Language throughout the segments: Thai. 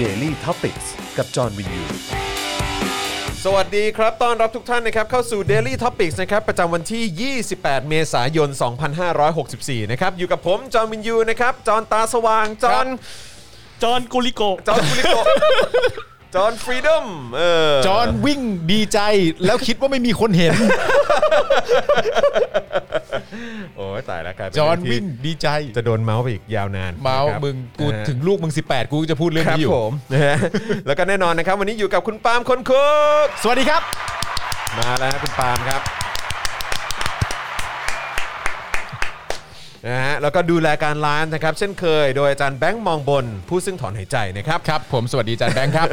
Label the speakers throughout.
Speaker 1: Daily t o p i c กกับจอห์นวินยู
Speaker 2: สวัสดีครับ ต้อนรับทุกท่านนะครับ เข้าสู่ Daily Topics นะครับ ประจำวันที่ 28 เมษายน 2564 นะครับ อยู่กับผม จอห์นวินยู นะครับ จอห์นตาสว่าง จอห์น
Speaker 3: จอห์นกุลิโกะ
Speaker 2: จอห์นคุริ โกะจอห์นฟรีดอมเออ
Speaker 4: จอห์นวิ่งดีใจแล้วคิดว่าไม่มีคน เห็น
Speaker 2: โอ้ยตายแล้วกลายเป็น
Speaker 4: จอห์น
Speaker 2: เรื่
Speaker 4: วิ่ง
Speaker 2: ที่
Speaker 4: ดีใจ
Speaker 2: จะโดนเมาส์ไปอีกยาวนาน
Speaker 4: เมาส์
Speaker 2: นะครับ
Speaker 4: มึงกู
Speaker 2: นะฮะ
Speaker 4: ถึงลูกมึง 18 กูก็จะพูดเรื่อง
Speaker 2: ครับ
Speaker 4: นี้อยู่
Speaker 2: ผมนะฮะแล้วก็แน่นอนนะครับ วันนี้อยู่กับคุณปาล์มคนคุก
Speaker 4: สวัสดีครับ
Speaker 2: มาแล้วนะคุณปาล์มครับนะฮะแล้วก็ดูแลการร้านนะครับ เช่นเคย โดยอาจารย์แบงค์มองบน ผู้ซึ่งถอนหายใจนะครับ
Speaker 4: ครับ ผมสวัสดีอาจารย์แบงค์ครับ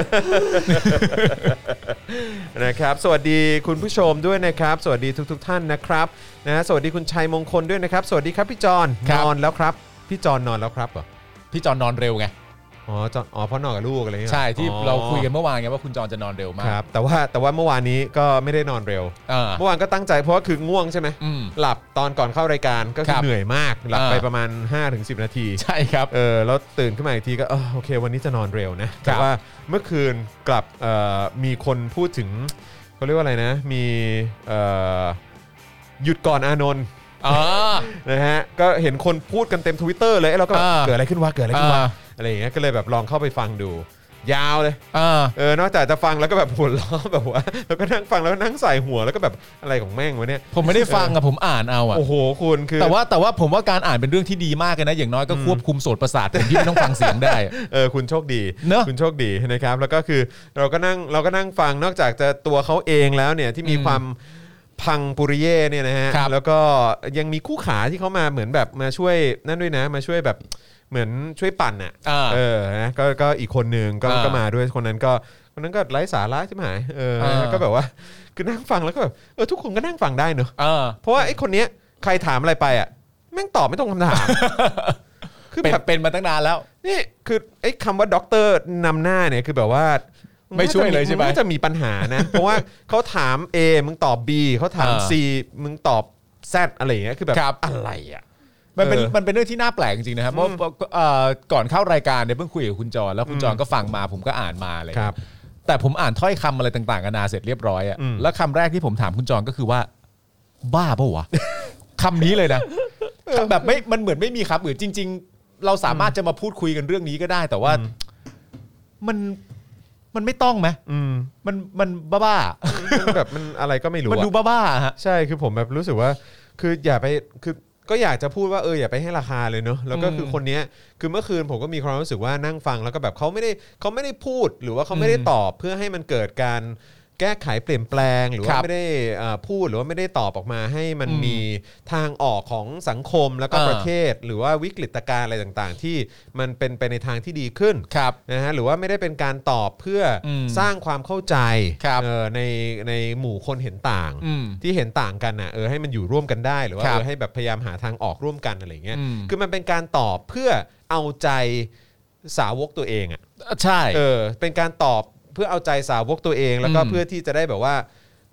Speaker 2: นะครับ สวัสดีคุณผู้ชมด้วยนะครับ สวัสดีทุก ๆ ท่านนะครับนะฮะสวัสดีคุณชัยมงคลด้วยนะครับ สวัสดีครับพี่จอน
Speaker 4: ครับ
Speaker 2: นอนแล้วครับพี่จอนนอนแล้วครับเหรอ
Speaker 4: พี่จอห์นนอนเร็วไง
Speaker 2: อ๋อจอนอ๋อเพราะนอนกับลูกอะไรอย่างเงี้ย
Speaker 4: ใช่ที่
Speaker 2: อ๋อ
Speaker 4: เราคุยกันเมื่อวานไงว่าคุณจอห์นจะนอนเร็วมา
Speaker 2: ค
Speaker 4: ก
Speaker 2: รับแต่ว่าแต่ว่าเมื่อวานนี้ก็ไม่ได้นอนเร็ว
Speaker 4: อ่า
Speaker 2: เมื่อวานก็ตั้งใจเพราะว่าคือง่วงใช่ไหม
Speaker 4: อืม
Speaker 2: หลับตอนก่อนเข้ารายการก็คื
Speaker 4: ค
Speaker 2: อ
Speaker 4: รับ
Speaker 2: เหนื่อยมาก หลับไป
Speaker 4: อ่า
Speaker 2: ประมาณ 5-10 นาที
Speaker 4: ใช่ครับ
Speaker 2: เออแล้วตื่นขึ้นมาอีกทีก็เออโอเค วันนี้จะนอนเร็วนะ
Speaker 4: ครั
Speaker 2: แต่
Speaker 4: บ
Speaker 2: ว่าเมื่อคืนกลับเอ่อมีคนพูดถึงเขาเรียกว่าอะไรนะ มีเอ่อหยุดก่อนอานนท์
Speaker 4: อ่า
Speaker 2: นะฮะก็เห็นคนพูดกันเต็ม Twitter เลยเอ้ยเราก็แบบ
Speaker 4: อ่า
Speaker 2: เกิดอะไรขึ้นวะเกิดอะไรขึ้นวะ
Speaker 4: อ่า
Speaker 2: อะไรอย่างเงี้ยก็เลยแบบลองเข้าไปฟังดู ยาวเลย
Speaker 4: อ่า
Speaker 2: เออนอกจากจะฟังแล้วก็แบบหัวล้อ แบบว่าแล้วก็นั่งฟังแล้วก็นั่งใส่หัวแล้วก็แบบอะไรของแม่งวะเนี่ย
Speaker 4: ผมไม่ได้ฟังอะผมอ่านเอาอะ
Speaker 2: โอ้โหคุณคือ
Speaker 4: แต่ว่าแต่ว่าผมว่าการอ่านเป็นเรื่องที่ดีมากเลยนะ อย่างน้อยก็ควบคุมโสตประสาทผมที่ไม่ต้องฟังเสียงได้อะ
Speaker 2: เออคุณโชคดี
Speaker 4: เนอะ
Speaker 2: คุณโชคดีนะครับ แล้วก็คือเราก็นั่งเราก็นั่งฟังนอกจากจะตัวเขาเองแล้วเนี่ยที่มี
Speaker 4: อืม
Speaker 2: ความพังปุริเย่เนี่ยนะฮะ
Speaker 4: ครับ
Speaker 2: แล้วก็ยังมีคู่ขาที่เขามาเหมือนแบบมาช่วยนั่นด้วยนะ มาช่วยแบบเหมือนช่วยปั่นอ่ะ
Speaker 4: อ่า
Speaker 2: เออนะก็ก็อีกคนหนึ่งก็
Speaker 4: อ่า
Speaker 2: ก็มาด้วยคนนั้นก็คนนั้นก็ไร้สาระใช่ไหมเออนะ
Speaker 4: อ่า
Speaker 2: ก็แบบว่าคือนั่งฟังแล้วก็แบบเออทุกคนก็นั่งฟังได้เนอะ
Speaker 4: อ่า
Speaker 2: เพราะว่าไอ้คนเนี้ยใครถามอะไรไปอ่ะแม่งตอบไม่ตรงคำถาม คือ
Speaker 4: เป็น
Speaker 2: แบบ
Speaker 4: เป็นมาตั้งนานแล้ว
Speaker 2: นี่คือไอ้คำว่าด็อกเตอร์นำหน้าเนี่ยคือแบบว่า
Speaker 4: ไม่ช่วยเลยใช่ไหม
Speaker 2: น่าจะมีปัญหานะ เพราะว่าเขาถาม A มึงตอบ B เขาถาม
Speaker 4: อ่า
Speaker 2: C มึงตอบ Z อะไรอย่างเงี้ยคือแบบ
Speaker 4: ครับ
Speaker 2: อะไรอ่ะ
Speaker 4: มันเป็น
Speaker 2: เออ
Speaker 4: มันเป็นเรื่องที่น่าแปลกจริงๆนะครับเพราะเอ่อก่อนเข้ารายการเนี่ยเพิ่งคุยกับคุณจรแล้วคุณจรก็ฟังมาผมก็อ่านมาอะไรอย่าง
Speaker 2: ครั
Speaker 4: เล
Speaker 2: บ
Speaker 4: ยแต่ผมอ่านถ้อยคำอะไรต่างๆกันานาเสร็จเรียบร้อยอะ
Speaker 2: อืม
Speaker 4: แล้วคำแรกที่ผมถามคุณจรก็คือว่า บ้าเปะวะ คำนี้เลยนะแบบไม่มันเหมือนไม่มีครับหรือจริง ๆ เราสามารถจะมาพูดคุยกันเรื่องนี้ก็ได้ แต่ว่ามันมันไม่ต้องไหม
Speaker 2: อืม
Speaker 4: มันมันบ้า
Speaker 2: มันแบบมันอะไรก็ไม่
Speaker 4: ๆ
Speaker 2: รู้
Speaker 4: มัน
Speaker 2: อะ
Speaker 4: ดูบ้าๆฮะ
Speaker 2: ใช่คือผมแบบรู้สึกว่า คืออย่าไปคือก็อยากจะพูดว่าเอออย่าไปให้ราคาเลยเนอะแล้วก็คือ
Speaker 4: อืม
Speaker 2: คนเนี้ยคือเมื่อคืนผมก็มีความรู้สึกว่านั่งฟังแล้วก็แบบเขาไม่ได้เขาไม่ได้พูดหรือว่าเขาไม่ได้
Speaker 4: อืม
Speaker 2: ตอบเพื่อให้มันเกิดการ แก้ไขเปลี่ยนแปลงหรือ
Speaker 4: ค
Speaker 2: ว่า
Speaker 4: รับ
Speaker 2: ไม่ได้เอ่อพูดหรือว่าไม่ได้ตอบออกมาให้มัน
Speaker 4: อืม
Speaker 2: มีทางออกของสังคมแล้วก็
Speaker 4: อ่า
Speaker 2: ประเทศ หรือว่าวิกฤตการณ์อะไรต่างๆ ที่มันเป็นไปในทางที่ดีขึ้น
Speaker 4: ครับ
Speaker 2: นะฮะหรือว่าไม่ได้เป็นการตอบเพื่ออ
Speaker 4: ม
Speaker 2: สร้างความเข้าใจ
Speaker 4: ครับ
Speaker 2: เอ่อในในหมู่คนเห็นต่าง
Speaker 4: อืม
Speaker 2: ที่เห็นต่างกันนะเออให้มันอยู่ร่วมกันได้หรือว่า
Speaker 4: ครั
Speaker 2: เอบ อให้แบบพยายามหาทางออกร่วมกันอะไรอย่างเงี้ย
Speaker 4: อืม
Speaker 2: คือมันเป็นการตอบเพื่อเอาใจสาวกตัวเองอะ
Speaker 4: ใช่
Speaker 2: เออเป็นการตอบเพื่อเอาใจสาวกตัวเองแล้วก็
Speaker 4: อืม
Speaker 2: เพื่อที่จะได้แบบว่า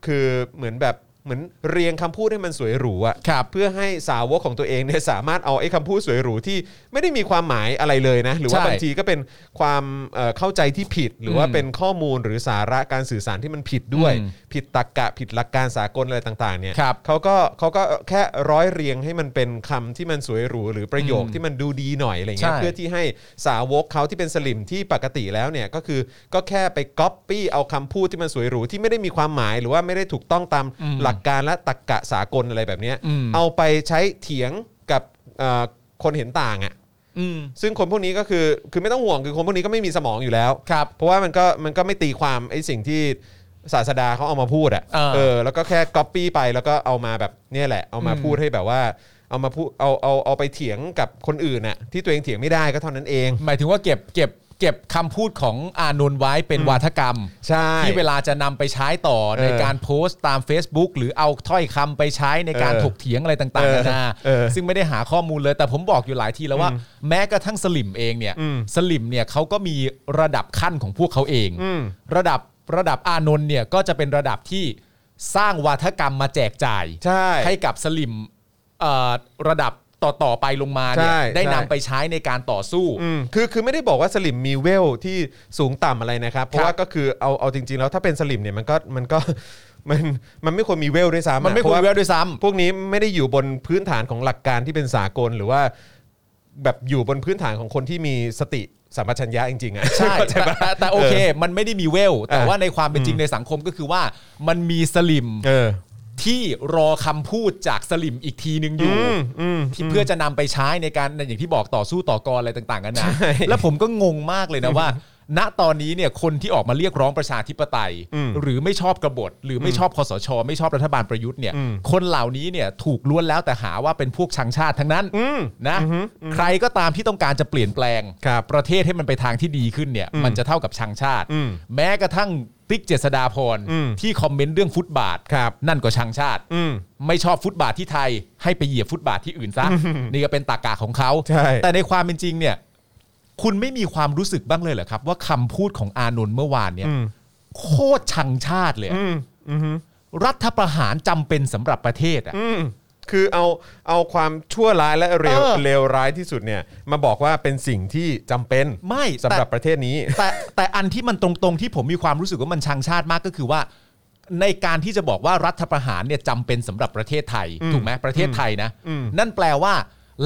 Speaker 2: คือเหมือนแบบเหมือนเรียงคำพูดให้มันสวยหรูอะ
Speaker 4: ครับ
Speaker 2: เพื่อให้สาวกของตัวเองเนี่ยสามารถเอาไอ้คำพูดสวยหรูที่ไม่ได้มีความหมายอะไรเลยนะ หรือว่า
Speaker 4: ใช่
Speaker 2: บางทีก็เป็นความเอ่อเข้าใจที่ผิด หรือว่า
Speaker 4: อืม
Speaker 2: เป็นข้อมูลหรือสาระการสื่อสารที่มันผิดด้วย
Speaker 4: อืม
Speaker 2: ผิดตรกกะผิดหลักการสากลอะไรต่างๆเนี่ย
Speaker 4: ครับ
Speaker 2: เขาก็เขาก็แค่ร้อยเรียงให้มันเป็นคำที่มันสวยหรู หรือประโยค
Speaker 4: อืม
Speaker 2: ที่มันดูดีหน่อยอะไรเงี้ย
Speaker 4: ใช่
Speaker 2: เพื่อ ที่ให้สาวกเขาที่เป็นสลิมที่ปกติแล้วเนี่ยก็คือก็แค่ไปก๊อปปี้เอาคำพูดที่มันสวยหรูที่ไม่ได้มีความหมาย หรือว่าไม่ได้ถูกต้องตาม
Speaker 4: อืม
Speaker 2: หลักการและตรรกะสากลอะไรแบบเนี้ย
Speaker 4: อืม
Speaker 2: เอาไปใช้เถียงกับเอ่อคนเห็นต่างอะ่ะ
Speaker 4: อืม
Speaker 2: ซึ่งคนพวกนี้ก็คือคือไม่ต้องห่วงคือคนพวกนี้ก็ไม่มีสมองอยู่แล้ว
Speaker 4: ครับ
Speaker 2: เพราะว่ามันก็มันก็ไม่ตีความไอ้สิ่งที่ศาสดาเขาเอามาพูดอะ
Speaker 4: เออ
Speaker 2: เออแล้วก็แค่ก๊อปปี้ไปแล้วก็เอามาแบบเนี่ยแหละ เอามา
Speaker 4: อืม
Speaker 2: พูดให้แบบว่า เอามาพูดเอาเอาเอาไปเถียงกับคนอื่นน่ะที่ตัวเองเถียงไม่ได้ก็เท่านั้นเอง
Speaker 4: หมายถึงว่าเก็บเก็บเก็บคำพูดของอานนท์ไว้เป็นวาทกรรม
Speaker 2: ใช่
Speaker 4: ที่เวลาจะนำไปใช้ต่อใน
Speaker 2: เออ
Speaker 4: การโพสต์ตาม Facebook หรือเอาถ้อยคำไปใช้ในการ
Speaker 2: เออ
Speaker 4: ถกเถียงอะไรต่างๆนานา
Speaker 2: เออ
Speaker 4: ซึ่งไม่ได้หาข้อมูลเลยแต่ผมบอกอยู่หลายทีแล้วว่า แม้กระทั่งสลิมเองเนี่ย
Speaker 2: อืม
Speaker 4: สลิมเนี่ยเขาก็มีระดับขั้นของพวกเขาเอง
Speaker 2: อืม
Speaker 4: ระดับระดับอานนท์เนี่ยก็จะเป็นระดับที่สร้างวาทกรรมมาแจกจ่าย
Speaker 2: ใช่
Speaker 4: กับสลิมเอ่อระดับ ต่อต่อๆไปลงมาเนี่ย
Speaker 2: ใช่
Speaker 4: ได้
Speaker 2: ใช่
Speaker 4: นำไปใช้ในการต่อสู้
Speaker 2: อืมคือคือไม่ได้บอกว่าสลิมมีเวลที่สูงต่ำอะไรนะครับ เพราะว่าก็คือเอาเอาจริง ๆ แล้วถ้าเป็นสลิมเนี่ยมันก็มันก็ มันมันไม่ควรมีเวลด้วยซ้ำอะ
Speaker 4: มันไม่ควร
Speaker 2: พาะา
Speaker 4: เวลด้วยซ้ำ
Speaker 2: พวกนี้ไม่ได้อยู่บนพื้นฐานของหลักการที่เป็นสากลหรือว่า แบบอยู่บนพื้นฐานของคนที่มีสติสัมปชัญญะจริงๆอ่ะ
Speaker 4: ใช่
Speaker 2: เข้าจ
Speaker 4: แต่
Speaker 2: ปะ
Speaker 4: แต่แต่โอเค มันไม่ได้มีเวล แต่
Speaker 2: เออ
Speaker 4: ว่าในความเป็นจริงในสังคมก็คือว่า มันมีสลิม
Speaker 2: เออ
Speaker 4: ที่รอคำพูดจากสลิมอีกทีนึงอยู่
Speaker 2: อืมอืม
Speaker 4: ที่เพื่อจะนำไปใช้ในการอย่างที่บอกต่อสู้ต่อกรอะไรต่างๆกันนะ
Speaker 2: ใช่
Speaker 4: แล้วผมก็งงมากเลย นะว่า ณตอนนี้เนี่ยคนที่ออกมาเรียกร้องประชาธิปไตย
Speaker 2: อืม
Speaker 4: หรือไม่ชอบกบฏ หรือไม่ชอบคอสช ไม่ชอบรัฐบาลประยุทธ์เนี่ย
Speaker 2: อืม
Speaker 4: คนเหล่านี้เนี่ยถูกล้วนแล้วแต่หาว่าเป็นพวกชังชาติทั้งนั้น
Speaker 2: อืม
Speaker 4: นะใครก็ตามที่ต้องการจะเปลี่ยนแปลง
Speaker 2: ครับ
Speaker 4: ประเทศให้มันไปทางที่ดีขึ้นเนี่ย มันจะเท่ากับชังชาติ
Speaker 2: อืม
Speaker 4: แม้กระทั่งติ๊กเจษดาพร
Speaker 2: อืม
Speaker 4: ที่คอมเมนต์เรื่องฟุตบาท
Speaker 2: ครับ
Speaker 4: นั่นก็ชังชาติ
Speaker 2: อืม
Speaker 4: ไม่ชอบฟุตบาทที่ไทย ให้ไปเหยียบฟุตบาทที่อื่นซะนี่ก็เป็นตากาของเขา
Speaker 2: ใช่
Speaker 4: แต่ในความเป็นจริงเนี่ย คุณไม่มีความรู้สึกบ้างเลยเหรอครับ ว่าคำพูดของอานนท์เมื่อวานเนี่ย
Speaker 2: อืม
Speaker 4: โคตรชังชาติเลยอะ
Speaker 2: อืมอืม
Speaker 4: รัฐประหารจำเป็นสำหรับประเทศอ่ะ
Speaker 2: อืมคือเอาเอาความชั่วร้ายและเร็ว
Speaker 4: เออ
Speaker 2: เลวร้ายที่สุดเนี่ย มาบอกว่าเป็นสิ่งที่จำเป็น
Speaker 4: ไม่
Speaker 2: สำห
Speaker 4: แต่
Speaker 2: รับประเทศนี้
Speaker 4: แต่แต่อันที่มันตรงๆที่ผมมีความรู้สึกว่ามันชังชาติมากก็คือว่า ในการที่จะบอกว่ารัฐประหารเนี่ยจำเป็นสำหรับประเทศไทยถูกไหมประเทศไทยนะ นั่นแปลว่า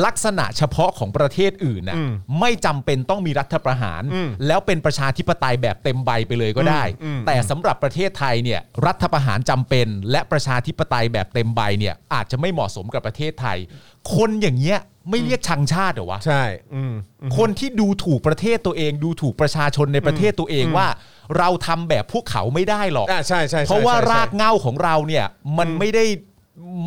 Speaker 4: ลักษณะเฉพาะของประเทศอื่นนะ
Speaker 2: อืม
Speaker 4: ไม่จำเป็นต้องมีรัฐประหาร
Speaker 2: อืม
Speaker 4: แล้วเป็นประชาธิปไตยแบบเต็มใบไปเลยก็ได้
Speaker 2: อืมอืม
Speaker 4: แต่สำหรับประเทศไทยเนี่ยรัฐประหารจำเป็น และประชาธิปไตยแบบเต็มใบเนี่ยอาจจะไม่เหมาะสมกับประเทศไทย คนอย่างเงี้ยไม่เรียกชังชาติเหรอวะ
Speaker 2: ใช่อืมอืม
Speaker 4: คนที่ดูถูกประเทศตัวเอง ดูถูกประชาชนในประเทศตัวเองว่า เราทำแบบพวกเขาไม่ได้หรอก
Speaker 2: อ่าใช่ใช่ใช่
Speaker 4: เพราะว่า
Speaker 2: ใช่ใช่
Speaker 4: รากเหง้าของเราเนี่ย มันไม่ได้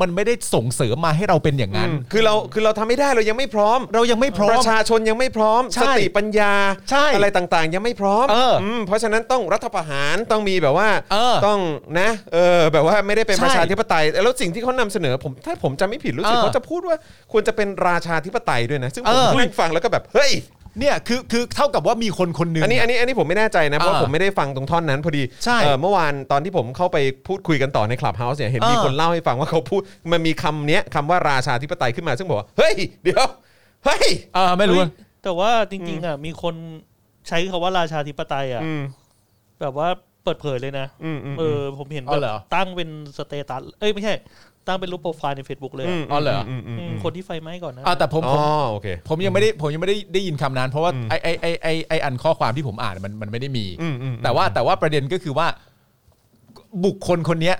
Speaker 4: มันไม่ได้ส่งเสริมมาให้เราเป็นอย่างนั้น
Speaker 2: อืมคือเราคือเราทำไม่ได้เรายังไม่พร้อม
Speaker 4: เรายังไม่พร้อ
Speaker 2: ป
Speaker 4: ม
Speaker 2: ระชาชนยังไม่พร้อม
Speaker 4: ใช่
Speaker 2: สติปัญญา
Speaker 4: ใช่
Speaker 2: อะไรต่างๆ ยังไม่พร้อม
Speaker 4: เอออื
Speaker 2: มเพราะฉะนั้นต้องรัฐประหารต้องมีแบบว่า
Speaker 4: เออ
Speaker 2: ต้องนะเออแบบว่าไม่ได้เป็น
Speaker 4: ใช่
Speaker 2: ประชาธิปไตยแล้วสิ่งที่เขานำเสนอผมถ้าผมจำไม่ผิดรู้สึก
Speaker 4: เออ
Speaker 2: เขาจะพูดว่าควรจะเป็นราชาธิปไตยด้วยนะ ซึ่งผม
Speaker 4: เออ
Speaker 2: นั่งฟังแล้วก็แบบเฮ้ย
Speaker 4: เนี่ยคือคือเท่ากับว่ามีคนคนหนึ่ง
Speaker 2: อันนี้อันนี้อันนี้ผมไม่แน่ใจนะ เพราะ
Speaker 4: อ่า
Speaker 2: ผมไม่ได้ฟังตรงท่อนนั้นพอดี
Speaker 4: ใช่
Speaker 2: เอ่อเมื่อวานตอนที่ผมเข้าไปพูดคุยกันต่อในคลับเฮาส์เนี่ยเห็นมี
Speaker 4: อ่า
Speaker 2: คนเล่าให้ฟังว่าเขาพูดมันมีคำเนี้ยคำว่าราชาธิปไตยขึ้นมาซึ่งบอกว่าเฮ้ยเดี๋ยวเฮ้ย
Speaker 4: เออไม่รู้
Speaker 3: เฮ้ยแต่ว่าจริงๆอ่ะมีคนใช้คาว่าราชาธิปไตยอ่ะ
Speaker 2: อืม
Speaker 3: แบบว่าเปิดเผยเลยนะ
Speaker 2: อืมอืม
Speaker 3: เออผมเห็น
Speaker 4: อ๋
Speaker 3: แบ
Speaker 4: อเหรอ
Speaker 3: บตั้งเป็นสเตตัสเอ้ยไม่ใช่ ตั้งเป็นรูปโปรไฟล์ใน Facebook เลยอะ
Speaker 2: ม
Speaker 4: อ๋อเหรออื
Speaker 2: มม
Speaker 3: อื
Speaker 2: อื
Speaker 3: ม
Speaker 2: ม
Speaker 3: คนที่ไฟไหม้ก่อนนะ
Speaker 4: อ่ะแต่ผม
Speaker 2: อ๋
Speaker 4: ผ
Speaker 2: อ
Speaker 4: ม
Speaker 2: โอเค
Speaker 4: ผมยังไม่ได้ผมยังไม่ได้ได้ยินคำนั้น เพราะว่าไอไอไอไอไออันข้อความที่ผมอ่านมันมันไม่ได้มี
Speaker 2: อืมอืมอืม
Speaker 4: แต่ว่าแต่ว่าประเด็นก็คือว่า บุคคลคนเนี้ย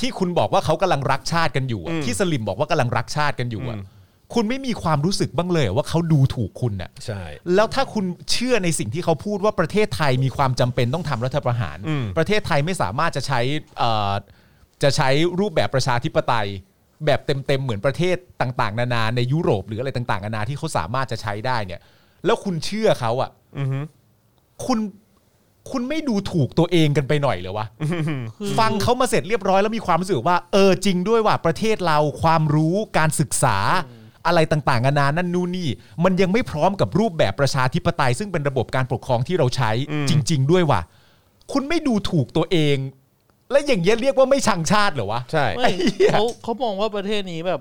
Speaker 4: ที่คุณบอกว่าเขากำลังรักชาติกันอยู่อะ
Speaker 2: อืม
Speaker 4: ที่สลิมบอกว่ากำลังรักชาติกันอยู่อะ
Speaker 2: อืม
Speaker 4: คุณไม่มีความรู้สึกบ้างเลยว่าเขาดูถูกคุณน่ะ
Speaker 2: ใช่
Speaker 4: แล้วถ้าคุณเชื่อในสิ่งที่เขาพูดว่าประเทศไทยมีความจำเป็นต้องทำรัฐประหาร
Speaker 2: อืม
Speaker 4: ประเทศไทยไม่สามารถจะใช้เอ่อจะใช้รูปแบบประชาธิปไตย แบบเต็มๆเหมือนประเทศต่างๆ นานาในยุโรปหรืออะไรต่างๆนานาที่เขาสามารถจะใช้ได้เนี่ย แล้วคุณเชื่อเขาอะ
Speaker 2: อือฮึ
Speaker 4: คุณคุณไม่ดูถูกตัวเองกันไปหน่อยเหรอวะ
Speaker 3: คือ
Speaker 4: ฟังเขามาเสร็จเรียบร้อยแล้วมีความรู้สึกว่า เออจริงด้วยว่าประเทศเราความรู้การศึกษา อะไรต่างๆนานานั่นนู่นนี่ มันยังไม่พร้อมกับรูปแบบประชาธิปไตย ซึ่งเป็นระบบการปกครองที่เราใช้จริง ๆ ด้วยว่ะคุณไม่ดูถูกตัวเอง และอย่างเงี้ยเรียกว่าไม่ชังชาติเหรอวะ
Speaker 2: ใช่
Speaker 3: ไม่
Speaker 4: ไอ้เหี้ย
Speaker 3: เขาเขามองว่าประเทศนี้แบบ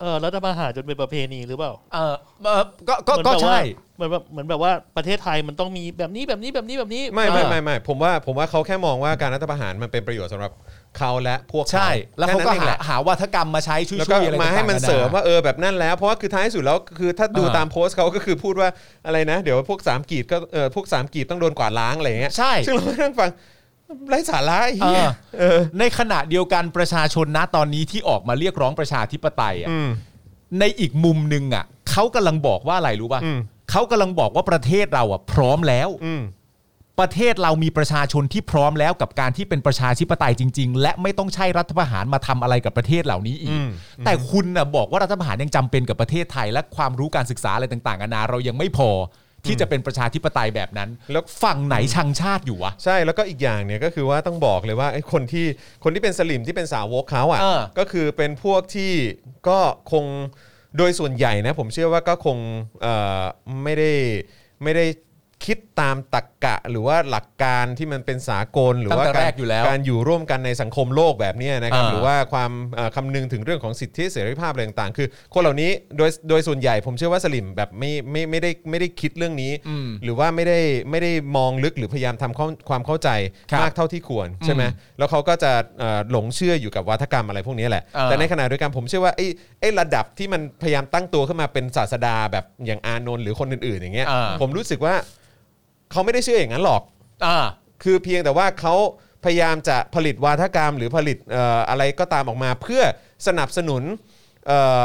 Speaker 3: เออรัฐประหารจนเป็นประเพณีหรือเปล่า
Speaker 4: เออเอ่อก็ก็ก็ใช่
Speaker 3: เหมือนแบบว่าเหมือนแบบเหมือนแบบว่าประเทศไทยมันต้องมีแบบนี้แบบนี้แบบนี้แบบนี้
Speaker 2: ไม่ไม่
Speaker 4: เออ
Speaker 2: ไม่ไม่ผมว่าผมว่าเขาแค่มองว่าการรัฐประหารมันเป็นประโยชน์สำหรับเขาและพวกเขา
Speaker 4: ใช่ แล้วเขาก็
Speaker 2: ค่นั้นอง
Speaker 4: หา
Speaker 2: แหละ
Speaker 4: หาวัฒกรรมมาใช้ช่วย
Speaker 2: แล้วก็
Speaker 4: ๆอะไรต่างๆ
Speaker 2: มาให้มัน
Speaker 4: นานา
Speaker 2: เสริมว่าเออแบบนั้นแล้ว เพราะว่าคือท้ายสุดแล้วคือถ้าดู
Speaker 4: เออ
Speaker 2: ตามโพสต์เขาก็คือพูดว่าอะไรนะ เดี๋ยวพวกสามกีดก็เออพวกสามกีดต้องโดนกวาดล้างอะไรอย่างเงี้ย
Speaker 4: ใช่
Speaker 2: ซึ่งเราก็นั่งฟังไร้สาระไอ้เหี้ยเออ
Speaker 4: ในขณะเดียวกันประชาชนนะตอนนี้ที่ออกมาเรียกร้องประชาธิปไตยอะ
Speaker 2: อืม
Speaker 4: ในอีกมุมหนึ่งอ่ะเขากำลังบอกว่าอะไรรู้ป่ะ
Speaker 2: อืม
Speaker 4: เขากำลังบอกว่าประเทศเราอ่ะพร้อมแล้ว
Speaker 2: อืม
Speaker 4: ประเทศเรามีประชาชนที่พร้อมแล้วกับการที่เป็นประชาธิปไตยจริง ๆ และไม่ต้องใช้รัฐประหารมาทำอะไรกับประเทศเหล่านี้อี
Speaker 2: อื
Speaker 4: ก
Speaker 2: ม
Speaker 4: แต่คุณนะบอกว่ารัฐประหารยังจำเป็นกับประเทศไทย และความรู้การศึกษาอะไรต่างๆนานาเรายังไม่พอที่จะเป็นประชาธิปไตยแบบนั้น
Speaker 2: แล้ว
Speaker 4: ฝั่งไหนชังชาติอยู่วะ
Speaker 2: ใช่แล้วก็อีกอย่างเนี่ยก็คือว่าต้องบอกเลยว่าไอ้คนที่คนที่เป็นสลิมที่เป็นสาวกเขา
Speaker 4: เออ
Speaker 2: อะ่ะก็คือเป็นพวกที่ก็คงโดยส่วนใหญ่นะผมเชื่อว่าก็คงเอ่อไม่ได้ไม่ได้ คิดตามตรกกะหรือว่าหลักการที่มันเป็นสากลหรือ
Speaker 4: ตั้งแต่
Speaker 2: ว่าา
Speaker 4: แรกอยู่แล้ว
Speaker 2: การอยู่ร่วมกันในสังคมโลกแบบเนี้ยนะครับ
Speaker 4: อ่า
Speaker 2: หรือว่าความเอ่อคำนึงถึงเรื่องของสิทธิเสรีภาพอะไรต่างๆ คือ คนเหล่านี้โดยโดยส่วนใหญ่ผมเชื่อว่าสลิมแบบไม่ไม่ไม่ได้ไม่ได้คิดเรื่องนี้
Speaker 4: อืม
Speaker 2: หรือว่าไม่ได้ไม่ได้มองลึกหรือพยายามทำข้อความเข้าใจ
Speaker 4: ครับ
Speaker 2: มากเท่าที่ควรใช่ไหมแล้วเขาก็จะเอ่อหลงเชื่ออยู่กับวัฒกรรมอะไรพวกนี้แหละ
Speaker 4: เออ
Speaker 2: แต่ในขณะเดียวกันผมเชื่อว่าไอ้ไอ้ระดับที่มันพยายามตั้งตัวขึ้นมาเป็นศาสดาแบบอย่างอานนท์หรือคนอื่นๆอย่างเงี้ย
Speaker 4: เออ
Speaker 2: ผมรู้สึกว่าเขาไม่ได้เชื่ออย่างนั้นหรอก
Speaker 4: อ่า
Speaker 2: คือเพียงแต่ว่าเขาพยายามจะผลิตวาทกรรม หรือผลิตเอ่ออะไรก็ตามออกมา เพื่อสนับสนุนเอ่อ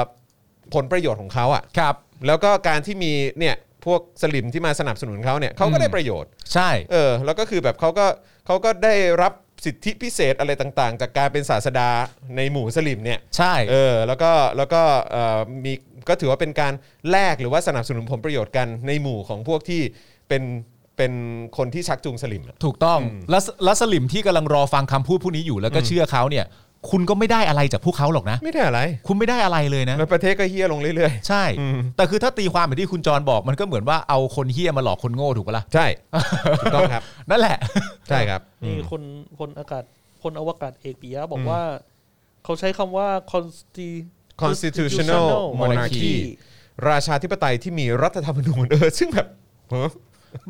Speaker 2: ผลประโยชน์ของเขาอ่ะ
Speaker 4: ครับ
Speaker 2: แล้วก็การที่มีเนี่ยพวกสลิมที่มาสนับสนุนเขาเนี่ยเขาก็ได้ประโยชน์
Speaker 4: ใช่
Speaker 2: เออแล้วก็คือแบบเขาก็เขาก็ได้รับสิทธิพิเศษอะไรต่างๆ จากการเป็นศาสดาในหมู่สลิมเนี่ย
Speaker 4: ใช่
Speaker 2: เออแล้วก็แล้วก็เอ่อมีก็ถือว่าเป็นการแลกหรือว่าสนับสนุนผลประโยชน์กันในหมู่ของพวกที่เป็นเป็นคนที่ชักจูงสลิมอะ
Speaker 4: ถูกต้องแล้วสแล้วสลิมที่กำลังรอฟังคำพูดพวกนี้อยู่แล้วก็เชื่อเขาเนี่ย คุณก็ไม่ได้อะไรจากพวกเขาหรอกนะ
Speaker 2: ไม่ได้อะไร
Speaker 4: คุณไม่ได้อะไรเลยนะ
Speaker 2: แล้วประเทศก็เฮี้ยลงเรื่อย
Speaker 4: ใช่
Speaker 2: อืม
Speaker 4: แต่คือถ้าตีความแบบที่คุณจรบอกมันก็เหมือนว่าเอาคนเฮี้ยมาหลอกคนโง่ถูกปะล่ะ
Speaker 2: ๆ ใช่ ถูกต้องครับ
Speaker 4: นั่นแหละ
Speaker 2: ใช่ครับ
Speaker 3: นี่คนพลอากาศพลอวกาศเอกปิยะบอกว่า เขาใช้คำว่า consti-
Speaker 2: constitutional monarchy ราชาธิปไตยที่มีรัฐธรรมนูญเออซึ่งแบบฮะ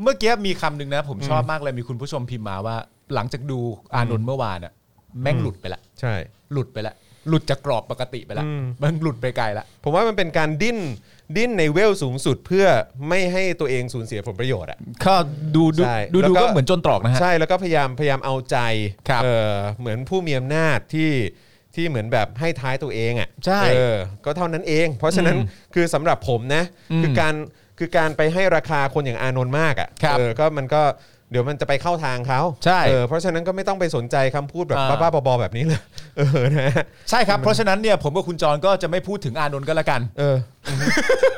Speaker 4: เมื่อกี้มีคำหนึ่งนะ ผมชอบมากเลยมีคุณผู้ชมพิมพ์มาว่า หลังจากดูอานนท์เมื่อวานอะแม่ง
Speaker 2: อืม
Speaker 4: หลุดไปละ
Speaker 2: ใช่
Speaker 4: หลุดไปละ หลุดจากกรอบปกติไปละ
Speaker 2: อืม
Speaker 4: มันหลุดไปไกลละ
Speaker 2: ผมว่ามันเป็นการดิ้น ดิ้นในเวลสูงสุดเพื่อไม่ให้ตัวเองสูญเสียผลประโยชน์อ่ะ
Speaker 4: ก็ดูดู
Speaker 2: ใช่
Speaker 4: ดู
Speaker 2: แล้ว
Speaker 4: ดู
Speaker 2: ก็
Speaker 4: ก็เหมือนจนตรอกนะฮะ
Speaker 2: ใช่แล้วก็พยายามพยายามเอาใจ
Speaker 4: ครับ
Speaker 2: เออเหมือนผู้มีอำนาจที่ที่เหมือนแบบให้ท้ายตัวเองอ่ะ
Speaker 4: ใช่
Speaker 2: เออก็เท่านั้นเอง เพราะฉะนั้น
Speaker 4: อืม
Speaker 2: คือสำหรับผมนะ
Speaker 4: อืม
Speaker 2: คือการคือการไปให้ราคาคนอย่างอานนท์มากอ่ะ
Speaker 4: ครับ
Speaker 2: เออก็มันก็เดี๋ยวมันจะไปเข้าทางเขา
Speaker 4: ใช่
Speaker 2: เออเพราะฉะนั้นก็ไม่ต้องไปสนใจคำพูดแบบ
Speaker 4: อ่า
Speaker 2: บ้าๆบอๆแบบนี้เลย เออนะฮะ
Speaker 4: ใช่ครับ เพราะฉะนั้นเนี่ยผมกับคุณจรก็จะไม่พูดถึงอานนท์ก็แล้วกัน
Speaker 2: เออ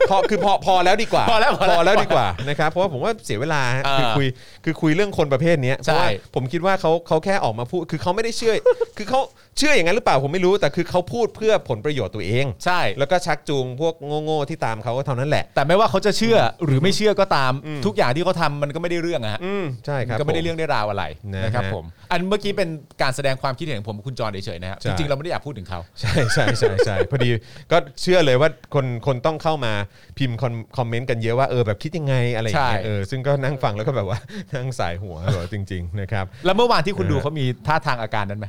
Speaker 2: พอคือพอพอแล้วดีกว่า
Speaker 4: พอแล้วพอแล้ว
Speaker 2: พอแล้วดีกว่านะครับเพราะว่าผมว่าเสียเวลาฮะ
Speaker 4: อ่า
Speaker 2: คือคุยคือคุยเรื่องคนประเภทเนี้ยเพ
Speaker 4: ใช่
Speaker 2: ราะว่า ผมคิดว่าเขาเขาแค่ออกมาพูด คือเขาไม่ได้เชื่อ คือเขาเชื่ออย่างนั้นหรือเปล่าผมไม่รู้ แต่คือเขาพูดเพื่อผลประโยชน์ตัวเอง
Speaker 4: ใช่
Speaker 2: แล้วก็ชักจูงพวกโง่ๆที่ตามเขาก็เท่านั้นแหละ
Speaker 4: แต่ไม่ว่าเขาจะเชื่ออหรือไม่เชื่อก็ตาม
Speaker 2: อืม
Speaker 4: ทุกอย่างที่เขาทำมันก็ไม่ได้เรื่องอะฮะ
Speaker 2: อืม ใช่ครับ
Speaker 4: มันก็ไม่ได้
Speaker 2: ผ
Speaker 4: เรื่องได้ราวอะไร
Speaker 2: นะฮะ
Speaker 4: นะครับผม อันเมื่อกี้เป็นการแสดงความคิดเห็นของผมกับคุณจรเฉยๆนะครับ
Speaker 2: ใช่
Speaker 4: จริงๆเราไม่ได้อยากพูดถึงเขา
Speaker 2: ใช่ใช่ใช่ใช่พอดีก็เชื่อเลยว่าคนคนต้องเข้ามาพิมพ์คอมคอมเมนต์กันเยอะว่าเออแบบคิดยังไงอะไรอย่างเงี้ย
Speaker 4: ใช่
Speaker 2: เออซึ่งก็นั่งฟังแล้วก็แบบว่า นั่งสายหัวเหรอจริง ๆ นะครับ
Speaker 4: แล้วเมื่อวานที่คุณดู
Speaker 2: เออ
Speaker 4: เขามีท่าทางอาการนั้นไหม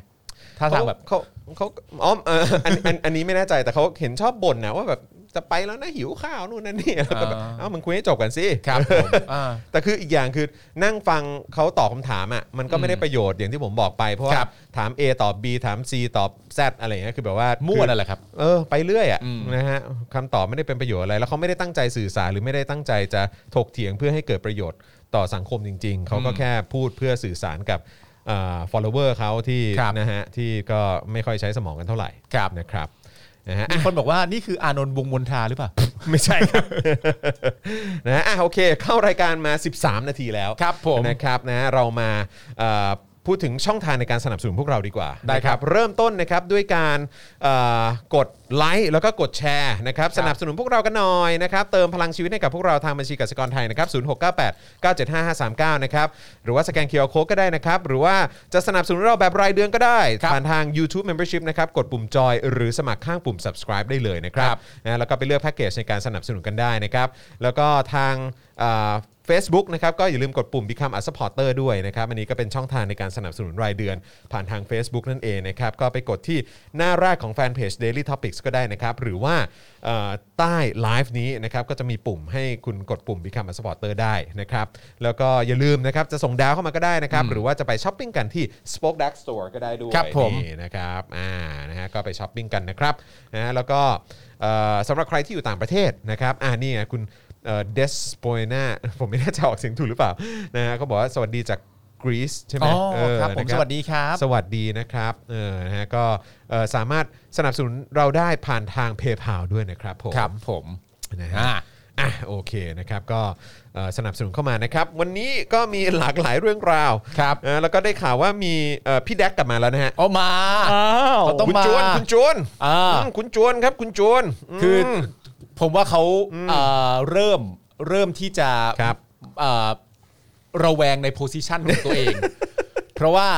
Speaker 4: ท่าทางแบบ
Speaker 2: เขาเขาเขาอ๋อเอ่อ อันอันอันนี้ไม่แน่ใจแต่เขาเห็นชอบบ่นนะว่าแบบจะไปแล้วนะหิวข้าวนู่นนั่นนี่ แล้วก็แบบ
Speaker 4: อ่า
Speaker 2: เอ้ามึงคุยให้จบกันสิ
Speaker 4: ครับผมอ่า
Speaker 2: แต่คืออีกอย่างคือนั่งฟังเขาตอบคำถามอ่ะมันก็ไม่ได้ประโยชน์อย่างที่ผมบอกไป เพราะว่า
Speaker 4: ครับ
Speaker 2: ถาม A ตอบ B ถาม C ตอบ Z อะไรอย่างเงี้ยคือแบบว่า
Speaker 4: มั่ว
Speaker 2: คือ
Speaker 4: นั่นแหละครับ
Speaker 2: เออไปเรื่อยอ่ะ
Speaker 4: อืม
Speaker 2: นะฮะคำตอบไม่ได้เป็นประโยชน์อะไร แล้วเขาไม่ได้ตั้งใจสื่อสารหรือไม่ได้ตั้งใจจะถกเถียงเพื่อให้เกิดประโยชน์ต่อสังคมจริง ๆ เขาก็แค่พูดเพื่อสื่อสารกับเอ่อ follower เขาที่นะฮะที่ก็ไม่ค่อยใช้สมองกันเท่าไหร่นะครับนะฮะ
Speaker 4: มีคนบอกว่านี่คืออานนท์วงศ์มนทราหรือเปล่า
Speaker 2: ไม่ใช่ครับ นะอ่ะโอเค เข้ารายการมา 13 นาทีแล้ว
Speaker 4: ครับผม
Speaker 2: นะครับนะเรามาเอ่อพูดถึงช่องทางในการสนับสนุนพวกเราดีกว่า
Speaker 4: ได้ครับ
Speaker 2: นะเริ่มต้นนะครับด้วยการเอ่อกดไลค์แล้วก็กดแชร์นะครับสนับสนุนพวกเรากันหน่อยนะครับเติมพลังชีวิตให้กับพวกเราทางบัญชีกสิกรไทยนะครับ0698 975 539นะครับหรือว่าสแกนเคอร์โคก็ได้นะครับ หรือว่าจะสนับสนุนเราแบบรายเดือนก็ได้
Speaker 4: ครับ
Speaker 2: ผ่านทาง YouTube Membership นะครับกดปุ่มจอยหรือสมัครข้างปุ่ม subscribe ได้เลยนะครับ
Speaker 4: ครับ
Speaker 2: นะแล้วก็ไปเลือกแพ็กเกจในการสนับสนุนกันได้นะครับ แล้วก็ทางเฟซบุ๊กนะครับก็อย่าลืมกดปุ่ม Become a supporter ด้วยนะครับ อันนี้ก็เป็นช่องทางในการสนับสนุนรายเดือน ผ่านทาง Facebook นั่นเองนะครับ ก็ไปกดที่หน้าแรกของแฟนเพจ Daily Topics ก็ได้นะครับ หรือว่าเอ่อใต้ไลฟ์นี้นะครับก็จะมีปุ่มให้คุณกดปุ่ม Become a supporter ได้นะครับ แล้วก็อย่าลืมนะครับจะส่งดาวเข้ามาก็ได้นะครับ หรือว่าจะไปช้อปปิ้งกันที่ Spoke Dark Store ก็ได้ด้วย
Speaker 4: ครับผม
Speaker 2: นี่ นะครับ อ่า นะฮะ ก็ไปช้อปปิ้งกันนะครับ นะฮะ แล้วก็เอ่อสำหรับใครที่อยู่ต่างประเทศนะครับ อ่า นี่ไงคุณเดสโปยนา ผมไม่แน่ใจออกเสียงถูกหรือเปล่า นะฮะเขาบอกว่าสวัสดีจากกรีซใช่ไหม
Speaker 4: อ๋อ
Speaker 2: เออ
Speaker 4: ครับผม
Speaker 2: นะ
Speaker 4: สวัสดีครับ
Speaker 2: สวัสดีนะครับ เออ นะฮะ ก็เอ่อสามารถสนับสนุนเราได้ผ่านทางเพย์พาด้วยนะครับผม
Speaker 4: ครับผม
Speaker 2: นะฮะ
Speaker 4: อ่า
Speaker 2: อ่ะโอเคนะครับ ก็เอ่อสนับสนุนเข้ามานะครับ วันนี้ก็มีหลากหลายเรื่องราว
Speaker 4: ครับ
Speaker 2: นะแล้วก็ได้ข่าวว่ามีเอ่อพี่แดกกลับมาแล้วนะฮะ
Speaker 4: เอามา
Speaker 3: อ้าว
Speaker 4: เขาต้อง
Speaker 2: คุณจวนคุณจวน
Speaker 4: อ่า
Speaker 2: อืมคุณจวนครับคุณจวนม
Speaker 4: คืออผมว่าเขาเอ่อเริ่มเริ่มที่จะ
Speaker 2: ครับ
Speaker 4: เอ่อ ระแวงในโพสิชันของตัวเอง เพราะว่า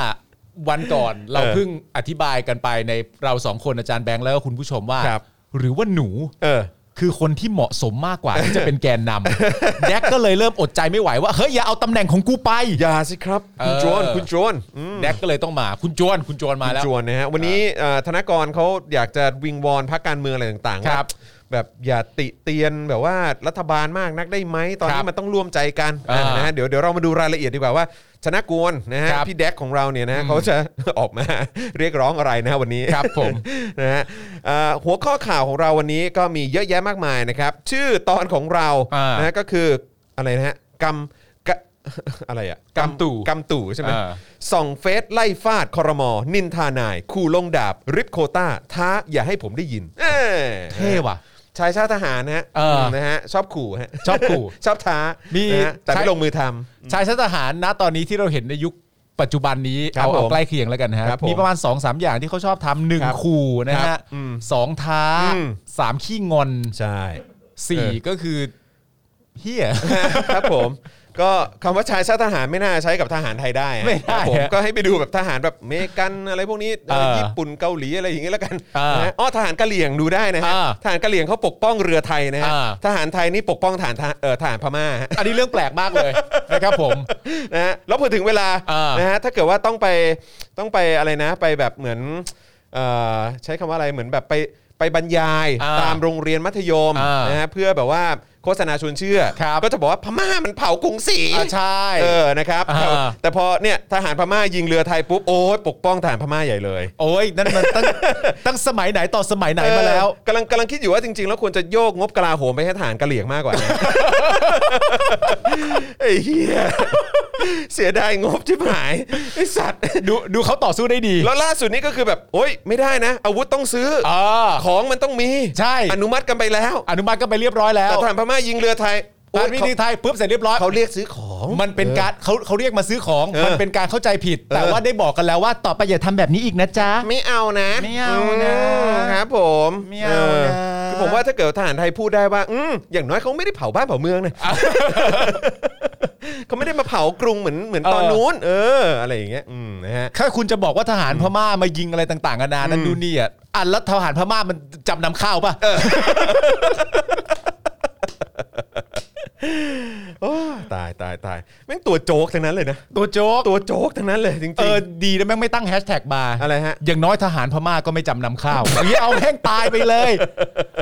Speaker 4: วันก่อนเรา
Speaker 2: เออ
Speaker 4: เพิ่งอธิบายกันไปในเราสองคนอาจารย์แบงค์แล้วก็คุณผู้ชมว่า
Speaker 2: ครับ
Speaker 4: หรือว่าหนู
Speaker 2: เออ
Speaker 4: คือคนที่เหมาะสมมาก กว่าที่จะเป็นแกนนำ แดกก็เลยเริ่มอดใจไม่ไหวว่าเฮ้ยอย่าเอาตำแหน่งของกูไป
Speaker 2: อย่าสิครับ คุณ
Speaker 4: เออ
Speaker 2: โจนคุณโจนอืม
Speaker 4: แดกก็เลยต้องมาคุณจวนคุณจวนมา
Speaker 2: คุณ
Speaker 4: แล้ว
Speaker 2: โจนนะฮะวันนี้เอ่อธนกรเขาอยากจะวิงวอนพรรคการเมืองอะไรต่างๆ
Speaker 4: ค
Speaker 2: ว่า
Speaker 4: รับ
Speaker 2: แบบอย่าติเตียนแบบว่ารัฐบาลมากนักได้ไหมตอน
Speaker 4: ครั
Speaker 2: นี้
Speaker 4: บ
Speaker 2: มันต้องร่วมใจกัน
Speaker 4: อ่า
Speaker 2: นะฮะเดี๋ยวเดี๋ยวเรามาดูรายละเอียดดีกว่าว่าชนะกวนนะฮะ
Speaker 4: ครับ
Speaker 2: พี่แดกของเราเนี่ยนะฮะเขาจะ ออกมา เรียกร้องอะไรนะฮะวันนี้
Speaker 4: ครับผม
Speaker 2: นะฮะเอ่อหัวข้อข่าวของเราวันนี้ก็มีเยอะแยะมากมายนะครับ ชื่อตอนของเรา
Speaker 4: อ่าน
Speaker 2: นะฮะก็คืออะไรนะฮะกำกะ อะไรอะ
Speaker 4: กำตู่
Speaker 2: กำตู่ใช่ไหม
Speaker 4: อ่า
Speaker 2: ส่องเฟซไล่ฟาดคอรมอ นินทานาย คู่ลงดาบ ริบโควต้า ท้าอย่าให้ผมได้ยิน เอ้ย
Speaker 4: เท่ว่ะ
Speaker 2: ชายชาติทหารนะฮะ
Speaker 4: เอออื
Speaker 2: มนะฮะ ชอบขู่ฮะ
Speaker 4: ชอบกู
Speaker 2: ชอบท้า
Speaker 4: มี
Speaker 2: นะฮะแต่
Speaker 4: ใช้
Speaker 2: ไม่ลงมือท
Speaker 4: ชายชาติทหารนะตอนนี้ที่เราเห็นในยุคปัจจุบันนี้
Speaker 2: ครับ
Speaker 4: เอาเอา
Speaker 2: ผม
Speaker 4: ใกล้เคียงแล้วกันนะฮะ
Speaker 2: ครับผม
Speaker 4: มีประมาณ2อสามอย่างที่เขาชอบทำหนึ่ง
Speaker 2: ครับ
Speaker 4: ขู่นะ
Speaker 2: ครั
Speaker 4: ฮะ
Speaker 2: บอืม
Speaker 4: สองท้า
Speaker 2: อืม
Speaker 4: สามขี้งอน
Speaker 2: ำ ใช่ เออ
Speaker 4: สี่ก็คือเฮีย
Speaker 2: ครับผม ก็คำว่าชายชาติทหารไม่น่าใช้กับทหารไทยได้ฮะ
Speaker 4: ไม่ได้
Speaker 2: ครับผม
Speaker 4: ฮะ
Speaker 2: ก็ให้ไปดูแบบทหารแบบเมกันอะไรพวกนี้
Speaker 4: เออ
Speaker 2: ญี่ปุ่นเกาหลีอะไรอย่างเงี้ยแล้วกัน
Speaker 4: เออ
Speaker 2: นะฮะอ๋อทหารกะเหรี่ยงดูได้นะฮะ
Speaker 4: เออ
Speaker 2: ทหารกะเหรี่ยงเขาปกป้องเรือไทยนะฮะ
Speaker 4: เออ
Speaker 2: ทหารไทยนี่ปกป้องฐานทหาร เอ่อทหารพม่าฮะ
Speaker 4: อันนี้เรื่องแปลกมากเลย นะครับผม
Speaker 2: นะฮะแล้วพอถึงเวลา
Speaker 4: อ่าน
Speaker 2: นะฮะถ้าเกิดว่าต้องไปต้องไปอะไรนะ ไปแบบเหมือนเอ่อใช้คำว่าอะไรเหมือนแบบไปไปบรรยาย
Speaker 4: อ่า
Speaker 2: ตามโรงเรียนมัธยม
Speaker 4: อ่าน
Speaker 2: นะฮะเพื่อแบบว่าโฆษณาชวนเชื่อ
Speaker 4: ครับ
Speaker 2: ก็จะบอกว่าพม่ามันเผากรุงศรี
Speaker 4: อ่ะใช่
Speaker 2: เออนะครับ
Speaker 4: อ่า
Speaker 2: แต่ว่าแต่พอเนี่ยทหารพม่ายิงเรือไทยปุ๊บโอ้ยปกป้องทหารพม่าใหญ่เลย
Speaker 4: โอ้ยนั่นมันตั้ง ตั้งสมัยไหนต่อสมัยไหนมาแล้ว
Speaker 2: เออกำลังกำลังคิดอยู่ว่าจริง ๆ แล้วควรจะโยกงบกลาโหมไปให้ทหารกะเหลี่ยงมากกว่า นะ ไอ้เหี้ยเสียดายงบที่หายไอ้สัตว์
Speaker 4: ดูดูเขาต่อสู้ได้ดี
Speaker 2: แล้วล่าสุดนี้ก็คือแบบ โอ๊ย ไม่ได้นะ อาวุธต้องซื้ออ
Speaker 4: อ่า
Speaker 2: ของมันต้องมี
Speaker 4: ใช่
Speaker 2: อนุมัติกันไปแล้ว
Speaker 4: อนุมัติก็ไปเรียบร้อยแล้ว
Speaker 2: แต่ทหารพม่ายิงเรือไทยโอ๊
Speaker 4: กาย รวิธีไทยปุ๊บเสร็จเรียบร้อย
Speaker 2: เขาเขาเรียกซื้อของ
Speaker 4: มันเป็นการเขาเขาเรียกมาซื้อของ
Speaker 2: เออ
Speaker 4: มันเป็นการเข้าใจผิด แต่
Speaker 2: เออ
Speaker 4: ว่าได้บอกกันแล้วว่าต่อไปอย่าทำแบบนี้อีกนะจ๊ะ
Speaker 2: ไม่เอานะ
Speaker 4: ไม่เอานะ
Speaker 2: อืมครับผม
Speaker 4: ไม่เอานะ
Speaker 2: อคือผมว่าถ้าเกิดทหารไทยพูดได้ว่า อืมอย่างน้อยเขาไม่ได้เผาบ้านเผาเมืองนะ เขาไม่ได้มาเผากรุงเหมือนเหมือนตอนนู้น เออ อะไรอย่างเงี้ย อืมนะฮะ
Speaker 4: ถ้าคุณจะบอกว่าทหารพม่ามายิงอะไรต่างๆนานานั้นดูนนี่อ่ะอ่ะแล้วทหารพม่ามันจำนำข้าวป่ะ
Speaker 2: โอ้ยตายตายตายแม่งตัวโจ๊กทั้งนั้นเลยนะ
Speaker 4: ตัวโจ๊ก
Speaker 2: ตัวโจ๊กทั้งนั้นเลยจริง
Speaker 4: เออดีนะแม่งไม่ตั้งแฮชแท็กมา
Speaker 2: ๆอะไรฮะ
Speaker 4: อย่างน้อยทหารพม่าก็ไม่จำนำข้าวอย่างนี้เอาแห้งตายไป เลย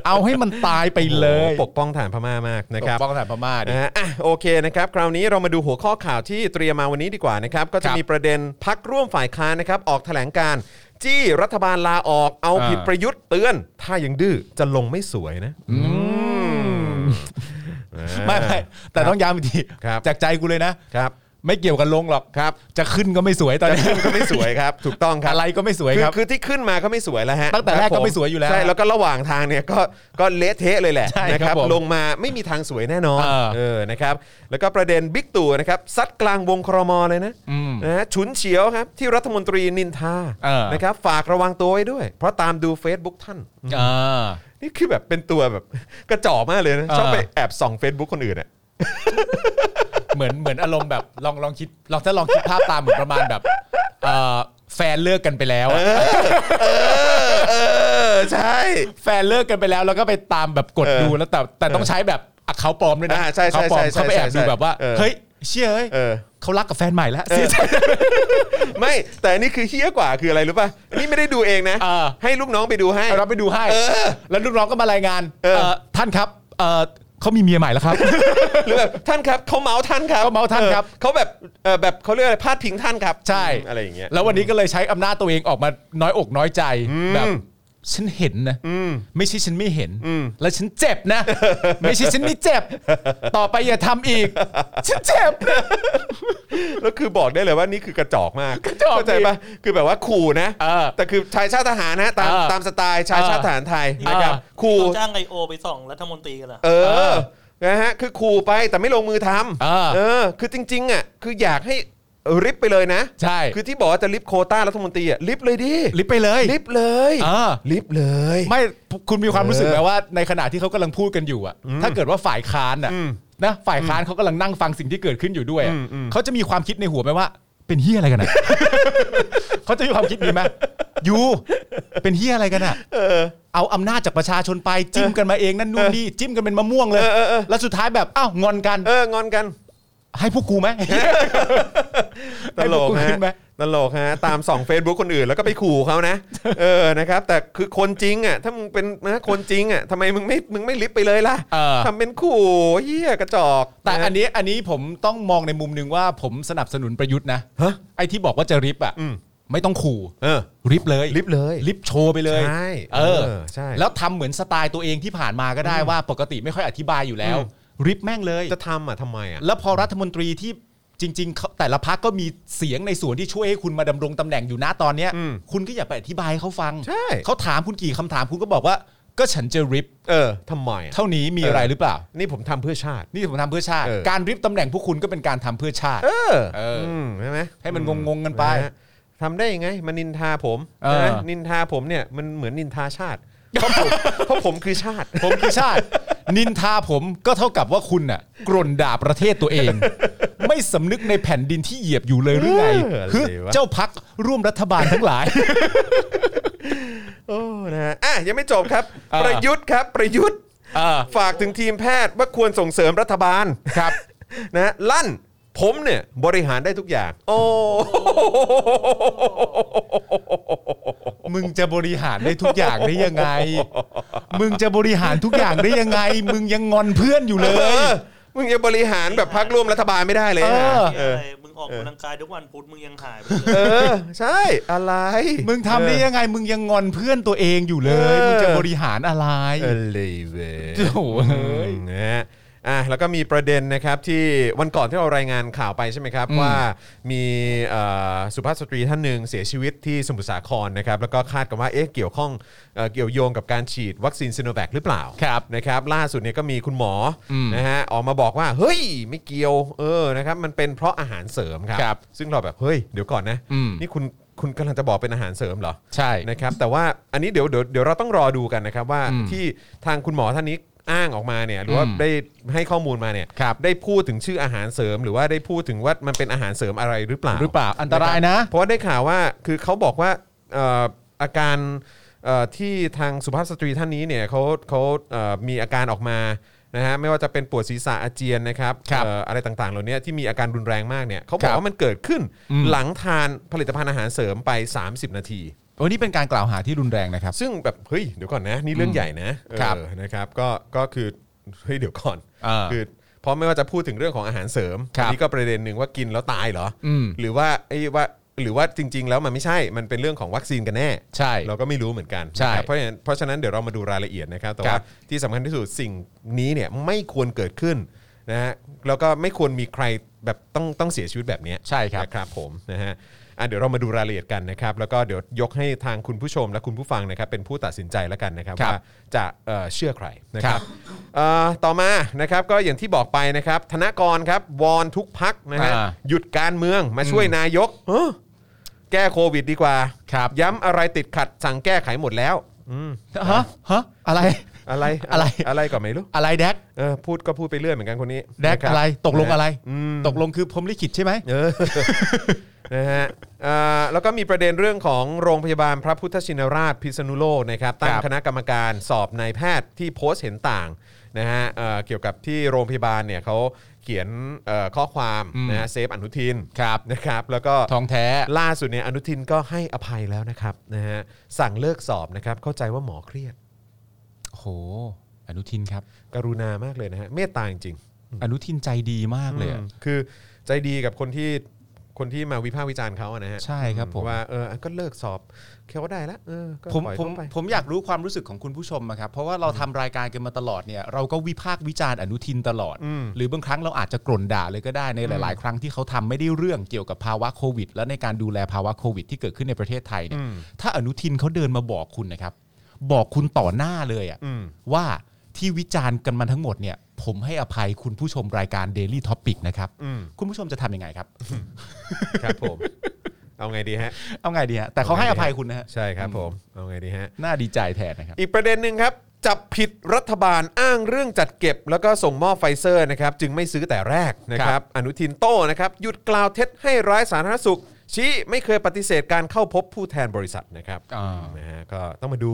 Speaker 4: เอาให้มันตายไปเลย
Speaker 2: โอ้โหปกป้องฐานพม่ามากนะครับ
Speaker 4: ปกป้องทหารพม่าดิ
Speaker 2: นะฮะอ่ะโอเคนะครับ คราวนี้เรามาดูหัวข้อข่าวที่เตรียมมาวันนี้ดีกว่านะครับ ก็จะ
Speaker 4: ครับ
Speaker 2: มีประเด็นพักร่วมฝ่ายค้านนะครับ ออกแถลงการณ์จี้รัฐบาลลาออกเอา
Speaker 4: อ่า
Speaker 2: ผิดประยุทธ์เตือน ถ้ายังดื้อจะลงไม่สวยนะอ่า
Speaker 4: ไม่ไม่แต่ต้องย้ำอีกที
Speaker 2: ครับ
Speaker 4: จากใจกูเลยนะ
Speaker 2: ครับ
Speaker 4: ไม่เกี่ยวกับลงหรอก
Speaker 2: ครับ
Speaker 4: จะขึ้นก็ไม่สวยตอนนี้
Speaker 2: ก็ไม่สวยครับ ถูกต้องครับ
Speaker 4: อะไรก็ไม่สวย
Speaker 2: คือ
Speaker 4: ครับ
Speaker 2: คือที่ขึ้นมาก็ไม่สวยแล้วฮะ
Speaker 4: ตั้งแต่แรก
Speaker 2: คบ
Speaker 4: ก็ไม่สวยอยู่แล้ว
Speaker 2: ใช่แล้วก็ระหว่างทางเนี่ยก็ก็เละเทะเลยแหละ
Speaker 4: ใช่ครับ
Speaker 2: นะครับ
Speaker 4: ผม
Speaker 2: ลงมาไม่มีทางสวยแน่นอน
Speaker 4: เออ
Speaker 2: เออนะครับแล้วก็ประเด็นบิ๊กตู่นะครับซัดกลางวงครมเลยนะ
Speaker 4: อืม
Speaker 2: นะฮะฉุนเฉียวครับ ที่รัฐมนตรีนินทา
Speaker 4: เออ
Speaker 2: นะครับฝากระวังตัวไว้ด้วย เพราะตามดู Facebook ท่าน
Speaker 4: อ่า
Speaker 2: นี่คือแบบเป็นตัวแบบ กระจอกมากเลยนะ
Speaker 4: เออ
Speaker 2: ชอบไปแอบส่อง Facebook คนอื่นอ่ะ
Speaker 4: เหมือนเหมือนอารมณ์แบบลองลองคิดลองถ้าลองคิดภาพตามเหมือนประมาณแบบเอ่อแฟนเลิกกันไปแล้วอะ
Speaker 2: เออ ใช่
Speaker 4: แฟนเลิกกันไปแล้วแล้วก็ไปตามแบบกด
Speaker 2: เออ
Speaker 4: ดูแล้วแต่แต่ต้องใช้แบบอักเขาปลอมด้วยนะ
Speaker 2: อ่าใช่ใช่
Speaker 4: เขาปลอม
Speaker 2: ใช่ใช่
Speaker 4: เขาไปแอบ
Speaker 2: ใช่
Speaker 4: ดูแบบว่า
Speaker 2: เออ
Speaker 4: เฮ้ยเชี่ยเฮ้ย
Speaker 2: เออ
Speaker 4: เขารักกับแฟนใหม่แล้วเสียใจ
Speaker 2: ไม่แต่อันนี่คือเฮี้ยกว่าคืออะไรรู้ป่ะ นี่ไม่ได้ดูเองนะ
Speaker 4: เออ
Speaker 2: ให้ลูกน้องไปดูให้
Speaker 4: เราไปดูให้แล้วลูกน้องก็มารายงาน
Speaker 2: เออ
Speaker 4: เอ่อท่านครับเอ่อเขามีเมียใหม่แล้วครับ
Speaker 2: หรือแบบท่านครับเขาเมาส์ท่านครับ
Speaker 4: เขาเมาส์ท่านครับ
Speaker 2: ออเขาแบบเออแบบเขาเรียกอะไรพาดพิงท่านครับ
Speaker 4: ใช่
Speaker 2: อืมอะไรอย่างเงี้ย
Speaker 4: แล้ววันนี้ก็เลยใช้อำนาจตัวเองออกมาน้อยอกน้อยใจแบบ
Speaker 2: อืม
Speaker 4: ฉันเห็นนะ
Speaker 2: อืม
Speaker 4: ไม่ใช่ฉันไม่เห็น
Speaker 2: อืม
Speaker 4: แล้วฉันเจ็บนะ ไม่ใช่ฉันไม่เจ็ บ ต่อไปอย่าทำอีก ฉันเจ็บ
Speaker 2: แล้วคือบอกได้เลยว่านี่คือกระจอกมาก
Speaker 4: กระจอก
Speaker 2: เข้าใจปะคือแบบว่าขู่นะ
Speaker 4: เออ
Speaker 2: แต่คือชายชาติทหารนะตาม
Speaker 4: เออ
Speaker 2: ตามสไตล์ชายชาติทหารไทย
Speaker 4: เออ
Speaker 2: นะครับขู่
Speaker 3: เขาจ้างไอโอไปส่องรัฐมนตรีกันเหรอ
Speaker 2: เออนะฮะคือขู่ไปแต่ไม่ลงมือท
Speaker 4: เออ
Speaker 2: ำเออ คือจริง ๆอ่ะคืออยากให้ริบไปเลยนะ
Speaker 4: ใช่
Speaker 2: คือที่บอกว่าจะริบโควต้ารัฐมนตรีอ่ะริบเลยดิ
Speaker 4: ลิฟต์ไปเลย
Speaker 2: ริบเลย
Speaker 4: เออ
Speaker 2: ริบเลย
Speaker 4: ไม่คุณมีความรู้สึก
Speaker 2: เออ
Speaker 4: ไหมว่าในขณะที่เขากำลังพูดกันอยู่อะถ้าเกิดว่าฝ่ายค้านอะ
Speaker 2: อืม
Speaker 4: นะฝ่ายค้านเขากำลังนั่งฟังสิ่งที่เกิดขึ้นอยู่ด้วยอะ
Speaker 2: อืมอืม
Speaker 4: เขาจะมีความคิดในหัวไหมว่า เป็นเฮียอะไรกัน อ่ะ เขาจะมีความคิดนี้ไหมยูเป็นเฮียอะไรกันอ่ะเอาอำนาจจากประชาชนไปจิ้มกันมาเองนั่นนู่นนี่จิ้มกันเป็นมะม่วงเลย แล้วสุดท้ายแบบอ้าวงอนกัน
Speaker 2: เอองอนกัน
Speaker 4: ให้พวกกูไหม
Speaker 2: ต
Speaker 4: ให้
Speaker 2: ล
Speaker 4: พวก
Speaker 2: ก
Speaker 4: กู
Speaker 2: ฮะ
Speaker 4: ขึ้นไหม
Speaker 2: ตลกฮะตามส่อง Facebook คนอื่นแล้วก็ไปขู่เขา นะ เออนะครับ แต่คือคนจริงอ่ะถ้ามึงเป็นนะคนจริงอ่ะทำไมมึงไม่มึงไม่ลิฟต์ไปเลยล่ะ
Speaker 4: เออ
Speaker 2: ทำเป็นขู่เฮียกระจอก
Speaker 4: แต่อันะ นี้อันนี้ผมต้องมองในมุมหนึ่งว่าผมสนับสนุนประยุทธ์นะ
Speaker 2: ฮะ
Speaker 4: ไอ้ที่บอกว่าจะริบอ่ะ
Speaker 2: อืม
Speaker 4: ไม่ต้องขู่
Speaker 2: เออ
Speaker 4: ริบเลย
Speaker 2: ริบเลย
Speaker 4: ริบโชว์ไปเลย
Speaker 2: ใช่
Speaker 4: เออ
Speaker 2: ใช่
Speaker 4: แล้วทำเหมือนสไตล์ตัวเองที่ผ่านมาก็ได้ว่าปกติไม่ค่อยอธิบายอยู่แล้ว
Speaker 2: อืม
Speaker 4: ริบแม่งเลย
Speaker 2: จะทำอ่ะทำไมอ่ะ
Speaker 4: แล้วพอรัฐมนตรีที่จริงๆเขาแต่ละพักก็มีเสียงในส่วนที่ช่วยให้คุณมาดำรงตำแหน่งอยู่นะตอนเนี้ย
Speaker 2: อืม
Speaker 4: คุณก็อย่าไปอธิบายให้เขาฟัง
Speaker 2: ใช่
Speaker 4: เขาถามคุณกี่คำถามคุณก็บอกว่า ก็ฉันจะริบ
Speaker 2: เออทำไมอะ
Speaker 4: เท่านี้มีอะไรหรือเปล่า
Speaker 2: นี่ผมทำเพื่อชาติ
Speaker 4: นี่ผมทำเพื่อชาติ
Speaker 2: เออ
Speaker 4: การริบตำแหน่งพวกคุณก็เป็นการทำเพื่อชาติ
Speaker 2: เออ
Speaker 4: เอออื
Speaker 2: มใช่ไหม
Speaker 4: ให้มันงงๆกันไป
Speaker 2: ะฮะทำได้ยังไงมานินทาผม
Speaker 4: เออ
Speaker 2: นะนินทาผมเนี่ยมันเหมือนนินทาชาติ เพราะผมเพราะผมคือ ชาติ
Speaker 4: ผมคือชาติ นินทาผมก็เท่ากับว่าคุณน่ะกร่นด่าประเทศตัวเอง ไม่สำนึกในแผ่นดินที่เหยียบอยู่เลยหรือไง
Speaker 2: เออ
Speaker 4: ฮึ
Speaker 2: อะไรวะ
Speaker 4: เจ้าพักร่วมรัฐบาลทั้งหลาย
Speaker 2: โอ้นะฮะอ่ะยังไม่จบครับ
Speaker 4: เออ
Speaker 2: ประยุทธ์ครับประยุทธ์
Speaker 4: เออ
Speaker 2: ฝากถึงทีมแพทย์ว่าควรส่งเสริมรัฐบาล
Speaker 4: ครับ
Speaker 2: นะฮะลั่นผมเนี่ยบริหารได้ทุกอย่าง โอ้
Speaker 4: มึงจะบริหารได้ทุกอย่างได้ยังไง มึงจะบริหารทุกอย่างได้ยังไง มึงยังงอนเพื่อนอยู่เล
Speaker 2: เอย อมึงจะบริหารแบบพักร่วมรัฐบาลไม่ได้เลยนะ
Speaker 4: เออ
Speaker 2: เออ
Speaker 3: อะไรมึงออกกำลังกายทุกวันพุธมึงยังหายไปเลย
Speaker 2: เออ ใช่อะไร
Speaker 4: มึงทำได้ยังไง มึงยังงอนเพื่อนตัวเองอยู่เลย มึงจะบริหารอะไร
Speaker 2: เออเลยเว้ย
Speaker 4: โอ้โหเอ้ย
Speaker 2: นะฮะอ่ะแล้วก็มีประเด็นนะครับที่วันก่อนที่เรารายงานข่าวไปใช่ไหมครับ
Speaker 4: อืม
Speaker 2: ว่ามีเอ่อสุภาพสตรีท่านหนึ่งเสียชีวิตที่สมุทรสาครนะครับแล้วก็คาดกันว่าเอ๊ะเกี่ยวข้องเอ่อเกี่ยวโยงกับการฉีดวัคซีนซิโนแวคหรือเปล่า
Speaker 4: ครับ
Speaker 2: นะครับล่าสุดเนี่ยก็มีคุณหมออ
Speaker 4: ม
Speaker 2: นะฮะออกมาบอกว่า เฮ้ย ไม่เกี่ยวเออนะครับมันเป็นเพราะอาหารเสริมครับ
Speaker 4: ครับ
Speaker 2: ซึ่งเราแบบเฮ้ยเดี๋ยวก่อนนะ
Speaker 4: อืม
Speaker 2: นี่คุณคุณกำลังจะบอกเป็นอาหารเสริมเหรอ
Speaker 4: ใช่
Speaker 2: นะครับแต่ว่าอันนี้เดี๋ยวเดี๋ยวเดี๋ยวเราต้องรอดูกันนะครับว่า
Speaker 4: อืม
Speaker 2: ที่ทางคุณหมอท่านนี้อ้างออกมาเนี่ยหรือว่า
Speaker 4: อืม
Speaker 2: ได้ให้ข้อมูลมาเนี่ย
Speaker 4: ครับ
Speaker 2: ได้พูดถึงชื่ออาหารเสริม หรือว่าได้พูดถึงว่ามันเป็นอาหารเสริมอะไรหรือเปล่า
Speaker 4: หรือเปล่าอันตรายนะ
Speaker 2: คบเพราะว่าได้ข่าวว่าคือเขาบอกว่าเอ่ออาการเอ่อที่ทางสุภาพสตรีท่านนี้เนี่ยเขาเขาเอ่อมีอาการออกมานะฮะไม่ว่าจะเป็นปวดศีรษะอาเจียนนะครับ
Speaker 4: ครับ
Speaker 2: เอ่ออะไรต่างๆเหล่านี้ที่มีอาการรุนแรงมากเนี่ยเขาบ
Speaker 4: ค
Speaker 2: อ
Speaker 4: รั
Speaker 2: ก
Speaker 4: บ
Speaker 2: ว่ามันเกิดขึ้น
Speaker 4: อืม
Speaker 2: หลังทานผลิตภัณฑ์อาหารเสริมไป 30 นาที
Speaker 4: โอ้นี่เป็นการกล่าวหาที่รุนแรงนะครับ
Speaker 2: ซึ่งแบบเฮ้ยเดี๋ยวก่อนนะ นี่เรื่องใหญ่นะครับ เออนะครับก็ก็คือเฮ้ยเดี๋ยวก่อน
Speaker 4: เออ
Speaker 2: คือเพราะไม่ว่าจะพูดถึงเรื่องของอาหารเสริม
Speaker 4: ครับ
Speaker 2: อันี้ก็ประเด็นหนึ่งว่ากินแล้วตายเหรออ
Speaker 4: ม
Speaker 2: หรือว่าไอ้ว่าหรือว่าจริง ๆ แล้วมันไม่ใช่มันเป็นเรื่องของวัคซีนกันแน่
Speaker 4: ใช่
Speaker 2: เราก็ไม่รู้เหมือนกัน
Speaker 4: ใช่
Speaker 2: นะครับเพราะฉะนั้นเพราะฉะนั้นเดี๋ยวเรามาดูรายละเอียดนะครับ แต่
Speaker 4: ค
Speaker 2: ว่า
Speaker 4: รับ
Speaker 2: ที่สำคัญที่สุดสิ่งนี้เนี่ยไม่ควรเกิดขึ้นนะฮะแล้วก็ไม่ควรมีใครแบบต้องต้องเสียชีวิตแบบเนี้ย
Speaker 4: ใช่ครับ
Speaker 2: นะครับผมนะฮะอ่ะเดี๋ยวเรามาดูรายละเอียดกันนะครับ แล้วก็เดี๋ยวยกให้ทางคุณผู้ชมและคุณผู้ฟังนะครับ เป็นผู้ตัดสินใจแล้วกันนะครับ
Speaker 4: ครับ
Speaker 2: ว่าจะเอ่อเชื่อใครนะค
Speaker 4: ครั
Speaker 2: รับบ เอ่อต่อมานะครับก็อย่างที่บอกไปนะครับ ธนกรครับวอนทุกพักนะฮะ
Speaker 4: อ่า
Speaker 2: หยุดการเมืองมาช่วยนายกเออ แก้โควิดดีกว่า
Speaker 4: ครับ
Speaker 2: ย้ำอะไรติดขัดสั่งแก้ไขหมดแล้ว อืม
Speaker 4: ฮะฮะอะไร
Speaker 2: อะไร
Speaker 4: อะไร
Speaker 2: อะไรก็ไม่รู้
Speaker 4: อะไรแดก
Speaker 2: เออพูดก็พูดไปเรื่อยเหมือนกันคนนี้
Speaker 4: แดก
Speaker 2: นคบ
Speaker 4: อะไรตกลงอะไร
Speaker 2: อืม
Speaker 4: ตกลงคือพรหมลิขิตใช่ไหม
Speaker 2: เอ อ นะฮะเอ่อแล้วก็มีประเด็นเรื่องของโรงพยาบาลพระพุทธชินราชพิษณุโลกนะครับตั้งคณะกรรมการสอบนายแพทย์ที่โพสต์เห็นต่างนะฮะเอ่อเกี่ยวกับที่โรงพยาบาลเนี่ยเขาเขียนเอ่อข้อความ
Speaker 4: อืม
Speaker 2: นะฮะเซฟอนุทิน
Speaker 4: ครับ
Speaker 2: นะครับแล้วก็
Speaker 4: ทองแท้
Speaker 2: ล่าสุดเนี่ยอนุทินก็ให้อภัยแล้วนะครับนะฮะสั่งเลิกสอบนะครับ เข้าใจว่าหมอเครียด
Speaker 4: โอ้โห อนุทินครับ
Speaker 2: กรุณามากเลยนะฮะเมตตาจริง
Speaker 4: อนุทินใจดีมาก
Speaker 2: ๆ
Speaker 4: เลย
Speaker 2: อื
Speaker 4: อะ
Speaker 2: มคือใจดีกับคนที่คนที่มาวิพากษ์วิจารณ์เขาอะนะฮะ
Speaker 4: ใช่ครับผม
Speaker 2: ว่าเออก็เลิกสอบเขาก็ได้ละเออก็
Speaker 4: ผม
Speaker 2: ปล่อย
Speaker 4: ผม
Speaker 2: เขาไป
Speaker 4: ผมอยากรู้ความรู้สึกของคุณผู้ชมอะครับ เพราะว่าเราทำรายการกันมาตลอดเนี่ยเราก็วิพากษ์วิจารณ์อนุทินตลอด หรือบางครั้งเราอาจจะกร่นด่าเลยก็ได้ในหลาย ๆ ครั้งที่เขาทำไม่ได้เรื่องเกี่ยวกับภาวะโควิด และในการดูแลภาวะโควิดที่เกิดขึ้นในประเทศไทยเนี่ยถ้าอนุทินเขาเดินมาบอกคุณนะครับ บอกคุณต่อหน้าเลยอะ
Speaker 2: อืม
Speaker 4: ว่าที่วิจารณ์กันมาทั้งหมดเนี่ย ผมให้อภัยคุณผู้ชมรายการ Daily Topic นะครับ
Speaker 2: อืม
Speaker 4: คุณผู้ชมจะทำยังไงครับ
Speaker 2: ครับผม เอาไงดีฮะ
Speaker 4: เอาไงดีฮะแต่เขาให้อภัยคุณนะฮะ
Speaker 2: ใช่ครับผมเอาไงดีฮะ
Speaker 4: น่าดีใจแทนนะครับ
Speaker 2: อีกประเด็นหนึ่งครับ จับผิดรัฐบาลอ้างเรื่องจัดเก็บ แล้วก็ส่งมอบไฟเซอร์นะครับ จึงไม่ซื้อแต่แรกนะครับ อนุทินโต้นะครับ หยุดกล่าวเท็จให้ร้ายสาธารณสุข ชี้ไม่เคยปฏิเสธการเข้าพบผู้แทนบริษัทนะครับ
Speaker 4: อ่า
Speaker 2: นะฮะก็ต้องมาดู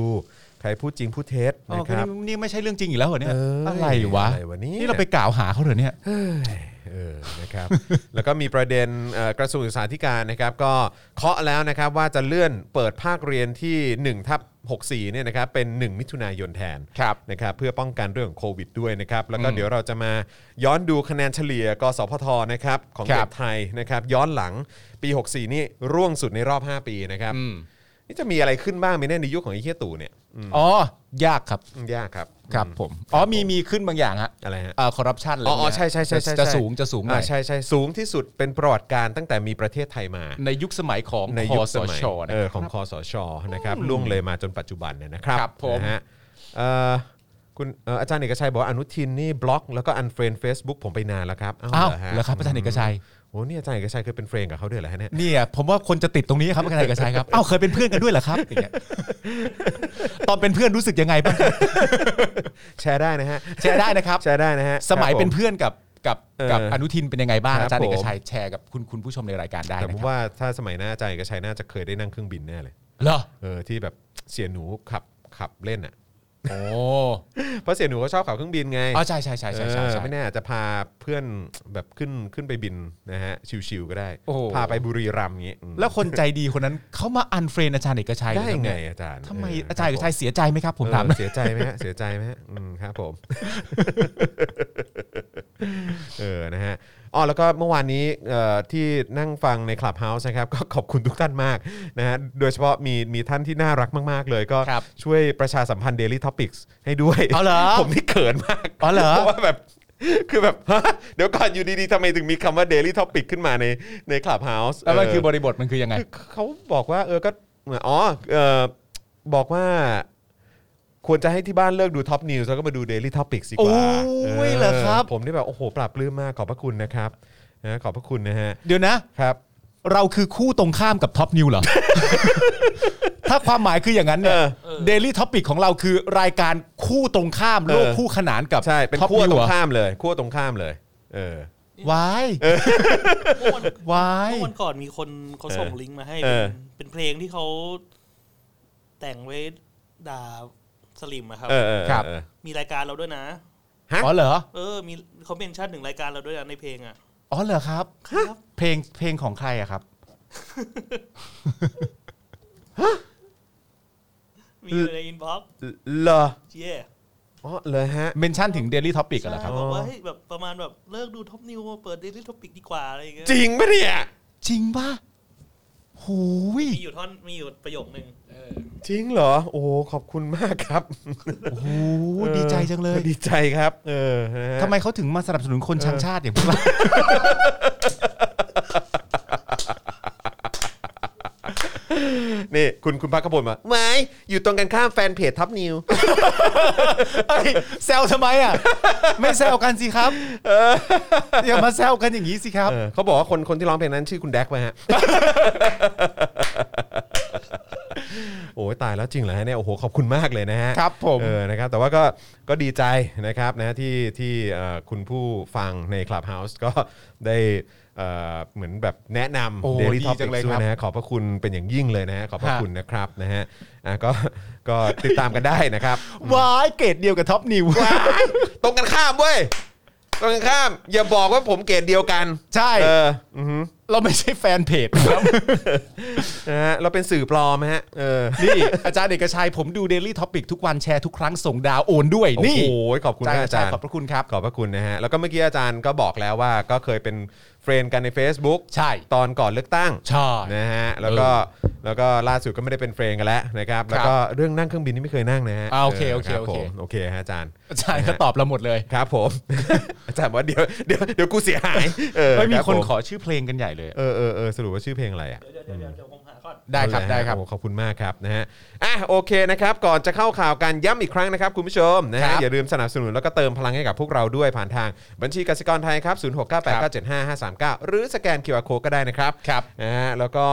Speaker 2: ใครพูดจริงพูดเท็จ
Speaker 4: อ๋อ
Speaker 2: นะครับ
Speaker 4: นี่นี่ไม่ใช่เรื่องจริงอีกแล้วเหรอเนี่ย
Speaker 2: เอ้ย
Speaker 4: อะไรวะ
Speaker 2: อะไรวะเนี่ย
Speaker 4: เราไปกล่าวหาเขาเหรอเนี่ย
Speaker 2: เอ้ยเออนะครับ แล้วก็มีประเด็นเอ่อกระทรวงศึกษาธิการนะครับ ก็เคาะแล้วนะครับว่าจะเลื่อนเปิดภาคเรียนที่1ทับ64เนี่ยนะครับเป็น 1 มิถุนายนแทน
Speaker 4: ครับ
Speaker 2: นะครับเพื่อป้องกันเรื่องของโควิดด้วยนะครับ แล้วก็เดี๋ยวเราจะมาย้อนดูคะแนนเฉลี่ยกสพทนะครับของ
Speaker 4: ครั
Speaker 2: เด็
Speaker 4: บ
Speaker 2: กไทยนะครับย้อนหลังปี 64 นี่ร่วงสุดในรอบ 5 ปีนะครับ
Speaker 4: อืม
Speaker 2: นี่จะมีอะไรขึ้นบ้างไหมเนี่ยในยุคของไอ้เฮียตู่เนี่ย
Speaker 4: อ๋อยากครับ
Speaker 2: อืมยากครับ
Speaker 4: ครับ
Speaker 2: อืม
Speaker 4: ผมอ๋อมีมีขึ้นบางอย่างฮะ
Speaker 2: อะไรฮะ
Speaker 4: เอ่อคอร์รัปชันอะไร
Speaker 2: อ๋
Speaker 4: เงี้
Speaker 2: อย อ๋อใช่ใช่ใช่ใช่
Speaker 4: จะสูงจะสูงหน่
Speaker 2: อ่า
Speaker 4: อย
Speaker 2: ใช่ใช่สูงที่สุดเป็นประวัติการณ์ตั้งแต่มีประเทศไทยมา
Speaker 4: ในยุคสมัยของ
Speaker 2: ใน
Speaker 4: ค
Speaker 2: ยุ
Speaker 4: อ
Speaker 2: คส
Speaker 4: ส
Speaker 2: มัย
Speaker 4: ชนะ
Speaker 2: เออของคอสชนะครับล่วงเลยมาจนปัจจุบันเนี่ยนะครับ
Speaker 4: ครับผม
Speaker 2: นะฮะเอ่อคุณเอ่ออาจารย์เอกชัยบอกว่าอนุทินนี่บล็อก แล้วก็อันเฟรนเฟซบุ๊กผมไปนานแล้วครับ
Speaker 4: อ้าว
Speaker 2: เหรอฮะ
Speaker 4: แล้วครับอาจารย์เอกชัย
Speaker 2: โอ้นี่อาจารย์เอกชัยเคยเป็นเฟรนกับเขาด้วยเหรอฮะเนี่ย
Speaker 4: เนี่ยผมว่าคนจะติดตรงนี้ครับอาจารย์เอกชัยครับอ้าวเคยเป็นเพื่อนกันด้วยเหรอครับอย่างเงี้ยตอนเป็นเพื่อนรู้สึกยังไงบ้างครับ
Speaker 2: แชร์ได้นะฮะ
Speaker 4: แชร์ได้นะครับ
Speaker 2: แชร์ได้นะฮะ
Speaker 4: สมัยเป็น
Speaker 2: ครับผ
Speaker 4: เพื่อนกับกับ
Speaker 2: เออ
Speaker 4: กับอนุทินเป็นยังไงบ้าง
Speaker 2: ครับ
Speaker 4: อาจารย์เอ
Speaker 2: ผ
Speaker 4: ก
Speaker 2: ม
Speaker 4: ชัยแชร์กับคุณคุณผู้ชมในรายการได้
Speaker 2: แต่
Speaker 4: นะ
Speaker 2: ผม
Speaker 4: ครับ
Speaker 2: ว่าถ้าสมัยหน้าอาจารย์เอกชัยน่าจะเคยได้นั่งเครื่องบินแน่เลย
Speaker 4: เหรอ
Speaker 2: เออที่แบบเสียหนูขับขับเล่นอ่ะ
Speaker 4: โอ้
Speaker 2: เพราะเสียหนูเขาชอบขับเครื่องบินไง
Speaker 4: อ๋อใช่ใช่ใช่ใช่ใช่
Speaker 2: เอ
Speaker 4: ใช่
Speaker 2: อไม่แน่อาจจะพาเพื่อนแบบขึ้นขึ้นไปบินนะฮะชิวๆก็ได้
Speaker 4: โอ้โห
Speaker 2: พาไปบุรีรัมย์อย่างงี้อืม
Speaker 4: แล้วคนใจดีคนนั้นเขามาอันเฟรนอาจารย์เอกชัย
Speaker 2: ได้ยังไง
Speaker 4: หรือ
Speaker 2: อาจารย์
Speaker 4: ทำไม
Speaker 2: เ
Speaker 4: อาจารย์เอกชัยเสียใจไหมครับ ผมถาม
Speaker 2: เออเสียใจไหมฮะเสียใจไหมฮะอืมครับ ผมเออนะฮะอ๋อแล้วก็เมื่อวานนี้เอ่อที่นั่งฟังในคลับเฮาส์นะครับ ก็ขอบคุณทุกท่านมากนะฮะโดยเฉพาะมีมีท่านที่น่ารักมาก ๆ เลยก็ช่วยประชาสัมพันธ์ Daily Topics ให้ด้วย
Speaker 4: เอาเหรอ
Speaker 2: ผมนี่เขินมาก
Speaker 4: อ๋อ เหรอ
Speaker 2: ราะว่าแบบ คือแบบ ฮะ เดี๋ยวก่อนอยู่ดีๆทำไมถึงมีคำว่า Daily Topic ขึ้นมาในใน Clubhouse
Speaker 4: แล้วมันคือบ
Speaker 2: ท
Speaker 4: ริบทมันคือยังไง
Speaker 2: เขาบอกว่า เออ ก็ อ๋อ เออบอกว่า ควรจะให้ที่บ้านเลิกดูท็อปนิวส์แล้วก็มาดู Daily Topics ดีกว่า
Speaker 4: โอ้ยเหรอครับ
Speaker 2: ผมนี่แบบ โอ้โห ปรับปลื้มมาก ขอบพระคุณนะครับนะขอบพระคุณนะฮะ
Speaker 4: เดี๋ยวนะ
Speaker 2: ครับ
Speaker 4: เราคือคู่ตรงข้ามกับท็อปนิวเห รอ ถ้าความหมายคืออย่างนั้นเนี่ย
Speaker 2: เออ
Speaker 4: เดลี่ท็อปิกของเราคือรายการคู่ตรงข้ามโลก
Speaker 2: เออ
Speaker 4: คู่ขนานกับ
Speaker 2: ใช่ เป็น
Speaker 4: ท็อป
Speaker 2: ขั้วตร
Speaker 4: นิวเหรง อ
Speaker 2: ข้ามเลย ขั้วตรงข้ามเลย เออ
Speaker 4: วาย
Speaker 3: เมื่อวัน
Speaker 4: วาย
Speaker 3: เมื่อวันก่อนมีคนเขาส่งลิงก์มาให้
Speaker 2: เออ
Speaker 3: เป็นเป็นเพลงที่เขาแต่งไว้ด่าสลิมอะครับ
Speaker 2: เออเออเออเออ
Speaker 3: มีรายการเราด้วยนะ
Speaker 2: ฮะ
Speaker 4: อ๋อเหรอ
Speaker 3: เออ มีเขาเป็นชาติหนึ่งรายการเราด้วยนะในเพลงอะ
Speaker 4: อ๋อเหรอครับ
Speaker 3: ครับ
Speaker 4: เพลงเพลงของใครอะครับ
Speaker 3: มีอยู่ในอินบ็อกซ์
Speaker 2: เหรอ
Speaker 3: เย่
Speaker 2: อ๋อ เลยฮะ
Speaker 4: เมนชั่นถึง Daily Topic กันเหรอครับ
Speaker 3: เขาบอกว่าเฮ้ยแบบประมาณแบบเลิกดูท็อปนิวมาเปิดเดลิทอปิกดีกว่าอะไรอย่างเงี้ย
Speaker 2: จริงปะเนี่ย
Speaker 4: จริงป่ะหูย
Speaker 3: มีอยู่ท่อนมีอยู่ประโยคหนึ่งเออ
Speaker 2: จริงเหรอ โอ้โหขอบคุณมากครับ
Speaker 4: หูยดีใจจังเลย
Speaker 2: ดีใจครับ เออนะฮะ
Speaker 4: ทำไมเขาถึงมาสนับสนุนคนชังชาติอย่างพวกเรา
Speaker 2: นี่คุณคุณพักขบลมาไม่อยู่ตรงกันข้ามแฟนเพจท็อปนิว
Speaker 4: เอ้ยแซวทำไมอ่ะ ไม่แซวกันสิครับอย่ามาแซวกันอย่างนี้สิครับ
Speaker 2: เออเขาบอกว่าคนคนที่ร้องเพลงนั้นชื่อคุณแดกไป ฮะ โอ้ยตายแล้วจริงเหรอฮะเนี่ยโอ้โหขอบคุณมากเลยนะฮะ
Speaker 4: ครับผม
Speaker 2: เออนะครับแต่ว่าก็ก็ดีใจนะครับนะที่ที่เอ่อคุณผู้ฟังใน Clubhouse ก็ได้เอ่อเหมือนแบบแนะน
Speaker 4: โอ้
Speaker 2: ำ Daily
Speaker 4: ดี
Speaker 2: Topics
Speaker 4: จังเลย
Speaker 2: ด้ว
Speaker 4: ครั
Speaker 2: ย
Speaker 4: บ
Speaker 2: นะฮะขอบพระคุณเป็นอย่างยิ่งเลยนะฮะขอบพระ
Speaker 4: ฮะ
Speaker 2: คุณนะครับนะฮะอ่ะก็ก็ติดตามกันได้นะครับ
Speaker 4: วายเกรดเดียวกับท็อปนิว
Speaker 2: ตรงกันข้ามเว้ยตรงกันข้าม อย่าบอกว่าผมเกรดเดียวกัน
Speaker 4: ใช่
Speaker 2: เอออือหือ
Speaker 4: เราไม่ใช่แฟนเพจครับ
Speaker 2: นะฮะเราเป็นสื่อปลอมฮะเออ
Speaker 4: นี่ อาจารย์เอกชัยผมดู Daily Topic ทุกวันแชร์ทุกครั้งส่งดาวโอนด้วย นี่
Speaker 2: โอ้โหขอบคุณมากอาจารย์
Speaker 4: ขอบพระคุณครับ
Speaker 2: ขอบพระคุณนะฮะแล้วก็เมื่อกี้อาจารย์ก็บอกแล้วว่าก็เคยเป็นเฟรนด์กันใน Facebook
Speaker 4: ใช่
Speaker 2: ตอนก่อนเลือกตั้ง
Speaker 4: ใช่
Speaker 2: นะฮะแล้วก็แล้วก็ล่าสุดก็ไม่ได้เป็นเฟรนด์กันแล้วนะครับแล้วก็เรื่องนั่งเครื่องบินนี่ไม่เคยนั่งนะฮะ
Speaker 4: อ่าโอเคโอเค
Speaker 2: ครับ
Speaker 4: โอเค
Speaker 2: ผมโอเคฮะอาจารย์
Speaker 4: อาจารย์ก็ตอบเราหมดเลย
Speaker 2: ครับผม อาจารย์บอกว่าเดี๋ยวเดี๋ยวเดี๋ยวกูเสียหายเออ
Speaker 4: ไม่มี
Speaker 2: รับ
Speaker 4: คน
Speaker 2: ผ
Speaker 4: ขอชื่อเพลงกันใหญ่เลย
Speaker 2: เออเออเออสรุปว่าชื่อเพลงอะไรอ่ะ
Speaker 3: เดี๋ยวเดี๋ยวเดี๋ยวเดี๋ยวผมหาก่อน
Speaker 4: ได้ครับ
Speaker 2: เอาเลยฮะ
Speaker 4: ได้ครับ
Speaker 2: โอ้ขอบคุณมากครับนะฮะอ่ะโอเคนะครับ ก่อนจะเข้าข่าวกันย้ำอีกครั้งนะครับ คุณผู้ชมนะ
Speaker 4: ค
Speaker 2: ฮะ
Speaker 4: รับ
Speaker 2: อย่าลืมสนับสนุนแล้วก็เติมพลังให้กับพวกเราด้วยผ่านทางบัญชีกสิกรไทยครับ 0698975539 หรือสแกน QR Code ก็ได้นะครับ
Speaker 4: ครับ
Speaker 2: นะฮะแล้วก็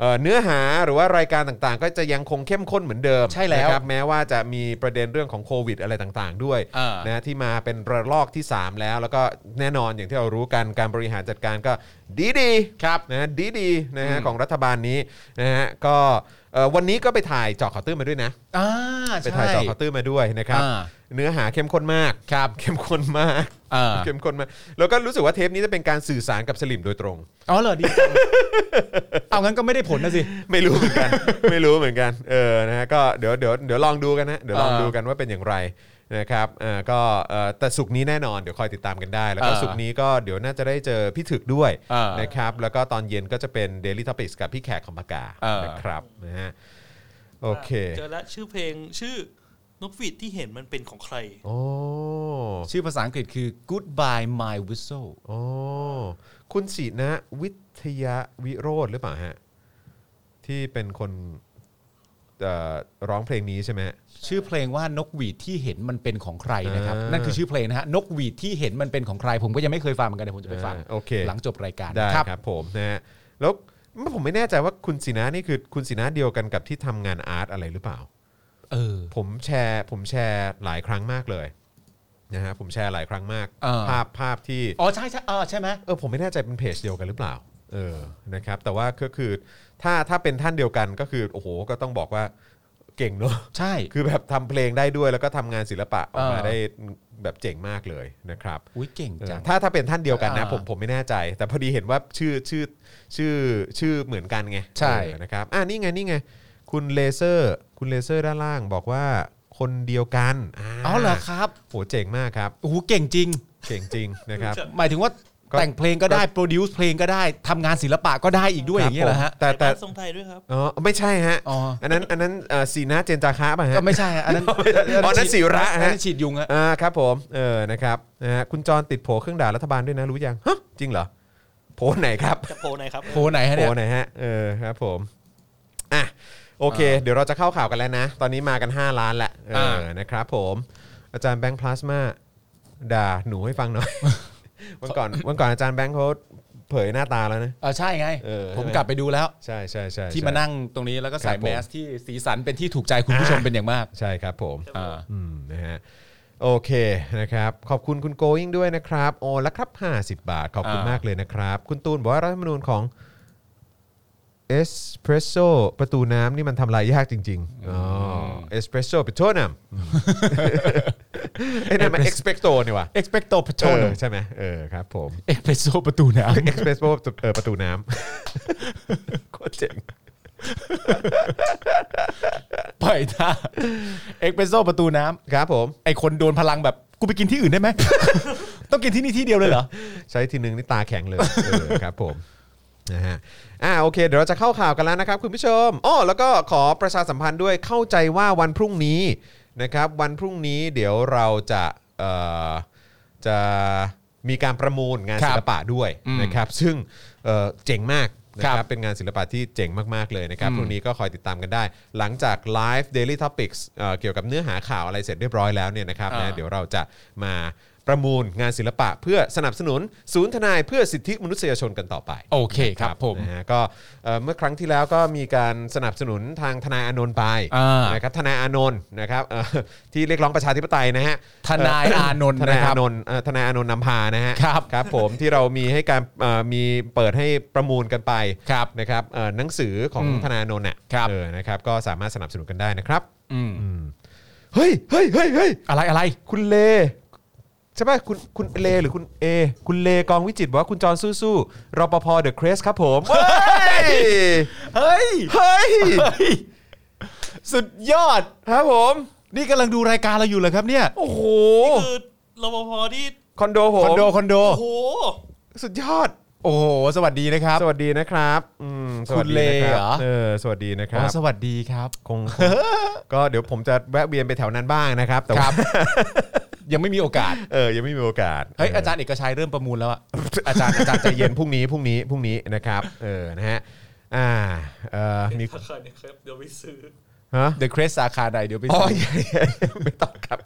Speaker 2: เอ่อเนื้อหาหรือว่ารายการต่างๆ ก็จะยังคงเข้มข้นเหมือนเดิม
Speaker 4: ใช่แล้ว
Speaker 2: นะครับแม้ว่าจะมีประเด็นเรื่องของโควิดอะไรต่างๆ ด้วย
Speaker 4: อ่าน
Speaker 2: นะที่มาเป็นระลอกที่ 3 แล้ว แล้วก็แน่นอนอย่างที่เรารู้กันการบริหารจัดการก็ดีดีๆ
Speaker 4: ครับ
Speaker 2: นะดีดีๆนะฮะ
Speaker 4: อืม
Speaker 2: ของรัฐบาลนี้นะฮะก็เอ่อวันนี้ก็ไปถ่ายเจาะข่าวตื้นมาด้วยนะ
Speaker 4: อ่า
Speaker 2: ไป
Speaker 4: ใช่
Speaker 2: ถ่ายเจอคาวตื้นมาด้วยนะครับ
Speaker 4: อ่า
Speaker 2: เนื้อหาเข้มข้นมากครับเข้มข้นมาก
Speaker 4: อ่า
Speaker 2: เข้มข้นมาก แล้วก็รู้สึกว่าเทปนี้จะเป็นการสื่อสารกับสลิมโดยตรง
Speaker 4: อ๋อเหรอดีจังเอางั้นก็ไม่ได้ผลนะสิ
Speaker 2: ไม่รู้เหมือน กัน ไม่รู้เหมือนกันเออนะฮะก็เดี๋ยวเดี๋ยวเดี๋ยวลองดูกันนะเดี๋ยวลอง
Speaker 4: อ่า
Speaker 2: ดูกันว่าเป็นอย่างไรนะครับเออก็เออแต่สุกร์นี้แน่นอนเดี๋ยวคอยติดตามกันได้ แล้วก็
Speaker 4: อ่า
Speaker 2: สุกร์นี้ก็เดี๋ยวน่าจะได้เจอพี่ถึกด้วย
Speaker 4: อ่าน
Speaker 2: นะครับแล้วก็ตอนเย็นก็จะเป็น Daily Topics กับพี่แขกคำปากกา
Speaker 4: อ่าน
Speaker 2: นะครับนะฮะโอเค
Speaker 3: เจอแล้วชื่อเพลงชื่อนกหวีดที่เห็นมันเป็นของใคร
Speaker 2: โอ้
Speaker 4: ชื่อภาษาอังกฤษคือ goodbye my whistle
Speaker 2: โอ้คุณศินะวิทยาวิโรธหรือเปล่าฮะ ที่เป็นคนเอ่อร้องเพลงนี้ใช่ไหมฮะ
Speaker 4: ชื่อเพลงว่านกหวีดที่เห็นมันเป็นของใครนะครับ
Speaker 2: อ่านั่
Speaker 4: นั่นคือชื่อเพลงนะฮะนกหวีดที่เห็นมันเป็นของใคร ผมก็ยังไม่เคยฟังเหมือนกันเดี๋ยวผมจะไปฟัง
Speaker 2: อ่าโอเค
Speaker 4: หลังจบรายการ
Speaker 2: ได้
Speaker 4: ครับ
Speaker 2: ครับผมนะฮะแล้วผมไม่แน่ใจว่าคุณศินะนี่คือคุณศินะเดียวกันกับที่ทำงานอาร์ตอะไรหรือเปล่า
Speaker 4: เออ
Speaker 2: ผมแชร์ผมแชร์หลายครั้งมากเลยนะฮะผมแชร์หลายครั้งมาก
Speaker 4: อ่า
Speaker 2: ภาพภาพที่
Speaker 4: อ๋อใช่ใช่เออใช่ไหม
Speaker 2: เออผมไม่แน่ใจเป็นเพจเดียวกันหรือเปล่า เออนะครับ แต่ว่าก็คือถ้าถ้าเป็นท่านเดียวกันก็คือโอ้โหก็ต้องบอกว่าเก่งเนอะ
Speaker 4: ใช่
Speaker 2: คือแบบทำเพลงได้ด้วยแล้วก็ทำงานศิลปะออกมา
Speaker 4: เออ
Speaker 2: ได้แบบเจ๋งมากเลยนะครับ
Speaker 4: อุ้ยเก่ง
Speaker 2: เออ
Speaker 4: จัง
Speaker 2: ถ้าถ้าเป็นท่านเดียวกันนะ
Speaker 4: อ่า
Speaker 2: ผมผมไม่แน่ใจ แต่พอดีเห็นว่าชื่อชื่อชื่อชื่อเหมือนกันไง
Speaker 4: ใช่
Speaker 2: เออนะครับอ่านี่ไงนี่ไง คุณเลเซอร์ คุณเลเซอร์ด้านล่างบอกว่าคนเดียวกัน
Speaker 4: อ๋อเหรอครับ
Speaker 2: โหเจ๋งมากครับ
Speaker 4: โอ้โหเก่งจริง
Speaker 2: เจ๋งจริง นะครับ
Speaker 4: หมายถึงว่า
Speaker 2: ก็
Speaker 4: แต่งเพลงก็ได้โปรดิวซ์เพลงก็ได้ทำงานศิลปะก็ได้อีกด้วยอย่างเงี้ยเหรอฮะ
Speaker 2: แต่แต่
Speaker 3: ทรงไทยด้วยครับ
Speaker 2: อ๋อไม่ใช่ฮะ
Speaker 4: อ๋ออั
Speaker 2: นนั้นอันนั้นเอ่อสีหน้าเจนจาคะป่ะฮะ
Speaker 4: ก็ไม่ใช่ฮะอันนั้น
Speaker 2: อ๋อนั่นศิระฮะ
Speaker 4: อันนั้นฉีดยุงฮะ
Speaker 2: อ่าครับผมเออนะครับนะฮะคุณจรติดโผเครื่องด่ารัฐบาลด้วยนะรู้ยังฮะจริงเหรอโผไหนครับ
Speaker 3: จะโพลไหนครับ
Speaker 4: โพไหนฮะ
Speaker 2: โผ
Speaker 4: เนี่ย
Speaker 2: ไหนฮะเออครับผมอ่ะโอเค เดี๋ยวเราจะเข้าข่าวกันแล้วนะ ตอนนี้มากัน 5 ล้านละเออ
Speaker 4: อ่าน
Speaker 2: นะครับผมอาจารย์แบงค์พลาสมาด่าหนูให้ฟังหน่ อย วันก่อนวันก่อนอาจารย์แบงค์เขาเผยหน้าตาแล้วนะ
Speaker 4: เออใช่ไง
Speaker 2: เออ
Speaker 4: ผมกลับไปดูแล้ว
Speaker 2: ใช่ใช่ใช่
Speaker 4: ที่มานั่งตรงนี้แล้วก็ใส่
Speaker 2: ครับผม
Speaker 4: แมสที่สีสันเป็นที่ถูกใจคุณผู้ชมเป็นอย่างมาก
Speaker 2: ใช่ครับผม
Speaker 4: อ่า
Speaker 2: อืมนะฮะโอเคนะครับ ขอบคุณคุณโกอิงด้วยนะครับ โอละครับ 50 บาท ขอบคุณ
Speaker 4: อ่าม
Speaker 2: มากเลยนะครับ คุณตูนบอกว่ารัฐธรรมนูญของเอสเปรสโซประตูน้ำนี่มันทำลายยากจริงๆอ๋อเอสเปรสโซประตูน้ ำไอ้ยนั่นมันเอ็กซ์เพรสโซนี่หว่ะ
Speaker 4: expecto
Speaker 2: เอ
Speaker 4: patronum
Speaker 2: อใช่ไหมเออครับผม
Speaker 4: espresso ประตูน้
Speaker 2: เอ็กซ์เพรสโซประตูน้ำ โคตรเจ๋ง
Speaker 4: ำปล่อยท่า espresso ประตูน้
Speaker 2: ครับผม
Speaker 4: ำไอคนโดนพลังแบบกูไปกินที่อื่ นได้ไหม ต้องกินที่นี่ที่เดียวเลยเหรอ
Speaker 2: ใช้ทีนึงนี่ตาแข็งเลย เออครับผมนะฮะอ่าโอเค เดี๋ยวเราจะเข้าข่าวกันแล้วนะครับ คุณผู้ชมอ้อแล้วก็ขอประชาสัมพันธ์ด้วยเข้าใจว่าวันพรุ่งนี้นะครับ วันพรุ่งนี้เดี๋ยวเราจะเอ่อจะมีการประมูลงาน
Speaker 4: ครับ
Speaker 2: ศิลปะด้วย
Speaker 4: อืม
Speaker 2: นะครับ ซึ่งเอ่อเจ๋งมากนะค
Speaker 4: ครั
Speaker 2: รับบ เป็นงานศิลปะที่เจ๋งมากๆเลยนะครับ
Speaker 4: อืม
Speaker 2: พรุ่งนี้ก็คอยติดตามกันได้ หลังจากไลฟ์ Daily Topics เอ่อเกี่ยวกับเนื้อหาข่าวอะไรเสร็จเรียบร้อยแล้วเนี่ยนะครับ นะครับนะ
Speaker 4: อ่า
Speaker 2: เดี๋ยวเราจะมาประมูลงานศิลปะ เพื่อสนับสนุนศูนย์ทนายเพื่อสิทธิมนุษยชนกันต่อไป
Speaker 4: โอเคครับผม
Speaker 2: นะฮะก็เอ่อเมื่อครั้งที่แล้วก็มีการสนับสนุนทางทนายอานนท์ไป
Speaker 4: อ่าน
Speaker 2: นะครับทนายอานนท์นะครับเอ่อที่เรียกร้องประชาธิปไตยนะฮะ
Speaker 4: ทนายอานนท์
Speaker 2: ทนา
Speaker 4: นะ
Speaker 2: ย
Speaker 4: ค
Speaker 2: อา
Speaker 4: รับ
Speaker 2: นนท์เอ่อทนายอานนท์นำพานะฮะ
Speaker 4: ครับ
Speaker 2: ครับผมที่เรามีให้การเอ่อมีเปิดให้ประมูลกันไป
Speaker 4: ครับ
Speaker 2: นะครับเอ่อหนังสือของ
Speaker 4: อืม
Speaker 2: ธนายอานนท์น่ะ
Speaker 4: ครับ
Speaker 2: เออนะครับก็สามารถสนับสนุนกันได้นะครับ
Speaker 4: อืม
Speaker 2: อืมเฮ้ยเฮ้ยเฮ้ยเฮ้ย
Speaker 4: อะไรอะไร
Speaker 2: คุณเลใช่ป่ะคุณคุณเลหรือคุณเอคุณเลกองวิจิตรบอกว่าคุณจอนสู้ๆรปภเดอะเครสครับผมเฮ้ย
Speaker 4: เฮ้ย
Speaker 2: เฮ้ย
Speaker 4: สุดยอด
Speaker 2: ครับผม
Speaker 4: นี่กำลังดูรายการเราอยู่เลยครับเนี่ย
Speaker 2: โอ้โห
Speaker 3: คือรปภที่
Speaker 2: คอนโดผม
Speaker 4: คอนโดคอนโด
Speaker 3: โอ้โห
Speaker 2: สุดยอด
Speaker 4: โอ้โห สวัสดีนะครับ
Speaker 2: สวัสดีนะครับอืมสวัสดีนะ
Speaker 4: คุณเล
Speaker 2: ค
Speaker 4: เหร
Speaker 2: รั
Speaker 4: อ
Speaker 2: บเออสวัสดีนะค
Speaker 4: อ๋
Speaker 2: รั
Speaker 4: อบ สวัสดีครับ
Speaker 2: คงคงก็เดี๋ยวผมจะแวะเวียนไปแถวนั้นบ้างนะครับ แต่
Speaker 4: ค
Speaker 2: ว่า
Speaker 4: รับ ยังไม่มีโอกาส
Speaker 2: เออยังไม่มีโอกาส
Speaker 4: เฮ้ยอาจารย์เอกชัยเริ่มประมูลแล้วอะ
Speaker 2: อาจารย์อาจารย์ใจเย็นพรุ่งนี้พรุ่งนี้พรุ่งนี้นะครับเออนะฮะอ่าเออมี
Speaker 3: ราคาเนี่ยครับเดี๋ยวไปซื้อ
Speaker 2: ฮะ
Speaker 4: The Crest สาขาใดเดี๋ยวไป
Speaker 2: อ๋อ
Speaker 4: ซื้ อ
Speaker 2: อย่าอย่าไม่ต้องครับ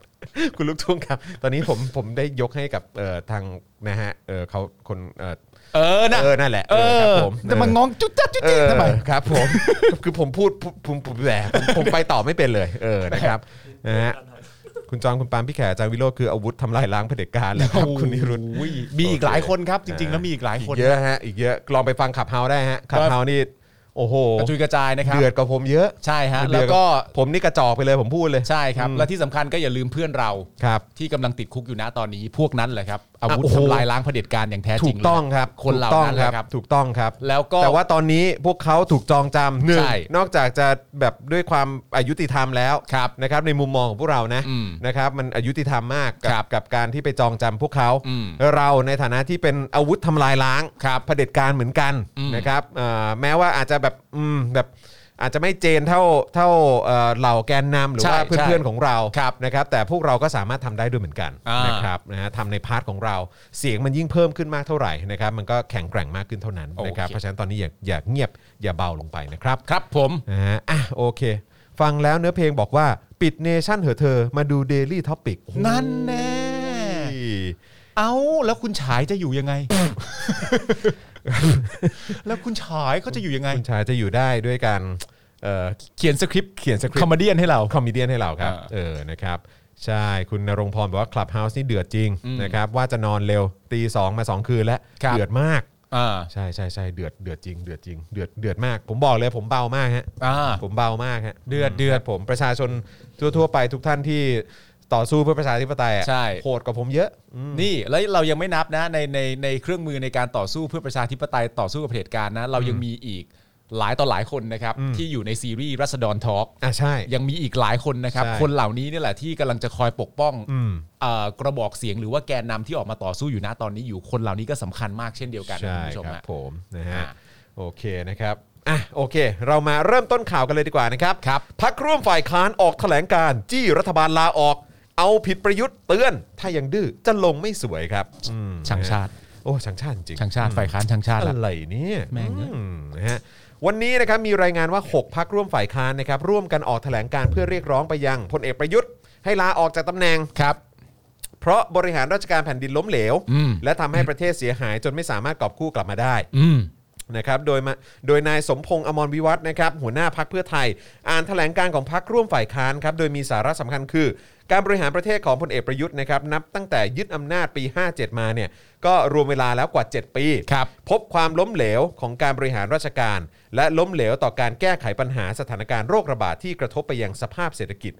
Speaker 2: คุณลูกทุ่งครับ ตอนนี้ผมผมได้ยกให้กับเอ่อทางนะฮะเออเขาคนเออ
Speaker 4: เออนะ
Speaker 2: เออนั่นแหละ
Speaker 4: เอ
Speaker 2: ค
Speaker 4: อ
Speaker 2: รับผม
Speaker 4: แต่มันงองจุ๊ดจ๊ดจุ๊ด
Speaker 2: เอ
Speaker 4: จิ๊ด
Speaker 2: อ
Speaker 4: ทำไม
Speaker 2: ครับผม คือผมพูดผมผมผมแหมผมผมไปต่อไม่เป็นเลย เอ อนะครับนะฮะคุณจองคุณปาล์มพี่แขกอาจารย์วิโรจน์คืออาวุธทำลายล้างเผด็จการแหละครับคุณนิรุต
Speaker 4: โอ้ยมีอีกหลายคนครับ จริง ๆ แล้วมีอีกหลาย
Speaker 2: อี
Speaker 4: คน
Speaker 2: กเยอะฮะอีกเยอะลองไปฟังขับเฮาได้ฮะขับเฮานี่โอ้โห
Speaker 4: กระจุยกระจายนะครับ
Speaker 2: เดือดกว่าผมเยอะ
Speaker 4: ใช่ฮะ
Speaker 2: เดื
Speaker 4: แล้
Speaker 2: อด
Speaker 4: วก็
Speaker 2: ผมนี่กระจอกไปเลยผมพูดเลย
Speaker 4: ใช่ครับ และที่สำคัญก็อย่าลืมเพื่อนเรา
Speaker 2: ครับ
Speaker 4: ที่กำลังติดคุกอยู่นะตอนนี้ พวกนั้นแหละครับ อาวุธ
Speaker 2: โอ้โห
Speaker 4: ทำลายล้างเผด็จการอย่างแท้จ
Speaker 2: ถู
Speaker 4: ริง
Speaker 2: ก
Speaker 4: เลย
Speaker 2: ต้องครับ
Speaker 4: คน
Speaker 2: ถูก
Speaker 4: เหล่า
Speaker 2: ต้อง
Speaker 4: นั้นแหละครับ
Speaker 2: ถูกต้องครับ
Speaker 4: แล้วก็
Speaker 2: แต่ว่าตอนนี้พวกเขาถูกจองจำหนึ่ง
Speaker 4: ใช่
Speaker 2: นอกจากจะแบบด้วยความอายุติธรรมแล้ว
Speaker 4: ครับ
Speaker 2: นะครับในมุมมองของพวกเรานะ
Speaker 4: อืม
Speaker 2: นะครับมันอายุติธรรมมากกั
Speaker 4: ครับ
Speaker 2: กับการที่ไปจองจำพวกเขา
Speaker 4: อืม
Speaker 2: เราในฐานะที่เป็นอาวุธทำลายล้าง
Speaker 4: ครับ
Speaker 2: เผด็จการเหมือนกัน
Speaker 4: อืม
Speaker 2: นะครับเอ่อแม้ว่าอาจจะแบบอืมแบบอาจจะไม่เจนเท่าเท่าเอ่อเหล่าแกนนำหรือ
Speaker 4: ใช่
Speaker 2: ว่า
Speaker 4: ใช่
Speaker 2: เพื่อนๆของเรา
Speaker 4: ครับ
Speaker 2: นะครับแต่พวกเราก็สามารถทำได้ด้วยเหมือนกัน
Speaker 4: อ่าน
Speaker 2: นะครับนะฮะทำในพาร์ทของเราเสียงมันยิ่งเพิ่มขึ้นมากเท่าไหร่นะครับมันก็แข็งแกร่งมากขึ้นเท่านั้น
Speaker 4: โอเค
Speaker 2: นะครับเพราะฉะนั้นตอนนี้อย่าอย่าเงียบอย่าเบาลงไปนะครับ
Speaker 4: ครับผม
Speaker 2: นะฮะอ่ะโอเค ฟังแล้วเนื้อเพลงบอกว่าปิดเนชั่นเหอะเธอมาดู Daily Topic
Speaker 4: นั่นแน่เอ้าแล้วคุณฉายจะอยู่ ยังไง แล้วคุณฉายเขาจะอยู่ยังไง
Speaker 2: คุณชายจะอยู่ได้ด้วยการเอ่อ
Speaker 4: เขียนสคริปต์
Speaker 2: เขียนสคริป
Speaker 4: คอม
Speaker 2: ต์
Speaker 4: เมดี้ให้เรา
Speaker 2: คอมเมเดียนให้เราครับ
Speaker 4: อ่า
Speaker 2: เออนะครับใช่คุณนรงพรบอกว่าคลับเฮาส์นี่เดือดจริง
Speaker 4: อืม
Speaker 2: นะครับว่าจะนอนเร็วตีสองมาสองคืนแล้ว
Speaker 4: ครับ
Speaker 2: เดือดมาก
Speaker 4: อ่า
Speaker 2: ใช่ใช่ใช่เดือดเดือดจริงเดือดจริงเดือดเดือดมาก ผมบอกเลยผมเบามากฮะ
Speaker 4: อ่า
Speaker 2: ผมเบามากฮะ
Speaker 4: เดือดเดือด
Speaker 2: ครับผมประชาชนทั่วๆไปทุกท่านที่ต่อสู้เพื่อประชาธิปไตยอะ
Speaker 4: ใช่
Speaker 2: โหดกว่าผมเยอะอืม
Speaker 4: นี่แล้วเรายังไม่นับนะในในในเครื่องมือในการต่อสู้เพื่อประชาธิปไตยต่อสู้กับเผด็จการนะ เรายังมีอีกหลายต่อหลายคนนะครับ
Speaker 2: อืม
Speaker 4: ที่อยู่ในซีรีส์รัษฎรทอล์ก
Speaker 2: อ่ะใช่
Speaker 4: ยังมีอีกหลายคนนะครับ
Speaker 2: ใช่
Speaker 4: คนเหล่านี้เนี่ยแหละที่กำลังจะคอยปกป้อง
Speaker 2: อืม
Speaker 4: เอ่อกระบอกเสียงหรือว่าแกนนำที่ออกมาต่อสู้อยู่นะตอนนี้อยู่คนเหล่านี้ก็สำคัญมากเช่นเดียวกันนะ
Speaker 2: ใช่
Speaker 4: คุณผู้ชม
Speaker 2: ครับ
Speaker 4: ฮะ
Speaker 2: ผมนะฮะ
Speaker 4: อ่า
Speaker 2: โอเคนะครับอ่ะโอเค เรามาเริ่มต้นข่าวกันเลยดีกว่านะครับครับพักร่วมฝ่ายค้านออกแถลงการณ์จี้รัฐบาลลาออก เอาผิดประยุทธ์เตือน ถ้ายังดื้อจะลงไม่สวยครับอืม
Speaker 4: ช่างชาติ
Speaker 2: โอ้ช่างชาติจริง
Speaker 4: ช่างชาติฝ่ายค้านช่างชาติ
Speaker 2: อะ
Speaker 4: ละ
Speaker 2: ไรเนี่ย
Speaker 4: แม่งเอ้ย
Speaker 2: อืมนะฮะวันนี้นะครับมีรายงานว่า 6พักร่วมฝ่ายค้านนะครับร่วมกันออกแถลงการเพื่อเรียกร้องไปยังพลเอกประยุทธ์ ให้ลาออกจากตำแหน่งครับ เพราะบริหารราชการแผ่นดินล้มเหลว
Speaker 4: อืม
Speaker 2: และทำให้ประเทศเสียหายจนไม่สามารถกอบกู้กลับมาได้
Speaker 4: อืม
Speaker 2: นะครับโดยมาโดยนายสมพงษ์อมรวิวัฒน์นะครับหัวหน้าพักเพื่อไทย อ่านแถลงการของพักร่วมฝ่ายค้านครับโดยมีสาระสำคัญคือ การบริหารประเทศของพลเอกประยุทธ์นะครับนับตั้งแต่ยึดอำนาจปี 57 มาเนี่ยก็รวมเวลาแล้วกว่า 7 ปี
Speaker 4: ครับ
Speaker 2: พบความล้มเหลวของการบริหารราชการ และล้มเหลวต่อการแก้ไขปัญหาสถานการณ์โรคระบาดที่กระทบไปยังสภาพเศรษฐกิจ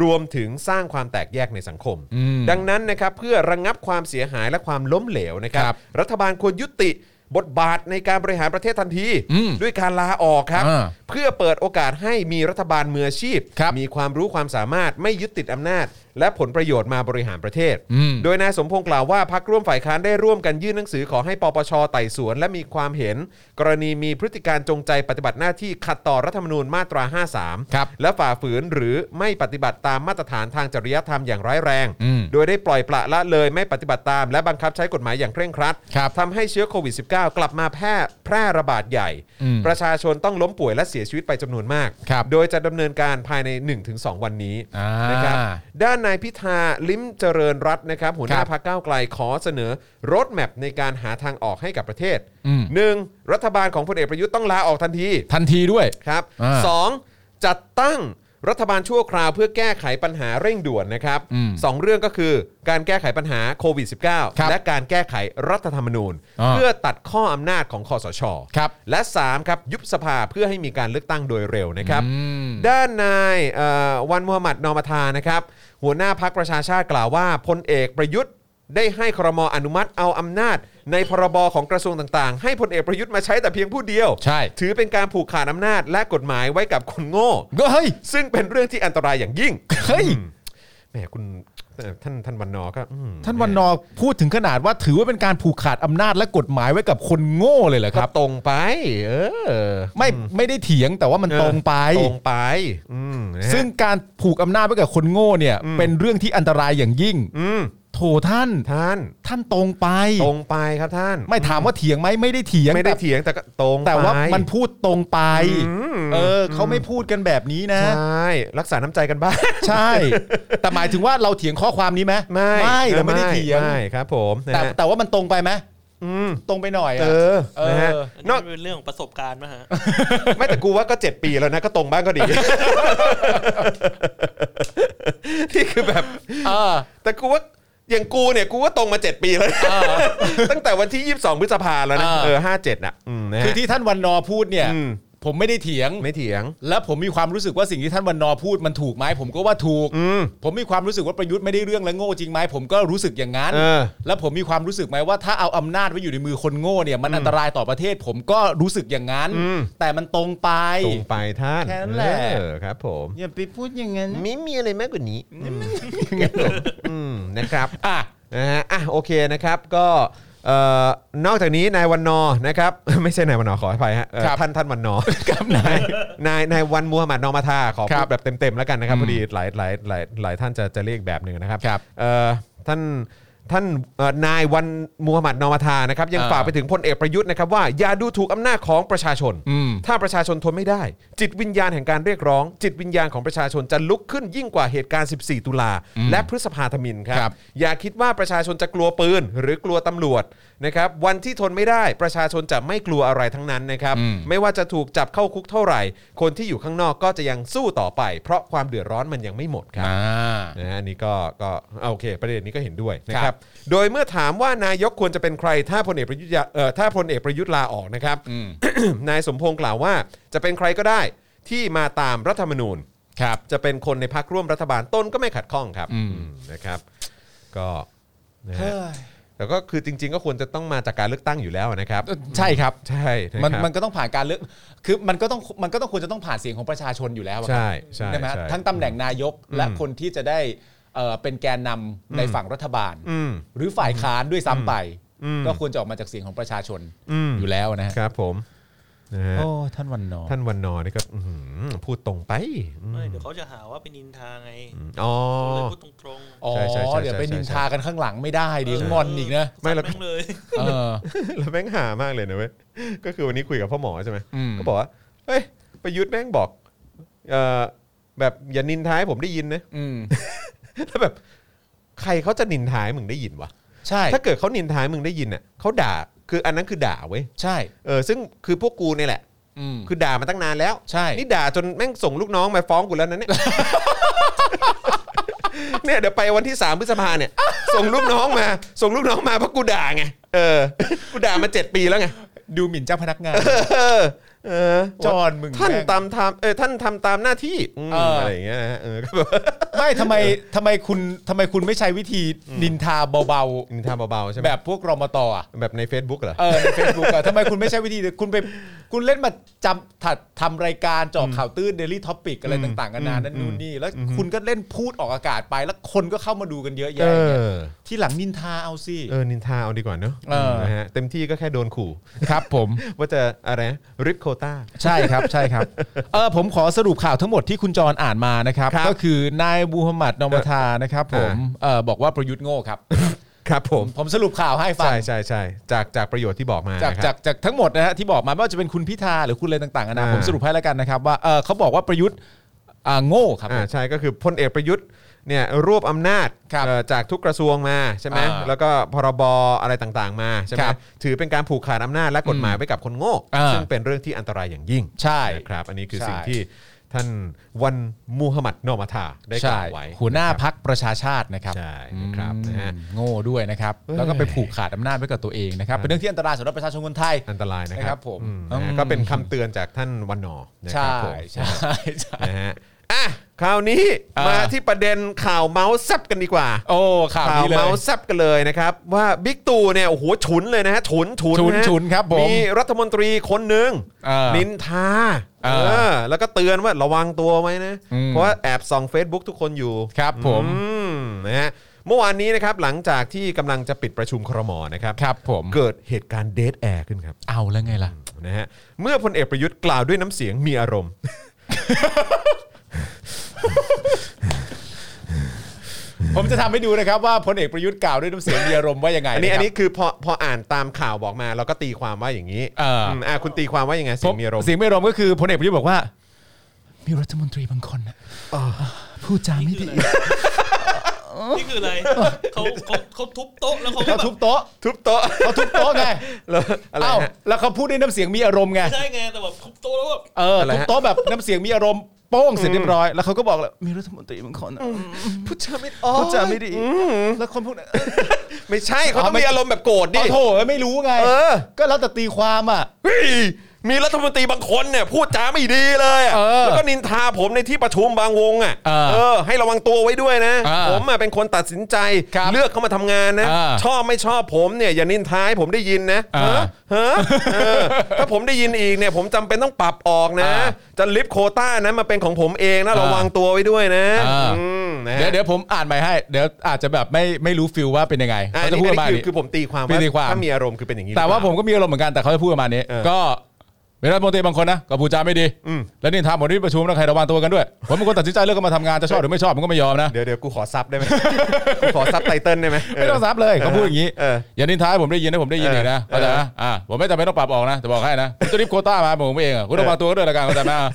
Speaker 2: รวมถึงสร้างความแตกแยกในสังคม
Speaker 4: อืม
Speaker 2: ดังนั้นนะครับเพื่อระงงับความเสียหายและความล้มเหลวนะครับ
Speaker 4: ครับ
Speaker 2: รัฐบาลควรยุติบทบาทในการบริหารประเทศทันที
Speaker 4: อืม
Speaker 2: ด้วยการลาออกครับ
Speaker 4: อ่า
Speaker 2: เพื่อเปิดโอกาสให้มีรัฐบาลมืออาชีพ
Speaker 4: ครับ
Speaker 2: มีความรู้ความสามารถไม่ยึดติดอำนาจ และผลประโยชน์มาบริหารประเทศ
Speaker 4: อืม
Speaker 2: โดยนายสมพงศ์กล่าวว่าพักร่วมฝ่ายค้านได้ร่วมกันยื่นหนังสือขอให้ปปชไต่สวน และมีความเห็น กรณีมีพฤติการจงใจปฏิบัติหน้าที่ขัดต่อรัฐธรรมนูญมาตรา 53
Speaker 4: ครับ
Speaker 2: และฝ่าฝืนหรือไม่ปฏิบัติตามมาตรฐานทางจริยธรรมอย่างร้ายแรง
Speaker 4: อืม
Speaker 2: โดยได้ปล่อยปละละเลยไม่ปฏิบัติตาม และบังคับใช้กฎหมายอย่างเคร่งครัด
Speaker 4: ครับ
Speaker 2: ทำให้เชื้อโควิด -19 กลับมาแพร่แพร่ระบาดใหญ่
Speaker 4: อืม
Speaker 2: ประชาชนต้องล้มป่วยและเสียชีวิตไปจำนวนมาก
Speaker 4: ครับ
Speaker 2: โดยจะดำเนินการภายใน 1-2 วันนี้
Speaker 4: อ่าน
Speaker 2: นะครับ ด้านนายพิธาลิ้มเจริญรัตน์นะครับ หัวหน้า
Speaker 4: ครับ
Speaker 2: พรรคก้าวไกลขอเสนอรถแมพในการหาทางออกให้กับประเทศ
Speaker 4: อืม
Speaker 2: หนึ่งรัฐบาลของพลเอกประยุทธ์ต้องลาออกทันที
Speaker 4: ทันทีด้วย
Speaker 2: ครับ
Speaker 4: อ่า
Speaker 2: สองจัดตั้งรัฐบาลชั่วคราวเพื่อแก้ไขปัญหาเร่งด่วนนะครับ
Speaker 4: อืม
Speaker 2: สองเรื่องก็คือการแก้ไขปัญหาโควิด
Speaker 4: ครับ
Speaker 2: -19 และการแก้ไขรัฐธรรมนูญ
Speaker 4: อ่า
Speaker 2: เพื่อตัดข้ออำนาจของคอสช
Speaker 4: ครับ
Speaker 2: และ3ครับยุบสภาเพื่อให้มีการเลือกตั้งโดยเร็วนะครับ
Speaker 4: อืม
Speaker 2: ด้านนายเอ่อวันมูฮัมหมัดนอมทานะครับ หัวหน้าพักประชาชาติกล่าวว่าพลเอกประยุทธ์ได้ให้ครมอนุมัติเอาอำนาจ ในพรบของกระทรวงต่างๆ ให้พลเอกประยุทธ์มาใช้แต่เพียงผู้เดียว
Speaker 4: ใช่
Speaker 2: ถือเป็นการผูกขาดอำนาจและกฎหมายไว้กับคนโง่
Speaker 4: ก็เฮ้ย
Speaker 2: ซึ่งเป็นเรื่องที่อันตรายอย่างยิ่ง
Speaker 4: เฮ้ย
Speaker 2: แหมคุณเอ่อท่านท่านวันนอร์ก็อืม
Speaker 4: ท่านวันนอร์พูดถึงขนาดว่าถือว่าเป็นการผูกขาดอำนาจและกฎหมายไว้กับคนโง่เลยเหรอค
Speaker 2: ก็
Speaker 4: รับ
Speaker 2: ตรงไป เออ
Speaker 4: ไม่ไม่ได้เถียงแต่ว่ามันตรงไป
Speaker 2: ตรงไปอืมนะฮะ
Speaker 4: ซึ่งการผูกอำนาจไว้กับคนโง่เนี่ย เป็นเรื่องที่อันตรายอย่างยิ่ง
Speaker 2: อืม
Speaker 4: โถท่าน
Speaker 2: ท่าน
Speaker 4: ท่านตรงไป
Speaker 2: ตรงไปครับท่าน
Speaker 4: ไม่ถามว่าเถียงไหมไม่ได้เถียง
Speaker 2: ไม่ได้เถียงแต่ก็ตรง
Speaker 4: แต่แต่ว่า
Speaker 2: ไป
Speaker 4: มันพูดตรงไป
Speaker 2: อืม
Speaker 4: เออเขาไม่พูดกันแบบนี้นะ
Speaker 2: ใช่รักษาน้ำใจกันบ้าง
Speaker 4: ใช่ แต่หมายถึงว่าเราเถียงข้อความนี้ไหม
Speaker 2: ไม่
Speaker 4: ไม่เราไม่ได้เถียง
Speaker 2: ไม่ครับผมนะ
Speaker 4: แต่
Speaker 2: ฮะ
Speaker 4: แต่ว่ามันตรงไปไหม
Speaker 2: อืม
Speaker 4: ตรงไปหน่อยอะ
Speaker 2: เออ
Speaker 4: เออ
Speaker 2: นะฮะ
Speaker 3: อัน
Speaker 2: น
Speaker 3: นี้
Speaker 2: อก
Speaker 3: มันเป็นเรื่องของประสบการณ์นะฮะ
Speaker 2: ไม่แต่กูว่าก็ 7 ปีแล้วนะ ก็ตรงบ้างก็ดี นี่คือแบบ
Speaker 4: เออ
Speaker 2: แต่กูว่าอย่างกูเนี่ยกูว่าตรงมา 7 ปีแล้วนะตั้งแต่วันที่ 22 พฤษภาแล้วนะ
Speaker 4: เออ
Speaker 2: เออ57น่ะอืมนะฮะ
Speaker 4: คือที่ท่านวันนอพูดเนี่ย
Speaker 2: อืม
Speaker 4: ผมไม่ได้เถียง
Speaker 2: ไม่เถียง
Speaker 4: และผมมีความรู้สึกว่าสิ่งที่ท่านวันนอพูดมันถูกไหมผมก็ว่าถูก
Speaker 2: อืม
Speaker 4: ผมมีความรู้สึกว่าประยุทธ์ไม่ได้เรื่องและโง่จริงไหมผมก็รู้สึกอย่างนั้น
Speaker 2: เออ
Speaker 4: แล้วผมมีความรู้สึกไหมว่าถ้าเอาอำนาจไว้อยู่ในมือคนโง่เนี่ยมันอันตรายต่อประเทศ ผมก็รู้สึกอย่างนั้น
Speaker 2: อืม
Speaker 4: แต่มันตรงไป
Speaker 2: ตรงไปท่าน
Speaker 4: แค่นั้นแหละ
Speaker 2: เออครับ ผม
Speaker 4: อย่าไปพูดอย่างนั้น
Speaker 2: ไม่มีอะไรมากกว่านี้อืมนะครับ
Speaker 4: อ่ะ
Speaker 2: นะฮะ อ่ะ โอเคนะครับ ก็เอ่อนอกจากนี้นายวันนอร์นะครับ ไม่ใช่นายวันนอร์ขออภัยฮะเอ่อ
Speaker 4: ครับ
Speaker 2: ท่านท่านวันนอร์ นายนายนายวันมูฮัมหมัดนอมาธาขอ
Speaker 4: ค
Speaker 2: พู
Speaker 4: รั
Speaker 2: ด
Speaker 4: บ
Speaker 2: แบบเต็มๆแล้วกันนะครับ
Speaker 4: อืม
Speaker 2: พอดีหลายหลายหลายหลายท่านจะจะเรียกแบบหนึ่งนะครับ
Speaker 4: ครับ
Speaker 2: เอ่อท่านท่านเอ่อนายวันมูฮัมหมัดนอมาธานะครับยัง
Speaker 4: อ่า
Speaker 2: ฝากไปถึงพลเอกประยุทธ์นะครับว่าอย่าดูถูกอำนาจของประชาชน
Speaker 4: อืม
Speaker 2: ถ้าประชาชนทนไม่ได้ จิตวิญญาณแห่งการเรียกร้อง จิตวิญญาณของประชาชนจะลุกขึ้นยิ่งกว่าเหตุการณ์ 14 ตุลา และพฤษภาธมินครั
Speaker 4: ครับ บ
Speaker 2: อย่าคิดว่าประชาชนจะกลัวปืน หรือกลัวตำรวจนะครับวันที่ทนไม่ได้ประชาชนจะไม่กลัวอะไรทั้งนั้นนะครับ
Speaker 4: อืม
Speaker 2: ไม่ว่าจะถูกจับเข้าคุกเท่าไหร่ คนที่อยู่ข้างนอกก็จะยังสู้ต่อไป เพราะความเดือดร้อนมันยังไม่หมดครับ
Speaker 4: อ่า
Speaker 2: นะฮะอันนี่ก็ก็อ่ะโอเค ประเด็นนี้ก็เห็นด้วยนะค
Speaker 4: ค
Speaker 2: รั
Speaker 4: รับ บ
Speaker 2: โดยเมื่อถามว่านายกควรจะเป็นใคร ถ้าพลเอกประยุทธ์ยาเอ่อถ้าพลเอกประยุทธ์ลาออกนะครับ
Speaker 4: อืม
Speaker 2: นายสมพงษ์กล่าวว่าจะเป็นใครก็ได้ที่มาตามรัฐธรรมนูญ
Speaker 4: ครับ
Speaker 2: จะเป็นคนในพักร่วมรัฐบาลต้นก็ไม่ขัดข้องครับ
Speaker 4: อืม
Speaker 2: อืมนะครับ ก็นะฮะแต่ก็คือจริง ๆ ก็ควรจะต้องมาจากการเลือกตั้งอยู่แล้วนะครับ
Speaker 4: ใช่ครับ
Speaker 2: ใช่ะ
Speaker 4: มัน
Speaker 2: ครับ
Speaker 4: มันก็ต้องผ่านการเลือก คือมันก็ต้องมันก็ต้องควรจะต้องผ่านเสียงของประชาชนอยู่แล้วอะครับ
Speaker 2: ใช่ใช่
Speaker 4: ไหมฮะ
Speaker 2: ใช่
Speaker 4: ทั้งตำแหน่งนายกและคนที่จะได้เอ่อเป็นแกนนำในฝั่งรัฐบาล
Speaker 2: อืม
Speaker 4: หรือฝ่ายค้านด้วยซ้ำไป
Speaker 2: อืม
Speaker 4: ก็ควรจะออกมาจากเสียงของประชาชน
Speaker 2: อืม
Speaker 4: อยู่แล้วนะฮะ
Speaker 2: ครับผมนะฮะ
Speaker 4: โอ้ท่านวันนอ
Speaker 2: ท่านวันนอร์นี่ก็อื้อหือพูดตรงไปอืม
Speaker 3: ไม่เดี๋ยวเขาจะหาว่าเป็นนินทาไง
Speaker 2: อ๋อ
Speaker 3: ผมเลยพูดตรง
Speaker 4: อ๋อ
Speaker 2: ใช่ใช่ใช่
Speaker 4: เดี๋ยวไป
Speaker 2: ใช่
Speaker 4: นินทากันข้างหลังไม่ได้
Speaker 3: ๆ
Speaker 4: เดี๋ยวงอนอีกนะ
Speaker 2: ไม่หรอก
Speaker 3: แม่งเลย
Speaker 4: เออ
Speaker 2: แล้วแม่งหามากเลยนะเว้ย ก็คือวันนี้คุยกับพ่อหมอใช่ไหม
Speaker 4: อืม
Speaker 2: ก็บอกว่า เฮ้ย ประยุทธ์แม่งบอก เอ่อ แบบอย่านินทายผมได้ยินนะ
Speaker 4: อืม
Speaker 2: แล้วแบบ ใครเขาจะนินทายมึงได้ยินวะ
Speaker 4: ใช่
Speaker 2: ถ้าเกิดเขานินทายมึงได้ยินน่ะเขาด่า คืออันนั้นคือด่าเว้ย
Speaker 4: ใช่
Speaker 2: เออ ซึ่งคือพวกกูเนี่ยแหละ
Speaker 4: อืม
Speaker 2: คือด่ามาตั้งนานแล้ว
Speaker 4: ใช่
Speaker 2: นี่ด่าจนแม่งส่งลูกน้องมาฟ้องกูแล้วนะเนี่ย เนี่ยเดี๋ยวไปวันที่3พฤษภาเนี่ย ส่งลูกน้องมา ส่งลูกน้องมาเพราะกูด่าไง เออ กูด่ามาเจ็ดปีแล้วไง
Speaker 4: ดูหมิ่นเจ้าพนักงาน
Speaker 2: เออเออ
Speaker 4: จอนมึง
Speaker 2: ท่าน
Speaker 4: แม่ง
Speaker 2: ตามทำเออท่านทำตามหน้าที่อืม
Speaker 4: เอออ
Speaker 2: อะไรอย่างเงี้ยนะฮะเอ อก็แบบ
Speaker 4: ไม่ทำไมทำไมคุณทำไมคุณไม่ใช้วิธีนินทาเบาๆ
Speaker 2: นินทาเบาๆใช่ไหม
Speaker 4: แบบพวกรมตอ่ะ
Speaker 2: แบบใน Facebook เหรอ
Speaker 4: เออในเฟซบุ๊กอะทำไมคุณไม่ใช่วิธีเดียวคุณไปคุณเล่นมาจำถัดทำรายการเจาะข่าวตื้นเดลี่ท็อปิกอะไรต่างๆกันานานั่นนู่นนี่ แล้วคุณก็เล่นพูดออกอากาศไปแล้วคนก็เข้ามาดูกันเยอะ
Speaker 2: เอ
Speaker 4: แยะอย่างเงี้ย
Speaker 2: อ
Speaker 4: ที่หลังนินทาเอาสิ
Speaker 2: เออ นินทาเอาดีกว่าเนอะ
Speaker 4: เออ
Speaker 2: นะฮะเต็มที่ก็แค่โดนขู่
Speaker 4: ครับผม
Speaker 2: ว่าจะอะไรริบโคต้า
Speaker 4: ใช่ครับใช่ครับเออผมขอสรุปข่าวทั้งหมดที่คุณจรอ่านมานะครับ
Speaker 2: ครับ
Speaker 4: ก็คือนายมูฮัมหมัดนอมทานะครับผม
Speaker 2: อ่า
Speaker 4: เออบอกว่าประยุทธ์โง่ครับ
Speaker 2: ครับผม
Speaker 4: ผมสรุปข่าวให้ฟัง
Speaker 2: ใช่ใช่ใช่จากจากประโยชน์ที่บอกมา
Speaker 4: จาก
Speaker 2: นะครับ
Speaker 4: จากจากทั้งหมดนะฮะที่บอกมาไม่ว่าจะเป็นคุณพิธาหรือคุณอะไรต่างๆนะ
Speaker 2: อ่า
Speaker 4: ผมสรุปให้แล้วกันนะครับว่าเออเขาบอกว่าประยุทธ์อ่าโง่ครับ
Speaker 2: อ่าใช่ก็คือพลเอกประยุทธ์เนี่ยรวบอำนาจ
Speaker 4: ครับ
Speaker 2: เอ่อจากทุกกระทรวงมาใช่ไหม
Speaker 4: อ่า
Speaker 2: แล้วก็พรบอะไรต่างๆมาใช่ไหม
Speaker 4: ครับ
Speaker 2: ถือเป็นการผูกขาดอำนาจและกฎหมายไว้กับคนโง่
Speaker 4: อ่า
Speaker 2: ซึ่งเป็นเรื่องที่อันตรายอย่างยิ่ง
Speaker 4: ใช่
Speaker 2: นะครับอันนี้คือ
Speaker 4: ใช่
Speaker 2: สิ่งที่ท่านวันมูฮัมหมัดนอมาธาได้ก
Speaker 4: ใช่
Speaker 2: ล่าวไว้
Speaker 4: หัวหน้าพักประชาชาตินะครับ
Speaker 2: ใช่นะครับ
Speaker 4: อืม
Speaker 2: นะฮะ
Speaker 4: โง่ด้วยนะครับ
Speaker 2: เอ้ย
Speaker 4: แล้วก็ไปผูกขาดอำนาจไว้กับตัวเองนะครับ
Speaker 2: ครับ
Speaker 4: เป็นเรื่องที่อันตรายสำหรับประชาชนคนไทย
Speaker 2: อันตรายนะค
Speaker 4: นะครั
Speaker 2: รับบ
Speaker 4: ผม
Speaker 2: อืนะฮะ
Speaker 4: อืม
Speaker 2: ก็เป็นคำเตือนจากท่านวันนอนะค
Speaker 4: ใช่
Speaker 2: รับผม
Speaker 4: ใช่ใช่
Speaker 2: นะฮะอ่ะคราวนี้
Speaker 4: อ่าม
Speaker 2: มาที่ประเด็นข่าวเมาส์แซบกันดีกว่า
Speaker 4: โอ้ข่าว
Speaker 2: ข่าว
Speaker 4: นี้เลย
Speaker 2: เมาส์แซบกันเลยนะครับ ว่าบิ๊กตู่เนี่ยโอ้โหฉุนเลยนะฮะฉุนฉุน
Speaker 4: ฉุนะ
Speaker 2: ฮะ
Speaker 4: ฉุนครับผม
Speaker 2: มีรัฐมนตรีคนหนึ่ง
Speaker 4: อ่านิ
Speaker 2: นินทา
Speaker 4: อ่า
Speaker 2: เออแล้วก็เตือนว่าระวังตัวไว้นะ
Speaker 4: อืม
Speaker 2: เพราะว่าแอบส่อง Facebook ทุกคนอยู่
Speaker 4: ครับผม
Speaker 2: อืมนะฮะเมื่อวานนี้นะครับหลังจากที่กำลังจะปิดประชุมครมนะครับ
Speaker 4: ครับผม
Speaker 2: เกิดเหตุการณ์เดทแอร์ขึ้นครับ
Speaker 4: เอาแล้วไงล่ะ
Speaker 2: นะฮะเมื่อพลเอกประยุทธ์กล่าวด้วยน้ำเสียงมีอารมณ์
Speaker 4: เ ผมจะทำให้ดูนะครับว่าพลเอกประยุทธ์กล่าวด้วยน้ำเสียงมีอารมณ์ว่ายังไง
Speaker 2: อันนี้
Speaker 4: ะค
Speaker 2: อั
Speaker 4: รั
Speaker 2: น
Speaker 4: บ
Speaker 2: นี้คือพอพออ่านตามข่าวบอกมาเราก็ตีความว่าอย่างนี้
Speaker 4: เอออื
Speaker 2: มอ่าคุณตีความว่ายังไงเสียงมีอารมณ์
Speaker 4: เสียงมีอารมณ์ก็คือพลเอกประยุทธ์บอกว่า มีรัฐมนตรีบางคนนะพูดจาไม่ดี
Speaker 3: นี่คืออะไรเขาเขาเขาทุบโต๊ะแล้วเขาก็
Speaker 4: เขา
Speaker 3: แบ
Speaker 4: ทุ
Speaker 3: บบ
Speaker 4: โต๊ะ
Speaker 2: ทุบโต๊ะ
Speaker 4: เขาทุบโต๊ะไง
Speaker 2: แล้วอะไร
Speaker 4: เอ้า
Speaker 2: ฮะ
Speaker 4: แล้วเขาพูดด้วยน้ำเสียงมีอารมณ์ไง
Speaker 3: ไม่ใช่ไงแต่แบบทุบโต๊ะแล้วแบบ
Speaker 4: เออ
Speaker 2: อะไรฮะ
Speaker 4: ทุบโต๊ะแบบน้ำเสียงมีอารมณ์โป้งเสร็จเรียบร้อยแล้วเขาก็บอกแล้วมีรัฐมนตรีบางคนนะพูดจาไม่พูดจาไม่ดีแล้วคนพวกนั้น
Speaker 2: ไม่ใช่เขาต้อง
Speaker 4: เอาไม่
Speaker 2: มีอารมณ์แบบโกรธดิ
Speaker 4: เอาโถไม่รู้ไง
Speaker 2: เออ
Speaker 4: ก็แล้วแต่ตีความอ่ะ
Speaker 2: เฮ้ยมีรัฐมนตรีบางคนเนี่ยพูดจาไม่ดีเลยอะ
Speaker 4: เออ
Speaker 2: แล้วก็นินทาผมในที่ประชุมบางวงอ่ะ
Speaker 4: เออ
Speaker 2: ให้ระวังตัวไว้ด้วยนะ
Speaker 4: เออ
Speaker 2: ผมอะเป็นคนตัดสินใจ
Speaker 4: ครับ
Speaker 2: เลือกเข้ามาทำงานนะ
Speaker 4: เออ
Speaker 2: ชอบไม่ชอบผมเนี่ยอย่านินทาให้ผมได้ยินนะ
Speaker 4: เออ
Speaker 2: ฮะเออถ้าผมได้ยินอีกเนี่ยผมจำเป็นต้องปรับออกนะ
Speaker 4: เออ
Speaker 2: จะลิฟต์โควต้านะมาเป็นของผมเองนะ
Speaker 4: เออ
Speaker 2: ระวังตัวไว้ด้วยนะ
Speaker 4: เอออื
Speaker 2: มนะ
Speaker 4: เดี๋ยวเดี๋ยวผมอ่านใหม่ให้ เดี๋ยวอาจจะแบบไม่ไม่รู้ฟิลว่าเป็นยังไง
Speaker 2: อ่ะ
Speaker 4: เขา
Speaker 2: อัน
Speaker 4: จะ
Speaker 2: นี้
Speaker 4: พูด
Speaker 2: อัน
Speaker 4: ประมาณ
Speaker 2: นี้คือ
Speaker 4: นี้
Speaker 2: คือผมตีความ
Speaker 4: พี่ตีความ
Speaker 2: ถ้ามีอารมณ์คือเป็นอย่างนี้
Speaker 4: แต่ว่า
Speaker 2: หรือเป
Speaker 4: ผ
Speaker 2: ล่
Speaker 4: มก็มีอารมณ์เหมือนกันแต่เขาจะพูดประมาณนี้
Speaker 2: เออ
Speaker 4: ก็เป็นรัฐมนตรีบางคนนะก็พูดจาไม่ดี
Speaker 2: อืม
Speaker 4: แล้วนี่ทำหมดที่ประชุมต้องใครระวังตัวกันด้วย ผมเป็นคนตัดสินใจเลือกเข้ามาทำงานจะชอบหรือไม่ชอบผมก็ไม่ยอมนะ
Speaker 2: เดี๋ยวเดี๋ยวกูขอซับได้ไหม กูขอซับไตเติ้ลได้ไหม
Speaker 4: ไม่ต้องซับเลยเขาพูดอย่างนี้
Speaker 2: เออ
Speaker 4: อย่านินทาให้ผมได้ยินนะผมได้ยินเองนะ
Speaker 2: เออ
Speaker 4: เข้าใจไหมอ่าผมไม่จำเป็นต้องปรับออกนะแต่บอกให้นะคุณจะรีบโควต้ามาผมเองอ่ะคุณระวังตัวก็ด้วยละกันเข้าใจไหม อ่ะ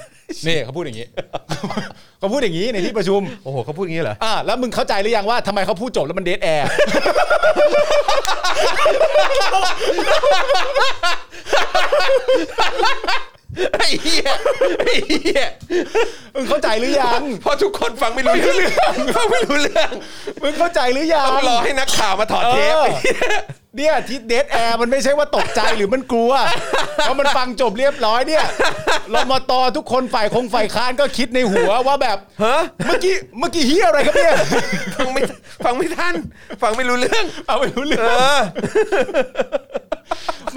Speaker 4: นี่เขาพูดอย่างนี้ เขาพูดอย่างนี้ในที่ประชุม
Speaker 2: โอ้โหเขาพูดอย่างนี้เหรอ
Speaker 4: อ่าแล้วมึงเข้าใจหรือยังว่าทำไมเขาพูดจบแล้วมันเดทแอร์
Speaker 2: ไอ้เหี้ยไอ้เหี้ย
Speaker 4: มึงเข้าใจหรือยัง
Speaker 2: เพราะทุกคนฟังไม่รู้เรื่องฟังไม่รู้เรื่อง
Speaker 4: มึงเข้าใจหรือยัง
Speaker 2: ต้องรอให้นักข่าวมาถอดเทป
Speaker 4: ออเนี่ยที่เดทแอร์มันไม่ใช่ว่าตกใจหรือมันกลัว เพราะมันฟังจบเรียบร้อยเนี่ยรมตทุกคนฝ่ายคงฝ่ายค้านก็คิดในหัวว่าแบบ
Speaker 2: ฮะ
Speaker 4: เมื่อกี้เมื่อกี้เฮียอะไรครับเนี่ย
Speaker 2: ฟังไม่ฟังไม่ทัน ฟังไม่ รู้เรื่อง
Speaker 4: เอาไม่รู้เรื่อง
Speaker 2: เออ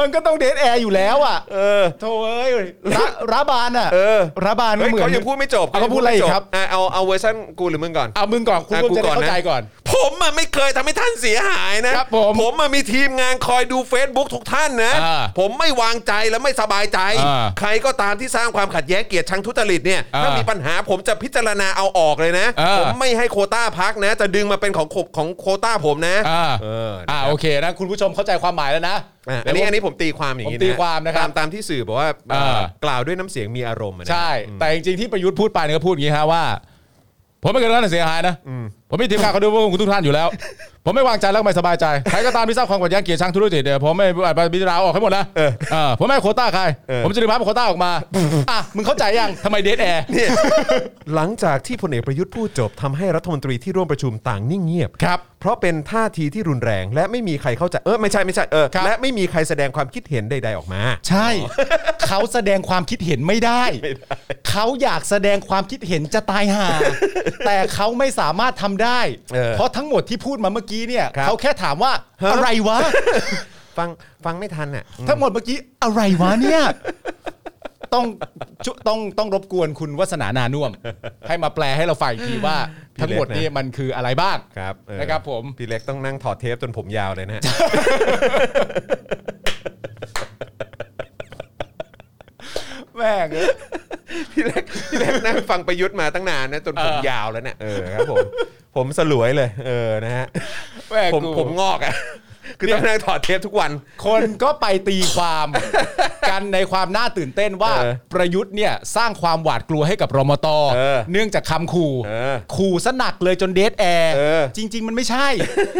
Speaker 4: มันก็ต้องเดทแอร์อยู่แล้วอ่ะ
Speaker 2: เออ
Speaker 4: โธ่เอ้ยระระบานอ่ะ
Speaker 2: เออ
Speaker 4: ระบานก็
Speaker 2: เฮ้ย
Speaker 4: เหมือน
Speaker 2: เขายังพูดไม่จบ
Speaker 4: เอาเขาพูดอะไรอีกครับ
Speaker 2: อ่ะเอาเอาเวอร์ชันกูหรือมึงก่อน
Speaker 4: เอามึงก่อนคุณ
Speaker 2: อ่ะ
Speaker 4: ผู้ชมจะ
Speaker 2: กูก่อน
Speaker 4: ได้
Speaker 2: นะ
Speaker 4: เข้าใจก่อน
Speaker 2: ผมอ่ะไม่เคยทำให้ท่านเสียหายนะครับ
Speaker 4: ผม
Speaker 2: ผมอ่ะมีทีมงานคอยดู Facebook ทุกท่านนะ
Speaker 4: อ่า
Speaker 2: ผมไม่วางใจและไม่สบายใจ
Speaker 4: อ่า
Speaker 2: ใครก็ตามที่สร้างความขัดแย้งเกลียดชังทุจริตเนี่ย
Speaker 4: อ่า
Speaker 2: ถ้ามีปัญหาผมจะพิจารณาเอาออกเลยนะ
Speaker 4: อ่า
Speaker 2: ผมไม่ให้โควต้าพักนะ จะดึงมาเป็นของของของโควต้าผมนะ
Speaker 4: อ่า
Speaker 2: เออนะครับ
Speaker 4: อ่าโอเคนะคุณผู้ชมเข้าใจความหมายแล้วนะ
Speaker 2: อ่ะอันนี้อันนี้ผมตีความอย่างนี้
Speaker 4: ผมตีความนะครับ
Speaker 2: ตามตามที่สื่อบอกว่า
Speaker 4: อ่า
Speaker 2: กล่าวด้วยน้ำเสียงมีอารมณ์อะนะ
Speaker 4: ใช่ แต่จริงๆที่ประยุทธ์พูดไปเนี่ยก็พูดอย่างนี้ฮะว่า ผมไม่เคยได้รับความเสียหายนะผมมีทีมงานเขาดูพวกคุณทุกท่านอ ยู่แล้ว ผมไม่วางใจแล้วก็ไม่สบายใจใครก็ตามที่สร้างความขัดแย้งเกลียดชังธุรกิจเนี่ยผมไม่ไปบิดาออกให้หมดนะเออผมไม่ให้โควต้าใคร ผมจะดึงพับโควต้าออกมา อ่ะมึงเข้าใจยังทำไมเดทแอร์
Speaker 2: เนี่ยหลังจากที่พลเอกประยุทธ์พูดจบทำให้รัฐมนตรีที่ร่วมประชุมต่างนิ่งเงียบ
Speaker 4: ครับ
Speaker 2: เพราะเป็นท่าทีที่รุนแรง และไม่มีใครเข้าใจเออไม่ใช่ไม่ใช่เออ
Speaker 4: ครับ
Speaker 2: และไม่มีใครแสดงความคิดเห็นใด ๆออกมา
Speaker 4: ใช่ เขาแสดงความคิดเห็นไม่ได้ เขาอยากแสดงความคิดเห็นจะตาย ห่า แต่เขาไม่สามารถทำได้
Speaker 2: เออ
Speaker 4: เพราะทั้งหมดที่พูดมาเมื่อกี้เนี่ย
Speaker 2: ครับ
Speaker 4: เขาแค่ถามว่าอะไรวะ
Speaker 2: ฟังฟังไม่ทันอ่ะ
Speaker 4: ทั้งหมดเมื่อกี้อะไรวะเนี่ย ต้องจุต้องต้องรบกวนคุณวัสนานานุ่วม ให้มาแปลให้เราฟังอีกทีว่า
Speaker 2: พี่
Speaker 4: ทั้งหมด
Speaker 2: เล็กนะ
Speaker 4: นี่มันคืออะไรบ้าง
Speaker 2: ครับเออ
Speaker 4: นะครับผม
Speaker 2: พี่เล็กต้องนั่งถอดเทปจนผมยาวเลยนะฮะ
Speaker 4: แม่งเอ้ย
Speaker 2: พี่เล็กพี่เล็กนั่งฟังประยุทธ์มาตั้งนานนะจนผม
Speaker 4: เออ
Speaker 2: ยาวแล้วเนี่ยเออครับผมผมสลวยเลย เออนะฮะ
Speaker 4: แม่ง
Speaker 2: ผม
Speaker 4: กู
Speaker 2: ผมงอกอ่ะคือต้องนั่งถอดเทปทุกวัน
Speaker 4: คนก็ไปตีความ กันในความน่าตื่นเต้นว่า
Speaker 2: เออ
Speaker 4: ประยุทธ์เนี่ยสร้างความหวาดกลัวให้กับรมต
Speaker 2: เออ
Speaker 4: เนื่องจากคำขู่
Speaker 2: เออ
Speaker 4: ขู่สนักเลยจนเดทแอร์
Speaker 2: เออ
Speaker 4: จริง ๆ มันไม่ใช่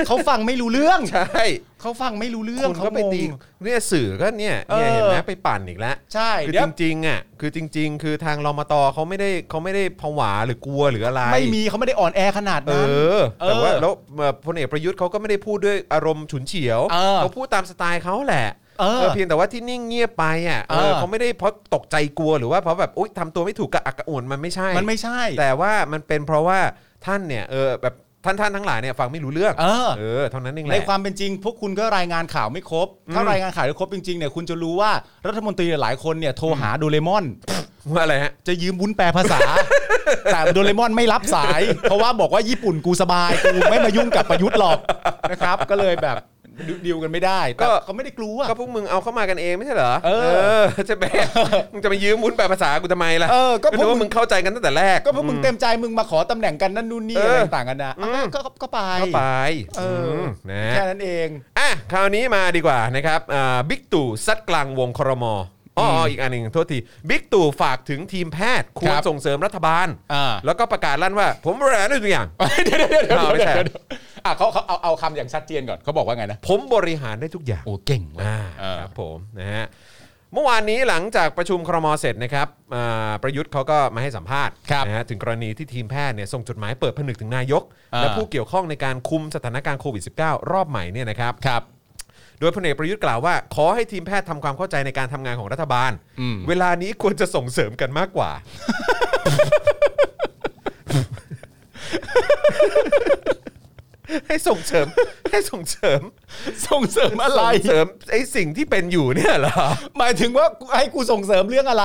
Speaker 4: เขาฟังไม่รู้เรื่อง
Speaker 2: ใช่
Speaker 4: เขาฟังไม่รู้เรื่อง
Speaker 2: คุณ
Speaker 4: เขา
Speaker 2: ก็ไป
Speaker 4: งง
Speaker 2: ตีเนี่ยสื่อก็เนี่ยเนี่ย
Speaker 4: เออ
Speaker 2: เห็นไหมไปปั่นอีกแล้ว
Speaker 4: ใช่
Speaker 2: คือ
Speaker 4: เดี๋ยว
Speaker 2: จริงๆอ่ะคือจริง ๆ คือทางรมตเขาไม่ได้เขาไม่ได้ผวาหรือกลัวหรืออะไร
Speaker 4: ไม่มีเขาไม่ได้อ่อนแอขนาด
Speaker 2: เอ
Speaker 4: นั้น
Speaker 2: อ
Speaker 4: เออ
Speaker 2: แต่ว่าแล้วเอ่อพลเอกประยุทธ์เขาก็ไม่ได้พูดด้วยอารมณ์ฉุนเฉียว
Speaker 4: เออ
Speaker 2: เขาพูดตามสไตล์เขาแหละ
Speaker 4: เออ
Speaker 2: เพียงแต่ว่าที่นิ่งเงียบไปอ่ะเออ
Speaker 4: เออ
Speaker 2: เขาไม่ได้เพราะตกใจกลัวหรือว่าเพราะแบบอุยทำตัวไม่ถูกกระอักกระอ่วนมันไม่ใช่
Speaker 4: มันไม่ใช่
Speaker 2: แต่ว่ามันเป็นเพราะว่าท่านเนี่ยเออแบบท่านท่านทั้งหลายเนี่ยฟังไม่รู้เรื่อง
Speaker 4: เออ
Speaker 2: เออเท่านั้นเองแห
Speaker 4: ใน
Speaker 2: ละ
Speaker 4: ความเป็นจริง พวกคุณก็รายงานข่าวไม่ครบ ถ้ารายงานข่าวไม่ครบจริงๆเนี่ยคุณจะรู้ว่ารัฐมนตรีหลายคนเนี่ยโทรหาโดเรมอน
Speaker 2: ว่าอะไรฮะ
Speaker 4: จะยืมวุ้นแปลภา ษา แต่โดเรมอนไม่รับสาย เพราะว่าบอกว่าญี่ปุ่นกูสบายกูไม่มายุ่งกับประยุทธ์หรอกนะครับ ก็เลยแบบ ดิวกันไม่ได้แต่
Speaker 2: ก็
Speaker 4: เขาไม่ได้กลัว
Speaker 2: ก็พวกมึงเอาเข้ามากันเองไม่ใช่เหรอ
Speaker 4: เออ
Speaker 2: ใช่ไหมมึงจะมายืมวุ้นแปลภาษากูทำไมล่ะ
Speaker 4: เออก็
Speaker 2: ก็
Speaker 4: พวก
Speaker 2: ว่า
Speaker 4: มึ
Speaker 2: มึ
Speaker 4: ง
Speaker 2: งเข้าใจกันตั้งแต่แรก
Speaker 4: ก็พวกมึงเต็มใจมึงมาขอตำแหน่งกันนั่นนู่นนี่
Speaker 2: เอออ
Speaker 4: อะไรต่างกันนะ
Speaker 2: อืม
Speaker 4: ก็ก็ก็ไป
Speaker 2: ก็ไป
Speaker 4: เอออื
Speaker 2: มนะ
Speaker 4: แค่นั้นเอง
Speaker 2: อ่ะคราวนี้มาดีกว่านะครับอ่าบิ๊กตู่ซัดกลางวงครมออ๋อออีกอันหนึ่งโทษทีบิ๊กตู่ฝากถึงทีมแพทย์ควร
Speaker 4: ครับ
Speaker 2: ส่งเสริมรัฐบาล
Speaker 4: อ่า
Speaker 2: แล้วก็ประกาศลั่นว่า ผมบริหารได้ทุกอย่าง
Speaker 4: เดี๋ยวเดี๋ยวเดี๋ยวเดี๋ยว
Speaker 2: อ่าไม่ใช่
Speaker 4: เดี๋ยวเดี๋ยวอ่ะเขาเขาเอาเอาคำอย่างชัดเจนก่อนเขาบอกว่าไงนะ
Speaker 2: ผมบริหารได้ทุกอย่าง
Speaker 4: โอ้เก่งเลย
Speaker 2: อ่า
Speaker 4: อ่า
Speaker 2: ครับผมนะฮะเมื่อวานนี้หลังจากประชุมครมเสร็จนะครับอ่าประยุทธ์เขาก็มาให้สัมภาษณ์
Speaker 4: ครับ
Speaker 2: นะฮะถึงกรณีที่ทีมแพทย์เนี่ยส่งจดหมายเปิดผนึกถึงนายก
Speaker 4: อ่า
Speaker 2: และผู้เกี่ยวข้องในการคุมสถานการณ์โควิด -19 รอบใหม่เนี่ยนะครับ
Speaker 4: ครับ
Speaker 2: โดยพลเอกประยุทธ์กล่าวว่า ขอให้ทีมแพทย์ทำความเข้าใจในการทำงานของรัฐบาล
Speaker 4: อืม
Speaker 2: เวลานี้ควรจะส่งเสริมกันมากกว่า ให้ส่งเสริม ให้ส่งเสริม
Speaker 4: ส่งเสริมอะไร
Speaker 2: ส่งเสริมไอ้สิ่งที่เป็นอยู่เนี่ยเหรอ
Speaker 4: หมายถึงว่าให้กูส่งเสริมเรื่องอะไร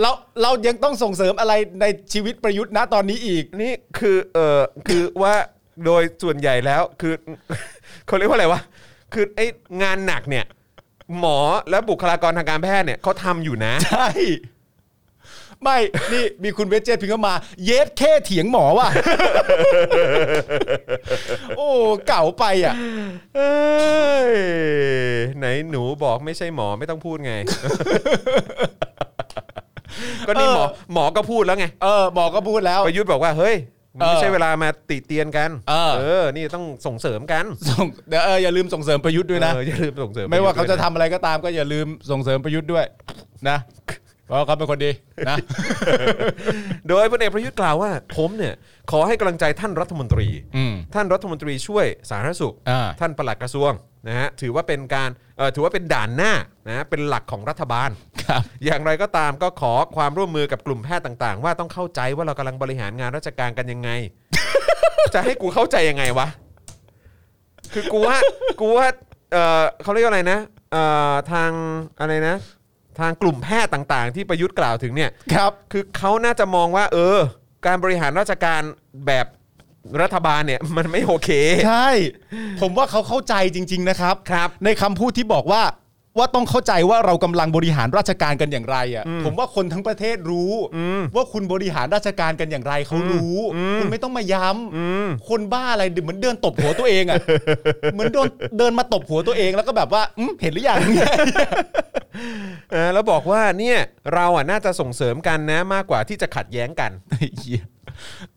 Speaker 4: เราเรายังต้องส่งเสริมอะไรในชีวิตประยุทธ์นะตอนนี้อีก
Speaker 2: นี่คือเออคือว่าโดยส่วนใหญ่แล้วคือ เขาเรียกว่าอะไรวะคือไอ้งานหนักเนี่ย หมอและบุคลากรทางการแพทย์เนี่ยเขาทำอยู่นะ
Speaker 4: ใช่ ไม่ นี่มีคุณเวจเจตพิมพ์เข้ามา เยสแค่เถียงหมอ ว่ะ โอ้เก่าไปอ่ะ
Speaker 2: เอ้ยไหนหนูบอกไม่ใช่หมอไม่ต้องพูดไง ก็นี่หมอหมอก็พูดแล้วไง
Speaker 4: เออหมอก็พูดแล้ว
Speaker 2: ประยุทธ์บอกว่าเฮ้ยมันไม่
Speaker 4: เออ
Speaker 2: ใช่เวลามาติเตียนกัน
Speaker 4: เออ
Speaker 2: นี่ต้องส่งเสริมกัน
Speaker 4: ส่งเดี๋ยวเอออย่าลืมส่งเสริมประยุทธ์ด้วยนะ
Speaker 2: เอออย่าลืมส่งเสริม
Speaker 4: ไม่ว่าเขาจะทำ
Speaker 2: ปรยุทธ์
Speaker 4: อะไรก็ตามก็อย่าลืมส่งเสริมประยุทธ์ด้วย นะเพราะเขาเป็นคนดีนะ
Speaker 2: ด้วยนะโดยพลเอกประยุทธ์กล่าวว่า ผมเนี่ยขอให้กำลังใจท่านรัฐมนตรี
Speaker 4: อืม
Speaker 2: ท่านรัฐมนตรีช่วยสาธารณสุข
Speaker 4: อ่า
Speaker 2: ท่านปลัดกระทรวงนะฮะถือว่าเป็นการเอ่อถือว่าเป็นด่านหน้านะฮะเป็นหลักของรัฐบาล
Speaker 4: ครับ
Speaker 2: อย่างไรก็ตามก็ขอความร่วมมือกับกลุ่มแพทย์ต่างๆ ว่าต้องเข้าใจว่าเรากำลังบริหารงานราชการกันยังไง จะให้กูเข้าใจยังไงวะ คือกูว่ากูว่าเออเขาเรียกว่าอะไรนะเอ่อทางอะไรนะ ทางกลุ่มแพทย์ต่างๆ ที่ประยุทธ์กล่าวถึงเนี่ย
Speaker 4: ครับ
Speaker 2: คือเขาน่าจะมองว่า เออ การบริหารราชการแบบรัฐบาลเนี่ย มันไม่โอเค
Speaker 4: ใช่ ผมว่าเขาเข้าใจจริง ๆ นะครับ
Speaker 2: ครับ
Speaker 4: ในคำพูดที่บอกว่าว่าต้องเข้าใจว่าเรากำลังบริหารราชการกันอย่างไรอ่ะผมว่าคนทั้งประเทศรู้ ว่าคุณบริหารราชการกันอย่างไรเขารู้ คุณไม่ต้องมาย้ำคนบ้าอะไรเหมือนเดินตบหัวตัวเองอ่ ะ เหมือนโดนเดินมาตบหัวตัวเองแล้วก็แบบว่าอืมเห็นหรือยัง
Speaker 2: เออแล้วบอกว่าเนี่ยเราอ่ะน่าจะส่งเสริมกันนะมากกว่าที่จะขัดแย้งกัน
Speaker 4: ไอ้เหี้ย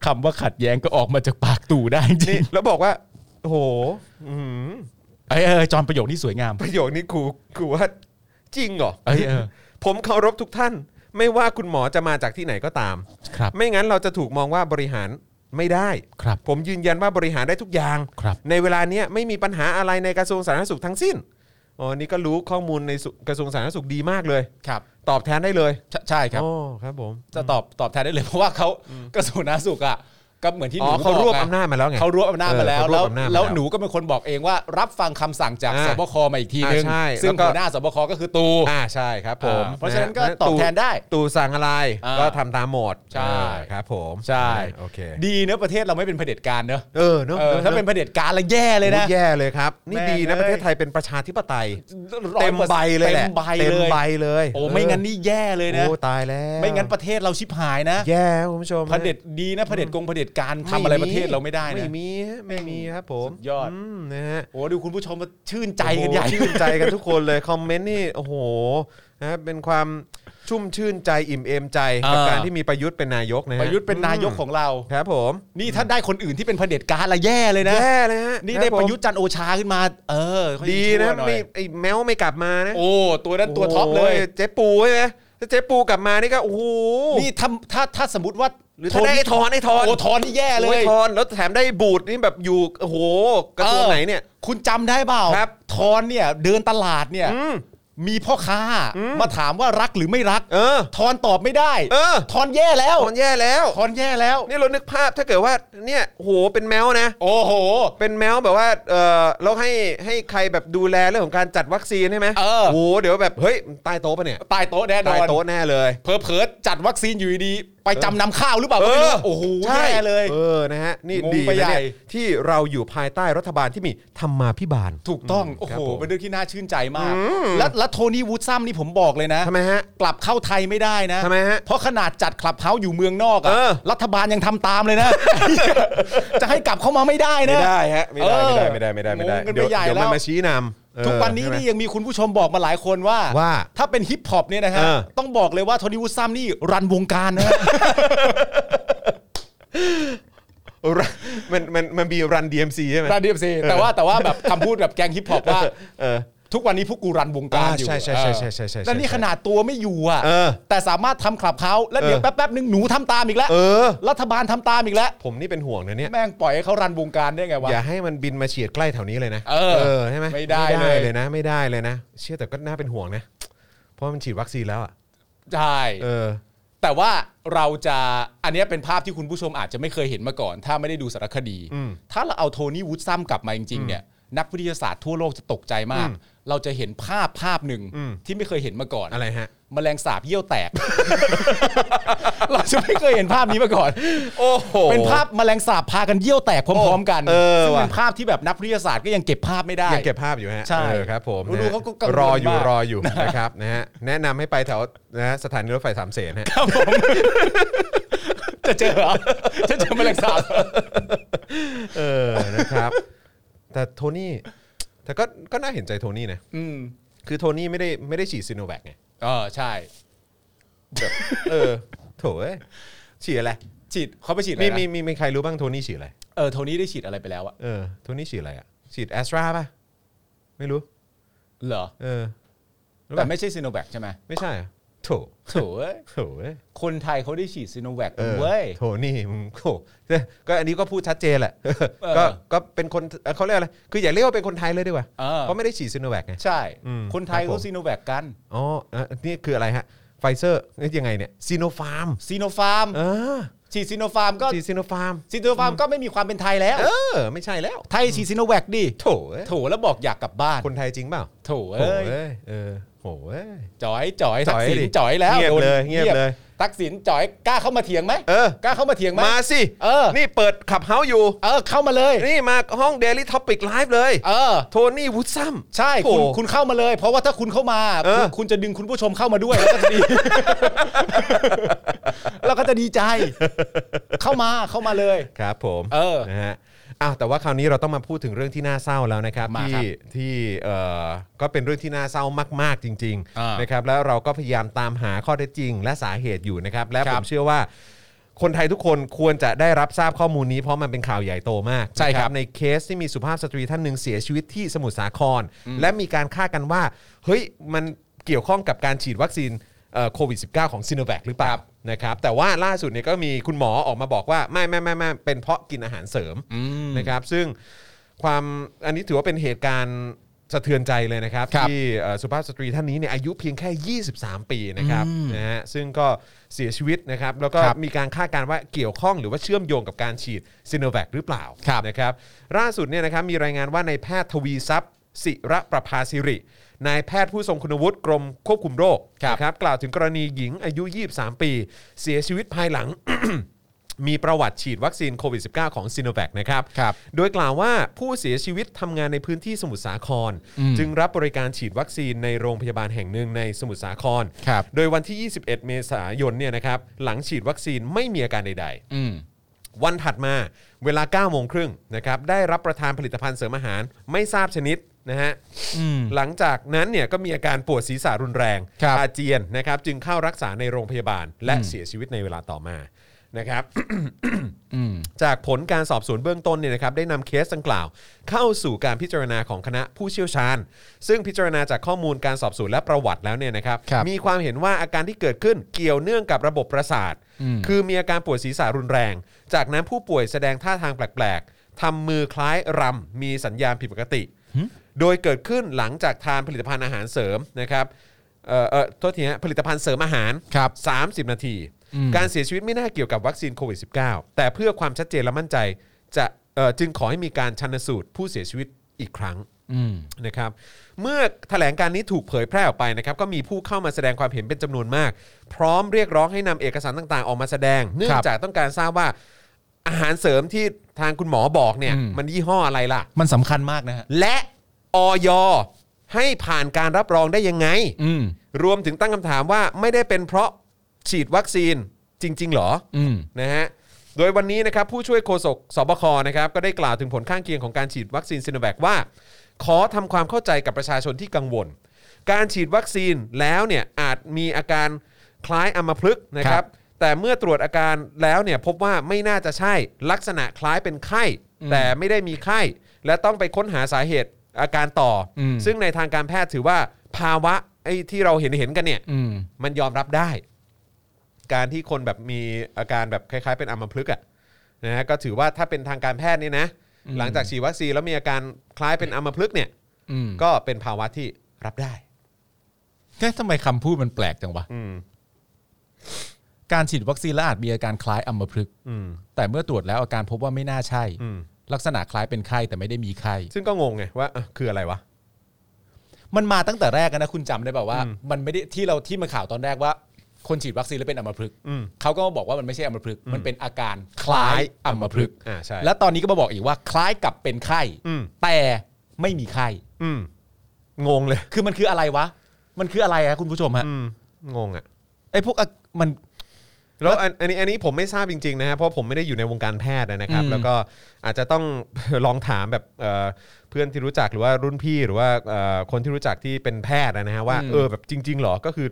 Speaker 4: คำว่าขัดแย้งก็ออกมาจากปากตู่ได้จริ
Speaker 2: นี่
Speaker 4: ง
Speaker 2: แล้วบอกว่าโอ้โหอื้อหือ
Speaker 4: เอยเอยจอนประโยคนี้สวยงาม
Speaker 2: ประโยคนี้กูกูว่าจริงเหรอ
Speaker 4: เอ้ยเออ
Speaker 2: ผมเคารพทุกท่าน ไม่ว่าคุณหมอจะมาจากที่ไหนก็ตาม
Speaker 4: ครับ
Speaker 2: ไม่งั้นเราจะถูกมองว่าบริหารไม่ได้
Speaker 4: ครับ
Speaker 2: ผมยืนยันว่าบริหารได้ทุกอย่าง
Speaker 4: ครับ
Speaker 2: ในเวลาเนี้ยไม่มีปัญหาอะไรในกระทรวงสาธารณสุขทั้งสิ้นอ๋อนี่ก็รู้ข้อมูลในสุกระทรวงสาธารณสุขดีมากเลย
Speaker 4: ครับ
Speaker 2: ตอบแทนได้เลย
Speaker 4: ใช่ใช่ครับ
Speaker 2: อ๋อครับผม
Speaker 4: จะตอบตอบแทนได้เลย เพราะว่าเขากระทรวงสาธารณสุขอ่ะก็เหมือนที่ห
Speaker 2: อ๋อ
Speaker 4: นู
Speaker 2: เขารวบ
Speaker 4: ะ
Speaker 2: อำนาจมาแล้วไง
Speaker 4: เขารวบอำนาจมาแล้
Speaker 2: เออ
Speaker 4: ว
Speaker 2: เขารว
Speaker 4: แล้ว ว
Speaker 2: บอำนาจมาแล้ว
Speaker 4: แล้วหนูก็เป็นคนบอกเองว่า รับฟังคำสั่งจาก
Speaker 2: อ่า
Speaker 4: สบคมาอีกทีนึง
Speaker 2: อ่าใช่
Speaker 4: ซึ่
Speaker 2: แล้
Speaker 4: ง
Speaker 2: วก็
Speaker 4: หัวหน้าสบคก็คือตู
Speaker 2: อ่าใช่ครับผม
Speaker 4: อ่าเพราะฉะนั้นก็
Speaker 2: ฮ
Speaker 4: ตอบแทนได้
Speaker 2: ตู่สั่งอะไร
Speaker 4: อ่า
Speaker 2: ก็ทำตามหมด
Speaker 4: ใช่
Speaker 2: อ่าครับผม
Speaker 4: ใช่
Speaker 2: โอเค
Speaker 4: ดีเนอะประเทศเราไม่เป็นเผด็จการเนอะ
Speaker 2: เออเนอะ
Speaker 4: เออถ้าเป็นเผด็จการแล้วแย่เลยนะ
Speaker 2: โอ้แย่เลยครับ นี่
Speaker 4: แม่
Speaker 2: ดีนะ
Speaker 4: งเอ้ย
Speaker 2: ประเทศไทยเป็นประชาธิปไตย
Speaker 4: ร้อ
Speaker 2: เต็
Speaker 4: ย
Speaker 2: ม
Speaker 4: ปอร์
Speaker 2: ใบ
Speaker 4: ซ็นต์
Speaker 2: เลยแหละ
Speaker 4: เต็มใบเลย
Speaker 2: เลย
Speaker 4: โอ้ไม่งั้นนี่แย่เลยนะ
Speaker 2: โอ้ตายแล้ว
Speaker 4: ไม่งั้นประเทศเราชิบหายนะ
Speaker 2: แย่ครับคุณผู้ชม
Speaker 4: เผด็จดีนะเผด็จกงเผด็จการทำอะไรประเทศเราไม่ได้นะ
Speaker 2: ไม่มีฮะไม่มีครับผม
Speaker 4: สุดยอด
Speaker 2: มนะฮะ
Speaker 4: โอ้ดูคุณผู้ชมมาชื่นใจกันใหญ่
Speaker 2: โอ้โชื่นใจกันทุกคนเลยคอมเมนต์นี่โอ้โหนะเป็นความชุ่มชื่นใจอิ่มเอมใจกับ
Speaker 4: อ่า
Speaker 2: การที่มีประยุทธ์เป็นนายกนะฮะ
Speaker 4: ประยุทธ์เป็นนายกของเรา
Speaker 2: ครับผม
Speaker 4: นี่ถ้าได้คนอื่นที่เป็นเผด็จการละแย่เลยนะ
Speaker 2: แย่เลยฮะ
Speaker 4: นี่
Speaker 2: คบ
Speaker 4: ได้
Speaker 2: ผม
Speaker 4: ประยุทธ์จันทร์โอชาขึ้นมา เออเขายัง
Speaker 2: ดี
Speaker 4: ชั่ว
Speaker 2: นะ
Speaker 4: หอย
Speaker 2: ไม่ไอ้แมวไม่กลับมานะ
Speaker 4: โอ้ตัวนั้นตัวท็อปเลย
Speaker 2: โยเจ๊ปูใช่ไหมถ้าเจ๊ปูกลับมานี่ก็โอ้โห
Speaker 4: นี่ถ้าถ้าถ้าสมมติว่า
Speaker 2: หรือถ้าได้ไอ้ทอนไอ้ทอน
Speaker 4: โอ้ทอนนี่แย่เล
Speaker 2: โอ้
Speaker 4: ย
Speaker 2: ทอนแล้วแถมได้บูดนี่แบบอยู่โอ้โหกระทรวง
Speaker 4: เออ
Speaker 2: ไหนเนี่ย
Speaker 4: คุณจำได้เปล่า
Speaker 2: ครับ
Speaker 4: ทอนเนี่ยเดินตลาดเนี่ย
Speaker 2: อืม
Speaker 4: มีพ่อค้ามาถามว่ารักหรือไม่รัก
Speaker 2: เออ
Speaker 4: ทอนตอบไม่ได้
Speaker 2: เออ
Speaker 4: ทอนแย่แล้ว
Speaker 2: ทอนแย่แล้ว
Speaker 4: ทอนแย่แล้ว
Speaker 2: นี่เรานึกภาพถ้าเกิดว่าเนี่ยโอ้โหเป็นแมวนะ
Speaker 4: โอ้โห
Speaker 2: เป็นแมวแบบว่าเออแล้วให้ให้ใครแบบดูแลเรื่องของการจัดวัคซีนใช่ไหม
Speaker 4: เออ
Speaker 2: โอ้โหเดี๋ยวแบบเฮ้ยมันใตายโต๊ะปะเนี่ย
Speaker 4: ตายโต๊ะแน่น
Speaker 2: ใตา
Speaker 4: อย น
Speaker 2: โต๊ะแน่เลย
Speaker 4: เผลอๆจัดวัคซีนอยู่ดีๆไป ไปจำนำข้าวหรือเปล่าก็ไม่รู้โอ้โห
Speaker 2: ใช่
Speaker 4: แย่เลย
Speaker 2: เออนะฮะนี่
Speaker 4: งง
Speaker 2: ดี
Speaker 4: ไป
Speaker 2: นะ
Speaker 4: ใหญ่
Speaker 2: เนี่ยที่เราอยู่ภายใต้รัฐบาลที่มีธรรมาภิบาล
Speaker 4: ถูกต้องโอ้
Speaker 2: ครั
Speaker 4: โห
Speaker 2: บผม
Speaker 4: เป็นเรื่องที่น่าชื่นใจมาก และและโทนี่วูดซัมนี่ผมบอกเลยนะ
Speaker 2: ทำไมฮะ
Speaker 4: กลับเข้าไทยไม่ได้นะ
Speaker 2: ทำไมฮะ
Speaker 4: เพราะขนาดจัดคลับเฮาส์อยู่เมืองนอก
Speaker 2: เอ
Speaker 4: อะ
Speaker 2: อ
Speaker 4: รัฐบาลยังทำตามเลยนะ จะให้กลับเข้ามาไม่ได้นะ
Speaker 2: ไม่ได้ฮะไม่ได้ไม่ได้ไม่ได้ไม่ได้ไม่ได้
Speaker 4: งงกันไป
Speaker 2: เดี๋ยว
Speaker 4: ใหญ่
Speaker 2: เดี๋ยวมัน
Speaker 4: แล้ว
Speaker 2: มาชี้นำเออ
Speaker 4: ทุกวันนี้
Speaker 2: ใช่ไหม
Speaker 4: นี่ยังมีคุณผู้ชมบอกมาหลายคนว่า
Speaker 2: ว่า
Speaker 4: ถ้าเป็นฮิปฮอปเนี่ยนะฮะ
Speaker 2: เออ
Speaker 4: ต้องบอกเลยว่าโทนี่วูดซัมนี่รันวงการนะฮะ
Speaker 2: รันมันมันมันมีรันดีเอ็มซีใช่ไหม
Speaker 4: รันดีเอ็มซีแต่ว่าแต่ว่าแบบคำพูดแบบแกงฮิปฮอปว่า
Speaker 2: เออ
Speaker 4: ทุกวันนี้พวกกูรันวงการ
Speaker 2: อ่า
Speaker 4: อยู่
Speaker 2: ใช่ใช่ใช่ใช่ใช่ใช่ใช่
Speaker 4: แล้วนี่ขนาดตัวไม่อยู่อ่ะ
Speaker 2: เออ
Speaker 4: แต่สามารถทำคลับเขาแล้วเดี๋ยว
Speaker 2: เออ
Speaker 4: แป๊บๆนึงหนูทำตามอีกแล้ว
Speaker 2: เออ
Speaker 4: รัฐบาลทำตามอีกแล้ว
Speaker 2: ผมนี่เป็นห่วงนะเนี่ย
Speaker 4: แม่งปล่อยให้เขารันวงการได้ไงวะ
Speaker 2: อย่าให้มันบินมาเฉียดใกล้แถวนี้เลยนะ
Speaker 4: เออ
Speaker 2: ใช่ไหม
Speaker 4: ไม่ได้เลย
Speaker 2: เลยนะ ไม่ได้เลยนะ เชื่อแต่ก็น่าเป็นห่วงนะ เพราะมันฉีดวัคซีนแล้วอ่ะ
Speaker 4: ใช่
Speaker 2: เออ
Speaker 4: แต่ว่าเราจะอันเนี้ยเป็นภาพที่คุณผู้ชมอาจจะไม่เคยเห็นมาก่อน ถ้าไม่ได้ดูสารคดี ถ้าเราเอาโทนี่วูดซัมกลับมาจริงๆเนี่ยนักวิทยาศาสตร์ทั่วโลกจะตกใจมาก เราจะเห็นภาพภาพหนึ่ง
Speaker 2: อืม
Speaker 4: ที่ไม่เคยเห็นมาก่อน
Speaker 2: อะไรฮะ
Speaker 4: มแมลงสาบเยี่ยวแตก เราจะไม่เคยเห็นภาพนี้มาก่อน
Speaker 2: โอ้โห
Speaker 4: เป็นภาพมแมลงสาบพากันเยี่ยวแตกพร้อมๆกัน
Speaker 2: เออ
Speaker 4: ซึ่งเป็น
Speaker 2: ว่ะ
Speaker 4: ภาพที่แบบนักวิทยาศาสตร์ก็ยังเก็บภาพไม่ได้
Speaker 2: ยังเก็บภาพอยู่ฮะ
Speaker 4: ใช่
Speaker 2: เออครับผม
Speaker 4: ดู
Speaker 2: นะฮะ
Speaker 4: เขาก็กังวล
Speaker 2: รออยู่
Speaker 4: มาก
Speaker 2: รออยู่ นะครับนะฮะแนะนำให้ไปแถวนะฮะสถานีรถไฟสามเสนฮะ
Speaker 4: ครับผม จะเจอเหรอ จะเจอแมลงสาบ
Speaker 2: เออนะครับ แต่โทนี่แต่ก็ก็น่าเห็นใจโทนี่นะ
Speaker 4: อืม
Speaker 2: คือโทนี่ไม่ได้ไม่ได้ฉีดซีโนแวคไง
Speaker 4: เออใช่
Speaker 2: แบบเออโถเอ้ยฉีดอะไร
Speaker 4: ฉีดเขาไปฉีดอะไร
Speaker 2: มีมี
Speaker 4: นะ
Speaker 2: มีมีใครรู้บ้างโทนี่ฉีดอะไร
Speaker 4: เออโทนี่ได้ฉีดอะไรไปแล้วอะ
Speaker 2: เออโทนี่ฉีดอะไรอ่ะ ฉีดแอสตราป่ะ ไม่รู้
Speaker 4: เหรอ
Speaker 2: เออรู้
Speaker 4: แต่
Speaker 2: ป่ะ
Speaker 4: ไม่ใช่ซีโนแวคใช่ไหม
Speaker 2: ไม่ใช่อะโถ
Speaker 4: โถเอ้ย
Speaker 2: โถเว้ย
Speaker 4: คนไทยเขาได้ฉีดซีโนแวค
Speaker 2: เออ
Speaker 4: เว้ย
Speaker 2: โถนี่มึงโถก็อันนี้ก็พูดชัดเจนแหละ
Speaker 4: อ
Speaker 2: ก็ก็เป็นคนเอ่อเขาเรียกอะไร คืออย่าเรียกว่าเป็นคนไทยเลยดีกว่า
Speaker 4: เออ
Speaker 2: เพราะไม่ได้ฉีดซิโนแวคไง
Speaker 4: ใช่
Speaker 2: อืม
Speaker 4: คนไทย
Speaker 2: ครับ
Speaker 4: เขา
Speaker 2: ผม
Speaker 4: ซีโนแวคกัน
Speaker 2: อ๋อเอ่อนี่คืออะไรฮะ ไฟเซอร์นี่ยังไงเนี่ยซีโนฟาร์ม
Speaker 4: ซีโนฟาร์ม
Speaker 2: เออ
Speaker 4: ฉีดซีโนฟาร์มก็
Speaker 2: ฉีดซิโนฟาร์ม
Speaker 4: ซีโนฟาร์มก็ไม่มีความเป็นไทยแล้ว
Speaker 2: เออ ไม่ใช่แล้ว
Speaker 4: ไทยฉีดซีโนแวคดิ
Speaker 2: โถเอ้ย
Speaker 4: โถแล้วบอกอยากกลับบ้าน
Speaker 2: คนไทยจริงเปล่า
Speaker 4: โถ
Speaker 2: โถ
Speaker 4: เอ้ย
Speaker 2: เอ้ยเออโหเอ้ย
Speaker 4: จ่อยจ่อย
Speaker 2: จ่
Speaker 4: ทั
Speaker 2: อก ย
Speaker 4: ษิณ
Speaker 2: ดิ
Speaker 4: จ่อยแล้ว
Speaker 2: เงียบ
Speaker 4: โดน
Speaker 2: เลยเงียบเลย
Speaker 4: ทักษิณจ่อยกล้าเข้ามาเถียงไหม
Speaker 2: เออ
Speaker 4: กล้าเข้ามาเถียงไหม
Speaker 2: มาสิ
Speaker 4: เออ
Speaker 2: นี่เปิดขับเฮาอยู่
Speaker 4: เออเข้ามาเลย
Speaker 2: นี่มาห้อง Daily Topic Live เลย
Speaker 4: เออ
Speaker 2: โทนี่วูดซัม
Speaker 4: ใช่คุณคุณเข้ามาเลย เพราะว่าถ้าคุณเข้ามา
Speaker 2: เออ
Speaker 4: คุณคุณจะดึงคุณผู้ชมเข้ามาด้วย แล้วก็จะดี แล้วก็จะดีใจ เข้ามาเข้ามาเลย
Speaker 2: ครับผม
Speaker 4: เออ
Speaker 2: นะฮะอ้าวแต่ว่าคราวนี้เราต้องมาพูดถึงเรื่องที่น่าเศร้าแล้วนะครับ
Speaker 4: มา
Speaker 2: ที่
Speaker 4: ครับ
Speaker 2: ที่เอ่อก็เป็นเรื่องที่น่าเศร้ามาก ๆ จริง
Speaker 4: อ่าน
Speaker 2: นะครับแล้วเราก็พยายามตามหาข้อเท็จจริง และสาเหตุอยู่นะครับ และ
Speaker 4: ค
Speaker 2: ผ
Speaker 4: รับ
Speaker 2: มเชื่อว่า คนไทยทุกคนควรจะได้รับทราบข้อมูลนี้เพราะมันเป็นข่าวใหญ่โตมาก
Speaker 4: ใช่ครับ
Speaker 2: นะในเคสที่มีสุภาพสตรีท่านหนึ่งเสียชีวิตที่สมุทรสาคร และมีการคาดกันว่าเฮ้ยมันเกี่ยวข้องกับการฉีดวัคซีนเอ่อโควิด -19 ของซิโนแวคหรือเปล่า นะครับแต่ว่าล่าสุดเนี่ยก็มีคุณหมอออกมาบอกว่าไม่ไม่ไม่ไม่เป็นเพราะกินอาหารเสริมนะครับซึ่งความอันนี้ถือว่าเป็นเหตุการณ์สะเทือนใจเลยนะครับ
Speaker 4: ครับ
Speaker 2: ที่เอ่อสุภาพสตรีท่านนี้เนี่ยอายุเพียงแค่ 23 ปีนะครับนะฮะซึ่งก็เสียชีวิตนะครับแล้วก็
Speaker 4: ครับ
Speaker 2: มีการคาดการณ์ว่าเกี่ยวข้องหรือว่าเชื่อมโยงกับการฉีดซิโนแวคหรือเปล่า
Speaker 4: ครับ
Speaker 2: นะครับล่าสุดเนี่ยนะครับมีรายงานว่าในายแพทย์ทวีทรัพย์ศิระประภาสิรินายแพทย์ผู้ทรงคุณวุฒิกรมควบคุมโรค
Speaker 4: ครับ
Speaker 2: นะครับกล่าวถึงกรณีหญิงอายุ 23 ปี เสียชีวิตภายหลัง มีประวัติฉีดวัคซีนโควิด -19 ของซีโนแวคนะครับ
Speaker 4: ครับ
Speaker 2: โดยกล่าวว่าผู้เสียชีวิตทำงานในพื้นที่สมุทรสาคร จึงรับบริการฉีดวัคซีนในโรงพยาบาลแห่งหนึ่งในสมุทรสาคร
Speaker 4: ครับ
Speaker 2: โดยวันที่ 21 เมษายนเนี่ยนะครับหลังฉีดวัคซีนไม่มีอาการใด ๆ
Speaker 4: อืม
Speaker 2: วันถัดมาเวลา9โมงครึ่งนะครับได้รับประทานผลิตภัณฑ์เสริมอาหารไม่ทราบชนิดนะฮะหลังจากนั้นเนี่ยก็มีอาการปวดศีรษะรุนแรง
Speaker 4: ครับ
Speaker 2: อาเจียนนะครับจึงเข้ารักษาในโรงพยาบาล และเสียชีวิตในเวลาต่อมานะครับ
Speaker 4: อืม
Speaker 2: จากผลการสอบสวนเบื้องต้นเนี่ยนะครับได้นำเคสดังกล่าว เข้าสู่การพิจารณาของคณะผู้เชี่ยวชาญ ซึ่งพิจารณาจากข้อมูลการสอบสวนและประวัติแล้วเนี่ยนะครับ
Speaker 4: ครับ
Speaker 2: มีความเห็นว่าอาการที่เกิดขึ้นเกี่ยวเนื่องกับระบบประสาท
Speaker 4: อืม
Speaker 2: คือมีอาการปวดศีรษะรุนแรง จากนั้นผู้ป่วยแสดงท่าทางแปลกๆทำมือคล้ายรำมีสัญญาณผิดปกติ โดยเกิดขึ้นหลังจากทานผลิตภัณฑ์อาหารเสริมนะครับเอ่อเอ่อโทษทีฮะผลิตภัณฑ์เสริมอาหาร
Speaker 4: ครับ
Speaker 2: 30 นาที การเสียชีวิตไม่น่าเกี่ยวกับวัคซีนโควิด -19 แต่เพื่อความชัดเจนและมั่นใจ จะเอ่อจึงขอให้มีการชันสูตรผู้เสียชีวิตอีกครั้ง
Speaker 4: อืม
Speaker 2: นะครับเมื่อแถลงการนี้ถูกเผยแพร่ออกไปนะครับก็มีผู้เข้ามาแสดงความเห็นเป็นจำนวนมาก พร้อมเรียกร้องให้นำเอกสารต่างๆ ออกมาแสดง เนื่องจากต้องการทราบว่าอาหารเสริมที่ทางคุณหมอบอกเนี่ย
Speaker 4: อืม
Speaker 2: มันยี่ห้ออะไรล่ะ
Speaker 4: มันสำคัญมากนะฮะ
Speaker 2: และออยให้ผ่านการรับรองได้ยังไง
Speaker 4: อืม
Speaker 2: รวมถึงตั้งคำถามว่าไม่ได้เป็นเพราะฉีดวัคซีนจริง ๆ หรอ
Speaker 4: อืม
Speaker 2: นะฮะ โดยวันนี้นะครับผู้ช่วยโฆษกสบคนะครับก็ได้กล่าวถึงผลข้างเคียงของการฉีดวัคซีนซิโนแวคว่า ขอทำความเข้าใจกับประชาชนที่กังวล การฉีดวัคซีนแล้วเนี่ยอาจมีอาการคล้ายอัมพฤกษ์นะครั
Speaker 4: ครับ บ
Speaker 2: แต่เมื่อตรวจอาการแล้วเนี่ยพบว่าไม่น่าจะใช่ลักษณะคล้ายเป็นไข้ แต่ไม่ได้มีไข้ และต้องไปค้นหาสาเหตุอาการต่ออ
Speaker 4: ม
Speaker 2: ซึ่งในทางการแพทย์ถือว่าภาวะไอ้ที่เราเห็นเห็นๆกันเนี่ย
Speaker 4: อืม
Speaker 2: มันยอมรับได้ การที่คนแบบมีอาการแบบคล้ายๆ เป็นอัมพฤกษ์อะนะฮะก็ถือว่าถ้าเป็นทางการแพทย์เนี่ยนะ
Speaker 4: อืม
Speaker 2: หลังจากฉีดวัคซีนแล้วมีอาการคล้ายเป็นอัมพฤกษ์เนี่ย
Speaker 4: อืมก็
Speaker 2: ก็เป็นภาวะที่รับได้
Speaker 4: เอ๊ะทำไมคำพูดมันแปลกจังวะ
Speaker 2: อืม
Speaker 4: การฉีดวัคซีนแล้วอาจมีอาการคล้ายอัมพฤกษ์
Speaker 2: อืม
Speaker 4: แต่เมื่อตรวจแล้วอาการพบว่าไม่น่าใช่
Speaker 2: อืม
Speaker 4: ลักษณะคล้ายเป็นไข้แต่ไม่ได้มีไข้
Speaker 2: ซึ่งก็งงไงว่าเอ้อคืออะไรวะ
Speaker 4: มันมาตั้งแต่แรกอะนะคุณจำได้แบบว่า
Speaker 2: อืม
Speaker 4: มันไม่ได้ที่เราที่มาข่าวตอนแรกว่า คนฉีดวัคซีนแล้วเป็นอัมพฤกษ์
Speaker 2: อืม
Speaker 4: เขาก็มาบอกว่ามันไม่ใช่อัมพฤกษ์
Speaker 2: อืม
Speaker 4: มันเป็นอาการคล้ายอัมพฤกษ์
Speaker 2: อ่าใช่
Speaker 4: และตอนนี้ก็มาบอกอีกว่าคล้ายกับเป็นไข้
Speaker 2: อืม
Speaker 4: แต่ไม่มีไข้
Speaker 2: อืมงงเลย
Speaker 4: คือมันคืออะไรวะ มันคืออะไรฮะคุณผู้ชมฮะ
Speaker 2: อืมงงอ่ะ
Speaker 4: ไอ้พวกอะมัน
Speaker 2: แล้วอันอันนี้อันนี้ผมไม่ทราบจริงๆนะฮะเพราะผมไม่ได้อยู่ในวงการแพทย์นะครับ
Speaker 4: อืม
Speaker 2: แล้วก็อาจจะต้อง ลองถามแบบเอ่อเพื่อนที่รู้จักหรือว่ารุ่นพี่หรือว่าเอ่อคนที่รู้จักที่เป็นแพทย์นะฮะว่าเออแบบจริง ๆ เหรอก็คือ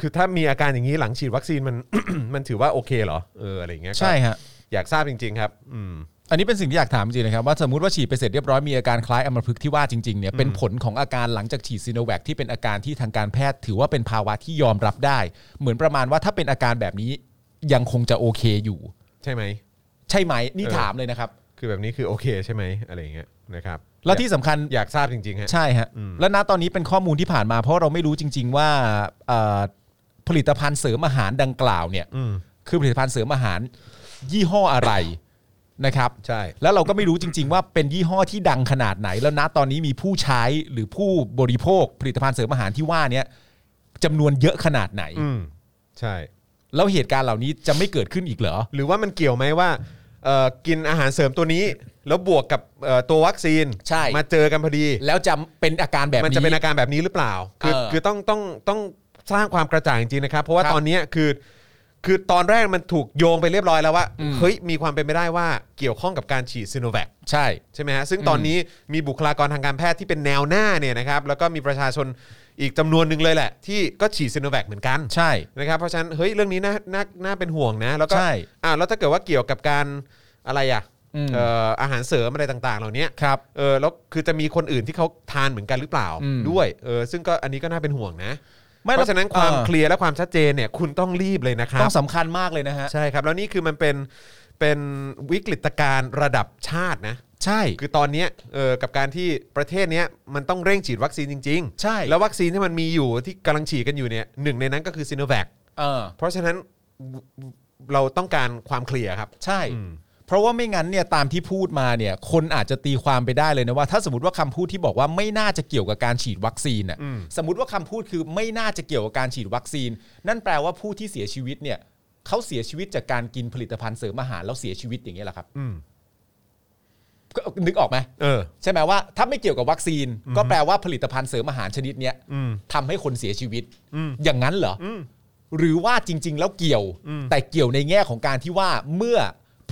Speaker 2: คือถ้ามีอาการอย่างนี้หลังฉีดวัคซีนมัน มันถือว่าโอเคเหรอเอออะไรอย่างเงี้ยก็
Speaker 4: ใช่ฮะ
Speaker 2: อยากทราบจริง ๆ ครับ อืม
Speaker 4: อันนี้เป็นสิ่งที่อยากถามจริงๆนะครับว่าสมมติว่าฉีดไปเสร็จเรียบร้อยมีอาการคล้ายอัมพฤกษ์ที่ว่าจริงๆเนี่ยเป็นผลของอาการหลังจากฉีดซีโนแวคที่เป็นอาการที่ทางการแพทย์ ถือว่าเป็นภาวะที่ยอมรับได้ เหมือนประมาณว่าถ้าเป็นอาการแบบนี้ยังคงจะโอเคอยู่
Speaker 2: ใช่ไหม
Speaker 4: ใช่ไหมนี่
Speaker 2: เออ
Speaker 4: ถามเลยนะครับ
Speaker 2: คือแบบนี้คือโอเคใช่ไหมอะไรอย่างเงี้ยนะครับ
Speaker 4: แล้วที่สำคัญ
Speaker 2: อยากทราบจริงๆฮะ
Speaker 4: ใช่ฮะ
Speaker 2: อืม
Speaker 4: และณตอนนี้เป็นข้อมูลที่ผ่านมา เพราะเราไม่รู้จริง ๆ ว่าเอ่อผลิตภัณฑ์เสริมอาหารดังกล่าวเนี่ย
Speaker 2: อืม
Speaker 4: คือผลิตภัณฑ์เสริมอาหาร ยี่ห้ออะไรนะครับ
Speaker 2: ใช่
Speaker 4: แล้วเราก็ไม่รู้จริง ๆ ว่าเป็นยี่ห้อที่ดังขนาดไหน แล้วณตอนนี้มีผู้ใช้หรือผู้บริโภคผลิตภัณฑ์เสริมอาหารที่ว่าเนี้ยจำนวนเยอะขนาดไหน
Speaker 2: อืมใช่
Speaker 4: แล้วเหตุการณ์เหล่านี้จะไม่เกิดขึ้นอีกเหรอ
Speaker 2: หรือว่ามันเกี่ยวไหมว่าเอ่อกินอาหารเสริมตัวนี้ แล้วบวกกับเอ่อตัววัคซีน
Speaker 4: ใช่
Speaker 2: มาเจอกันพอดี
Speaker 4: แล้วจะเป็นอาการแบบ
Speaker 2: มั
Speaker 4: นี้
Speaker 2: จะเป็นอาการแบบนี้หรือเปล่า คือ
Speaker 4: เออ
Speaker 2: คือต้องต้องต้องสร้างความกระจ่างจริงๆนะครับ เพราะว่า
Speaker 4: ครับ
Speaker 2: ตอนเนี้ยคือ คือตอนแรกมันถูกโยงไปเรียบร้อยแล้วว่า
Speaker 4: อืม
Speaker 2: เฮ้ยมีความเป็นไปได้ว่าเกี่ยวข้องกับการฉีดซิโนแวค
Speaker 4: ใช่
Speaker 2: ใช่ไหมฮะซึ่งตอนนี้มีบุคลากรทางการแพทย์ที่เป็นแนวหน้าเนี่ยนะครับแล้วก็มีประชาชนอีกจำนวนหนึ่งเลยแหละ ที่ก็ฉีดซิโนแวคเหมือนกัน
Speaker 4: ใช่
Speaker 2: นะครับเพราะฉะนั้นเฮ้ยเรื่องนี้น่าน่าน่าเป็นห่วงนะ แล้วก็
Speaker 4: ใช่
Speaker 2: อ่าแล้วถ้าเกิดว่าเกี่ยวกับการอะไรอ่ะ
Speaker 4: อืม
Speaker 2: เอ่ออาหารเสริมอะไรต่าง ๆ เหล่านี้
Speaker 4: ครับ
Speaker 2: เออแล้วคือจะมีคนอื่นที่เขาทานเหมือนกันหรือเปล่า
Speaker 4: อืม
Speaker 2: ด้วยเออซึ่งก็อันนี้ก็น่าเป็นห่วงนะ
Speaker 4: ไม่
Speaker 2: เพราะฉะนั้นความ
Speaker 4: ออ
Speaker 2: เคลียร์และความชัดเจนเนี่ยคุณต้องรีบเลยนะครับ
Speaker 4: ต้องสำคัญมากเลยนะฮะ
Speaker 2: ใช่ครับแล้วนี่คือมันเป็นเป็นวิกฤตการณ์ระดับชาตินะ
Speaker 4: ใช่
Speaker 2: คือตอนเนี้ยเออกับการที่ประเทศเนี้ยมันต้องเร่งฉีดวัคซีนจริงๆ
Speaker 4: ใช่
Speaker 2: แล้ววัคซีนที่มันมีอยู่ที่กำลังฉีดกันอยู่เนี่ยหนึ่งในนั้นก็คือซีโนแวค
Speaker 4: เออ
Speaker 2: เพราะฉะนั้นวเราต้องการความเคลียร์ครับ
Speaker 4: ใช่
Speaker 2: อืม
Speaker 4: เพราะว่าไม่งั้นเนี่ยตามที่พูดมาเนี่ย คนอาจจะตีความไปได้เลยนะว่าถ้าสมมติว่าคำพูดที่บอกว่าไม่น่าจะเกี่ยวกับการฉีดวัคซีนน่ะ
Speaker 2: อืม
Speaker 4: สมมติว่าคำพูดคือไม่น่าจะเกี่ยวกับการฉีดวัคซีน นั่นแปลว่าผู้ที่เสียชีวิตเนี่ยเขาเสียชีวิตจากการกินผลิตภัณฑ์เสริมอาหารแล้วเสียชีวิตอย่างเงี้ยแหละครับ
Speaker 2: อืม
Speaker 4: ก็นึกออกไหม
Speaker 2: เออ
Speaker 4: ใช่ไหมว่าถ้าไม่เกี่ยวกับวัคซีน ก็แปลว่าผลิตภัณฑ์เสริมอาหารชนิดเนี้ย
Speaker 2: อืม
Speaker 4: ทำให้คนเสียชีวิต
Speaker 2: อืม
Speaker 4: อย่างนั้นเหรอ
Speaker 2: อืม
Speaker 4: หรือว่าจริง ๆ แล้วเกี่ยว
Speaker 2: อืม
Speaker 4: แต่เกี่ยวในแง่ของการที่ว่าเมื่อ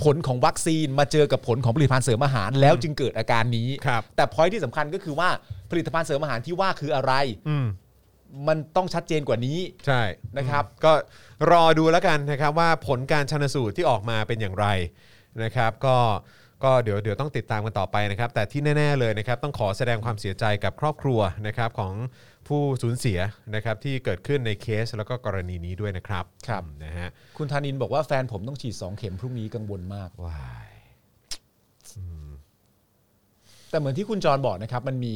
Speaker 4: ผลของวัคซีนมาเจอกับผลของผลิตภัณฑ์เสริมอาหารแล้วจึงเกิดอาการนี้
Speaker 2: ครับ
Speaker 4: แต่พอยที่สำคัญก็คือว่าผลิตภัณฑ์เสริมอาหารที่ว่าคืออะไร
Speaker 2: อืม
Speaker 4: มันต้องชัดเจนกว่านี้
Speaker 2: ใช่
Speaker 4: นะครับ
Speaker 2: อืมก็รอดูแล้วกันนะครับว่าผลการชนสูตรที่ออกมาเป็นอย่างไรนะครับ ก็ก็เดี๋ยวเดี๋ยวต้องติดตามกันต่อไปนะครับ แต่ที่แน่ ๆเลยนะครับ ต้องขอแสดงความเสียใจกับครอบครัวนะครับของผู้สูญเสียนะครับที่เกิดขึ้นในเคสแล้วก็กรณีนี้ด้วยนะครับ
Speaker 4: ครับ
Speaker 2: นะฮะ
Speaker 4: คุณธานินบอกว่าแฟนผมต้องฉีด 2 เข็มพรุ่งนี้กังวลมาก
Speaker 2: ว้าย
Speaker 4: แต่เหมือนที่คุณจรบอกนะครับ มันมี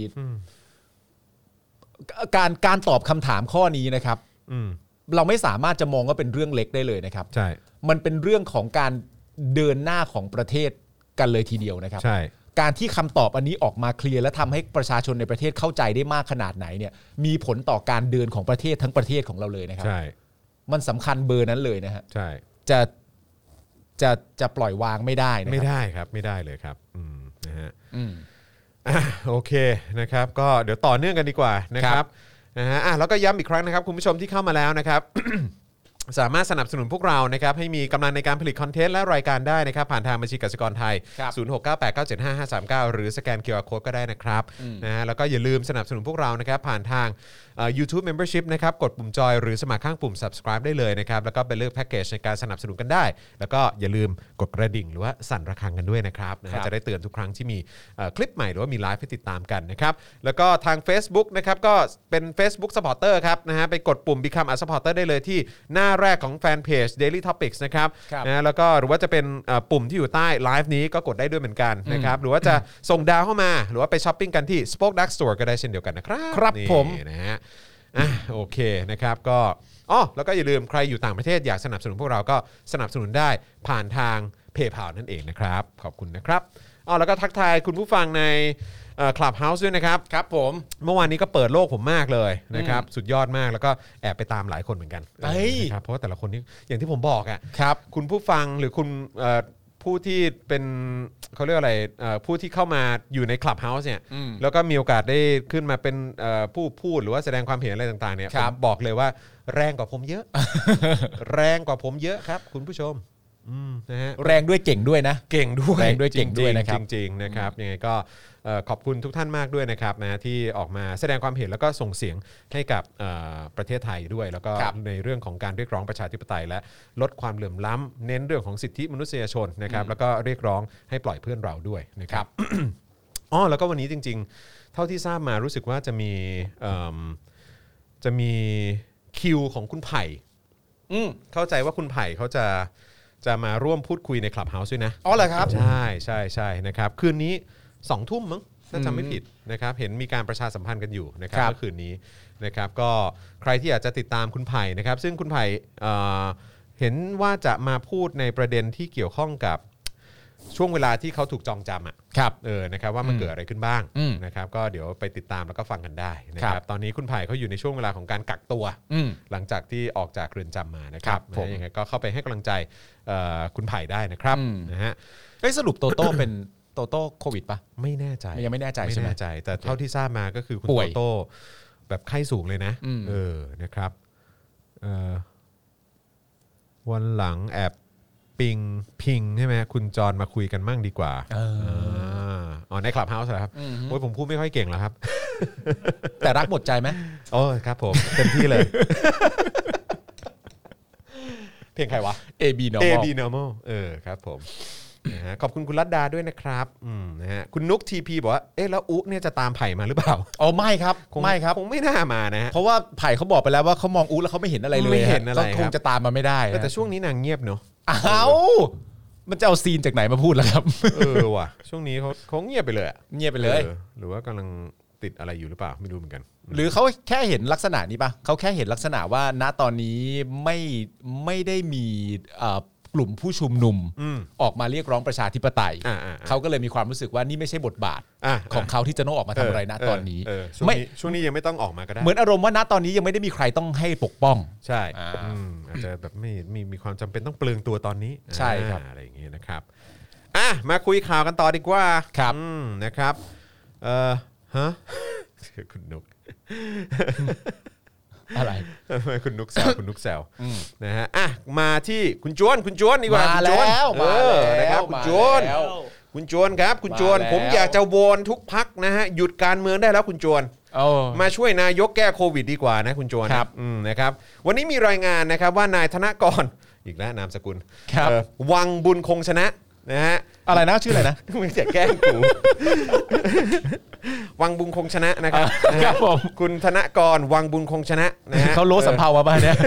Speaker 4: การการตอบคำถามข้อนี้นะครับ
Speaker 2: อืม
Speaker 4: เราไม่สามารถจะมองว่าเป็นเรื่องเล็กได้เลยนะครับ
Speaker 2: ใช่
Speaker 4: มันเป็นเรื่องของการเดินหน้าของประเทศกันเลยทีเดียวนะครับ
Speaker 2: ใช่
Speaker 4: การที่คำตอบอันนี้ออกมาเคลียร์และทำให้ประชาชนในประเทศเข้าใจได้มากขนาดไหนเนี่ย มีผลต่อการเดินของประเทศทั้งประเทศของเราเลยนะครับ
Speaker 2: ใช่
Speaker 4: มันสำคัญเบอร์นั้นเลยนะฮะ
Speaker 2: ใช่
Speaker 4: จะจะจะปล่อยวางไม่ได้นะครับ
Speaker 2: ไม่ได้ครับไม่ได้เลยครับอืมนะฮะ
Speaker 4: อืม
Speaker 2: อ่ะโอเคนะครับก็เดี๋ยวต่อเนื่องกันดีกว่านะค
Speaker 4: ค
Speaker 2: รั
Speaker 4: รั
Speaker 2: บบ นะฮะอ่ะแล้วก็ย้ำอีกครั้งนะครับคุณผู้ชมที่เข้ามาแล้วนะครับ สามารถสนับสนุนพวกเรานะครับให้มีกำลังในการผลิตคอนเทนต์และรายการได้นะครับ ผ่านทางบัญชีกสิกรไทย
Speaker 4: ครับ
Speaker 2: 0698975539 หรือสแกน QR Code ก็ได้นะครับนะฮะแล้วก็อย่าลืมสนับสนุนพวกเรานะครับผ่านทางเอ่อ YouTube Membership นะครับกดปุ่มจอยหรือสมัครข้างปุ่ม subscribe ได้เลยนะครับแล้วก็ไปเลือกแพ็กเกจในการสนับสนุนกันได้ แล้วก็อย่าลืมกดกระดิ่งหรือว่าสั่นระฆังกันด้วยนะครับนะฮะ
Speaker 4: ครับ
Speaker 2: จะได้เตือนทุกครั้งที่มีเอ่อคลิปใหม่หรือว่ามีไลฟ์ให้ติดตามกันนะครับแล้วก็ทาง Facebook นะครับก็เป็น Facebook Supporter ครับนะฮะไปกดปุ่ม Become a Supporter ได้เลยที่หน้าแรกของแฟนเพจ Daily Topics นะครับ
Speaker 4: ครับ
Speaker 2: นะแล้วก็หรือว่าจะเป็นเอ่อปุ่มที่อยู่ใต้ไลฟ์นี้ก็กดได้ด้วยเหมือนกันนะครับหรือว่าจะส่งดาวเข้ามาหรือว่าไปช้อปปิ้งกันที่ Spoke Dark Store ก็ได้เช่นเดียวกันนะครับ
Speaker 4: ครับ
Speaker 2: นี่
Speaker 4: ผม
Speaker 2: นะฮะอ่ะโอเคนะครับก็อ๋อแล้วก็อย่าลืมใครอยู่ต่างประเทศอยากสนับสนุนพวกเราก็สนับสนุนได้ผ่านทางเพย์พานั่นเองนะครับ ขอบคุณนะครับอ๋อแล้วก็ทักทายคุณผู้ฟังในคลับเฮาส์ด้วยนะครับ
Speaker 4: ครับผม
Speaker 2: เมื่อวานนี้ก็เปิดโลกผมมากเลยนะครับสุดยอดมากแล้วก็แอบไปตามหลายคนเหมือนกัน
Speaker 4: เอ้ย
Speaker 2: นะครับเพราะว่าแต่ละคนนี่อย่างที่ผมบอกอ่ะ
Speaker 4: ครับ
Speaker 2: คุณผู้ฟังหรือคุณเอ่อผู้ที่เป็นเขาเรียกอะไรเอ่อผู้ที่เข้ามาอยู่ในคลับเฮาส์เนี่ย
Speaker 4: อืม
Speaker 2: แล้วก็มีโอกาสได้ขึ้นมาเป็นเอ่อผู้พูดหรือว่าแสดงความเห็นอะไรต่างๆเนี่ย
Speaker 4: ครับ
Speaker 2: ผมบอกเลยว่าแรงกว่าผม เยอะ แรงกว่าผมเยอะครับ คุณผู้ชมอืมนะฮะ
Speaker 4: แรงด้วยเก่งด้วยนะ
Speaker 2: เก่งด้วย
Speaker 4: แรงด้วยเก่งด้วย
Speaker 2: จๆ
Speaker 4: นะครับ
Speaker 2: จริงๆนะครับยังไงก็เอ่อขอบคุณทุกท่านมากด้วยนะครับนะที่ออกมาแสดงความเห็นแล้วก็ส่งเสียงให้กับเอ่อประเทศไทยด้วย แล้วก็
Speaker 4: ครับ
Speaker 2: ในเรื่องของการเรียกร้องประชาธิปไตย และลดความเหลื่อมล้ำเน้นเรื่องของสิทธิมนุษยชนนะครับแล้วก็เรียกร้องให้ปล่อยเพื่อนเราด้วยนะครับ อ๋อแล้วก็วันนี้จริง ๆ เท่าที่ทราบมารู้สึกว่าจะมีเอิ่มจะมีคิวของคุณไผ่
Speaker 4: อืม
Speaker 2: เข้าใจว่าคุณไผ่เขาจะจะมาร่วมพูดคุยในคลับเฮาส์ด้วยนะ
Speaker 4: อ๋อเหรอครับ
Speaker 2: ใช่ใช่ใช่นะครับคืนนี้สองทุ่มมั้งถ้าจำไม่ผิดนะครับเห็นมีการประชาสัมพันธ์กันอยู่นะครับ
Speaker 4: ครับ
Speaker 2: เมื่อคืนนี้นะครับก็ใครที่อยากจะติดตามคุณไผ่นะครับซึ่งคุณไผ่เอ่อเห็นว่าจะมาพูดในประเด็นที่เกี่ยวข้องกับช่วงเวลาที่เขาถูกจองจำอ่ะ
Speaker 4: ครับ
Speaker 2: เออนะครับว่ามันเกิดอะไรขึ้นบ้าง
Speaker 4: อืม
Speaker 2: นะครับก็เดี๋ยวไปติดตามแล้วก็ฟังกันได้นะค
Speaker 4: ค
Speaker 2: รั
Speaker 4: รั
Speaker 2: บบ ตอนนี้คุณไผ่เขาอยู่ในช่วงเวลาของการกักตัว
Speaker 4: อืม
Speaker 2: หลังจากที่ออกจากเรือนจำมานะครับ
Speaker 4: ครับผม
Speaker 2: นะยังไงก็เข้าไปให้กำลังใจเอ่อคุณไผ่ได้นะครับนะฮะ
Speaker 4: เอ้ยสรุปโตโต้เป็น โตโต้โควิดปะ
Speaker 2: ไม่แน่ใจ
Speaker 4: ยังไม่แน่ใจใช่ไหม
Speaker 2: ไม่แน่ใจ แต่เท่าที่ทราบมาก็คือคุณโต
Speaker 4: ป่วย
Speaker 2: โต้แบบไข้สูงเลยนะ
Speaker 4: อืม
Speaker 2: เออนะครับเอ่อวันหลังแอบปิงพิงใช่ไหมคุณจรมาคุยกันมั่งดีกว่าาอ๋อในคลับเฮาส์เหรอครับโอ้ยผมพูดไม่ค่อยเก่งเหร อครับ
Speaker 4: แต่รักหมดใจไหม
Speaker 2: โอ้ยครับผม เต็มที่เลย เพลงใครวะ
Speaker 4: AB normal
Speaker 2: A B normal เออครับผมนะฮะขอบคุณคุณรัตดาด้วยนะครับอืมนะฮะคุณนุก TP บอกว่าเอ๊ะแล้วอุ๊เนี่ยจะตามไผ่มาหรือเปล่า
Speaker 4: อ๋อไม่ ครับ
Speaker 2: ง
Speaker 4: ไม่ครับ
Speaker 2: คงไม่น่ามานะฮะ
Speaker 4: เพราะว่าไผ่เขาบอกไปแล้วว่าเขามองอู้แล้วเขาไม่เห็นอะไรเลย
Speaker 2: ไม่เห็นอะไร
Speaker 4: ก็
Speaker 2: ครับ
Speaker 4: คงจะตามมาไม่ได้
Speaker 2: เออแต่ช่วงนี้นางเงียบเนอะ
Speaker 4: อ้าวมันจะเอาซีนจากไหนมาพูดล่ะครับ
Speaker 2: เออว่ะ ช่วงนี้เขาเขาเงียบไปเลยอะ
Speaker 4: เงียบไปเลย
Speaker 2: ออหรือว่ากำลังติดอะไรอยู่หรือเปล่าไม่รู้เหมือนกัน
Speaker 4: หรือเขาแค่เห็นลักษณะนี้ปะเขาแค่เห็นลักษณะว่าณตอนนี้ไม่ไม่ได้มีเอ่อกลุ่มผู้ชุมนุม
Speaker 2: อืม
Speaker 4: ออกมาเรียกร้องประชาธิปไตย
Speaker 2: อ่าๆๆ
Speaker 4: เขาก็เลยมีความรู้สึกว่านี่ไม่ใช่บทบาท
Speaker 2: อ่ะ
Speaker 4: ของเขาที่จะต้องออกมาทำอะไรณ
Speaker 2: เ
Speaker 4: ตอนนี้
Speaker 2: เออช่วง
Speaker 4: ไม่
Speaker 2: นี้ช่วงนี้ยังไม่ต้องออกมาก็ได้
Speaker 4: เหมือนอารมณ์ว่าณตอนนี้ยังไม่ได้มีใครต้องให้ปกป้อง
Speaker 2: ใช่
Speaker 4: อ่า
Speaker 2: อืมอาจจะแบบไม่มีมีความจำเป็นต้องเปลืองตัวตอนนี้
Speaker 4: ใช่ครับ
Speaker 2: อ่าอะไรอย่างเงี้ยนะครับอ่ะมาคุยข่าวกันต่อดีกว่า
Speaker 4: ครับ
Speaker 2: อืมนะครับ เออฮะ คุณนุก
Speaker 4: อะไร
Speaker 2: ทำไมคุณนุกแซว คุณนุกแซวนะฮะอ่ะมาที่คุณจวนคุณจวนดีกว่า
Speaker 4: มา
Speaker 2: คุณจน
Speaker 4: แล้ว
Speaker 2: เอ
Speaker 4: มา
Speaker 2: อ
Speaker 4: แล้ว
Speaker 2: นะครับคุณ
Speaker 4: มา
Speaker 2: จวน
Speaker 4: แล้ว
Speaker 2: คุณจวนครับ คุณจวน
Speaker 4: มาแล้ว
Speaker 2: ผมอยากจะวอนทุกพักนะฮะหยุดการเมืองได้แล้วคุณจวน
Speaker 4: โอ้
Speaker 2: มาช่วยนายกแก้โควิดดีกว่านะคุณโจนะครับ อืมนะครับ วันนี้มีรายงานนะครับว่านายธนกร อีกแล้วนามสกุล
Speaker 4: ครับ
Speaker 2: เอ่อวังบุญคงชนะนะฮะ
Speaker 4: อะไรนะชื่ออะไรนะ
Speaker 2: มึงจะแกล้งกู วังบุญคงชนะนะครับ
Speaker 4: ครับผม
Speaker 2: คุณธนกรวังบุญคงชนะนะฮะ
Speaker 4: เขาโลสัมเภามาป่ะเนี่ย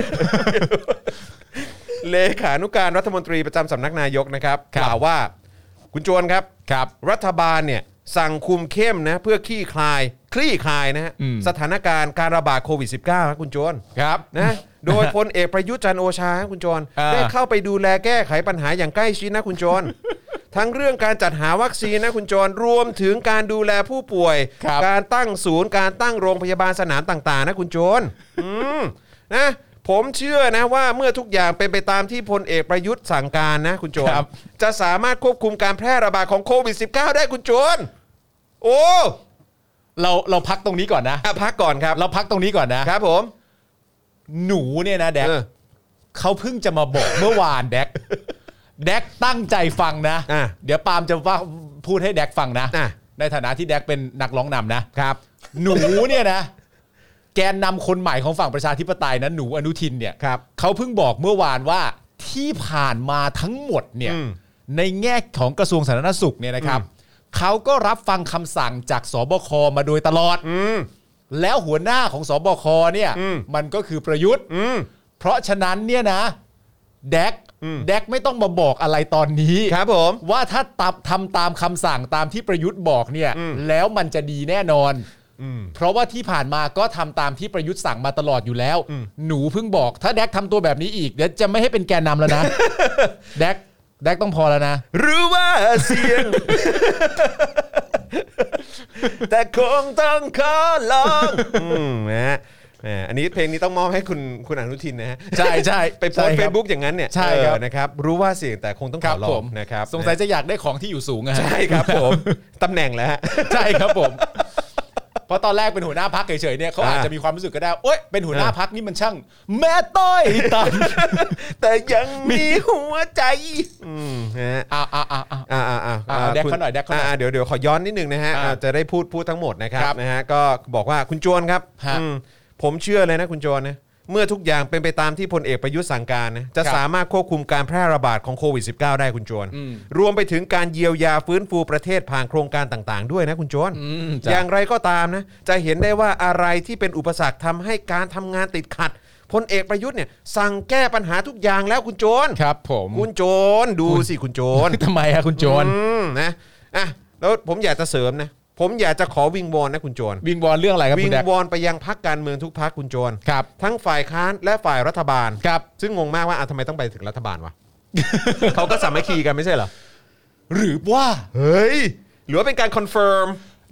Speaker 2: เลขานุการรัฐมนตรีประจำสำนักนายกนะครับกล่าวว่าคุณจวนครับ
Speaker 4: ครับ
Speaker 2: รัฐบาลเนี่ยสั่งคุมเข้มนะเพื่อคลี่คลายคลี่คลายนะฮะ
Speaker 4: อืม
Speaker 2: สถานการณ์การระบาดโควิด -19 ครับคุณจวน
Speaker 4: ครับ
Speaker 2: นะโดยพลเอกประยุทธ์จันทร์โอชาคุณจร
Speaker 4: อ่า
Speaker 2: ได้เข้าไปดูแลแก้ไขปัญหาอย่างใกล้ชิดนะคุณจร ทั้งเรื่องการจัดหาวัคซีนนะคุณจรรวมถึงการดูแลผู้ป่วย
Speaker 4: ครับ
Speaker 2: การตั้งศูนย์การตั้งโรงพยาบาลสนามต่างๆ นะคุณโจรอืมนะผมเชื่อนะว่าเมื่อทุกอย่างเป็นไปตามที่พลเอกประยุทธ์สั่งการนะคุณโจร
Speaker 4: ครับ
Speaker 2: จะสามารถควบคุมการแพร่ระบาดของโควิด -19 ได้คุณโจรโอ้
Speaker 4: เราเราพักตรงนี้ก่อนนะ
Speaker 2: อะพักก่อนครับ
Speaker 4: เราพักตรงนี้ก่อนนะ
Speaker 2: ครับผม
Speaker 4: หนูเนี่ยนะแดก
Speaker 2: เออ
Speaker 4: เขาเพิ่งจะมาบอกเมื่อวานแด กแดกตั้งใจฟังนะ
Speaker 2: อ่ะ
Speaker 4: เดี๋ยวปาล์มจะว่าพูดให้แดกฟังนะ
Speaker 2: อ่ะ
Speaker 4: ในฐานะที่แดกเป็นนักร้องนำนะ
Speaker 2: ครับ
Speaker 4: หนูเนี่ยนะ แกนนำคนใหม่ของฝั่งประชาธิปไตยนะหนูอนุทินเนี่ย
Speaker 2: ครับ
Speaker 4: เขาเพิ่งบอกเมื่อวานว่าที่ผ่านมาทั้งหมดเนี่ย
Speaker 2: อืม
Speaker 4: ในแง่ของกระทรวงสาธารณสุขเนี่ยนะครับเขาก็รับฟังคำสั่งจากสบคมาโดยตลอด
Speaker 2: อืม
Speaker 4: แล้วหัวหน้าของสบคเนี่ย
Speaker 2: อืม
Speaker 4: มันก็คือประยุทธ์
Speaker 2: อืม
Speaker 4: เพราะฉะนั้นเนี่ยนะแดก
Speaker 2: อืม
Speaker 4: แดกไม่ต้องมาบอกอะไรตอนนี้
Speaker 2: ครับผม
Speaker 4: ว่าถ้าตับทำตามคำสั่งตามที่ประยุทธ์บอกเนี่ย
Speaker 2: อืม
Speaker 4: แล้วมันจะดีแน่นอน
Speaker 2: อืม
Speaker 4: เพราะว่าที่ผ่านมาก็ทำตามที่ประยุทธ์สั่งมาตลอดอยู่แล้ว
Speaker 2: อืม
Speaker 4: หนูเพิ่งบอก ถ้าแดกทำตัวแบบนี้อีกเดี๋ยวจะไม่ให้เป็นแกนนำแล้วนะ แดกแดกต้องพอแล้วนะ
Speaker 2: หรือว่าเสี ยง แต่คงต้องขอลองอืมนะฮะแหมอันนี้เพลงนี้ต้องมอบให้คุณคุณอนุทินนะฮะ
Speaker 4: ใช่ใช่
Speaker 2: ไปโพส
Speaker 4: ใช่ค
Speaker 2: เฟ
Speaker 4: รั
Speaker 2: ซบุ๊กอย่างนั้นเนี่ย
Speaker 4: ใช่ครับ
Speaker 2: เออนะครับ รู้ว่าเสียงแต่คงต้อง
Speaker 4: ค
Speaker 2: ข
Speaker 4: รั
Speaker 2: อบ ล
Speaker 4: ผ
Speaker 2: อง
Speaker 4: ม
Speaker 2: นะครับ
Speaker 4: สงสัยจะอยากได้ของที่อยู่สูงอะฮะ
Speaker 2: ใช่ครับผมตำแหน่งแล้วฮะ
Speaker 4: ใช่ครับผม เพราะตอนแรกเป็นหัวหน้าพักเฉยๆเนี่ยเขาอาจจะมีความรู้สึกก็ได้โอ๊ยเป็นหัวหน้าพักนี่มันช่าง แม่ต้อยตัน
Speaker 2: แต่ยังมีหัวใจอืมนะฮะ
Speaker 4: อ่าอ่าอ่าอ่า
Speaker 2: อ่าอ่าอ่า
Speaker 4: อ่าแดกเขาหน่อยแดกเขาหน่อย
Speaker 2: เดี๋ยวเดี๋ยวขอย้อนนิดนึงนะฮะ
Speaker 4: อ่า
Speaker 2: อ่าจะได้พูดพูดทั้งหมดนะครั
Speaker 4: ครับ บ
Speaker 2: นะฮะก็บอกว่าคุณจวนครับ
Speaker 4: ฮะ
Speaker 2: อืมผมเชื่อเลยนะคุณจวนนะเมื่อทุกอย่างเป็นไปตามที่พลเอกประยุทธ์สั่งการนะจะ
Speaker 4: ครับ
Speaker 2: สามารถควบคุมการแพร่ระบาดของโควิด -19 ได้คุณจวน
Speaker 4: อืม
Speaker 2: รวมไปถึงการเยียวยาฟื้นฟูประเทศผ่านโครงการต่างๆ ด้วยนะคุณจวน
Speaker 4: อืม
Speaker 2: อ
Speaker 4: จ้ะ
Speaker 2: ย่างไรก็ตามนะจะเห็นได้ว่าอะไรที่เป็นอุปสรรคทำให้การทำงานติดขัดพลเอกประยุทธ์เนี่ยสั่งแก้ปัญหาทุกอย่างแล้วคุณโจน
Speaker 4: ครับผม
Speaker 2: คุณโจนดูสิคุณโจน
Speaker 4: ทำไมอะคุณโจร
Speaker 2: อืมนะอ่ะแล้วผมอยากจะเสริมนะ ผมอยากจะขอวิงวอนนะคุณโจร
Speaker 4: วิงวอนเรื่องอะไรครับ
Speaker 2: วิ
Speaker 4: คุ
Speaker 2: ง
Speaker 4: ณแดก
Speaker 2: วอนไปยังพักการเมืองทุกพักคุณโจร
Speaker 4: ครับ
Speaker 2: ทั้งฝ่ายค้านและฝ่ายรัฐบาล
Speaker 4: ครับ
Speaker 2: ซึ่งงงมากว่าอ่ะทำไมต้องไปถึงรัฐบาล วะ เขาก็สามัคคีกันไม่ใช่เหรอ
Speaker 4: หรือว่า
Speaker 2: เฮ้ย หรือว่าเป็นการคอนเฟิร์ม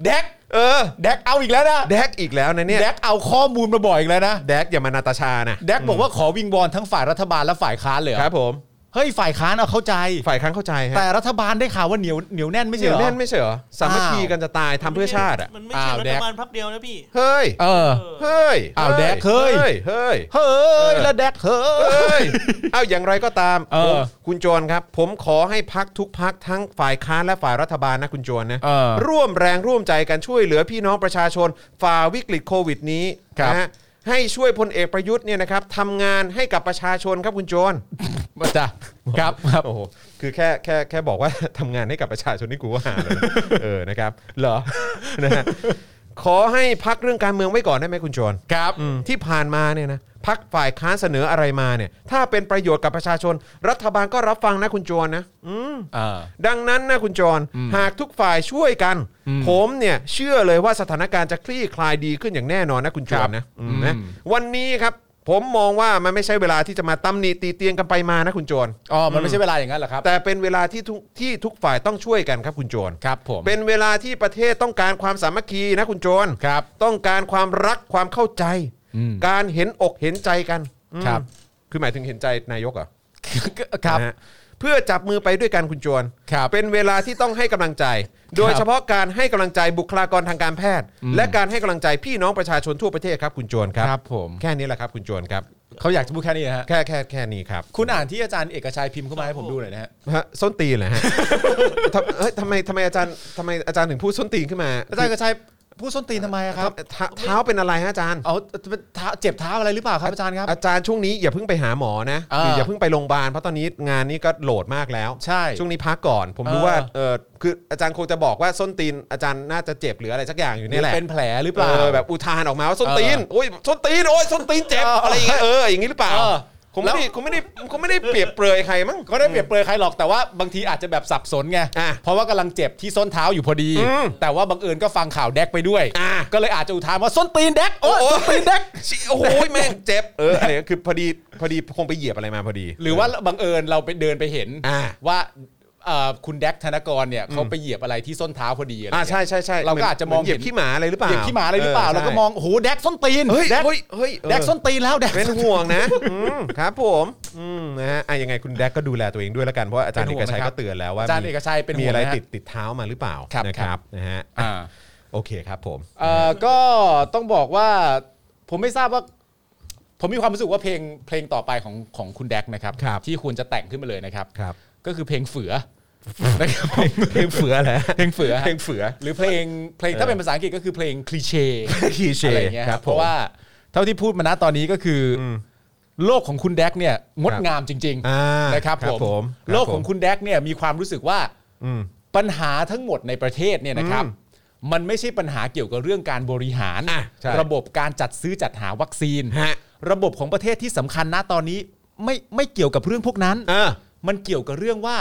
Speaker 4: แดก
Speaker 2: เออ
Speaker 4: แดกเอาอีกแล้วนะ
Speaker 2: แดกอีกแล้วนะเนี่ย
Speaker 4: แดกเอาข้อมูลมาบ่อยอีกแล้วนะ
Speaker 2: แดกอย่ามานาตาชานะ
Speaker 4: แดกบอกว่าขอวิงวอนทั้งฝ่ายรัฐบาลและฝ่ายค้านเลยเหรอ
Speaker 2: ครับผม
Speaker 4: เฮ้ยฝ่ายค้านเอาเข้าใจ
Speaker 2: ฝ่ายค้านเข้าใจฮะ
Speaker 4: แต่รัฐบาลได้ข่าวว่าเหนียวเหนียวแน่นไม่
Speaker 2: เหนี
Speaker 4: ใช่
Speaker 2: ย
Speaker 4: เหร
Speaker 2: ว
Speaker 4: อ
Speaker 2: แน่นไม่ใช่เหรอสามัคคี
Speaker 4: อ้าว
Speaker 2: กันจะตายทำเพื่อชาติอ่ะ
Speaker 5: มันไม่ใช่
Speaker 4: อ้าว
Speaker 5: รั
Speaker 4: แด
Speaker 5: ฐ
Speaker 4: ก
Speaker 5: บาลพักเดียวนะพี่
Speaker 2: เฮ้ย
Speaker 4: เออ
Speaker 2: เฮ้ย
Speaker 4: อ้าวแดกเฮ้ย
Speaker 2: เฮ้ย
Speaker 4: เฮ้ยแล้วแดกเฮ้
Speaker 2: เอ้
Speaker 4: ย
Speaker 2: ยเอาอย่างไรก็ตาม
Speaker 4: เออ
Speaker 2: ผมคุณโจรครับ ผมขอให้พักทุกพักทั้งฝ่ายค้านและฝ่ายรัฐบาลนะคุณโจรนะ
Speaker 4: เออ
Speaker 2: ร่วมแรงร่วมใจกันช่วยเหลือพี่น้องประชาชนฝ่าวิกฤตโควิดนี้
Speaker 4: ครับ
Speaker 2: นะฮะให้ช่วยพลเอกประยุทธ์เนี่ยนะครับทำงานให้กับประชาชนครับคุณโจร
Speaker 4: มาจ้ะครับครับ
Speaker 2: โอ้โหคือแค่แค่แค่บอกว่า ทำงานให้กับประชาชนนี่กูว่าหา แล้วนะเออนะครับเหรอนะฮะขอให้พักเรื่องการเมืองไว้ก่อนได้ไหมคุณโจร
Speaker 4: ครับ
Speaker 2: อืมที่ผ่านมาเนี่ยนะพักฝ่ายค้านเสนออะไรมาเนี่ย ถ้าเป็นประโยชน์กับประชาชน รัฐบาลก็รับฟังนะคุณจวนนะอืม
Speaker 4: อ่า
Speaker 2: ดังนั้นนะคุณจรหากทุกฝ่ายช่วยกัน ผมเนี่ยเชื่อเลยว่าสถานการณ์จะคลี่คลายดีขึ้นอย่างแน่นอนนะคุณจวนนะอืมนะ
Speaker 4: อืม
Speaker 2: วันนี้ครับ ผมมองว่ามันไม่ใช่เวลาที่จะมาตำหนิตีเตียงกันไปมานะคุณจร
Speaker 4: อ๋อมันไม่ใช่เวลาอย่างนั้นเหรอครับ
Speaker 2: แต่เป็นเวลาที่ทุกที่ทุกฝ่ายต้องช่วยกันครับคุณจร
Speaker 4: ครับ ผม
Speaker 2: เป็นเวลาที่ประเทศต้องการความสามัคคีนะคุณจร
Speaker 4: ครับ
Speaker 2: ต้องการความรักความเข้าใจ
Speaker 4: อืม
Speaker 2: การเห็นอกเห็นใจกันอืม
Speaker 4: ครับ
Speaker 2: คือหมายถึงเห็นใจนายกเหรอ
Speaker 4: ครับ
Speaker 2: นะฮะเพื่อจับมือไปด้วยกันคุณจวน
Speaker 4: ครับ
Speaker 2: เป็นเวลาที่ต้องให้กำลังใจ โดยเฉพาะการให้กำลังใจบุคลากรทางการแพทย์ และการให้กำลังใจพี่น้องประชาชนทั่วประเทศครับคุณจวนครับ
Speaker 4: ครับผม
Speaker 2: แค่นี้แหละครับคุณจวนครับ
Speaker 4: เขาอยากจะพูดแค่นี้นะฮะ
Speaker 2: แค่แค่แค่นี้ครับ
Speaker 4: คุณอ่านที่อาจารย์เอกชัยพิมพ์เข้ามาให้ผมดูหน่อยนะฮะ
Speaker 2: ฮะส้นตีนเหรอ ฮะ ทำเอ้ยทำไมทำไมอาจารย์ทำไมอาจารย์ถึงพูดส้นตีนขึ้นมา
Speaker 4: อาจารย์เอกชัยพูดส้นตีนทำไมอะครับ
Speaker 2: เท้าเท้าเป็นอะไรฮะอาจารย์
Speaker 4: เอาเท้าเจ็บเท้าอะไรหรือเปล่าครับอาจารย์ครับ
Speaker 2: อาจารย์ช่วงนี้อย่าเพิ่งไปหาหมอนะ
Speaker 4: อ่า
Speaker 2: คืออย่าเพิ่งไปโรงพยาบาลเพราะตอนนี้งานนี้ก็โหลดมากแล้ว
Speaker 4: ใช่
Speaker 2: ช่วงนี้พักก่อน ผมรู้
Speaker 4: เออ
Speaker 2: ว่าเออคืออาจารย์คงจะบอกว่าส้นตีนอาจารย์น่าจะเจ็บหรืออะไรสักอย่างอยู่เนี่ยแหละ
Speaker 4: เป็นแผลหรือเปล่า
Speaker 2: เออแบบอุทานออกมาว่าส้นตีน
Speaker 4: เออ
Speaker 2: โอ้ยส้นตีนโอ้ยส้นตีนเจ็บ
Speaker 4: เอออ
Speaker 2: อะไรอย่างเงี้ยเอออย่างงี้หรือเปล่า
Speaker 4: เออ
Speaker 2: คงไม่
Speaker 4: แล้
Speaker 2: ได้
Speaker 4: ว
Speaker 2: คงไม่ได้คงไม่ได้เปรียบเปรยใครมั้ง
Speaker 4: ก็ได้เปรียบเปรยใครหรอกแต่ว่าบางทีอาจจะแบบสับสนไง
Speaker 2: อ่ะ
Speaker 4: เพราะว่ากำลังเจ็บที่ส้นเท้าอยู่พอดี
Speaker 2: อืม
Speaker 4: แต่ว่าบังเอิญก็ฟังข่าวแดกไปด้วย
Speaker 2: อ่ะ
Speaker 4: ก็เลยอาจจะอุทานว่าส้นตีนแดก
Speaker 2: โอ้
Speaker 4: โอ้
Speaker 2: โห
Speaker 4: ส้นตีนแดก
Speaker 2: โอ้โหแม่งเจ็บเอออะไรอย่างเงี้ยคือพอดีพอดีคงไปเหยียบอะไรมาพอดี
Speaker 4: หรือว่าบังเอิญเราไปเดินไปเห็น
Speaker 2: อ่า
Speaker 4: ว่า เอ่อคุณแดกธนกรเนี่ยเขาไปเหยียบอะไรที่ส้นเท้าพอดีอะไร
Speaker 2: อ่า
Speaker 4: เงี้ย
Speaker 2: ใช่ใช่ใช่
Speaker 4: เราก็อาจจะมอง
Speaker 2: เหยียบ
Speaker 4: เห็น
Speaker 2: ขี้หมาอะไรหรือเปล่า
Speaker 4: เหยียบขี้หมาอะไรหรือเปล่าเราก็มองโอ้โหแดกส้นตีน
Speaker 2: เฮ้ย
Speaker 4: แดก
Speaker 2: เฮ้ยเฮ้ยเออ
Speaker 4: แดกส้นตีนแล้วแดก
Speaker 2: เป็นห่วงนะอืมครับผมอืมนะฮะอ่ะยังไงคุณแดกก็ดูแลตัวเองด้วยละกันเพราะอาจารย์เอกชัยก็เตือนแล้วว่า
Speaker 4: อาจารย์เอกชัยเป็น
Speaker 2: มี
Speaker 4: ห่วง
Speaker 2: อะไร
Speaker 4: นฮ
Speaker 2: ติดติดเท้ามาหรือเปล่า
Speaker 4: ครับ
Speaker 2: นะค
Speaker 4: ครั
Speaker 2: รับบ นะฮะอ่ะ
Speaker 4: อ่า
Speaker 2: โอเคครับผม
Speaker 4: เอ่อก็ต้องบอกว่าผมไม่ทราบว่า ผมมีความรู้สึกว่าเพลงเพลงต่อไปของของคุณแดกนะครับ
Speaker 2: ครับ
Speaker 4: ที่ควรจะแต่งขึ้นมาเลยนะครับ
Speaker 2: ครับ
Speaker 4: ก็คือเพลงเฝือนะครับ
Speaker 2: เพลงเฟือแหละ
Speaker 4: เพลงเฝือฮะ
Speaker 2: เพลงเฟือ
Speaker 4: หรือเพลงเพลงถ้าเป็นภาษาอังกฤษก็คือเพลงคลีเช่
Speaker 2: Cliché
Speaker 4: อะไรอย่างเงี้ยค
Speaker 2: ครั
Speaker 4: รั
Speaker 2: บบ ผม
Speaker 4: เพราะว่าเท่าที่พูดมานะตอนนี้ก็คืออ
Speaker 2: ม
Speaker 4: โลกของคุณแดกเนี่ยงดงามจริง
Speaker 2: อ่าน
Speaker 4: นะครับ
Speaker 2: ครับ
Speaker 4: ผ
Speaker 2: ผม มครับ
Speaker 4: โลกขอ
Speaker 2: ผ
Speaker 4: ง
Speaker 2: ม
Speaker 4: คุณแดกเนี่ยมีความรู้สึกว่า
Speaker 2: อืม
Speaker 4: ปัญหาทั้งหมดในประเทศเนี่ยนะครับ
Speaker 2: อืม
Speaker 4: มันไม่ใช่ปัญหาเกี่ยวกับเรื่องการบริหาร
Speaker 2: อ่ะใช่
Speaker 4: ระบบการจัดซื้อจัดหาวัคซีน
Speaker 2: ฮะ
Speaker 4: ระบบของประเทศที่สำคัญนะตอนนี้ไม่ไม่เกี่ยวกับเรื่องพวกนั้น
Speaker 2: อ่า
Speaker 4: มันเกี่ยวกับเรื่องว่า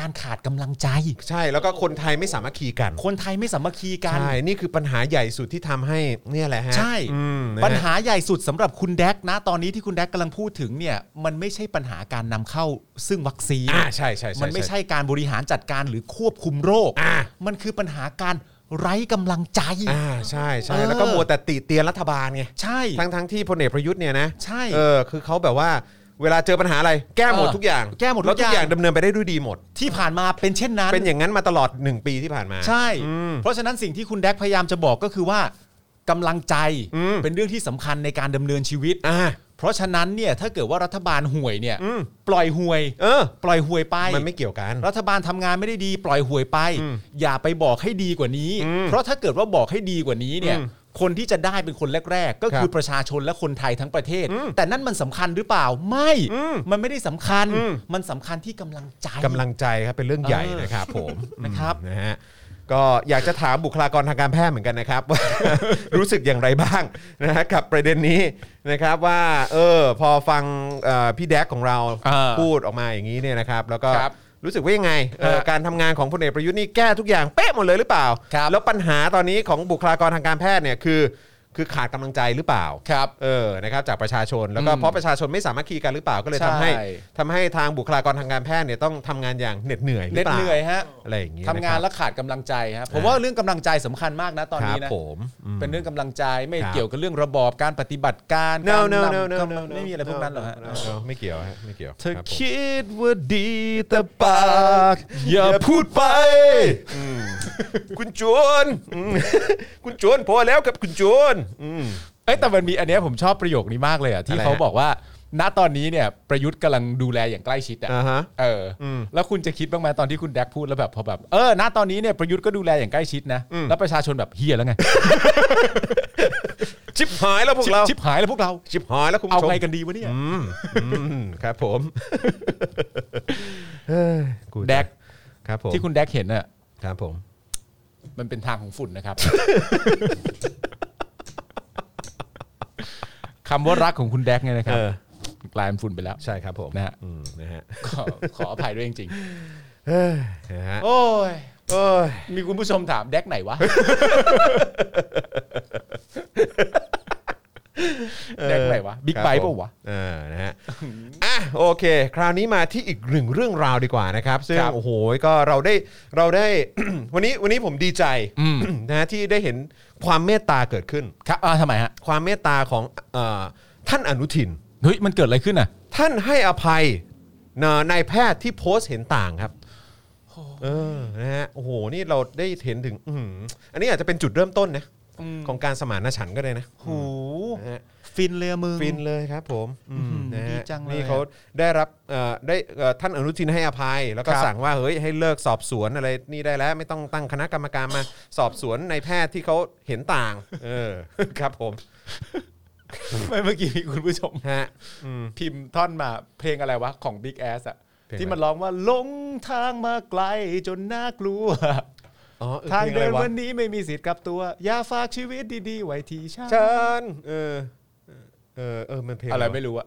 Speaker 4: การขาดกำลังใจ
Speaker 2: ใช่แล้วก็คนไทยไม่สามารถคีกัน
Speaker 4: คนไทยไม่สามัคคีกัน
Speaker 2: ใช่ นี่คือปัญหาใหญ่สุดที่ทำให้เนี่ยแหละฮะ
Speaker 4: ใช่
Speaker 2: อืมนะฮะ
Speaker 4: ปัญหาใหญ่สุดสำหรับคุณแดกนะ ตอนนี้ที่คุณแดกกำลังพูดถึงเนี่ย มันไม่ใช่ปัญหาการนำเข้าซึ่งวัคซีน
Speaker 2: อ่าใช่ใช่
Speaker 4: มันไม่ใช่การบริหารจัดการหรือควบคุมโรค
Speaker 2: อ่า
Speaker 4: มันคือปัญหาการไร้กำลังใจ
Speaker 2: อ่าใช่ใช่
Speaker 4: เออ
Speaker 2: แล้วก็มัวแต่ติเตียนรัฐบาลไง
Speaker 4: ใช่
Speaker 2: ทั้งทั้งที่พลเอกประยุทธ์เนี่ยนะ
Speaker 4: ใช่
Speaker 2: เออคือเขาแบบว่าเวลาเจอปัญหาอะไรแก้หมด
Speaker 4: เออ
Speaker 2: ทุกอย่าง
Speaker 4: แก้หมดทุก
Speaker 2: แล้วทุก
Speaker 4: อย่
Speaker 2: อา
Speaker 4: ย่าง ง
Speaker 2: ดำเนินไปได้ด้วยดีหมด
Speaker 4: ที่ผ่านมาเป็นเช่นนั้น
Speaker 2: เป็นอย่างนั้นมาตลอด 1 ปีที่ผ่านมา
Speaker 4: ใช่
Speaker 2: อืม
Speaker 4: เพราะฉะนั้นสิ่งที่คุณแดกพยายามจะบอกก็คือว่ากำลังใจ
Speaker 2: อืม
Speaker 4: เป็นเรื่องที่สำคัญในการดำเนินชีวิต
Speaker 2: อ่า
Speaker 4: เพราะฉะนั้นเนี่ยถ้าเกิดว่ารัฐบาลห่วยเนี่ย
Speaker 2: อืม
Speaker 4: ปล่อยห่วย
Speaker 2: เออ
Speaker 4: ปล่อยห่วยไป
Speaker 2: มันไม่เกี่ยวกัน
Speaker 4: รัฐบาลทำงานไม่ได้ดี ปล่อยห่วยไป
Speaker 2: อืม
Speaker 4: อย่าไปบอกให้ดีกว่านี้
Speaker 2: อืม
Speaker 4: เพราะถ้าเกิดว่าบอกให้ดีกว่านี้เนี่ย
Speaker 2: อืม
Speaker 4: คนที่จะได้เป็นคนแรก ๆ ก็
Speaker 2: ครับ
Speaker 4: คือประชาชนและคนไทยทั้งประเทศ
Speaker 2: อืม
Speaker 4: แต่นั่นมันสำคัญหรือเปล่าไม่
Speaker 2: อืม
Speaker 4: มันไม่ได้สำคัญ
Speaker 2: อืม
Speaker 4: มันสำคัญที่กำลังใจ
Speaker 2: กำลังใจครับเป็นเรื่องใหญ่
Speaker 4: เออ
Speaker 2: นะครับผม
Speaker 4: นะครับ
Speaker 2: อืมนะฮะก็อยากจะถามบุคลากรทางการแพทย์เหมือนกันนะครับ ว่า รู้สึกอย่างไรบ้างนะฮะกับประเด็นนี้นะครับว่าเออพอฟังเอ่อพี่แดกของเรา
Speaker 4: เออ
Speaker 2: พูดออกมาอย่างนี้เนี่ยนะครับ แล้วก็
Speaker 4: ครับ
Speaker 2: รู้สึกว่ายังไงเออ
Speaker 4: ฮะ
Speaker 2: การทำงานของพลเอกประยุทธ์นี่แก้ทุกอย่างเป๊ะหมดเลยหรือเปล่า
Speaker 4: ครับ
Speaker 2: แล้วปัญหาตอนนี้ของบุคลากรทางการแพทย์เนี่ยคือ คือขาดกำลังใจหรือเปล่า
Speaker 4: ครับ
Speaker 2: เออ นะครับ จากประชาชน แล้วก็
Speaker 4: อืม
Speaker 2: เพราะประชาชนไม่สามารถคีกันหรือเปล่า ก็เลย
Speaker 4: ใช่
Speaker 2: ทำให้ทำให้ทางบุคลากรทางการแพทย์เนี่ยต้องทำงานอย่างเหน็ดเหนื่อยห
Speaker 4: เห
Speaker 2: รื
Speaker 4: น็
Speaker 2: อ
Speaker 4: ด
Speaker 2: เปล่า
Speaker 4: เหนื่อยฮะ
Speaker 2: อะไรอย่างเงี้ย
Speaker 4: ทำงาน
Speaker 2: นะ
Speaker 4: แล้วขาดกำลังใจฮะผมว่าเรื่องกำลังใจสำคัญมากนะตอน
Speaker 2: ครั
Speaker 4: นี้
Speaker 2: บ
Speaker 4: นะ
Speaker 2: ผม
Speaker 4: เป็นเรื่องกำลังใจไม่
Speaker 2: ครับ
Speaker 4: เกี่ยวกับเรื่องระบอบการปฏิบัติการกา
Speaker 2: no
Speaker 4: ร
Speaker 2: no
Speaker 4: นำ
Speaker 2: no no no
Speaker 4: กำลั
Speaker 2: no
Speaker 4: งไม่มีอะไรพวกนั้นหรอกฮะ
Speaker 2: no, no, no, ไม่เกี่ยวฮะไม่เกี่ยว
Speaker 4: เธอ
Speaker 2: ครับผม
Speaker 4: คิดว่าดีแต่ปาก อย่าพูดไป
Speaker 2: อืมคุณจวนอืมคุณจวนพอแล้วครับคุณจวน อืม
Speaker 4: เอ้ยแต่มันมีอันเนี้ยผมชอบประโยคนี้มากเลยอ่ะที่
Speaker 2: อะไรฮะ
Speaker 4: เขาบอกว่า ณตอนนี้เนี่ยประยุทธ์กำลังดูแลอย่างใกล้ชิดอ่ะ
Speaker 2: อ่าฮะ
Speaker 4: เอออ
Speaker 2: ม
Speaker 4: แล้วคุณจะคิดบ้างไหมตอนที่คุณแดกพูดแล้วแบบพอแบบเออณตอนนี้เนี่ยประยุทธ์ก็ดูแลอย่างใกล้ชิดนะ
Speaker 2: อืม
Speaker 4: แล้วประชาชนแบบเฮียแล้วไง
Speaker 2: ชิบหายแล้วพวกเรา
Speaker 4: ชิบหายแล้วพวกเรา
Speaker 2: ชิบหายแล้วคุณผู้
Speaker 4: เอา
Speaker 2: ชม
Speaker 4: ไงกันดีวะเนี่ย
Speaker 2: อืมอืมครับผมเฮ้ยกูจะ
Speaker 4: แดก
Speaker 2: ครับผม
Speaker 4: ที่คุณแดกเห็นอ่ะ
Speaker 2: ครับผม
Speaker 4: มันเป็นทางของฝุ่นนะครับ คำว่ารักของคุณแดกเนี่ยนะครับ
Speaker 2: เออ
Speaker 4: กลายเป็นฝุ่นไปแล้ว
Speaker 2: ใช่ครับผม
Speaker 4: นะฮะ
Speaker 2: อืมนะฮะ
Speaker 4: ขอขออภัยด้วยจริง
Speaker 2: เฮ้ยนะฮะ
Speaker 4: ๆโอ้ย
Speaker 2: โอ้ย
Speaker 4: มีคุณผู้ชมถามแดกไหนวะ แดกไหนวะ บิ๊กไบค์เปล่าวะ
Speaker 2: เออนะฮะ อ่ะโอเค คราวนี้มาที่อีกหนึ่งเรื่องราวดีกว่านะครับ ซึ่ง
Speaker 4: ครับ
Speaker 2: โอ้โหก็เราได้เราได้ วันนี้วันนี้ผมดีใจ
Speaker 4: อืม
Speaker 2: นะฮะที่ได้เห็นความเมตตาเกิดขึ้น
Speaker 4: ครับอ่าทำไมฮะ
Speaker 2: ความเมตตาของเอ่อท่านอนุทิน
Speaker 4: เฮ้ย มันเกิดอะไรขึ้นอ่ะ
Speaker 2: ท่านให้อภัยนะนายแพทย์ที่โพสต์เห็นต่างครับเออนะฮะโอ้โหนี่เราได้เห็นถึง อื้อหืออันนี้อาจจะเป็นจุดเริ่มต้นนะ
Speaker 4: อืม
Speaker 2: ของการสมานฉันท์ก็ได้นะ
Speaker 4: หู
Speaker 2: นะฮะ
Speaker 4: ฟินเลยอะมึง
Speaker 2: ฟินเลยครับผมอืมนะฮะ
Speaker 4: ดีจังเลย
Speaker 2: นี่เขาได้รับเอ่อได้เอ่อท่านอนุทินให้อภัย แล้วก็
Speaker 4: ครับ
Speaker 2: สั่งว่าเฮ้ยให้เลิกสอบสวนอะไรนี่ได้แล้วไม่ต้องตั้งคณะกรรมการมา สอบสวนในแพทย์ที่เขาเห็นต่าง เออ ครับผม
Speaker 4: ไม่เมื่อกี้มีคุณผู้ชม
Speaker 2: ฮะอืม
Speaker 4: พิมพ์ท่อนมาเพลงอะไรวะ ของ Big Ass อะ
Speaker 2: เพลงอะไร
Speaker 4: ที่มันร้องว่าหลงทางมาไกลจนน่ากลัว
Speaker 2: อ๋อออ
Speaker 4: ทาง
Speaker 2: พล
Speaker 4: เดิน
Speaker 2: อะไระ
Speaker 4: วันนี้ไม่มีสิทธิ์กลับตัว อย่าฝากชีวิตดีๆ ไว้ที่ฉัน
Speaker 2: เชิญเออเออเออมันเพลง
Speaker 4: อะไร
Speaker 2: ว
Speaker 4: ไม่รู้อะ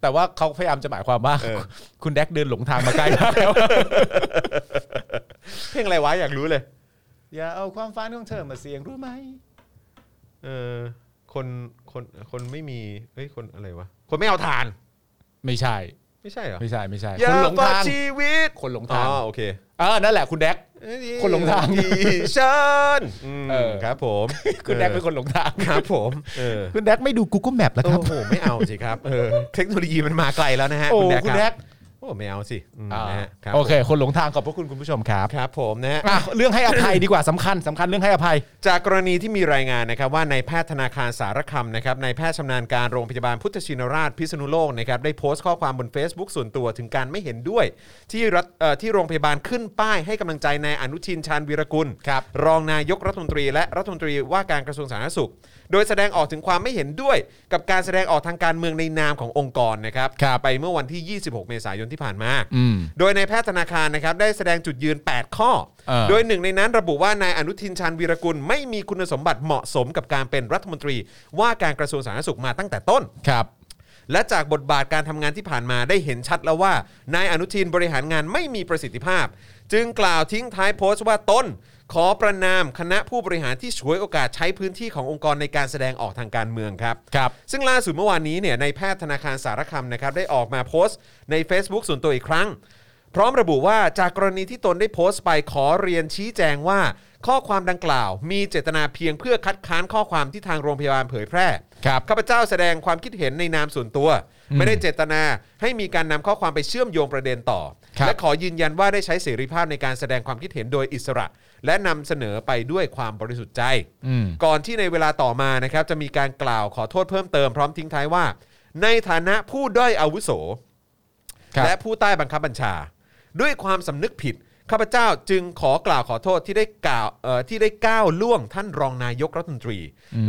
Speaker 4: แต่ว่าเขาพยายามจะหมายความว่า
Speaker 2: เออ
Speaker 4: คุณแดกเดินหลงทางมาไกลมาก แล้ว
Speaker 2: เพลงอะไรวะอยากรู้เลย
Speaker 4: อย่าเอาความฝันของเธอมาเสี่ยงรู้ไหม
Speaker 2: เออคนคนคนไม่มีเฮ้ยคนอะไรวะคนไม่เอาทาน
Speaker 4: ไม่ใช่
Speaker 2: ไม่ใช่เหรอ
Speaker 4: ไม่ใช่ไม่ใช่
Speaker 2: อย่า
Speaker 4: คนหลง
Speaker 2: ฝาก
Speaker 4: ทาง
Speaker 2: ชีวิต
Speaker 4: คนหลง
Speaker 2: อ๋
Speaker 4: ทาง
Speaker 2: อโอเค
Speaker 4: เออนั่นแหละคุณแดก คนหลงทาง
Speaker 2: ดีฉันอืม
Speaker 4: เออ
Speaker 2: ครับผม
Speaker 4: คุณแดกเป็นคนหลงทาง
Speaker 2: ครับผมเออ
Speaker 4: คุณแดกไม่ดู Google Map แล้วค
Speaker 2: โอ้
Speaker 4: รับ
Speaker 2: โหไม่เอาสิครับเออเทคโนโลยีมันมาไกลแล้วนะฮะ
Speaker 4: โอ้
Speaker 2: คุณแดก
Speaker 4: คุณ
Speaker 2: ค
Speaker 4: แด
Speaker 2: รับ
Speaker 4: ก
Speaker 2: โอ้ไม่เอาสิอืม
Speaker 4: อ่า
Speaker 2: นะฮะรับ
Speaker 4: โอเค คนหลงทางขอบพระคุณคุณผู้ชมครับ
Speaker 2: ครับผมนะฮะ
Speaker 4: อ่ะเรื่องให้อ ภัยดีกว่าสำคัญสำคัญเรื่องให้อภัย
Speaker 2: จากกรณีที่มีรายงานนะครับว่านายแพทย์ธนาคารสารคำนะครับนายแพทย์ชำนาญการโรงพยาบาลพุทธชินราชพิษณุโลกนะครับได้โพสต์ข้อความบน Facebook ส่วนตัวถึงการไม่เห็นด้วย ที่รัฐเอ่อที่โรงพยาบาลขึ้นป้ายให้กำลังใจนายอนุชินชาญวีรกุล
Speaker 4: ครับ
Speaker 2: รองนายกรัฐมนตรีและรัฐมนตรีว่าการกระทรวงสาธารณสุข โดยแสดงออกถึงความไม่เห็นด้วย กับการแสดงออกทางการเมืองในนามขององค์กรนะครับ
Speaker 4: ครับ
Speaker 2: ไปเมื่อวันที่ 26 เมษายนที่ผ่านมา
Speaker 4: อืม
Speaker 2: โดยนายแพทย์ธนาคารนะครับได้แสดงจุดยืน 8 ข้อ
Speaker 4: เออ
Speaker 2: โดยหนึ่งในนั้นระบุว่านายอนุทินชาญวีรกุลไม่มีคุณสมบัติเหมาะสมกับการเป็นรัฐมนตรี ว่าการกระทรวงสาธารณสุขมาตั้งแต่ต้น
Speaker 4: ครับ
Speaker 2: และจากบทบาทการทำงานที่ผ่านมาได้เห็นชัดแล้วว่า นายอนุทินบริหารงานไม่มีประสิทธิภาพ จึงกล่าวทิ้งท้ายโพสต์ว่าตนขอประนามคณะผู้บริหารที่ฉวยโอกาสใช้พื้นที่ขององค์กรในการแสดงออกทางการเมืองครับ
Speaker 4: ครับ
Speaker 2: ซึ่งล่าสุดเมื่อวานนี้เนี่ยในายแพทย์ธนาคารสารคำนะครับได้ออกมาโพสต์ใน Facebook ส่วนตัวอีกครั้ง พร้อมระบุว่าจากกรณีที่ตนได้โพสต์ไปขอเรียนชี้แจงว่า ข้อความดังกล่าว มีเจตนาเพียงเพื่อคัดค้านข้อความที่ทางโรงพยาบาลเผยแพร่
Speaker 4: ครับ
Speaker 2: ข้าพเจ้าแสดงความคิดเห็นในนามส่วนตัว ไม่ได้เจตนาให้มีการนำข้อความไปเชื่อมโยงประเด็นต่อ
Speaker 4: ครับ
Speaker 2: และขอยืนยันว่าได้ใช้เสรีภาพในการแสดงความคิดเห็นโดยอิสระ และนำเสนอไปด้วยความบริสุทธิ์ใจ
Speaker 4: อืม
Speaker 2: ก่อนที่ในเวลาต่อมานะครับจะมีการกล่าวขอโทษเพิ่มเติมพร้อมทิ้งท้ายว่า ในฐานะผู้ด้อยอาวุโส
Speaker 4: ครับ
Speaker 2: และผู้ใต้บังคับบัญชา ด้วยความสำนึกผิด ข้าพเจ้าจึงขอกล่าวขอโทษที่ได้กล่าวเอ่อที่ได้ก้าวล่วงท่านรองนายกรัฐมนตรี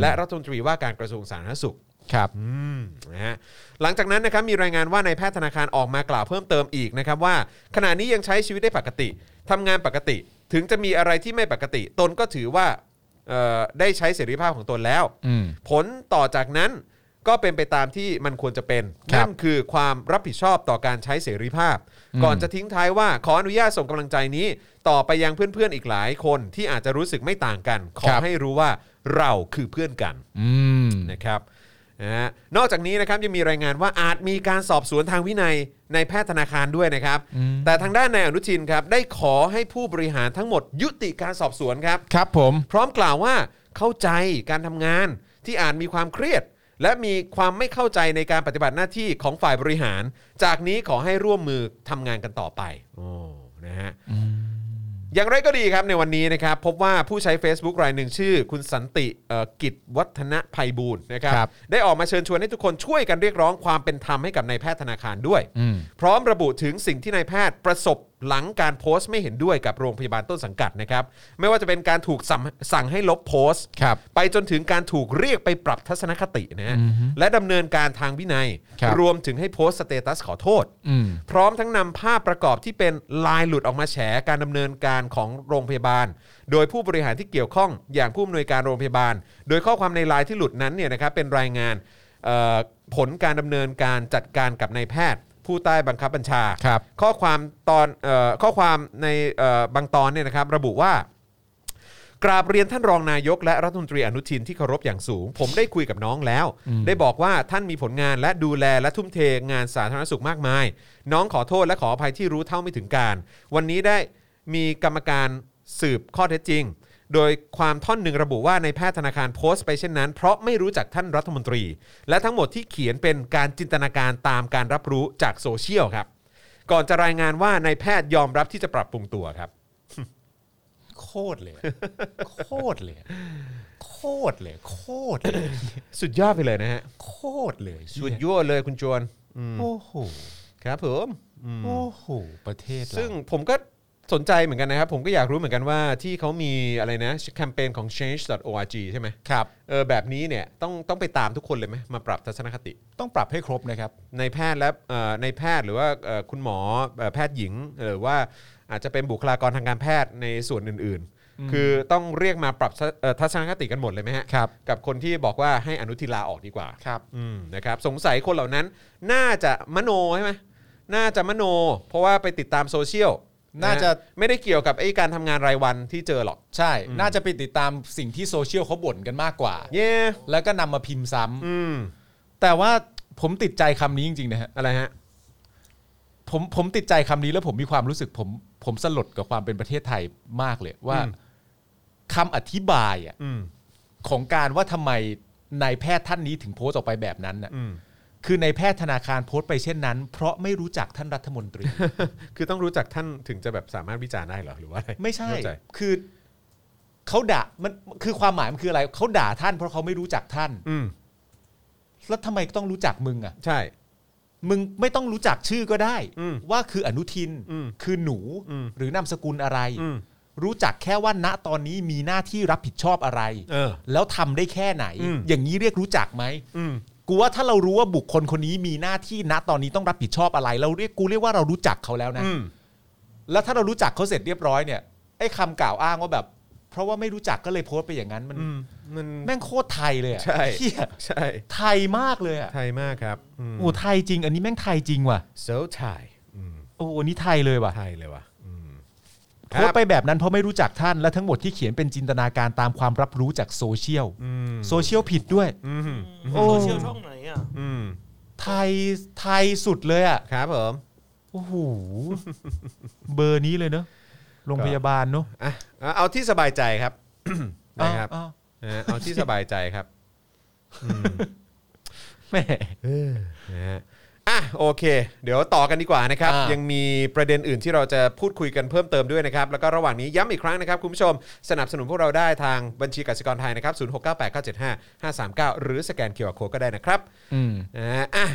Speaker 2: และรัฐมนตรีว่าการกระทรวงสาธารณสุข
Speaker 4: ครับ
Speaker 2: อืมนะฮะหลังจากนั้นนะครับมีรายงานว่านายแพทย์ธนาคารออกมากล่าวเพิ่มเติมอีกนะครับว่า ขณะนี้ยังใช้ชีวิตได้ปกติทำงานปกติ ถึงจะมีอะไรที่ไม่ปกติ ตนก็ถือว่าเอ่อได้ใช้เสรีภาพของตนแล้ว
Speaker 4: อืม
Speaker 2: ผลต่อจากนั้นก็เป็นไปตามที่มันควรจะเป็น
Speaker 4: ครับ
Speaker 2: นั่นคือความรับผิดชอบต่อการใช้เสรีภาพ ก่อนจะทิ้งท้ายว่าขออนุญาตส่งกำลังใจนี้ ต่อไปยังเพื่อนๆอีกหลายคนที่อาจจะรู้สึกไม่ต่างกัน ขอให้รู้ว่าเราคือเพื่อนกัน
Speaker 4: อืม
Speaker 2: นะครับนะฮะนอกจากนี้นะครับยังมีรายงานว่าอาจมีการสอบสวนทางวินัยในแพทย์ธนาคารด้วยนะครับ แต่ทางด้านนายอนุชินครับได้ขอให้ผู้บริหารทั้งหมดยุติการสอบสวนครับ
Speaker 4: ครับผม
Speaker 2: พร้อมกล่าวว่าเข้าใจการทำงานที่อาจมีความเครียด และมีความไม่เข้าใจในการปฏิบัติหน้าที่ของฝ่ายบริหาร จากนี้ขอให้ร่วมมือทำงานกันต่อไปโอ้นะฮะ อย่างไรก็ดีครับในวันนี้นะครับ พบว่าผู้ใช้ Facebook รายหนึ่งชื่อ คุณสันติเอ่อกิจวัฒนภัยบูรณ์นะครับ
Speaker 4: ครับ
Speaker 2: ได้ออกมาเชิญชวนให้ทุกคนช่วยกันเรียกร้องความเป็นธรรมให้กับนายแพทย์ธนาคารด้วย
Speaker 4: อืม
Speaker 2: พร้อมระบุถึงสิ่งที่นายแพทย์ประสบหลังการโพสต์ไม่เห็นด้วยกับโรงพยาบาลต้นสังกัดนะครับ ไม่ว่าจะเป็นการถูกสั่งสั่งให้ลบโพสต์
Speaker 4: ครับ
Speaker 2: ไปจนถึงการถูกเรียกไปปรับทัศนคตินะฮะและดำเนินการทางวินัย
Speaker 4: ครับ
Speaker 2: รวมถึงให้โพสต์สเตตัสขอโทษ
Speaker 4: อืม
Speaker 2: พร้อมทั้งนำภาพประกอบที่เป็นลายหลุดออกมาแฉการดำเนินการของโรงพยาบาล โดยผู้บริหารที่เกี่ยวข้องอย่างผู้อำนวยการโรงพยาบาล โดยข้อความในลายที่หลุดนั้นเนี่ยนะครับเป็นรายงานเอ่อผลการดำเนินการจัดการกับนายแพทย์ ผู้ใต้บังคับบัญชา
Speaker 4: ครับ
Speaker 2: ข้อความตอนเออข้อความในเอ่อบางตอนเนี่ยนะครับระบุว่า กราบเรียนท่านรองนายกและรัฐมนตรีอนุทินที่เคารพอย่างสูง ผมได้คุยกับน้องแล้ว ได้บอกว่าท่านมีผลงานและดูแลและทุ่มเทงานสาธารณสุขมากมาย น้องขอโทษและขออภัยที่รู้เท่าไม่ถึงการ วันนี้ได้มีกรรมการสืบข้อเท็จจริง โดยความท่อนหนึ่งระบุว่าในแพทย์ธนาคารโพสต์ไปเช่นนั้น เพราะไม่รู้จักท่านรัฐมนตรี และทั้งหมดที่เขียนเป็นการจินตนาการตามการรับรู้จากโซเชียลครับ ก่อนจะรายงานว่านายแพทย์ยอมรับที่จะปรับปรุงตัวครับ
Speaker 4: โคตร เลย โคตรเลย โคตรเลย โคตรเลย
Speaker 2: สุดยอดไปเลยนะฮะ
Speaker 4: โคตรเลย
Speaker 2: สุดยอดเลยคุณจวน
Speaker 4: โอ้โห
Speaker 2: ครับผม
Speaker 4: โอ้โห ประเทศเรา
Speaker 2: ซึ่งผมก็สนใจเหมือนกันนะครับ ผมก็อยากรู้เหมือนกันว่าที่เขามีอะไรนะแคมเปญของ change.org ใช่ไหม
Speaker 4: ครับ
Speaker 2: เออแบบนี้เนี่ยต้องต้องไปตามทุกคนเลยไหมมาปรับทัศนคติ
Speaker 4: ต้องปรับให้ครบนะครับ
Speaker 2: ในแพทย์และเอ่อในแพทย์หรือว่าเอ่อคุณหมอเอ่อแพทย์หญิงหรือว่าอาจจะเป็นบุคลากรทางการแพทย์ในส่วนอื่นๆ คือต้องเรียกมาปรับทัศเอ่อทัศนคติกันหมดเลยไหมฮะ
Speaker 4: ครับ
Speaker 2: กับคนที่บอกว่าให้อนุทินลาออกดีกว่า
Speaker 4: ครับ
Speaker 2: อืมนะครับสงสัยคนเหล่านั้นน่าจะมโนใช่ไหมน่าจะมโน เพราะว่าไปติดตามโซเชียล
Speaker 4: น่าจะ
Speaker 2: ฮไม่ได้เกี่ยวกับไอ้การทำงานรายวันที่เจอหรอก
Speaker 4: ใช่ น่าจะไปติดตามสิ่งที่โซเชียลเขาบ่นกันมากกว่า
Speaker 2: เย่
Speaker 4: แล้วก็นำมาพิมพ์ซ้ำ
Speaker 2: อืม
Speaker 4: แต่ว่าผมติดใจคำนี้จริงๆนะฮะ
Speaker 2: อะไรฮะ
Speaker 4: ผมผมติดใจคำนี้แล้วผมมีความรู้สึกผมผมสลดกับความเป็นประเทศไทยมากเลยว่า
Speaker 2: อืม
Speaker 4: คำอธิบายอะ
Speaker 2: อืม
Speaker 4: ของการว่าทำไมนายแพทย์ท่านนี้ถึงโพสต์ออกไปแบบนั้นน่ะ
Speaker 2: อืม
Speaker 4: คือนายแพทย์ธนาคารโพสต์ไปเช่นนั้น เพราะไม่รู้จักท่านรัฐมนตรี
Speaker 2: คือต้องรู้จักท่านถึงจะแบบสามารถวิจารณ์ได้เหรอหรือว่าอะไร
Speaker 4: ไม่ใช่
Speaker 2: เข้าจ
Speaker 4: คือเขาด่ามันคือความหมายมันคืออะไรเขาด่าท่านเพราะเขาไม่รู้จักท่าน
Speaker 2: อืม
Speaker 4: แล้วทำไมต้องรู้จักมึงอ่ะ
Speaker 2: ใช่
Speaker 4: มึงไม่ต้องรู้จักชื่อก็ได้
Speaker 2: อืม
Speaker 4: ว่าคืออนุทิน
Speaker 2: อืม
Speaker 4: คือหนู
Speaker 2: อืม
Speaker 4: หรือนามสกุลอะไร
Speaker 2: อืม
Speaker 4: รู้จักแค่ว่าณตอนนี้มีหน้าที่รับผิดชอบอะไร
Speaker 2: เออ
Speaker 4: แล้วทำได้แค่ไหน
Speaker 2: อืม
Speaker 4: อย่างนี้เรียกรู้จักไหม
Speaker 2: อืม
Speaker 4: กูว่าถ้าเรารู้ว่าบุคคลคนนี้มีหน้าที่ณตอนนี้ต้องรับผิดชอบอะไร เราเรียกกูเรียกว่าเรารู้จักเขาแล้วนะ
Speaker 2: อืม
Speaker 4: แล้วถ้าเรารู้จักเขาเสร็จเรียบร้อยเนี่ยไอ้คำกล่าวอ้างว่าแบบ เพราะว่าไม่รู้จักก็เลยโพสต์ไปอย่างนั้นมัน
Speaker 2: อืมมัน
Speaker 4: แม่งโคตรไทยเลยอะ
Speaker 2: ใช่
Speaker 4: เหี้ย
Speaker 2: ใช่
Speaker 4: ไทยมากเลยอะ
Speaker 2: ไทยมากครับอืม
Speaker 4: โอ้ไทยจริง อันนี้แม่งไทยจริงว่ะ
Speaker 2: so Thai อืม
Speaker 4: โอ้อันนี้ไทยเลยว่ะ
Speaker 2: ไทยเลยว่ะอืม
Speaker 4: โพสต์ไปแบบนั้นเพราะไม่รู้จักท่านและทั้งหมดที่เขียนเป็นจินตนาการตามความรับรู้จากโซเชียล
Speaker 2: อืม
Speaker 4: โซเชียลผิดด้วย
Speaker 2: อืม
Speaker 4: โอ้
Speaker 3: โซเชียลช่องไหนอ่ะ
Speaker 2: อืม
Speaker 4: ไทยไทยสุดเลยอ่ะ
Speaker 2: ครับผม
Speaker 4: โอ้โห เบอร์นี้เลยเนอะโรงพยาบาลเนอะ
Speaker 2: อ่ะเอาเอาที่สบายใจ ครับ นะครับ
Speaker 4: อ้าว
Speaker 2: นะฮะเอาที่สบายใจครับ
Speaker 4: แหม่
Speaker 2: นะฮะอ่ะโอเค เดี๋ยวต่อกันดีกว่านะครับ
Speaker 4: อ่า
Speaker 2: ยังมีประเด็นอื่นที่เราจะพูดคุยกันเพิ่มเติมด้วยนะครับ แล้วก็ระหว่างนี้ย้ำอีกครั้งนะครับ คุณผู้ชมสนับสนุนพวกเราได้ทางบัญชีกสิกรไทยนะครับ 0698975539 หรือสแกนเคอร์โคก็ได้นะครับ
Speaker 4: อืม
Speaker 2: นะฮะ อ่ะ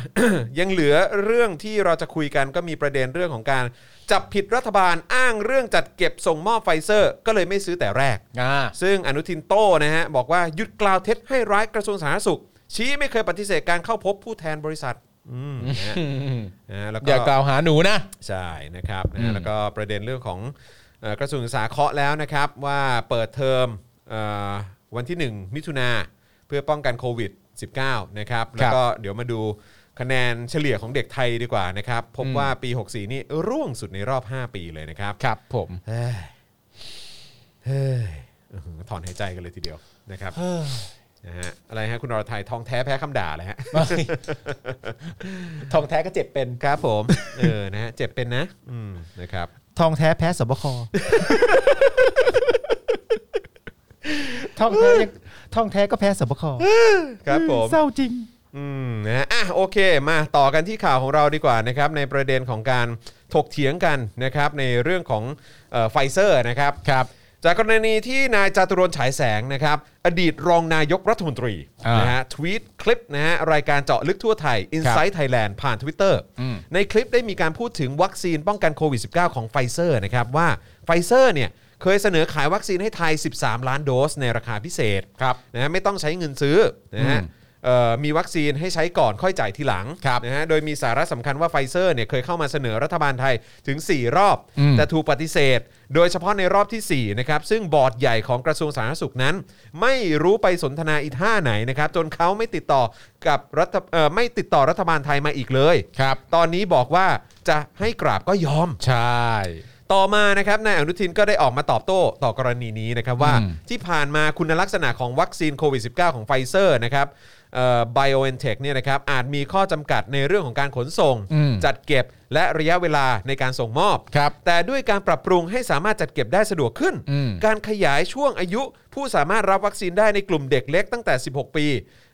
Speaker 2: ยังเหลือเรื่องที่เราจะคุยกันก็มีประเด็นเรื่องของการ จับผิดรัฐบาลอ้างเรื่องจัดเก็บส่งมอบไฟเซอร์ ก็เลยไม่ซื้อแต่แรก
Speaker 4: อ่า
Speaker 2: ซึ่งอนุทินโต้นะฮะ บอกว่าหยุดกล่าวเท็จให้ร้ายกระทรวงสาธารณสุข ชี้ไม่เคยปฏิเสธการเข้าพบผู้แทนบริษัท อืมนะฮะนะฮะแล้ว
Speaker 4: อย่าก
Speaker 2: ก็
Speaker 4: ล่าวหาหนูนะ
Speaker 2: ใช่นะครับนะ
Speaker 4: อื
Speaker 2: ฮะ
Speaker 4: ม
Speaker 2: แล้วก็ประเด็นเรื่องของเอ่อกระทรวงศึกษาเคาะแล้วนะครับว่าเปิดเทอมเอ่อวันที่ 1 มิถุนาเพื่อป้องกันโควิด -19 นะครับแล้วก็เดี๋ยวมาดูคะแนนเฉลี่ยของเด็กไทยดีกว่านะครับ พบ
Speaker 4: อืม
Speaker 2: ว่าปี 64 นี่ร่วงสุดในรอบ 5 ปีเลยนะครับ
Speaker 4: ครับผม
Speaker 2: เฮ้ยเฮ้ยอื้อหือถอนหายใจกันเลยทีเดียวนะครับนะฮะอะไรฮะคุณอรทัยทองแท้แพ้คำด่าเลยฮะ
Speaker 4: ทองแท้ก็เจ็บเป็น
Speaker 2: ครับผม เออนะฮะเจ็บเป็นนะอืมนะครับ
Speaker 4: ทองแท้แพ้สบคทองแท้ยังทองแท้ก็แพ้สบค
Speaker 2: ครับผม
Speaker 4: เศร้าจริง
Speaker 2: อืมนะฮะอ่ะโอเคมาต่อกันที่ข่าวของเราดีกว่านะครับในประเด็นของการถกเถียงกันนะครับในเรื่องของไฟเซอร์นะครับครับ จากกรณีที่นายจาตุรนต์ฉายแสงนะครับอดีตรองนายกรัฐมนตรี
Speaker 4: อ่าน
Speaker 2: นะฮะทวีตคลิปนะฮะรายการเจาะลึกทั่วไทย Inside Thailand ผ่าน Twitter
Speaker 4: อืม
Speaker 2: ในคลิปได้มีการพูดถึงวัคซีนป้องกันโควิด -19 ของไฟเซอร์นะครับว่าไฟเซอร์เนี่ยเคยเสนอขายวัคซีนให้ไทย 13 ล้านโดสในราคาพิเศษ
Speaker 4: ครับ
Speaker 2: นะฮะไม่ต้องใช้เงินซื้อนะฮะ
Speaker 4: อืม
Speaker 2: เอ่อมีวัคซีนให้ใช้ก่อนค่อยจ่ายทีหลังนะฮะโดยมีสาระสำคัญว่าไฟเซอร์เนี่ยเคยเข้ามาเสนอรัฐบาลไทยถึง 4 รอบ
Speaker 4: อืม
Speaker 2: แต่ถูกปฏิเสธ โดยเฉพาะในรอบทีสี่4นะครับซึ่งบอร์ดใหญ่ของกระทรวงสาธารณสุขนั้น ไม่รู้ไปสนทนาอีท่าไหนนะครับจนเขาไม่ติดต่อกับรัฐเอ่อไม่ติดต่อรัฐบาลไทยมาอีกเลย
Speaker 4: ครับ
Speaker 2: ตอนนี้บอกว่าจะให้กราบก็ยอม
Speaker 4: ใช่
Speaker 2: ต่อมานะครับนายอนุทินก็ได้ออกมาตอบโต้ต่อกรณีนี้นะครับว่า
Speaker 4: อืม
Speaker 2: ที่ผ่านมาคุณลักษณะของวัคซีนโควิด -19 ของไฟเซอร์นะครับไบโอเอนเทคเนี่ยนะครับอาจมีข้อจำกัดในเรื่องของการขนส่ง
Speaker 4: อืม
Speaker 2: จัดเก็บและระยะเวลาในการส่งมอบ
Speaker 4: ครับ
Speaker 2: แต่ด้วยการปรับปรุงให้สามารถจัดเก็บได้สะดวกขึ้น
Speaker 4: อืม
Speaker 2: การขยายช่วงอายุ ผู้สามารถรับวัคซีนได้ในกลุ่มเด็กเล็กตั้งแต่ 16 ปี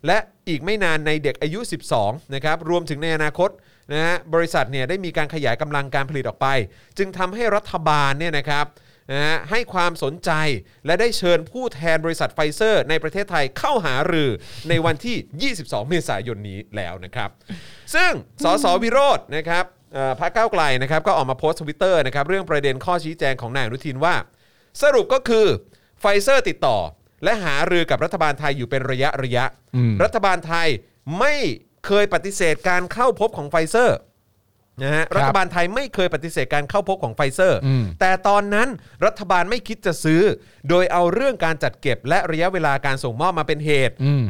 Speaker 2: และอีกไม่นานในเด็กอายุ 12 นะครับ รวมถึงในอนาคตนะฮะบริษัทเนี่ยได้มีการขยายกำลังการผลิตออกไป จึงทำให้รัฐบาลเนี่ยนะครับนะฮะให้ความสนใจและได้เชิญผู้แทนบริษัทไฟเซอร์ ในประเทศไทยเข้าหารือในวันที่ 22 เมษายนนี้แล้วนะครับ ซึ่งสสวิโรจน์นะครับเอ่อพรรคก้าวไกลนะครับก็ออกมาโพสต์ทวิตเตอร์นะครับเรื่องประเด็นข้อชี้แจงของนายอนุทินว่า สรุปก็คือไฟเซอร์ติดต่อ และหารือกับรัฐบาลไทยอยู่เป็นระยะระยะ
Speaker 4: อืม
Speaker 2: รัฐบาลไทยไม่เคยปฏิเสธการเข้าพบของไฟเซอร์นะฮะรัฐบาลไทยไม่เคยปฏิเสธการเข้าพบของไฟเซอร์
Speaker 4: อืม
Speaker 2: แต่ตอนนั้นรัฐบาลไม่คิดจะซื้อ โดยเอาเรื่องการจัดเก็บและระยะเวลาการส่งมอบมาเป็นเหตุ
Speaker 4: อืม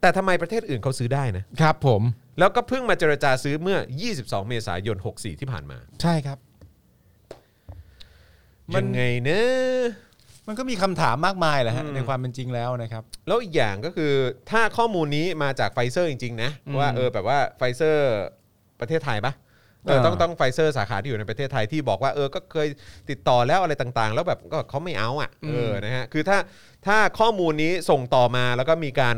Speaker 2: แต่ทำไมประเทศอื่นเขาซื้อได้นะ
Speaker 4: ครับผม
Speaker 2: แล้วก็เพิ่งมาเจรจาซื้อเมื่อ 22 เมษายน 64 ที่ผ่านมา
Speaker 4: ใช่ครับ มั
Speaker 2: มัน นไงเนะ
Speaker 4: มันก็มีคำถามมากมายแหละฮะในความเป็นจริงแล้วนะครับ
Speaker 2: แล้วอีกอย่างก็คือถ้าข้อมูลนี้มาจากไฟเซอร์จริง ๆ นะ
Speaker 4: อืม
Speaker 2: ว่าเออแบบว่าไฟเซอร์ประเทศไทยปะ เออต้องต้องไฟเซอร์สาขาที่อยู่ในประเทศไทยที่บอกว่าเออก็เคยติดต่อแล้วอะไรต่างๆ แล้วแบบก็เขาไม่เอาอ่ะเออนะฮะคือถ้าถ้าข้อมูลนี้ส่งต่อมาแล้วก็มีการ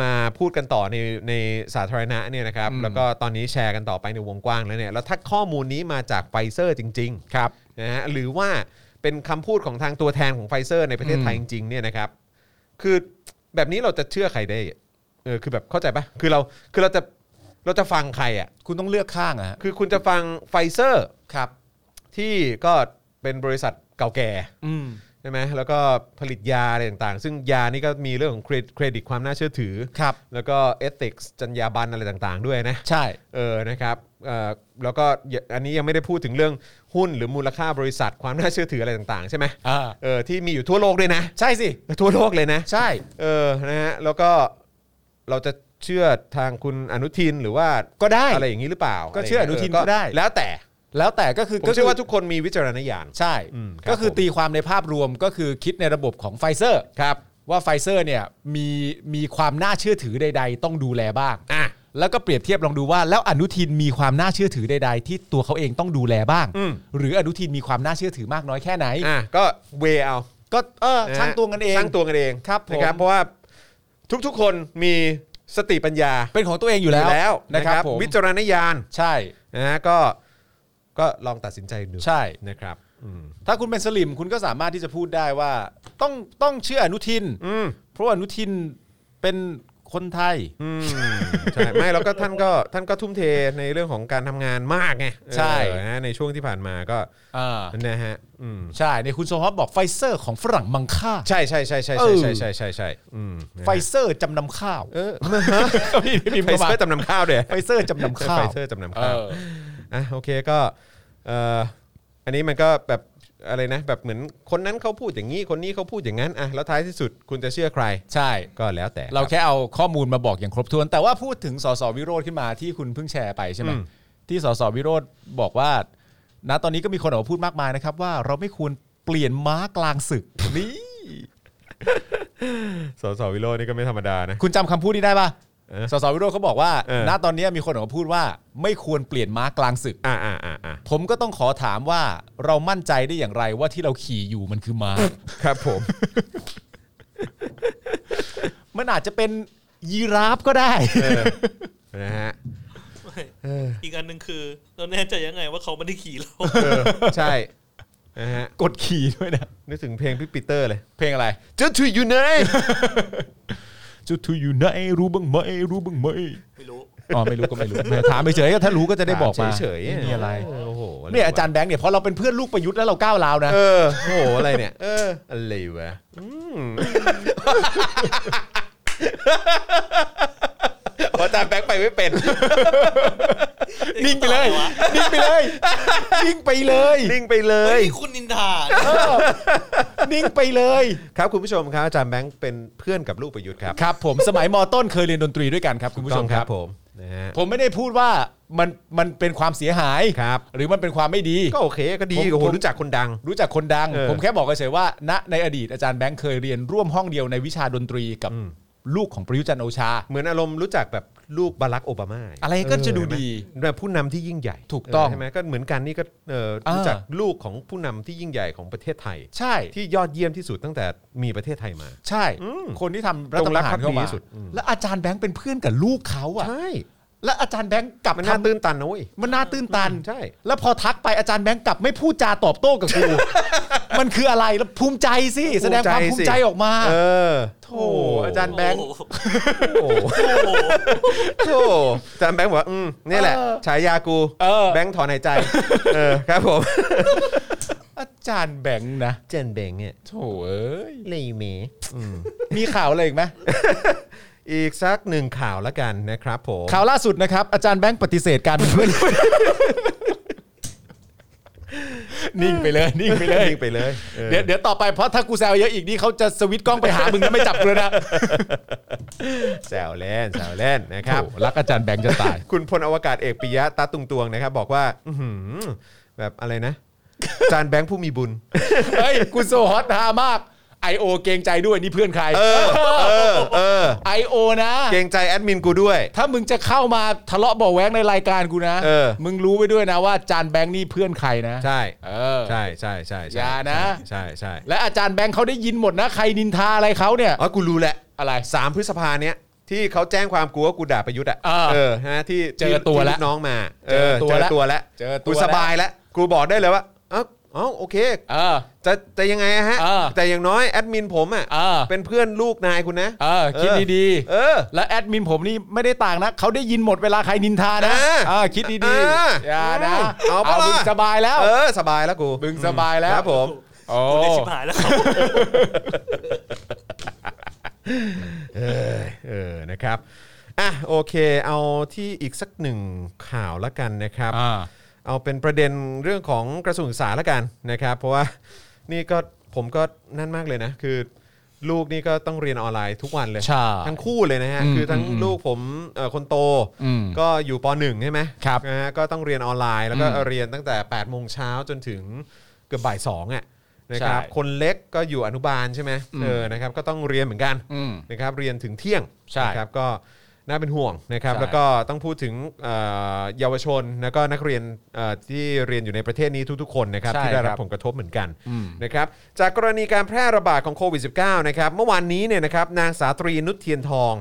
Speaker 2: มาพูดกันต่อในในสาธารณะเนี่ยนะครับ
Speaker 4: อืม
Speaker 2: แล้วก็ตอนนี้แชร์กันต่อไปในวงกว้างแล้วเนี่ยแล้วถ้าข้อมูลนี้มาจากไฟเซอร์จริงๆครับนะฮะหรือว่าเป็นคำพูดของทางตัวแทนของไฟเซอร์ในประเทศไทยจริงๆเนี่ยนะครับ คือแบบนี้เราจะเชื่อใครได้อะเออคือแบบเข้าใจปะคือเราคือเราจะเราจะฟังใครอ่ะ
Speaker 4: คุณต้องเลือกข้างอะฮะ
Speaker 2: คือคุณจะฟังไฟเซอร์
Speaker 4: ครับ
Speaker 2: ที่ก็เป็นบริษัทเก่าแก่
Speaker 4: อืม
Speaker 2: ใช่ไหมแล้วก็ผลิตยาอะไรต่างๆ ซึ่งยานี่ก็มีเรื่องของเครดเครดิตความน่าเชื่อถือ
Speaker 4: ครับ
Speaker 2: แล้วก็เอติกส์จรรยาบรรณอะไรต่างๆ ด้วยนะ
Speaker 4: ใช่
Speaker 2: เออ นะครับเอ่อแล้วก็อย่าอันนี้ยังไม่ได้พูดถึงเรื่องหุ้นหรือมูลค่าบริษัทความน่าเชื่อถืออะไรต่างๆ ใช่ไหม
Speaker 4: อ่า
Speaker 2: เออที่มีอยู่ทั่วโลกด้วยนะ
Speaker 4: ใช่สิ
Speaker 2: ทั่วโลกเลยนะ
Speaker 4: ใช่
Speaker 2: เออ นะฮะ แล้วก็เราจะเชื่อทางคุณอนุทินหรือว่า
Speaker 4: ก็ได้
Speaker 2: อะไรอย่างนี้หรือเปล่า
Speaker 4: ก็เชื่ออนุทินก็ได้
Speaker 2: แล้วแต่
Speaker 4: แล้วแต่ก็คือ
Speaker 2: ผม
Speaker 4: ก็คื
Speaker 2: เชื่อว่าทุกคนมีวิจารณญาณ
Speaker 4: ใช่
Speaker 2: อืมครับ
Speaker 4: ก็คือ
Speaker 2: ผม
Speaker 4: ตีความในภาพรวมก็คือคิดในระบบของไฟเซอร์
Speaker 2: ครับ
Speaker 4: ว่าไฟเซอร์เนี่ยมีมีความน่าเชื่อถือใด ๆ ต้องดูแลบ้าง
Speaker 2: อ่ะ
Speaker 4: แล้วก็เปรียบเทียบลองดูว่าแล้วอนุทินมีความน่าเชื่อถือใด ๆ ที่ตัวเขาเองต้องดูแลบ้าง
Speaker 2: อืม
Speaker 4: หรืออนุทินมีความน่าเชื่อถือมากน้อยแค่ไหน
Speaker 2: อ่ะ ก็เวเอา
Speaker 4: ก็เออ
Speaker 2: นะฮะ
Speaker 4: ช่างตัวกันเอง
Speaker 2: ช่างตัวกันเอง
Speaker 4: ครับผม
Speaker 2: นะเพราะว่าทุกๆคนมีสติปัญญา
Speaker 4: เป็นของตัวเองอยู่แล้ว
Speaker 2: อยู่แล้ว
Speaker 4: นะ
Speaker 2: นะ
Speaker 4: ค
Speaker 2: ค
Speaker 4: รั
Speaker 2: รั
Speaker 4: บบ ผม
Speaker 2: วิจารณญาณ
Speaker 4: ใช่
Speaker 2: นะฮะก็ ก็ลองตัดสินใจดู
Speaker 4: ใช่
Speaker 2: นะครับ อืม
Speaker 4: ถ้าคุณเป็นสลิมคุณก็สามารถที่จะพูดได้ว่า ต้องต้องเชื่ออนุทิน
Speaker 2: อืม
Speaker 4: เพราะว่าอนุทินเป็นคนไทย
Speaker 2: อืม ใช่ ไม่แล้วก็ท่านก็ท่านก็ทุ่มเทในเรื่องของการทำงานมากไง
Speaker 4: ใช่
Speaker 2: เออนะฮะในช่วงที่ผ่านมาก็
Speaker 4: อ่า
Speaker 2: นะฮะ อืม
Speaker 4: ใช่ในยคุณโซฮอปบอกไฟเซอร์ของฝรั่งมังค่า
Speaker 2: ใช่ใช่ใช่ใช่
Speaker 4: เอ
Speaker 2: ใช่
Speaker 4: อ
Speaker 2: ใช่ใช่ใช่ใช่อืมนะฮะ
Speaker 4: ไฟเซอร์จำนำข้าว
Speaker 2: เออ
Speaker 4: พี่พี่พิม
Speaker 2: ไฟ
Speaker 4: พ์เข้ามา
Speaker 2: เซอร์จำนำข้าวด้วย
Speaker 4: ไฟเซอร์จำนำข้า
Speaker 2: ไฟ
Speaker 4: ว
Speaker 2: เซอร์จำนำ
Speaker 4: เอ
Speaker 2: ข้าว
Speaker 4: อ
Speaker 2: อ่ะโอเคก็เอ่ออันนี้มันก็แบบอะไรนะแบบเหมือนคนนั้นเขาพูดอย่างนี้คนนี้เขาพูดอย่างนั้นอ่ะแล้วท้ายที่สุดคุณจะเชื่อใคร
Speaker 4: ใช่
Speaker 2: ก็แล้วแต่
Speaker 4: เรา
Speaker 2: ครับ
Speaker 4: แค่เอาข้อมูลมาบอกอย่างครบถ้วน แต่ว่าพูดถึงสสวิโรธขึ้นมาที่คุณเพิ่งแชร์ไปใช่ไหม
Speaker 2: อืม
Speaker 4: ที่สสวิโรธบอกว่าณตอนนี้ก็มีคนออกมาพูดมากมายนะครับ ว่าเราไม่ควรเปลี่ยนม้ากลางศึก นี่
Speaker 2: สสวิโรจน์นี่ก็ไม่ธรรมดานะ
Speaker 4: คุณจำคำพูดนี้ได้ปะ
Speaker 2: เออ
Speaker 4: สสวิโรธเขาบอกว่า
Speaker 2: เออ
Speaker 4: ณตอนนี้มีคนออกมาพูดว่า ไม่ควรเปลี่ยนม้ากลางศึก
Speaker 2: อ่าอ่าอ่าอ่า
Speaker 4: ผมก็ต้องขอถามว่าเรามั่นใจได้อย่างไรว่าที่เราขี่อยู่มันคือม้า
Speaker 2: ค รับผม
Speaker 4: มันอาจจะเป็นยีราฟก็ได้
Speaker 2: เออนะฮะ
Speaker 3: อีกอันหนึ่งคือ เราแน่ใจยังไงว่าเขาไม่ได้ขี่เรา
Speaker 2: เออใช่นะฮะ
Speaker 4: กดขี่ด้วยนะ
Speaker 2: นึกถึงเพลงพี่ปีเตอร์เลย
Speaker 4: เพลงอะไร
Speaker 2: จะถุยอยู่ไหน
Speaker 4: จะถูอยู่ไหนรู้บ้างไหมรู้บ้างไหม
Speaker 3: ไม่รู้
Speaker 4: อ๋อไม่รู้ก็ไม่รู้ ถามไปเฉยๆก็ถ้ารู้ก็จะได้บอกมา
Speaker 2: เฉยๆ
Speaker 4: ไม่มีอะไร
Speaker 2: โอ้โห
Speaker 4: เนี่ยอาจารย์แบงค์เนี่ยเพราะเราเป็นเพื่อนลูกประยุทธ์แล้วเราก้าวร้าวนะ
Speaker 2: เออโอ้โหอะไรเนี่ยเอออะไรวะอืมอ๋ออาจารย์แบงค์ไปไม่เป็น
Speaker 4: นิ่งไปเลย
Speaker 3: ต่อวะ
Speaker 4: นิ่งไปเลยนิ่งไปเลย
Speaker 2: นิ่งไปเล
Speaker 3: เฮ้
Speaker 2: ย
Speaker 3: ยคุณนินทา
Speaker 4: นิ่งไปเลย
Speaker 2: ครับคุณผู้ชมครับอาจารย์แบงค์เป็นเพื่อนกับลูกประยุทธ์ครับ
Speaker 4: ครับ ผมสมัยมต้นเคยเรียนดนตรีด้วยกันครับคุณผู้ชมครับ
Speaker 2: ผมนะฮะ
Speaker 4: ผมไม่ได้พูดว่ามันมันเป็นความเสียหาย
Speaker 2: ครับ
Speaker 4: หรือมันเป็นความไม่ดี
Speaker 2: ก็โอเคก็ดี
Speaker 4: ผม
Speaker 2: โอ้โห
Speaker 4: ผม
Speaker 2: รู้จักคนดัง
Speaker 4: รู้จักคนดัง
Speaker 2: เออ
Speaker 4: ผมแค่บอกเฉยๆว่าณในอดีตอาจารย์แบงค์เคยเรียนร่วมห้องเดียวในวิชาดนตรีกับ
Speaker 2: อืม
Speaker 4: ลูกของประยุทธ์จันทร์โอชา
Speaker 2: เหมือนอารมณ์รู้จักแบบลูกบารักโอบามา
Speaker 4: อะไรก็จะดูดี
Speaker 2: เห็นไหมแบบผู้นำที่ยิ่งใหญ่
Speaker 4: ถูกต้อง
Speaker 2: เใช่ไหมก็เหมือนกันนี่ก็เอ่อ
Speaker 4: อ่ารู้
Speaker 2: รู้จักลูกของผู้นำที่ยิ่งใหญ่ของประเทศไทย
Speaker 4: ใช่
Speaker 2: ที่ยอดเยี่ยมที่สุดตั้งแต่มีประเทศไทยมา
Speaker 4: ใช่
Speaker 2: อืม
Speaker 4: คนที่ทำรัฐ
Speaker 2: จง
Speaker 4: ป
Speaker 2: รั
Speaker 4: ระ
Speaker 2: ก
Speaker 4: หาร
Speaker 2: ภักดี
Speaker 4: เข้ามา
Speaker 2: ที่สุดอืม
Speaker 4: และอาจารย์แบงค์เป็นเพื่อนกับลูกเขาอะ
Speaker 2: ใช่
Speaker 4: และอาจารย์แบงค์กลับ
Speaker 2: มันน่า
Speaker 4: ทำ
Speaker 2: ตื้นตันนะเว้ย
Speaker 4: มันน่าตื้นตัน
Speaker 2: ใช่
Speaker 4: แล้วพอทักไปอาจารย์แบงค์กลับไม่พูดจาตอบโต้กับกู มันคืออะไรแล้วภูมิใจสิแสดงความภูมิใจออกมา
Speaker 2: เออโถ
Speaker 4: อา
Speaker 2: อา
Speaker 4: จา
Speaker 2: จาร ร
Speaker 4: ย์
Speaker 2: ย์
Speaker 4: แบ
Speaker 2: แบง
Speaker 4: งค์
Speaker 2: ค์
Speaker 3: โอ้โห
Speaker 2: โอ้โหโถ่อาจารย์แบงค์บอกว่าอืมนี่แหละฉายากู
Speaker 4: เออ
Speaker 2: แบงค์ถอนหายใจเออครับผม
Speaker 4: อาจารย์แบงค์นะ
Speaker 2: เจนเบงเนี่ย
Speaker 4: โถเอ้ย
Speaker 2: เลยเม
Speaker 4: มีข่าวอะไรอีกไหม
Speaker 2: อีกสักหนึ่งข่าวละกันนะครับผม
Speaker 4: ข่าวล่าสุดนะครับอาจารย์แบงค์ปฏิเสธการเป็นเพื่อน นิ่งไปเลยนิ่งไปเลย
Speaker 2: นิ่งไปเลยออ
Speaker 4: เดี๋ยวเดี๋ยวต่อไปเพราะถ้ากูแซวเยอะอีกนี่เขาจะสวิตช์กล้องไปหามึงแล้วไม่จับกูแล้วนะ
Speaker 2: แซวเล่นแซวเล่นนะครับ
Speaker 4: โถ่รักอาจารย์แบงค์จะตาย
Speaker 2: คุณพลอวกาศเอกปิยะตาตุงตวงนะครับ บอกว่าอื้อหือแบบอะไรนะ จานแบงค์ผู้มีบุญ
Speaker 4: เฮ้ยกูโซฮอตฮามาก IO เกรงใจด้วยนี่เพื่อนใคร
Speaker 2: เออ เออ เออ
Speaker 4: IO นะ
Speaker 2: เกรงใจแอดมินกูด้วย
Speaker 4: ถ้ามึงจะเข้ามาทะเลาะเบาะแว้งในรายการกูนะ
Speaker 2: เออ
Speaker 4: มึงรู้ไว้ด้วยนะว่าอาจารย์แบงค์นี่เพื่อนใครนะ
Speaker 2: ใช่
Speaker 4: เออ
Speaker 2: ใช่ใช่ใช่ใช่
Speaker 4: อย่านะ
Speaker 2: ใช่ใช่
Speaker 4: และอาจารย์แบงค์เขาได้ยินหมดนะ ใครนินทาอะไรเขาเนี่ย
Speaker 2: อ๋อกูรู้แหละ
Speaker 4: อะไร
Speaker 2: สามพฤษภาเนี้ยที่เขาแจ้งความกูว่ากูด่าประยุทธ์อ่ะ
Speaker 4: เออ
Speaker 2: เออฮะที่
Speaker 4: เจอตัวแล้ว
Speaker 2: ที่กน้องมา
Speaker 4: เจอตัวแล้ว
Speaker 2: ตัวแล้ว
Speaker 4: เจอตัว
Speaker 2: กู
Speaker 4: แล้ว
Speaker 2: สบายแล้วกูบอกได้เลยว่าเอ้าเอ้าโอเค
Speaker 4: เออ
Speaker 2: จะจะยังไงอะฮะ
Speaker 4: เออ
Speaker 2: แต่อย่างน้อยแอดมินผมอ่ะ
Speaker 4: เออ
Speaker 2: เป็นเพื่อนลูกนายคุณนะ
Speaker 4: เออคิดดีๆ
Speaker 2: เออ
Speaker 4: และแอดมินผมนี่ไม่ได้ต่างนะเขาได้ยินหมดเวลาใครนินทานะ
Speaker 2: อ่า
Speaker 4: อ่าคิดดี
Speaker 2: อ่า
Speaker 4: ๆอย่านะ
Speaker 2: เอาปะล่ะ
Speaker 4: มึงสบายแล้ว
Speaker 2: เออ สบายแล้วกู
Speaker 4: มึงสบายแล้ว
Speaker 2: ครับผม
Speaker 4: โอ้
Speaker 5: โอ้ชิบหายแล้วครับ
Speaker 2: เออ นะครับ อ่ะ โอเค เอาที่อีกสักหนึ่งข่าวละกันนะครับ
Speaker 4: อ่า
Speaker 2: เอาเป็นประเด็นเรื่องของกระทรวงศึกษาละกันนะครับ เพราะว่านี่ก็ผมก็นั่นมากเลยนะ คือลูกนี่ก็ต้องเรียนออนไลน์ทุกวันเลย
Speaker 4: ใช่
Speaker 2: ทั้งคู่เลยนะฮะ
Speaker 4: อืม
Speaker 2: คือทั้งลูกผมเอ่อคนโต
Speaker 4: อืม
Speaker 2: ก็อยู่ป .1 ใช่ไหม
Speaker 4: ครับ
Speaker 2: นะฮะก็ต้องเรียนออนไลน์แล้วก็
Speaker 4: อืม
Speaker 2: เรียนตั้งแต่8ปดโมงเช้าจนถึงเกือบบ่ายสองอ่ะนะครับ
Speaker 4: ใช่
Speaker 2: คนเล็กก็อยู่อนุบาลใช่ไหม
Speaker 4: อืม
Speaker 2: เออนะครับก็ต้องเรียนเหมือนกัน
Speaker 4: อืม
Speaker 2: นะครับเรียนถึงเที่ยง
Speaker 4: ใช่
Speaker 2: นะครับก็น่าเป็นห่วงนะครับ
Speaker 4: ใช่
Speaker 2: แล้วก็ต้องพูดถึงเอ่อเยาวชนแล้วก็นักเรียนเอ่อที่เรียนอยู่ในประเทศนี้ทุกๆคนนะครับ
Speaker 4: ใช่
Speaker 2: ที่ได้รับ
Speaker 4: ครับ
Speaker 2: ผลกระทบเหมือนกัน
Speaker 4: อืม
Speaker 2: นะครับจากกรณีการแพร่ระบาดของโควิด -19 นะครับเมื่อวานนี้เนี่ยนะครับนางสาตรีนุชเทียนทอง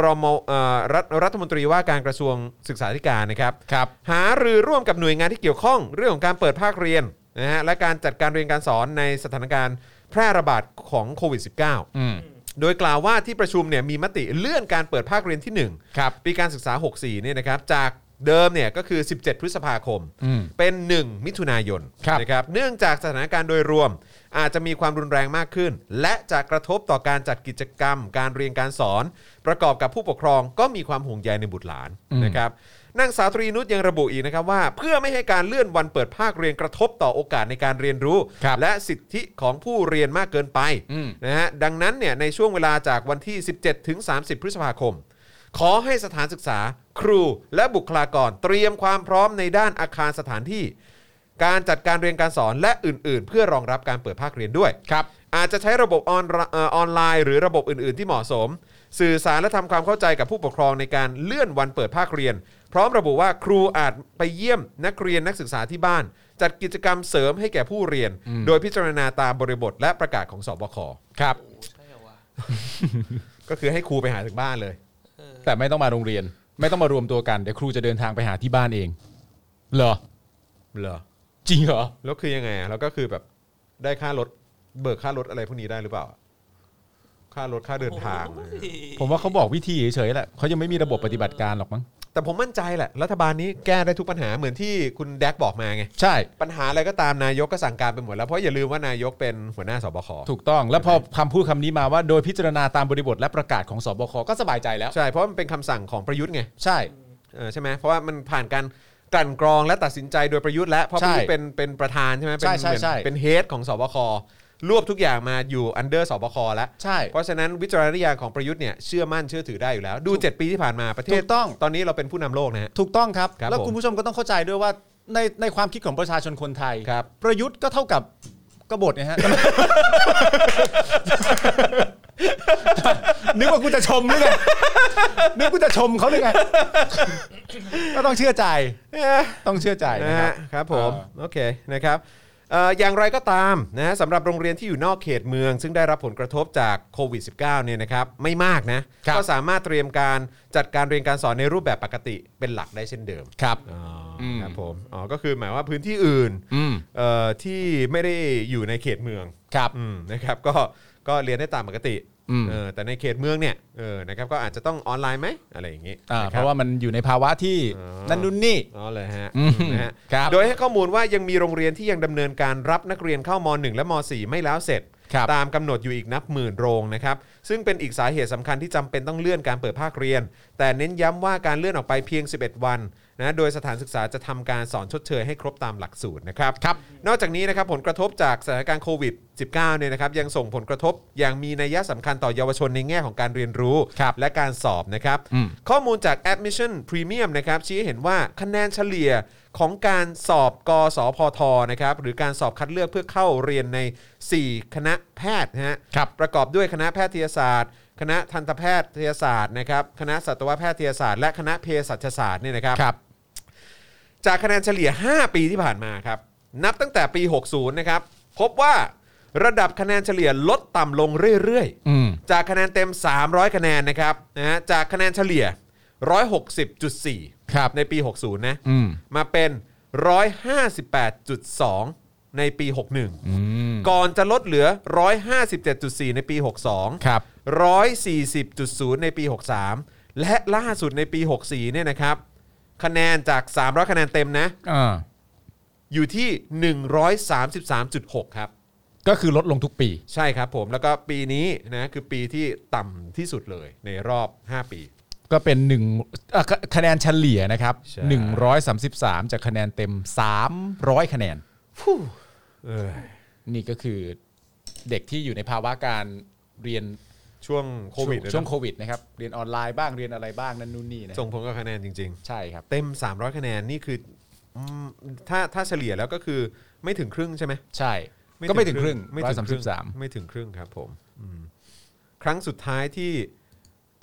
Speaker 2: รมเอ่อรัฐรัฐมนตรีว่าการกระทรวงศึกษาธิการนะครับ
Speaker 4: ครับ
Speaker 2: หารือร่วมกับหน่วยงานที่เกี่ยวข้องเรื่องของการเปิดภาคเรียนนะฮะและการจัดการเรียนการสอนในสถานการณ์แพร่ระบาดของโควิด -19
Speaker 4: อืม
Speaker 2: โดยกล่าวว่าที่ประชุมเนี่ยมีมติเลื่อนการเปิดภาคเรียนที่
Speaker 4: ครับ
Speaker 2: 1 ปีการศึกษา 64เนี่ยนะครับจากเดิมเนี่ยก็คือ 17 พฤษภาคม
Speaker 4: อืม
Speaker 2: เป็น 1 มิถุนายน
Speaker 4: ครับ
Speaker 2: นะครับเนื่องจากสถานการณ์โดยรวม อาจจะมีความรุนแรงมากขึ้น และจะกระทบต่อการจัดกิจกรรม การเรียนการสอน ประกอบกับผู้ปกครองก็มีความห่วงใยในบุตรหลานนะครับนางสาวตรีนุชยังระบุอีกนะครับว่า เพื่อไม่ให้การเลื่อนวันเปิดภาคเรียนกระทบต่อโอกาสในการเรียนรู้
Speaker 4: ครับ
Speaker 2: และสิทธิของผู้เรียนมากเกินไป
Speaker 4: อืม
Speaker 2: นะฮะดังนั้นเนี่ยในช่วงเวลาจากวันที่ 17 ถึง 30 พฤษภาคม ขอให้สถานศึกษา ครูและบุคลากรเตรียมความพร้อมในด้านอาคารสถานที่ การจัดการเรียนการสอนและอื่น ๆ เพื่อรองรับการเปิดภาคเรียนด้วย
Speaker 4: ครับ
Speaker 2: อาจจะใช้ระบบออนเอ่อออนไลน์หรือระบบอื่น ๆ ที่เหมาะสม สื่อสารและทำความเข้าใจกับผู้ปกครองในการเลื่อนวันเปิดภาคเรียน พร้อมระบุว่าครูอาจไปเยี่ยมนักเรียนนักศึกษาที่บ้าน จัดกิจกรรมเสริมให้แก่ผู้เรียน โดยพิจารณาตามบริบทและประกาศของสบค
Speaker 4: ครับ
Speaker 2: ก็คือให้ครูไปหาถึงบ้านเลย
Speaker 4: แต่ไม่ต้องมาโรงเรียน ไม่ต้องมารวมตัวกันเดี๋ยวครูจะเดินทางไปหาที่บ้านเอง เหรอ
Speaker 2: เหรอ
Speaker 4: จริงเหรอ
Speaker 2: แล้วคือยังไงอะแล้วก็คือแบบได้ค่ารถเบิกค่ารถอะไรพวกนี้ได้หรือเปล่า ค่ารถค่าเดินทาง
Speaker 4: ผมว่าเขาบอกวิธีเฉยๆแหละเขายังไม่มีระบบปฏิบัติการหรอกมั้ง
Speaker 2: แต่ผมมั่นใจแหละ รัฐบาลนี้แก้ได้ทุกปัญหาเหมือนที่คุณแดกบอกมาไง
Speaker 4: ใช่
Speaker 2: ปัญหาอะไรก็ตามนายกก็สั่งการไปหมดแล้ว เพราะอย่าลืมว่านายกเป็นหัวหน้าสบค
Speaker 4: ถูกต้องแล้วพอคำพูดคำนี้มาว่า โดยพิจารณาตามบริบทและประกาศของสบคก็สบายใจแล้ว
Speaker 2: ใช่ เพราะมันเป็นคำสั่งของประยุทธ์ไง
Speaker 4: ใช่
Speaker 2: เออใช่ไหมเพราะว่ามันผ่านการกลั่นกรองและตัดสินใจโดยประยุทธ์แล้วเพราะป
Speaker 4: ใช่
Speaker 2: ระยุทธ์เป็นเป็นประธานใช่ไหมเป็น
Speaker 4: ใช่ใช่ใช่
Speaker 2: เป็นเฮดของสบครวบทุกอย่างมาอยู่อันเดอร์สบคแล้ว
Speaker 4: ใช่
Speaker 2: เพราะฉะนั้นวิจารณญาณของประยุทธ์เนี่ยเชื่อมั่นเชื่อถือได้อยู่แล้ว ดู 7 ปีที่ผ่านมาประเทศ
Speaker 4: ถูกต้อง
Speaker 2: ตอนนี้เราเป็นผู้นำโลกนะฮะ
Speaker 4: ถูกต้องครับ
Speaker 2: ครับ
Speaker 4: แล้ว
Speaker 2: ผม
Speaker 4: คุณผู้ชมก็ต้องเข้าใจด้วยว่าในในความคิดของประชาชนคนไทย
Speaker 2: ครับ
Speaker 4: ประยุทธ์ก็เท่ากับกบฏนะฮะ นึกว่ากูจะชมหรือไงนึกกูจะชมเขาหรือไง ก็ต้องเชื่อใจ ต้องเชื่อใจนะ
Speaker 2: นะ
Speaker 4: ครั
Speaker 2: ฮะ
Speaker 4: บ
Speaker 2: ครับผม
Speaker 4: เออ
Speaker 2: โอเคนะครับเอ่ออย่างไรก็ตามนะฮะสำหรับโรงเรียนที่อยู่นอกเขตเมือง ซึ่งได้รับผลกระทบจากโควิด -19 เนี่ยนะครับไม่มากนะ ก็สามารถเตรียมการจัดการเรียนการสอนในรูปแบบปกติเป็นหลักได้เช่นเดิม
Speaker 4: ครับ
Speaker 2: อ๋ออ
Speaker 4: ม
Speaker 2: ครับผมอ๋อก็คือหมายว่าพื้นที่อื่น
Speaker 4: อืม
Speaker 2: เอ่อที่ไม่ได้อยู่ในเขตเมือง
Speaker 4: ครับ
Speaker 2: อืมนะครับก็ก็เรียนได้ตามปกติ
Speaker 4: อืม
Speaker 2: เออแต่ในเขตเมืองเนี่ยเออนะครับก็อาจจะต้องออนไลน์ไหมอะไรอย่างงี้
Speaker 4: อ่า
Speaker 2: คบ
Speaker 4: เพราะว่ามันอยู่ในภาวะที่
Speaker 2: อ๋อ
Speaker 4: นั่นนู่นนี่
Speaker 2: อ๋อเลยฮะ
Speaker 4: อืม
Speaker 2: นะฮะ
Speaker 4: ครับ
Speaker 2: โดยให้ข้อมูลว่ายังมีโรงเรียนที่ยังดำเนินการรับนักเรียนเข้าม .1 และม .4 ไม่แล้วเสร็จ
Speaker 4: ครับ
Speaker 2: ตามกำหนดอยู่อีกนับหมื่นโรงนะครับซึ่งเป็นอีกสาเหตุสำคัญที่จำเป็นต้องเลื่อนการเปิดภาคเรียน แต่เน้นย้ำว่าการเลื่อนออกไปเพียง 11 วัน นะโดยสถานศึกษาจะทำการสอนชดเชยให้ครบตามหลักสูตรนะครับครับ นอกจากนี้นะครับผลกระทบจากสถานการณ์โควิด -19 เนี่ยนะครับยังส่งผลกระทบอย่างมีนัยสำคัญต่อเยาวชนในแง่ของการเรียนรู้ และการสอบนะครับ ข้อมูลจาก Admission Premium นะครับชี้ให้เห็นว่าคะแนนเฉลี่ยของการสอบกสพทนะครับหรือการสอบคัดเลือกเพื่อเข้าเรียนใน 4 คณะแพทย์นะฮะ
Speaker 4: ครับ
Speaker 2: ประกอบด้วยคณะแพทยศาสตร์ คณะทันตแพทยศาสตร์นะครับคณะสัตวแพทยศาสตร์ และคณะเภสัชศาสตร์เนี่ยนะครับ
Speaker 4: ครับ
Speaker 2: จากคะแนนเฉลี่ย 5 ปีที่ผ่านมาครับ นับตั้งแต่ปี 60 นะครับ พบว่าระดับคะแนนเฉลี่ยลดต่ำลงเรื่อย
Speaker 4: อืม
Speaker 2: จากคะแนนเต็ม 300 คะแนนนะครับนะฮะจากคะแนนเฉลี่ย 160.4
Speaker 4: ครับ
Speaker 2: ในปี 60 นะ
Speaker 4: อืม
Speaker 2: มาเป็น 158.2 ในปี 61
Speaker 4: อืม
Speaker 2: ก่อนจะลดเหลือ 157.4 ในปี 62
Speaker 4: ครับ
Speaker 2: 140.0 ในปี 63 และล่าสุดในปี 64 เนี่ยนะครับ คะแนนจาก 300 คะแนนเต็มนะ
Speaker 4: อ่า
Speaker 2: อยู่ที่ 133.6 ครับ
Speaker 4: ก็คือลดลงทุกปี
Speaker 2: ใช่ครับผมแล้วก็ปีนี้นะคือปีที่ต่ำที่สุดเลยในรอบ 5 ปี
Speaker 4: ก็เป็นหนึ่งอ่ะคะคะแนนเฉลี่ยนะครับ
Speaker 2: ใช่
Speaker 4: 133 จากคะแนนเต็ม 300 คะแนน
Speaker 2: เออ
Speaker 4: นี่ก็คือเด็กที่อยู่ในภาวะการเรียน
Speaker 2: ช่วงโควิด
Speaker 4: ช่วง
Speaker 2: นะ
Speaker 4: โควิดนะครับ เรียนออนไลน์บ้างเรียนอะไรบ้างนั่นนู่นนี่นะ
Speaker 2: ส่งผลกับคะแนนจริง
Speaker 4: ใช่ครับ
Speaker 2: ๆ เต็ม 300 คะแนนนี่คืออืมถ้าถ้าเฉลี่ยแล้วก็คือไม่ถึงครึ่งใช่ไหม
Speaker 4: ใช่ ก็ไม่ถึงครึ่ง
Speaker 2: ไม่
Speaker 4: ร้อ
Speaker 2: ถึง
Speaker 4: ยสาม
Speaker 2: ค
Speaker 4: สิ
Speaker 2: รึ่ง
Speaker 4: บสาม
Speaker 2: ไม่ถึงครึ่งครับผมอืมครั้งสุดท้ายที่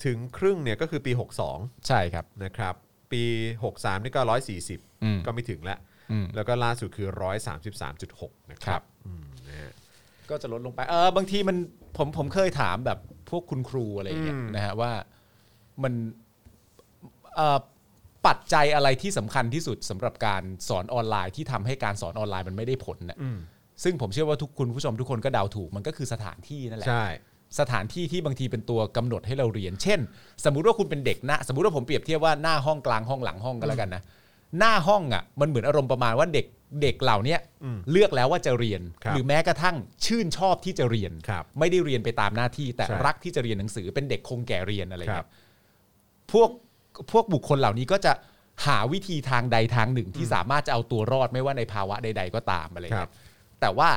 Speaker 2: ถึงครึ่งเนี่ยก็คือปี 62
Speaker 4: ใช่ครับ
Speaker 2: นะครับ ปี 63 นี่ก็
Speaker 4: อืม
Speaker 2: 140 ก็ไม่ถึงละ
Speaker 4: อืม
Speaker 2: แล้วก็ล่าสุดคือ 133.6 นะค
Speaker 4: ครั
Speaker 2: รับ บอืมนะฮะ
Speaker 4: ก็จะลดลงไปเออบางทีมันผมผมเคยถามแบบพวกคุณครูอะไรอย่างเงี้ย
Speaker 2: อืม
Speaker 4: นะฮะว่ามันเอ่อปัจจัยอะไรที่สำคัญที่สุดสำหรับการสอนออนไลน์ที่ทำให้การสอนออนไลน์มันไม่ได้ผลน่ะ
Speaker 2: อืม
Speaker 4: ซึ่งผมเชื่อว่าทุกคุณผู้ชมทุกคนก็เดาถูกมันก็คือสถานที่นั่นแหละ
Speaker 2: ใช่
Speaker 4: สถานที่ที่บางทีเป็นตัวกำหนดให้เราเรียน เช่น สมมุติว่าคุณเป็นเด็กนะ สมมุติว่าผมเปรียบเทียบว่าหน้าห้องกลางห้องหลังห้องก็แล้วกันนะ หน้าห้องอ่ะมันเหมือนอารมณ์ประมาณว่าเด็กเด็กเหล่าเนี้ย
Speaker 2: อืม
Speaker 4: เลือกแล้วว่าจะเรียน
Speaker 2: ครับ
Speaker 4: หรือแม้กระทั่งชื่นชอบที่จะเรียน
Speaker 2: ครับ
Speaker 4: ไม่ได้เรียนไปตามหน้าที่ แต่
Speaker 2: ใช่
Speaker 4: รักที่จะเรียนหนังสือเป็นเด็กคงแก่เรียนอะไร
Speaker 2: ค
Speaker 4: แบ
Speaker 2: รั
Speaker 4: บบ พวกพวกบุคคลเหล่านี้ก็จะหาวิธีทางใดทางหนึ่งที่สามารถจะเอาตัวรอดไม่ว่าในภาวะใด ๆ ก็ตามอะไรอย่างเงี้ยแต่ว่า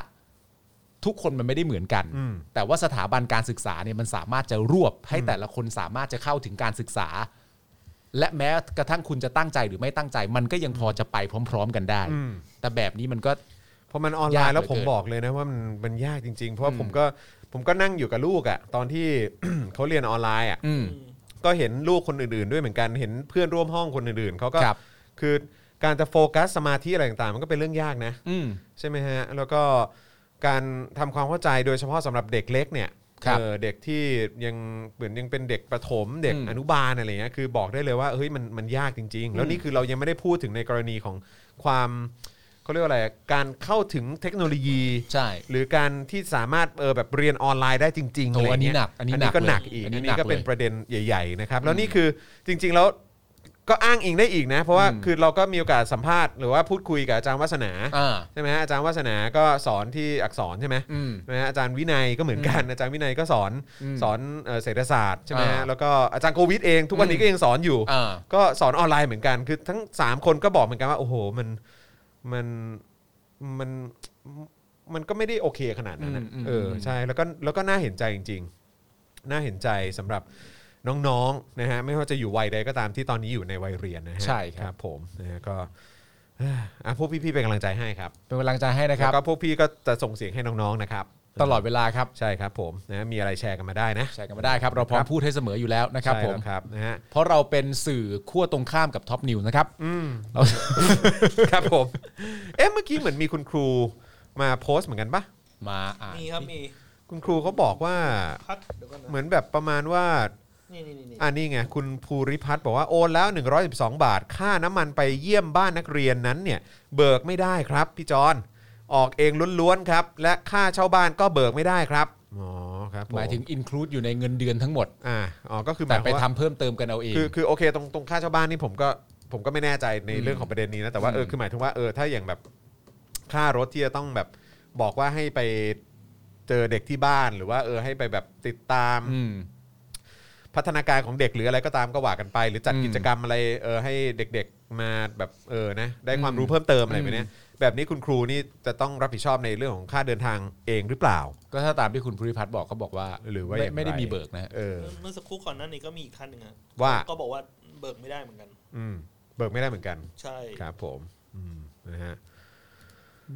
Speaker 4: ทุกคนมันไม่ได้เหมือนกัน
Speaker 2: อืม
Speaker 4: แต่ว่าสถาบันการศึกษาเนี่ยมันสามารถจะรวบให้แต่ละคนสามารถจะเข้าถึงการศึกษา และแม้กระทั่งคุณจะตั้งใจหรือไม่ตั้งใจ มันก็ยังพอจะไปพร้อม ๆ กันได้
Speaker 2: อืม
Speaker 4: แต่แบบนี้มันก็
Speaker 2: เพราะมันออนไล
Speaker 4: ยาก
Speaker 2: น์แล้ว
Speaker 4: เหลือ
Speaker 2: ผม
Speaker 4: เกิน
Speaker 2: บอกเลยนะว่ามันมันยากจริง ๆ เพราะว่า
Speaker 4: อืม
Speaker 2: ผมก็ผมก็นั่งอยู่กับลูกอะตอนที่ เขาเรียนออนไลน์อะ
Speaker 4: อืม
Speaker 2: ก็เห็นลูกคนอื่นๆ ด้วยเหมือนกันเห็นเพื่อนร่วมห้องคนอื่นๆเขาก็
Speaker 4: ครับ
Speaker 2: คือการจะโฟกัสสมาธิอะไรต่างๆ มันก็เป็นเรื่องยากนะ
Speaker 4: อืม
Speaker 2: ใช่ไหมฮะ แล้วก็การทำความเข้าใจโดยเฉพาะสำหรับเด็กเล็กเนี่ย
Speaker 4: ครับ
Speaker 2: เออเด็กที่ยังเหมือนยังเป็นเด็กประถมเด็ก
Speaker 4: อืม
Speaker 2: อนุบาลอะไรเงี้ยคือบอกได้เลยว่าเฮ้ยมันมันยากจริง ๆ แล้วนี่คือเรายังไม่ได้พูดถึงในกรณีของความเขาเรียกว่าอะไรการเข้าถึงเทคโนโลยี
Speaker 4: ใช่
Speaker 2: หรือการที่สามารถเออแบบเรียนออนไลน์ได้จริงๆอะ
Speaker 4: โอ้
Speaker 2: ไร
Speaker 4: อันนี้
Speaker 2: เงี้ย
Speaker 4: หนักอันนี้หนัก
Speaker 2: ก็
Speaker 4: เลย
Speaker 2: หนักอีก
Speaker 4: อั
Speaker 2: อั
Speaker 4: น
Speaker 2: น
Speaker 4: นี้
Speaker 2: นี้ก็
Speaker 4: หนักเลย
Speaker 2: เป็นประเด็นใหญ่ ๆ นะครับ แล้วนี่คือจริง ๆ แล้วก็อ้างอิงได้อีกนะ เพราะว่า
Speaker 4: อืม
Speaker 2: คือเราก็มีโอกาสสัมภาษณ์หรือว่าพูดคุยกับอาจารย์วัฒนา
Speaker 4: อ่า
Speaker 2: ใช่ไหมฮะอาจารย์วัฒนาก็สอนที่อักษรใช่ไหม
Speaker 4: อืม
Speaker 2: นะฮะอาจารย์วินัยก็เหมือนกันอาจารย์วินัยก็สอน
Speaker 4: อืม
Speaker 2: สอนเอ่อเศรษฐศาสตร์ใช่ไหมฮะ
Speaker 4: อ่า
Speaker 2: แล้วก็อาจารย์โควิดเองทุกวัน
Speaker 4: อื
Speaker 2: นี้
Speaker 4: ม
Speaker 2: ก็ยังสอนอยู่
Speaker 4: อ่า
Speaker 2: ก็สอนออนไลน์เหมือนกัน คือทั้ง 3 คนก็บอกเหมือนกันว่า โอ้โห มัน มัน มัน มันก็ไม่ได้โอเคขนาดนั้นนะ
Speaker 4: อืมอืม
Speaker 2: เออ
Speaker 4: อืม
Speaker 2: ใช่ แล้วก็ แล้วก็น่าเห็นใจจริง ๆ น่าเห็นใจสำหรับน้องๆ นะฮะ ไม่ว่าจะอยู่วัยใดก็ตามที่ตอนนี้อยู่ในวัยเรียนนะฮะ
Speaker 4: ใช่ครับ
Speaker 2: ผม นะฮะ ก็เอ่ออ่ะพวกพี่ๆ เป็นกำลังใจให้ครับ
Speaker 4: เป็นกำลังใจให้นะค
Speaker 2: แล้
Speaker 4: รั
Speaker 2: ว
Speaker 4: บ
Speaker 2: ก็พวกพี่ก็จะส่งเสียงให้น้องๆ นะครับ
Speaker 4: ตลอดเวลาครับ
Speaker 2: ใช่ครับผม นะฮะมีอะไรแชร์กันมาได้นะ
Speaker 4: แชร์กันมาได้ครับ เราพร้อมพูดให้เสมออยู่แล้วนะครับ
Speaker 2: ใช่
Speaker 4: ผ
Speaker 2: แล้
Speaker 4: ม
Speaker 2: วครับ นะฮะ
Speaker 4: เพราะเราเป็นสื่อขั้วตรงข้ามกับท็อปนิวนะครับ
Speaker 2: อืม
Speaker 4: เรา
Speaker 2: ครับผม เอ๊ะ เมื่อกี้เหมือนมีคุณครูมาโพสต์เหมือนกันปะ
Speaker 4: มาอ่าน
Speaker 3: มีครับมี
Speaker 2: คุณครูเขาบอกว่า
Speaker 3: พักเดี๋ยวก่อนนะ
Speaker 2: เหมือนแบบประมาณว่า
Speaker 3: นี่นี่นี่นี่
Speaker 2: อ่านี่ไง คุณภูริพัฒน์บอกว่าโอนแล้ว 112 บาท ค่าน้ำมันไปเยี่ยมบ้านนักเรียนนั้นเนี่ย เบิกไม่ได้ครับ พี่จอนออกเองล้วนๆครับ และค่าเช่าบ้านก็เบิกไม่ได้ครับ อ๋อ ครับผ
Speaker 4: หมายถึงอินคลูดอยู่ในเงินเดือนทั้งหมด
Speaker 2: อ่าอ๋อ ก็คือห
Speaker 4: แต่
Speaker 2: มาย
Speaker 4: ไป
Speaker 2: ความว่า
Speaker 4: ทำเพิ่มเติมกันเอาเอง
Speaker 2: คือคือโอเคตรงตรงค่าเช่าบ้านนี่ผมก็ผมก็ไม่แน่ใจในเรื่องของประเด็นนี้นะแต่ว่าเออคือหมายถึงว่าเออถ้าอย่างแบบค่ารถที่จะต้องแบบบอกว่าให้ไปเจอเด็กที่บ้านหรือว่าเออให้ไปแบบติดตาม
Speaker 4: อืม
Speaker 2: พัฒนาการของเด็กหรืออะไรก็ตามก็ว่ากันไป หรือจัด
Speaker 4: อืม
Speaker 2: กิจกรรมอะไรเออให้เด็ก ๆ มาแบบเออนะได้ความรู้เพิ่มเติมอะไรไปเนี่ยแบบนี้คุณครูนี่จะต้องรับผิดชอบในเรื่องของค่าเดินทางเองหรือเปล่า
Speaker 4: ก็ถ้าตามที่คุณภูริพัฒน์บอกเขาบอกว่า
Speaker 2: หรือว่าอ
Speaker 4: ไม่
Speaker 2: ย่างไร
Speaker 4: ไม่ได้มีเบิกนะฮะ
Speaker 2: เออ
Speaker 3: เมื่อสักครู่ก่อนหนั้นนี่ก็มีอีกท่านหนึ่งอะ
Speaker 2: ว่า
Speaker 3: ก็บอกว่าเบิกไม่ได้เหมือนกัน
Speaker 2: อืมเบิกไม่ได้เหมือนกัน
Speaker 3: ใช่
Speaker 2: ครับผมอืมนะฮะ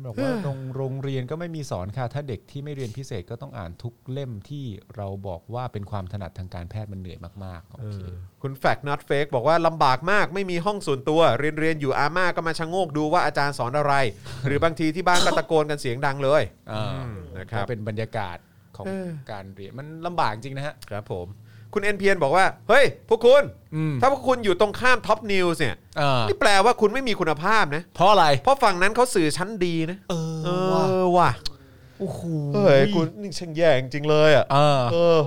Speaker 4: บอกว่าตรงโรงเรียนก็ไม่มีสอนค่ะ ถ้าเด็กที่ไม่เรียนพิเศษก็ต้องอ่านทุกเล่มที่เราบอกว่าเป็นความถนัดทางการแพทย์มันเหนื่อยมากๆโอเค
Speaker 2: คุณแฟก not fake บอกว่าลำบากมากไม่มีห้องส่วนตัวเรียนเรียนอยู่อาม่าก็มาชะโงกดูว่าอาจารย์สอนอะไร หรือบางทีที่บ้านก็ตะโกนกันเสียงดังเลย
Speaker 4: อ่า
Speaker 2: อืมนะค
Speaker 4: ก็
Speaker 2: รับ
Speaker 4: เป็นบรรยากาศของ
Speaker 2: เออ
Speaker 4: การเรียนมันลำบากจริงนะฮะ
Speaker 2: ครับผม คุณเอ็นเพียนบอกว่า เฮ้ย พวกคุณ
Speaker 4: อืม
Speaker 2: ถ้าพวกคุณอยู่ตรงข้ามท็อปนิวส์เนี่ย นี่แปลว่าคุณไม่มีคุณภาพนะ
Speaker 4: เพราะอะไร
Speaker 2: เพราะฝั่งนั้นเขาสื่อชั้นดีนะ
Speaker 3: เออ
Speaker 2: เออว่ะ
Speaker 4: โอ้โห
Speaker 2: เฮ้ยคุณนี่ช่างแย่จริงเลยอ่ะ
Speaker 4: เออ
Speaker 2: เออ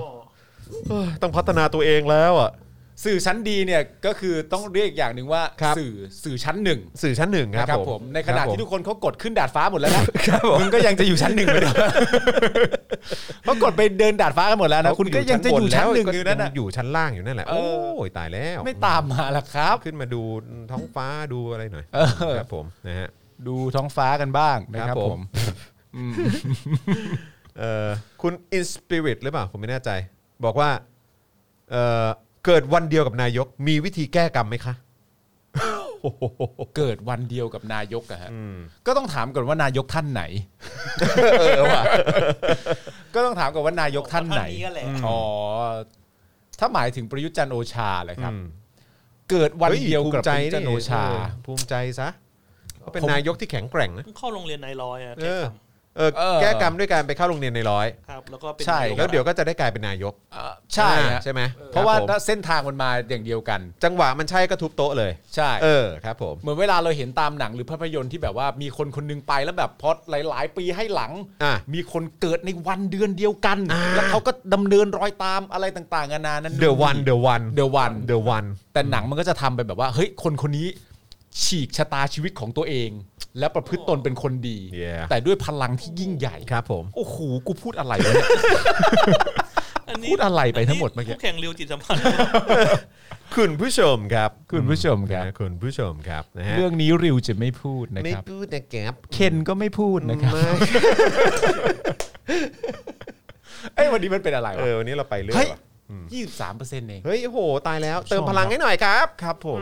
Speaker 2: เออต้องพัฒนาตัวเองแล้วอ่ะ
Speaker 4: สื่อชั้นดีเนี่ยก็คือต้องเรียกอย่างหนึ่งว่า
Speaker 2: ครับ
Speaker 4: สื่อสื่อชั้นหนึ่ง
Speaker 2: สื่อชั้นหนึ่ง
Speaker 4: นะ
Speaker 2: ค
Speaker 4: ครั
Speaker 2: รั
Speaker 4: บบ ผ
Speaker 2: ผม ม
Speaker 4: ในข
Speaker 2: ครั
Speaker 4: ณะ
Speaker 2: บผม
Speaker 4: ที่ทุกคนเขากดขึ้นดาดฟ้าหมดแล้วนะครับ
Speaker 2: ผม
Speaker 4: มึงก็ยังจะอยู่ชั้นหนึ่งไปเลยเขากดไปเดินดาดฟ้ากันหมดแล้วนะคุณก็ยังจะอยู่ชั้นหนึ่งอยู่นั่น
Speaker 2: ก็
Speaker 4: นะ
Speaker 2: งอยู่ชั้นล่างอยู่นั่นแหละ
Speaker 4: เอ
Speaker 2: โอ้
Speaker 4: อ
Speaker 2: ยตายแล้ว
Speaker 4: ไม่ตามมาละครับ
Speaker 2: ขึ้นมาดูท้องฟ้าดูอะไรหน่อย
Speaker 4: เออ
Speaker 2: ครับผมนะฮะ
Speaker 4: ดูท้องฟ้ากันบ้างนะค
Speaker 2: ครั
Speaker 4: รับบ
Speaker 2: ผ
Speaker 4: ผม ม
Speaker 2: เอ่อคุณอินสปิริตหรือเปล่า ผมไม่แน่ใจ บอกว่าเอ่อเกิดวันเดียวกับนายก มีวิธีแก้กรรมไหมคะ
Speaker 4: เกิดวันเดียวกับนายกอะฮะ
Speaker 2: อืม
Speaker 4: ก็ต้องถามก่อนว่านายกท่านไหน เออว่ะก็ต้องถามก่อนว่านายกท่านไหน
Speaker 3: ท่านนี้ก็แหละ
Speaker 4: อ๋อ ถ้าหมายถึงประยุทธ์จันทร์โอชาเลยครับ
Speaker 2: อืม
Speaker 4: เกิดวันเดียว
Speaker 2: ฮ้ภู
Speaker 4: กับ
Speaker 2: มิ
Speaker 4: ป
Speaker 2: ใจ
Speaker 4: ระยุทธ์จันทร์โอชา
Speaker 2: เอภูมิใจซะเขาเป็น
Speaker 4: ผม
Speaker 2: นายกที่แข็งแกร่งนะ
Speaker 3: เข้าโรงเรียนนายร้อยอะ
Speaker 2: เออ
Speaker 3: แค่ท
Speaker 2: เออแก้กรรมด้วยการไปเข้าโรงเรียนในร้อย
Speaker 3: ำครับ แล้วก็เป็น
Speaker 4: ใช่
Speaker 3: นายก
Speaker 2: แล้วเดี๋ยวก็จะได้กลายเป็นนายก
Speaker 4: เอ่อใช่
Speaker 2: อ่า
Speaker 4: ฮะ
Speaker 2: ใช่ไหม
Speaker 4: เพราะว่า
Speaker 2: คบผม
Speaker 4: เส้นทางมันมาอย่างเดียวกัน
Speaker 2: จังหวะมันใช่ก็ทุบโต๊ะเลย
Speaker 4: ใช่
Speaker 2: เออครับผม
Speaker 4: เหมือนเวลาเราเห็นตามหนังหรือภาพยนตร์ที่แบบว่ามีคนคนหนึงไปแล้วแบบพอหลาย ๆ ปีให้หลัง
Speaker 2: อ่ะ
Speaker 4: มีคนเกิดในวันเดือนเดียวกัน แล้วเขาก็ดำเนินรอยตามอะไรต่างๆนานานั้น
Speaker 2: The One The One
Speaker 4: The One
Speaker 2: The One
Speaker 4: แต่หนังมันก็จะทำไปแบบว่า เฮ้ย คนคนนี้ฉีกชะตาชีวิตของตัวเอง และประพฤติตนเป็นคนดี
Speaker 2: Yeah
Speaker 4: แต่ด้วยพลังที่ยิ่งใหญ่
Speaker 2: ครับผม
Speaker 4: โอ้โหกูพูดอะไรวะเนี่ย
Speaker 3: อันนี้
Speaker 4: พูดอะไรไปทั้งหมดเมื่อกี้
Speaker 3: คู่แข่งเร็วจิตสัมพันธ์
Speaker 2: คุณผู้ชมครับ
Speaker 4: คุณผู้ชมครับ
Speaker 2: นะคุณผู้ชมครับนะฮะ
Speaker 4: เรื่องนี้ริวจะไม่พูดนะ
Speaker 2: ไม่
Speaker 4: ครับ
Speaker 2: พูดนะแกบ
Speaker 4: เคนก็ไม่พูดนะครับ
Speaker 2: ไม่
Speaker 4: เอ้ยวันนี้มันเป็นอะไร
Speaker 2: เอ
Speaker 4: วะ
Speaker 2: อวันนี้เราไปเรื่อ
Speaker 4: เฮ้
Speaker 2: ย
Speaker 4: ย
Speaker 2: ว่ะ
Speaker 4: ยี่สิบสามเปอร์เซ็นต์เอง
Speaker 2: เฮ้ยโอ้โหตายแล้ว
Speaker 4: ชอบ
Speaker 2: เติมพลังให้หน่อยครับ
Speaker 4: ครับผม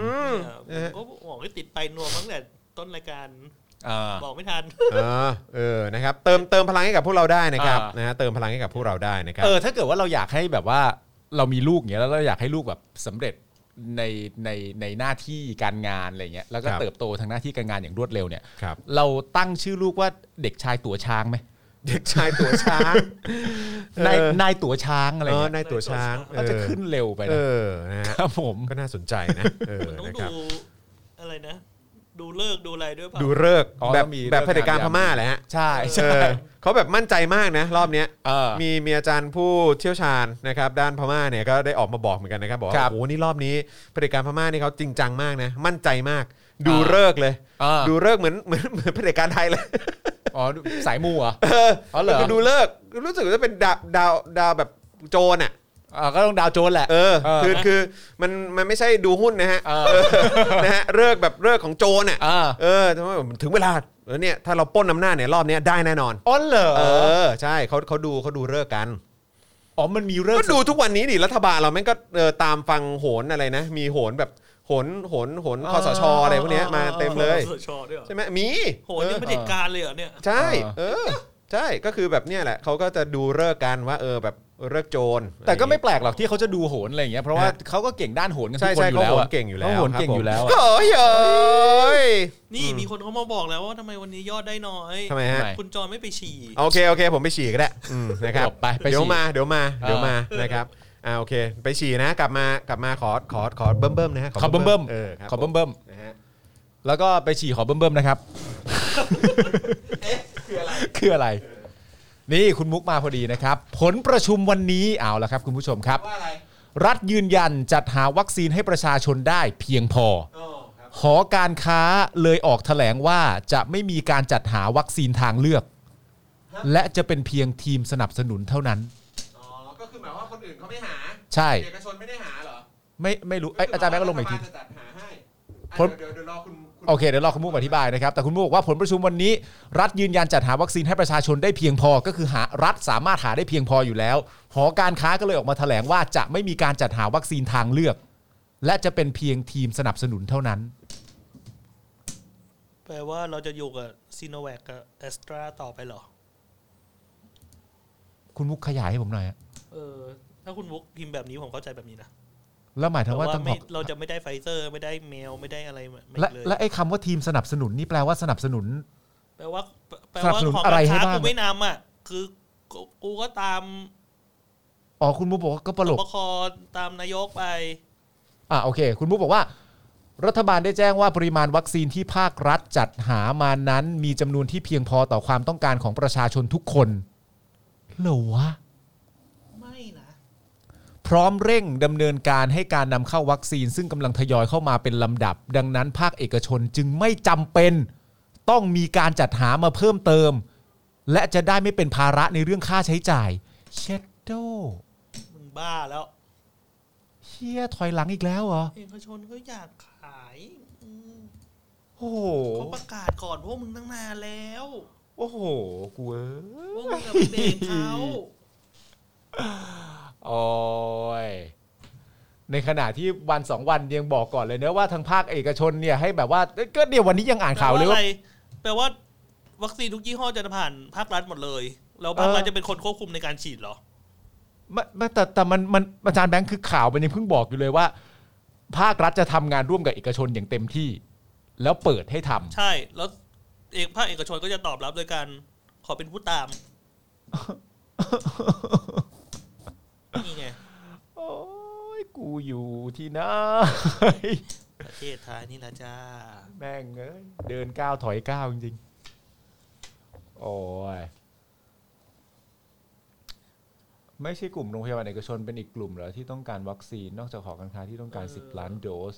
Speaker 3: เนี่ยผมก็บอกให้ติดไปนวมตั้งแต่ต้นรายการ
Speaker 4: อ่า
Speaker 3: บอกไม่ทัน
Speaker 2: เออเออนะครับเติมเติมพลังให้กับพวกเราได้นะครับ
Speaker 4: อ่าน
Speaker 2: นะฮะเติมพลังให้กับพวกเราได้นะครับ
Speaker 4: เออถ้าเกิดว่าเราอยากให้แบบว่าเรามีลูกอย่างเงี้ยแล้วเราอยากให้ลูกแบบสำเร็จในในในหน้าที่การงานอะไรเงี้ยแล้วก็
Speaker 2: ครับ
Speaker 4: เติบโตทางหน้าที่การงานอย่างรวดเร็วเนี่ย
Speaker 2: ครับ
Speaker 4: เราตั้งชื่อลูกว่าเด็กชายตัวช้างไหม
Speaker 2: เด็กชายตัวช้าง
Speaker 4: นาย
Speaker 2: เออน
Speaker 4: ายตัวช้างอะไร
Speaker 2: เออ
Speaker 4: เงี้ย
Speaker 2: นายตัวช้าง
Speaker 4: ก็จะขึ้นเร็วไป
Speaker 2: เอ
Speaker 4: นะ
Speaker 2: อนะฮะ
Speaker 4: ครับผม
Speaker 2: ก็น่าสนใจนะเออ
Speaker 3: ต้อง
Speaker 2: นะค
Speaker 3: ดู
Speaker 2: รับ
Speaker 3: อะไรนะ ดูเลิกษ์ดูอะไรด้วยเปล่า
Speaker 2: ดูเลิกษ์แบบแบบเผด็จการพม่าแหละฮะ
Speaker 4: ใช่
Speaker 2: เอ
Speaker 4: ใช่
Speaker 2: อเขาแบบมั่นใจมากนะ รอบเนี้ย
Speaker 4: เออ
Speaker 2: มีมีอาจารย์ผู้เชี่ยวชาญนะครับด้านพม่าเนี่ยก็ได้ออกมาบอกเหมือนกันนะครับบอก
Speaker 4: ครั
Speaker 2: ว่า
Speaker 4: บ
Speaker 2: โอ้โหนี่รอบนี้เผด็จการพม่านี่เขาจริงจังมากนะมั่นใจมาก ดูเลิกษ์เลย
Speaker 4: อ่า
Speaker 2: ดูเลิกษ์เหมือนเหมือนเหมือนเผด็จการไทยเลย
Speaker 4: อ๋อสายมูเหรอ
Speaker 2: เออ
Speaker 4: อเหรอ
Speaker 2: ก็ดูเลิกษ์รู้สึกว่าจะเป็นดาวดาวดาวแบบโจรอ่ะ
Speaker 4: อ่าก็ต้องดาวโจนแหละ
Speaker 2: เออ
Speaker 4: เออ
Speaker 2: คือคือมันมันไม่ใช่ดูหุ้นนะฮะ
Speaker 4: เออ
Speaker 2: เออนะฮะเลิกษ์แบบเลิกษ์ของโจรอ่ะ
Speaker 4: อ่า
Speaker 2: เออแต่ว่าถึงเวลาเออเนี่ยถ้าเราปล้นอำนาจเนี่ยรอบเนี้ยได้แน่นอน
Speaker 4: อ๋อเหรอ
Speaker 2: เออใช่เขาเขาดูเขาดูเลิกษ์กัน
Speaker 4: อ๋อมันมีเรื่อง
Speaker 2: ก็ดูทุกวันนี้ดิรัฐบาลเราแม่งก็เออตามฟังโหนอะไรนะ มีโหนแบบโหนโหนโหนคอสชอะไรพวกเนี้ยมาเต็มเลย
Speaker 3: สชด้วยเหรอ
Speaker 2: ใช่ไหมมี
Speaker 3: โหนี่ไม่เด็ดการเลยเหรอเนี่ย
Speaker 2: ใช่ เออ ใช่ก็คือแบบเนี้ยแหละเขาก็จะดูเลิกษ์กันว่าเออแบบเลิกษ์โจร
Speaker 4: แต่ก็ไม่แปลกหรอกที่เขาจะดูโหนอะไรอย่างเงี้ยเพราะว่า
Speaker 2: ฮะ
Speaker 4: เขาก็เก่งด้านโหนกันทุ
Speaker 2: ใช่
Speaker 4: กคน
Speaker 2: ใช่
Speaker 4: อยู่
Speaker 2: เขา
Speaker 4: แล้ว
Speaker 2: โหน
Speaker 4: อะ
Speaker 2: เก่งอยู่แล้ว
Speaker 4: เขาโหนเก่งอยู่แล้ว
Speaker 2: ครับ
Speaker 4: อะ
Speaker 2: ผมโอ้ยโอ้ย
Speaker 3: นี่มีคนเขามาบอกแล้วว่าทำไมวันนี้ยอดได้น้อย
Speaker 2: ทำไมฮะ
Speaker 3: คุณจอนไม่ไปฉี่
Speaker 2: โอเคโอเค ผมไปฉี่ก็ได้อืมนะครับ
Speaker 4: ไปไป
Speaker 2: เดี๋ยว
Speaker 4: สิ
Speaker 2: มาเดี๋ยวมา
Speaker 4: เออ
Speaker 2: เดี๋ยวมานะครับอ่าโอเค ไปฉี่นะกลับมากลับมาขอขอขอเบิ่มเบิ่มๆนะฮะ
Speaker 4: ขอเบิ่ม
Speaker 2: เออ
Speaker 4: ๆ
Speaker 2: ครับ
Speaker 4: ขอเบิ่ม
Speaker 2: นะฮะ
Speaker 4: ๆแล้วก็ไปฉี่ขอเบิ่มๆนะครับ
Speaker 3: เอ๊ะคืออะไร
Speaker 4: คืออะไร นี่คุณมุกมาพอดีนะครับ ผลประชุมวันนี้เอาละครับคุณผู้ชมครับ
Speaker 3: ว่าอะไร
Speaker 4: รัฐยืนยันจัดหาวัคซีนให้ประชาชนได้เพียงพอ
Speaker 3: อ๋อครับ
Speaker 4: หอการค้าเลยออกแถลงว่าจะไม่มีการจัดหาวัคซีนทางเลือก และจะเป็นเพียงทีมสนับสนุนเท่านั้น
Speaker 2: อ๋อ ก็คือหมายว่าคนอื่นเขาไม่หา
Speaker 4: ใช่
Speaker 2: เอกชนไม่ได้หาเหรอ
Speaker 4: ไม่ไม่รู้เอ้ยอาจารย์แบงค์ก็ลงมาอีกที
Speaker 2: รัฐบจะจัดหาให้ อัน
Speaker 4: ผลโอเคเดี๋ยวรอคุณมุกอธิบายนะครับ แต่คุณมุกบอกว่าผลประชุมวันนี้ รัฐยืนยันจัดหาวัคซีนให้ประชาชนได้เพียงพอก็คือหารัฐสามารถหาได้เพียงพออยู่แล้ว หอการค้าก็เลยออกมาแถลงว่าจะไม่มีการจัดหาวัคซีนทางเลือก และจะเป็นเพียงทีมสนับสนุนเท่านั้น
Speaker 3: แปลว่าเราจะอยู่กับซีโนแวคกับแอสตราต่อไปเหรอ
Speaker 4: คุณมุกขยายให้ผมหน่อยฮะ
Speaker 3: เออ ถ้าคุณมุกพิมพ์แบบนี้ผมเข้าใจแบบนี้นะ
Speaker 4: แล้วหมายถึงว่า
Speaker 3: แต่
Speaker 4: ต้องบ
Speaker 3: ไม่
Speaker 4: อก
Speaker 3: เราจะไม่ได้ไฟเซอร์ ไม่ได้เมลไม่ได้อะไรมา
Speaker 4: และ
Speaker 3: เลย
Speaker 4: และไอ้คำว่าทีมสนับสนุนนี่แปลว่าสนับสนุน
Speaker 3: แปลว่าแปล
Speaker 4: สนับ
Speaker 3: ว่า
Speaker 4: สนุน
Speaker 3: ของ
Speaker 4: อะไร
Speaker 3: รา
Speaker 4: ให้
Speaker 3: คา
Speaker 4: บ้าง
Speaker 3: กูไม่นำอ่ะ คือกูกูก็ตาม
Speaker 4: อ๋อคุณมุกบอกว่าก็ป
Speaker 3: ส
Speaker 4: ลก
Speaker 3: บคตามนายกไป
Speaker 4: อ่ะโอเค คุณมุกบอกว่า รัฐบาลได้แจ้งว่าปริมาณวัคซีนที่ภาครัฐจัดหามานั้น มีจำนวนที่เพียงพอต่อความต้องการของประชาชนทุกคนเหรอวะ
Speaker 3: ไม่นะ
Speaker 4: พร้อมเร่งดำเนินการให้การนำเข้าวัคซีน ซึ่งกำลังทยอยเข้ามาเป็นลำดับ ดังนั้นภาคเอกชนจึงไม่จำเป็น ต้องมีการจัดหามาเพิ่มเติม และจะได้ไม่เป็นภาระในเรื่องค่าใช้จ่ายเชดโด
Speaker 3: มึงบ้าแล้ว
Speaker 4: เฮียถอยหลังอีกแล้วเหรอ
Speaker 3: เอกชนเขาอยากขายอืม
Speaker 4: โอ้โห
Speaker 3: เขาประกาศก่อนพวกมึงตั้งนานแล้ว
Speaker 4: โอ้โหกูเอ้ย
Speaker 3: พวกมึงกับเบรกเขา
Speaker 4: โอ้ย ในขณะที่วันสองวันยังบอกก่อนเลยนะว่าทางภาคเอกชนเนี่ยให้แบบว่าเอ้ยก็เดี๋ยววันนี้ยังอ่านข่าวเลย
Speaker 3: แปลว่าอะไ
Speaker 4: ว่า
Speaker 3: รแปลว่า วัคซีนทุกยี่ห้อจะผ่านภาครัฐหมดเลย แล้วภาครัฐ
Speaker 4: เออ
Speaker 3: จะเป็นคนควบคุมในการฉีดเหรอ
Speaker 4: ไม่ไม่แต่แต่มันมันอาจารย์แบงค์คือข่าวมันยังเพิ่งบอกอยู่เลยว่า ภาครัฐจะทำงานร่วมกับเอกชนอย่างเต็มที่ แล้วเปิดให้ทำ
Speaker 3: ใช่ แล้วเอกภาคเอกชนก็จะตอบรับโดยการขอเป็นผู้ตาม นี่ไง
Speaker 4: โอ้ยกูอยู่ที่ ไหน
Speaker 3: ประเทศไทยนี่นะจ้า
Speaker 4: แม่งเอ้ยเดินก้าวถอยก้าวจริงๆ โอ้ย ไม่ใช่กลุ่มโรงพยาบาลเอกชนเป็นอีกกลุ่มเหรอที่ต้องการวัคซีน นอกจากหอการค้าที่ต้องการ
Speaker 3: เออ
Speaker 4: 10 ล้านโดส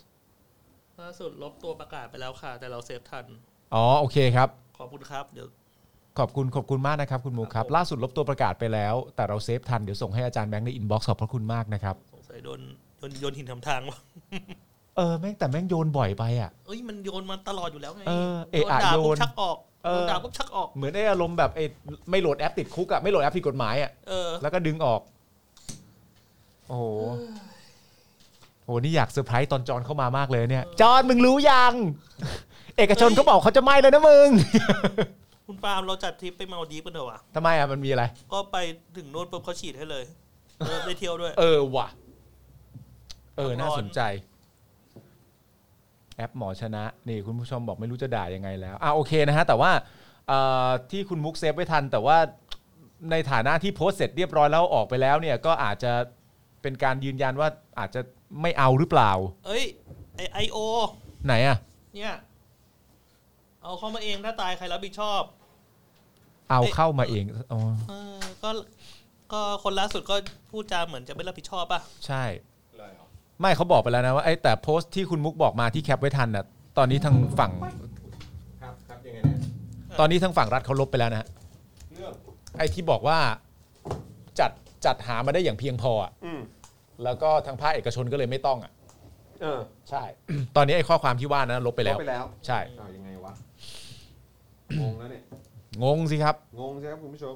Speaker 3: ล่าสุดลบตัวประกาศไปแล้วค่ะ แต่เราเซฟทัน
Speaker 4: อ๋อ โอเคครับ
Speaker 3: ขอบคุณครับ เดี๋ยว
Speaker 4: ขอบคุณขอบคุณมากนะครับ คุณมูค
Speaker 3: ครั
Speaker 4: รับ
Speaker 3: บผม
Speaker 4: ล่าสุดลบตัวประกาศไปแล้ว แต่เราเซฟทัน เดี๋ยวส่งให้อาจารย์แบงค์ในอินบ็อกซ์ขอบพระคุณมากนะครับ
Speaker 3: สงสัยโดนโยนโยนหินทำทางวะ
Speaker 4: เออ แม่งแต่แม่งโยนบ่อยไปอ่ะ
Speaker 3: เอ้ยมันโยนมาตลอดอยู่แล้วไง
Speaker 4: เออเอะ
Speaker 3: โดน
Speaker 4: อะ
Speaker 3: ด่า
Speaker 4: โย
Speaker 3: ปุ๊
Speaker 4: น
Speaker 3: บชักออก
Speaker 4: เอ
Speaker 3: โด
Speaker 4: อ
Speaker 3: นด่าปุ๊บชักออก
Speaker 4: เหมือนได้อารมณ์แบบไอ้ไม่โหลดแอปติดคุกอ่ะไม่โหลดแอปผิดกฎหมายอ่ะ
Speaker 3: เออ
Speaker 4: แล้วก็ดึงออก โอ้โห โอ้โห นี่อยากเซอร์ไพรส์ตอนจอนเข้ามามากเลยเนี่ย จอนมึงรู้ยัง เอกชนเขาบอกเขาจะไม่แล้วนะมึง
Speaker 3: คุณปาล์มเราจัดทริปไปมาดีฟกันเถอะวะ
Speaker 4: ทำไมอ่ะ มันมีอะไร
Speaker 3: ก็ไปถึงโน่นปุ๊บเขาฉีดให้เลยเอ อได้เที่ยวด้วย
Speaker 4: เออว่ะ เออ น่าสนใจ แอปหมอชนะ นี่คุณผู้ชมบอกไม่รู้จะด่ายังไงแล้ว อ่ะโอเคนะฮะ แต่ว่าเอ่อที่คุณมุกเซฟไว้ทัน แต่ว่าในฐานะที่โพสต์เสร็จเรียบร้อยแล้วออกไปแล้วเนี่ย ก็อาจจะเป็นการยืนยันว่าอาจจะไม่เอาหรือเปล่า
Speaker 3: เอ้ยไอไอโอ
Speaker 4: ไหนอ่ะ
Speaker 3: เนี่ย เอาเข้ามาเองถ้าตายใครรับผิดชอบ
Speaker 4: เอาเข้ามาเองอ๋อ
Speaker 3: เออ ก็ ก็คนล่าสุดก็พูดจาเหมือนจะไม่รับผิดชอบป่ะ
Speaker 4: ใช่ ไม่เขาบอกไปแล้วนะว่าไอ้แต่โพสต์ที่คุณมุกบอกมาที่แคปไว้ทันน่ะ ตอนนี้ทางฝั่ง
Speaker 2: ครับครับยังไงเนี่ย
Speaker 4: ตอนนี้ทางฝั่งรัฐเขาลบไปแล้วนะฮะ
Speaker 2: เรื่อง
Speaker 4: ไอ้ที่บอกว่าจัดจัดหามาได้อย่างเพียงพออะ
Speaker 2: อืม
Speaker 4: แล้วก็ทางภาคเอกชนก็เลยไม่ต้องอ่ะ
Speaker 2: เออ
Speaker 4: ใช่ ตอนนี้ไอ้ข้อความที่ว่านะลบไปแล้ว
Speaker 2: ไปแล้ว
Speaker 4: ใช่
Speaker 2: อ้าวยังไงวะงงแล้วเนี่ย
Speaker 4: งงสิครับ
Speaker 2: งงใช่ครับคุณผู้ชม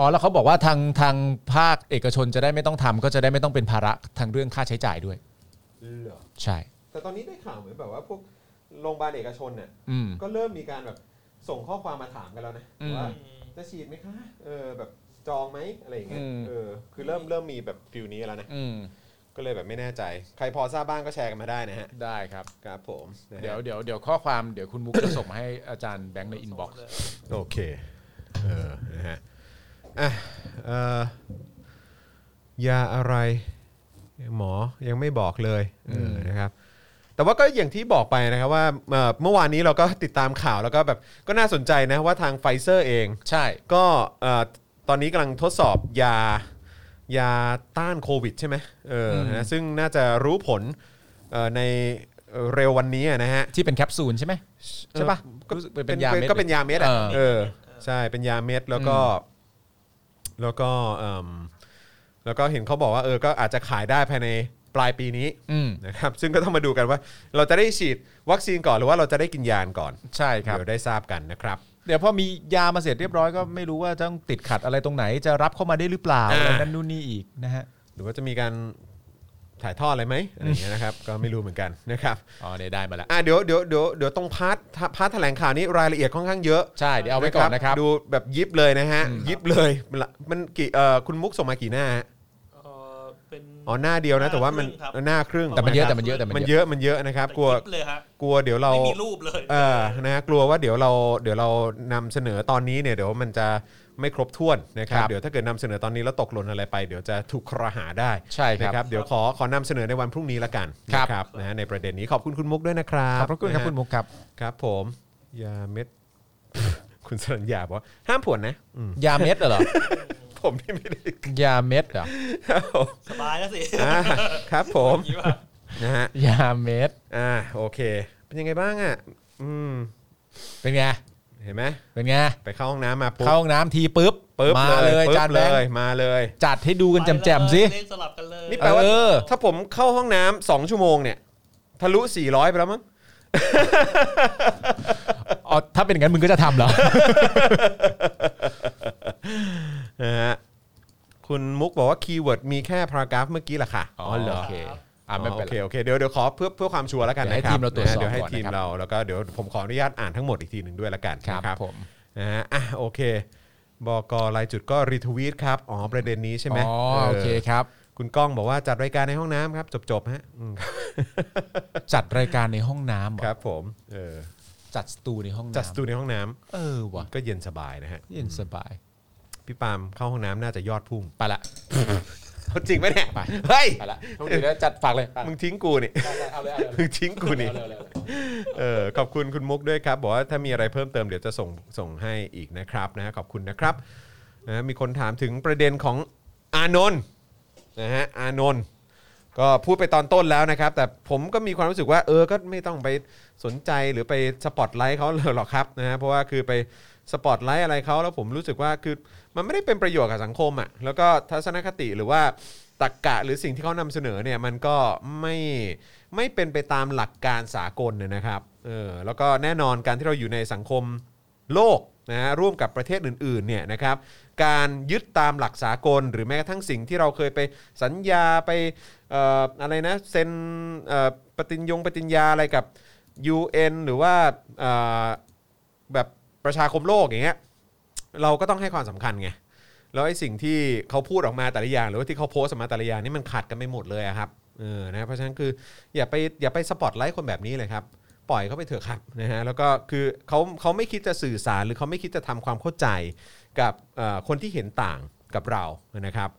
Speaker 4: อ๋อ แล้วเขาบอกว่าทางทางภาคเอกชนจะได้ไม่ต้องทำก็จะได้ไม่ต้องเป็นภาระทางเรื่องค่าใช้จ่ายด้วย
Speaker 2: เหรอ
Speaker 4: ใช่
Speaker 2: แต่ตอนนี้ได้ข่าวเหมือนแบบว่าพวกโรงพยาบาลเอกชนเนี่ย
Speaker 4: อืม
Speaker 2: ก็เริ่มมีการแบบส่งข้อความมาถามกันแล้วนะ
Speaker 4: อืม
Speaker 2: ว่า จะฉีดไหมคะ เออแบบจองไหมอะไรอย่างเงี้ย
Speaker 4: อืม
Speaker 2: เออ คือเริ่มเริ่มมีแบบฟิลนี้แล้วนะ
Speaker 4: อืม
Speaker 2: ก็เลยแบบไม่แน่ใจ ใครพอทราบบ้างก็แชร์กันมาได้นะฮะ
Speaker 4: ได้ครับ
Speaker 2: ครับผมนะฮะ
Speaker 4: เดี๋ยวเดี๋ยวเดี๋ยวข้อความเดี๋ยวคุณมุกจะส่งมาให้อาจารย์แบงค์ในอินบ็อกซ์
Speaker 2: โอเค เออ นะฮะ อ่ะ เออยาอะไร หมอยังไม่บอกเลย เออ นะครับ แต่ว่าก็อย่างที่บอกไปนะครับว่าเอ่อเมื่อวานนี้เราก็ติดตามข่าวแล้วก็แบบก็น่าสนใจนะว่าทางไฟเซอร์เอง
Speaker 4: ใช่
Speaker 2: ก็เอ่อตอนนี้กำลังทดสอบยายาต้านโควิดใช่ไหมเอออ
Speaker 4: ม
Speaker 2: นะซึ่งน่าจะรู้ผลเอ่อในเอ่อเร็ววันนี้อะนะฮะ
Speaker 4: ที่เป็นแคปซูลใช่ไหมใช่ปะ
Speaker 2: ก็
Speaker 4: รู้สึกเป็นยาเม็ด
Speaker 2: ก็เป็นยาเม็ดอะ
Speaker 4: เออ
Speaker 2: เออใช่เป็นยาเม็ดแล้วก็ แล้วก็เอิ่มแล้วก็เห็นเขาบอกว่าเออก็อาจจะขายได้ภายใน ปลายปีนี้
Speaker 4: อืม
Speaker 2: นะครับซึ่งก็ต้องมาดูกันว่า เราจะได้ฉีดวัคซีนก่อนหรือว่าเราจะได้กินยานก่อน
Speaker 4: ใช่ครับ
Speaker 2: เดี๋ยวได้ทราบกันนะครับ
Speaker 4: เดี๋ยวพอมียามาเสร็จเรียบร้อยก็ไม่รู้ว่าต้องติดขัดอะไรตรงไหน จะรับเข้ามาได้หรือเปล่า
Speaker 2: อ่า
Speaker 4: อะไรนั่นนู่นนี่อีกนะฮะ
Speaker 2: หรือว่าจะมีการถ่ายทอดอะไรไหมอะไรอย่างเงี้ยนะครับ ก็ไม่รู้เหมือนกันนะครับ
Speaker 4: อ๋อเนี่ยได้มาแล้ว
Speaker 2: อ่ะเดี๋ยวเดี๋ยวเดี๋ยวเดี๋ยวตรงพาร์ทพาร์ทแถลงข่าวนี้รายละเอียดค่อนข้างเยอะ
Speaker 4: ใช่เดี๋ยวเอาไว้ก่อนนะครับ
Speaker 2: ดูแบบยิบเลยนะฮะ ยิบเลยมันละมันกี่เอ่อคุณมุกส่งมากี่หน้าฮะ
Speaker 3: เอ่อเป็น
Speaker 2: อ๋อหน้าเดียวนะ แต่ว่ามัน
Speaker 3: ครึ่งครับ
Speaker 2: หน้าครึ่ง
Speaker 4: แต่มันเยอะ
Speaker 2: ค
Speaker 4: แต่
Speaker 2: รับ
Speaker 4: มันเยอะแต่
Speaker 2: มั
Speaker 4: มัน น
Speaker 2: เย
Speaker 4: เยอะ
Speaker 2: อะมันเยอะนะครับกลัว
Speaker 3: แต่คลิปเลยฮะ
Speaker 2: กลัวเดี๋ยวเรา
Speaker 3: ไม่มีรูปเลย
Speaker 2: เออนะฮะกลัวว่าเดี๋ยวเราเดี๋ยวเรานำเสนอตอนนี้เนี่ยเดี๋ยวมันจะไม่ครบถ้วนนะครับ
Speaker 4: ครับ
Speaker 2: เดี๋ยวถ้าเกิดนำเสนอตอนนี้แล้วตกหล่นอะไรไป เดี๋ยวจะถูกครหาได้
Speaker 4: ใช่ครับ
Speaker 2: นะเดี๋ยวขอขอนำเสนอในวันพรุ่งนี้ละกัน
Speaker 4: ครับ
Speaker 2: นะนะฮะในประเด็นนี้ขอบคุณคุณมุกด้วยนะครับ
Speaker 4: ขอบพระคุณครั
Speaker 2: นะ
Speaker 4: บ
Speaker 2: ฮะ
Speaker 4: คุณมุกครับ
Speaker 2: ครับผมยาเม็ด คุณสรัญญาบอกว่าห้ามผวนนะอืม
Speaker 4: ยาเม็ด เหรอ
Speaker 2: ผมที่ไม่ได้
Speaker 4: ยาเม็ดเหรอ
Speaker 2: ครับผม
Speaker 3: สบายแล้วสิ
Speaker 2: อ่าครับผม
Speaker 3: อย่างนี้ป่ะ
Speaker 2: นะฮะ
Speaker 4: ยาเม็ด
Speaker 2: อ่าโอเค เป็นยังไงบ้างอ่ะอืม
Speaker 4: เป็นไง
Speaker 2: เห็นไหม
Speaker 4: เป็นไง
Speaker 2: ไปเข้าห้องน้ำมาปุ๊บ
Speaker 4: เข้าห้องน้ำทีปุ๊บ
Speaker 2: ปึ๊บ
Speaker 4: มาเลย
Speaker 2: ปึ๊บ
Speaker 4: จานแบ
Speaker 2: เล
Speaker 4: ง
Speaker 2: ย
Speaker 4: ค์
Speaker 2: มาเลย
Speaker 4: จัดให้ดูกันแจ่มๆสิ
Speaker 3: เล่นสลับกันเลย
Speaker 2: นี่แปลว่า
Speaker 4: เออ
Speaker 2: ถ้าผมเข้าห้องน้ำสองชั่วโมงเนี่ย ทะลุ 400 ไปแล้วมั้ง
Speaker 4: อ๋อถ้าเป็นอย่างนั้นมึงก็จะทำเหรอ
Speaker 2: นะฮะคุณมุกบอกว่าคีย์เวิร์ดมีแค่พารากราฟเมื่อกี้แหละค่ะ
Speaker 4: อ๋อเหรอ
Speaker 2: โอเค
Speaker 4: อ่ะไม่เป็น
Speaker 2: โอ
Speaker 4: ไร
Speaker 2: เคโอเคเดี๋ยวเดี๋ยวขอเพื่อเพื่อความชัวร์แล้วกัน
Speaker 4: เดี๋
Speaker 2: นะ
Speaker 4: ยวให้
Speaker 2: ครับ
Speaker 4: ทีมเราตรวจสอบ
Speaker 2: นะฮะเดี๋ยวให้
Speaker 4: ก่อน
Speaker 2: ทีม
Speaker 4: นะครับ
Speaker 2: เราแล้วก็เดี๋ยวผมขออนุญาตอ่านทั้งหมดอีกทีหนึ่งด้วยละกัน
Speaker 4: ครับ
Speaker 2: นะ
Speaker 4: ผม
Speaker 2: นะฮะอ่ะโอเค บอกกรายจุดก็รีทวีตครับ อ๋อ ประเด็นนี้ใช่ไหม
Speaker 4: อ๋อโอเคครับ
Speaker 2: คุณก้องบอกว่าจัดรายการในห้องน้ำครับ จบๆฮะอืมครับ
Speaker 4: จัดรายการในห้องน้ำเหรอ
Speaker 2: ครับผมเออ
Speaker 4: จัดสตูในห้องน้ำ
Speaker 2: จัดสตูในห้องน้
Speaker 4: เออว่ะ
Speaker 2: ำก็เย็นสบายนะฮะ
Speaker 4: เย็นสบาย
Speaker 2: พี่ปาล์มเข้าห้องน้ำน่าจะยอดพุ่ง
Speaker 4: ไปละ
Speaker 2: เอาจริงไหมเนี่ย
Speaker 4: ไป
Speaker 2: เฮ้ย
Speaker 4: ไปละต้องเดี๋ยวจัดฝากเลยไป
Speaker 2: มึงทิ้งกูนี่
Speaker 4: เอาเลยเอาเลย
Speaker 2: มึงทิ้งกูนี่
Speaker 4: เอาเลยเอาเลย
Speaker 2: เออขอบคุณคุณมุกด้วยครับ บอกว่าถ้ามีอะไรเพิ่มเติมเดี๋ยวจะส่งส่งให้อีกนะครับนะฮะขอบคุณนะครับนะฮะมีคนถามถึงประเด็นของอานนท์นะฮะอานนท์ก็พูดไปตอนต้นแล้วนะครับ แต่ผมก็มีความรู้สึกว่า เออก็ไม่ต้องไปสนใจหรือไปสปอตไลท์เขาหรอกครับนะฮะเพราะว่าคือไปสปอตไลท์อะไรเขาแล้วผมรู้สึกว่าคือมันไม่ได้เป็นประโยชน์กับสังคมอะ่ะแล้วก็ทัศนคติหรือว่าตรรกกะหรือสิ่งที่เขานำเสนอเนี่ยมันก็ไม่ ไม่เป็นไปตามหลักการสากลเนี่ยนะครับ เออ แล้วก็แน่นอนการที่เราอยู่ในสังคมโลกนะฮะร่วมกับประเทศอื่นๆ เนี่ยนะครับ การยึดตามหลักสากล หรือแม้กระทั่งสิ่งที่เราเคยไปสัญญาไปเอ่ออะไรนะเซ็นเอ่อปฏิญญงปฏิญญาอะไรกับ UN หรือว่าเอ่อแบบประชาคมโลกอย่างเงี้ย เราก็ต้องให้ความสำคัญไง แล้วไอ้สิ่งที่เขาพูดออกมาแต่ละอย่าง หรือว่าที่เขาโพสต์ออกมาแต่ละอย่างนี่มันขัดกันไปหมดเลยอะครับเออนะเพราะฉะนั้นคืออย่าไปอย่าไปสปอตไลท์คนแบบนี้เลยครับ ปล่อยเขาไปเถอะครับนะฮะแล้วก็คือเขาเขาไม่คิดจะสื่อสารหรือเขาไม่คิดจะทำความเข้าใจกับเอ่อคนที่เห็นต่างกับเรานะครับ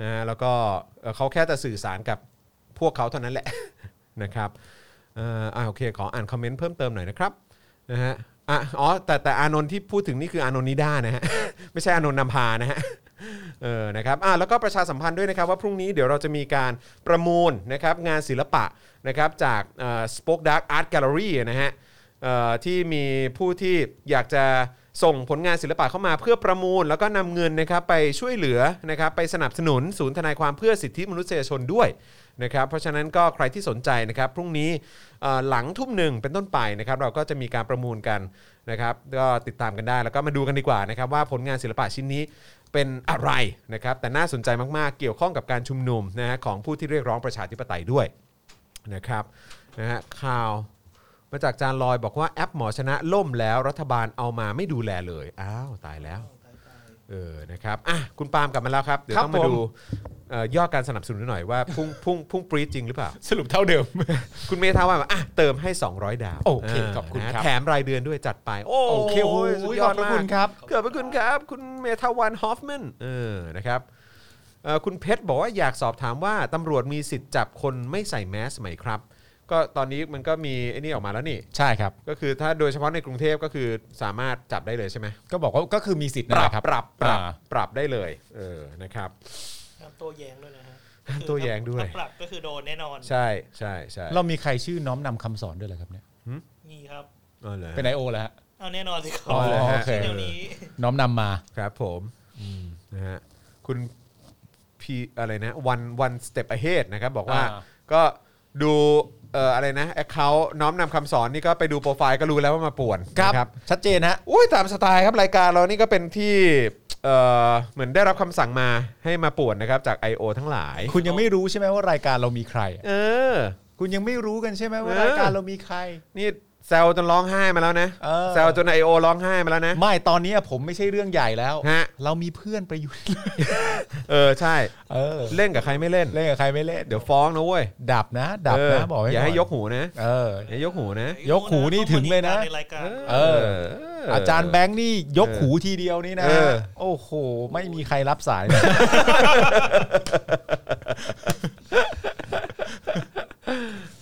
Speaker 2: นะฮะแล้วก็เอ่อเขาแค่จะสื่อสารกับพวกเขาเท่านั้นแหละ นะครับเอ่ออ่าโอเคขออ่านคอมเมนต์เพิ่มเติมหน่อยนะครับนะฮะอ่ะอ๋อแต่แต่อานนท์ที่พูดถึงนี่คืออานนท์นิด้านะฮ ะ ไม่ใช่อานนท์นำพานะฮะ เออ นะครับ อ่ะแล้วก็ประชาสัมพันธ์ด้วยนะครับว่าพรุ่งนี้เดี๋ยวเราจะมีการประมูลนะครับงานศิลปะนะครับจากสป็อคดักอาร์ตแกลเลอรี่อ Spoke Dark Art Gallery นะฮะเอ่อที่มีผู้ที่อยากจะส่งผลงานศิลปะเข้ามาเพื่อประมูล แล้วก็นำเงินนะครับไปช่วยเหลือนะครับไปสนับสนุนศูนย์ทนายความเพื่อสิทธิมนุษยชนด้วยนะครับ เพราะฉะนั้นก็ใครที่สนใจนะครับพรุ่งนี้เอ่อหลังทุ่มหนึ่งเป็นต้นไปนะครับเราก็จะมีการประมูลกันนะครับก็ติดตามกันได้แล้วก็มาดูกันดีกว่านะครับว่าผลงานศิลปะชิ้นนี้ เป็นอะไรนะครับ แต่น่าสนใจมาก ๆ เกี่ยวข้องกับการชุมนุมนะฮะของผู้ที่เรียกร้องประชาธิปไตยด้วยนะครับนะฮะข่าวมาจากจานลอยบอกว่าแอปหมอชนะล่มแล้วรัฐบาลเอามาไม่ดูแลเลย อ้าว ตายแล้วเออนะครับอ่ะคุณปาล์มกลับมาแล้วครับ เดี๋ยว
Speaker 4: ครับ
Speaker 2: ต้องมา
Speaker 4: ผม
Speaker 2: ดูเอ่อยอดการสนับสนุนหน่อยว่าพุ่งพุ่งพุ่งปรีดจริงหรือเปล่า
Speaker 4: สรุปเท่าเดิม
Speaker 2: คุณเมธาว่ามาอ่ะเติมให้ 200 ดาว
Speaker 4: โอเคขอบคุณครับ
Speaker 2: นะฮะแถมรายเดือนด้วยจัดไปโอ้
Speaker 4: โอเคโอ้ย
Speaker 2: สุด
Speaker 4: ย
Speaker 2: ย
Speaker 4: อ
Speaker 2: อ
Speaker 4: ด
Speaker 2: ด
Speaker 4: พระ
Speaker 2: มาก
Speaker 4: คุณครับ
Speaker 2: เกิดเป็นคุณครับ คุณเมทาวันฮอฟแมนเออนะครับเอ่อคุณเพชรบอกว่าอยากสอบถามว่าตำรวจมีสิทธิ์จับคนไม่ใส่แมสไหมครับ ก็ตอนนี้มันก็มีไอ้นี่ออกมาแล้วนี่
Speaker 4: ใช่ครับ
Speaker 2: ก็คือถ้าโดยเฉพาะในกรุงเทพก็คือสามารถจับได้เลยใช่ไหม
Speaker 4: ก็บอกว่าก็คือมีสิท
Speaker 2: ป
Speaker 4: ธิ์นั่นแห
Speaker 2: รับ
Speaker 4: ละครับ
Speaker 2: ปรับปรับ
Speaker 4: อ่า
Speaker 2: ปรับได้เลยเออนะครับ
Speaker 3: ห้ามตัวแยงด้วยนะฮะ
Speaker 2: ห้ามโต้แย้งด้วย
Speaker 3: ถ้าปรับก็คือโดนแน่นอน
Speaker 2: ใช่ใช่ใช่
Speaker 4: เรามีใครชื่อน้อมนำคำสอนด้วยเหรอครับเนี่ย
Speaker 3: นี่ครับ
Speaker 2: เออเหรอ
Speaker 4: เป็นไอโอแล้วฮะ
Speaker 3: เอาแน่นอนสิครั
Speaker 4: อ๋อ
Speaker 3: ชื่
Speaker 4: โอเค
Speaker 3: เดี๋ยวนี้
Speaker 4: น้อมนำมา
Speaker 2: ครับผมนะฮะคุณ P ทีอะไรนะ one one step ahead นะครับบอกว่า
Speaker 4: อ่า
Speaker 2: ก็ดูเอ่ออะไรนะ account น้อมนำคำสอนนี่ก็ไปดูโปรไฟล์ก็รู้แล้วว่ามาป่วน
Speaker 4: ครับ
Speaker 2: นะ
Speaker 4: ชัดเจนฮะ
Speaker 2: อุ้ยตามสไตล์ครับรายการเรานี่ก็เป็นที่เอ่อเหมือนได้รับคำสั่งมาให้มาป่วนนะครับจาก I.O. ทั้งหลาย
Speaker 4: คุณยังไม่รู้ใช่ไหมว่ารายการเรามีใครอะ
Speaker 2: เออ
Speaker 4: คุณยังไม่รู้กันใช่ไหมว่า
Speaker 2: เออ
Speaker 4: รายการเรามีใคร
Speaker 2: นี่แซวจนร้องไห้มาแล้วนะ
Speaker 4: เออ
Speaker 2: แซวจน I.O. ร้องไห้มาแล้วนะ
Speaker 4: ไม่ตอนนี้ผมไม่ใช่เรื่องใหญ่แล้ว
Speaker 2: ฮะ
Speaker 4: เรามีเพื่อนไป อยู่
Speaker 2: เออ ใช่
Speaker 4: เออ
Speaker 2: เล่นกับใครไม่เล่น
Speaker 4: เล่นกับใครไม่เล่น
Speaker 2: เดี๋ยวฟ้องนะเว้ย
Speaker 4: ดับนะ ดับ
Speaker 2: เ
Speaker 4: นะบอกไว้
Speaker 2: อย่าให้
Speaker 4: น
Speaker 2: ยกหูนะ
Speaker 4: เออ
Speaker 2: อย่ายกหูนะ
Speaker 4: ยกหูนี่ถึงเลยนะ
Speaker 3: ในรายการ
Speaker 4: เออ อาจารย์แบงค์นี่ยกหูทีเดียวนี่นะ
Speaker 2: เออ
Speaker 4: โอ้โห ไม่มีใครรับสาย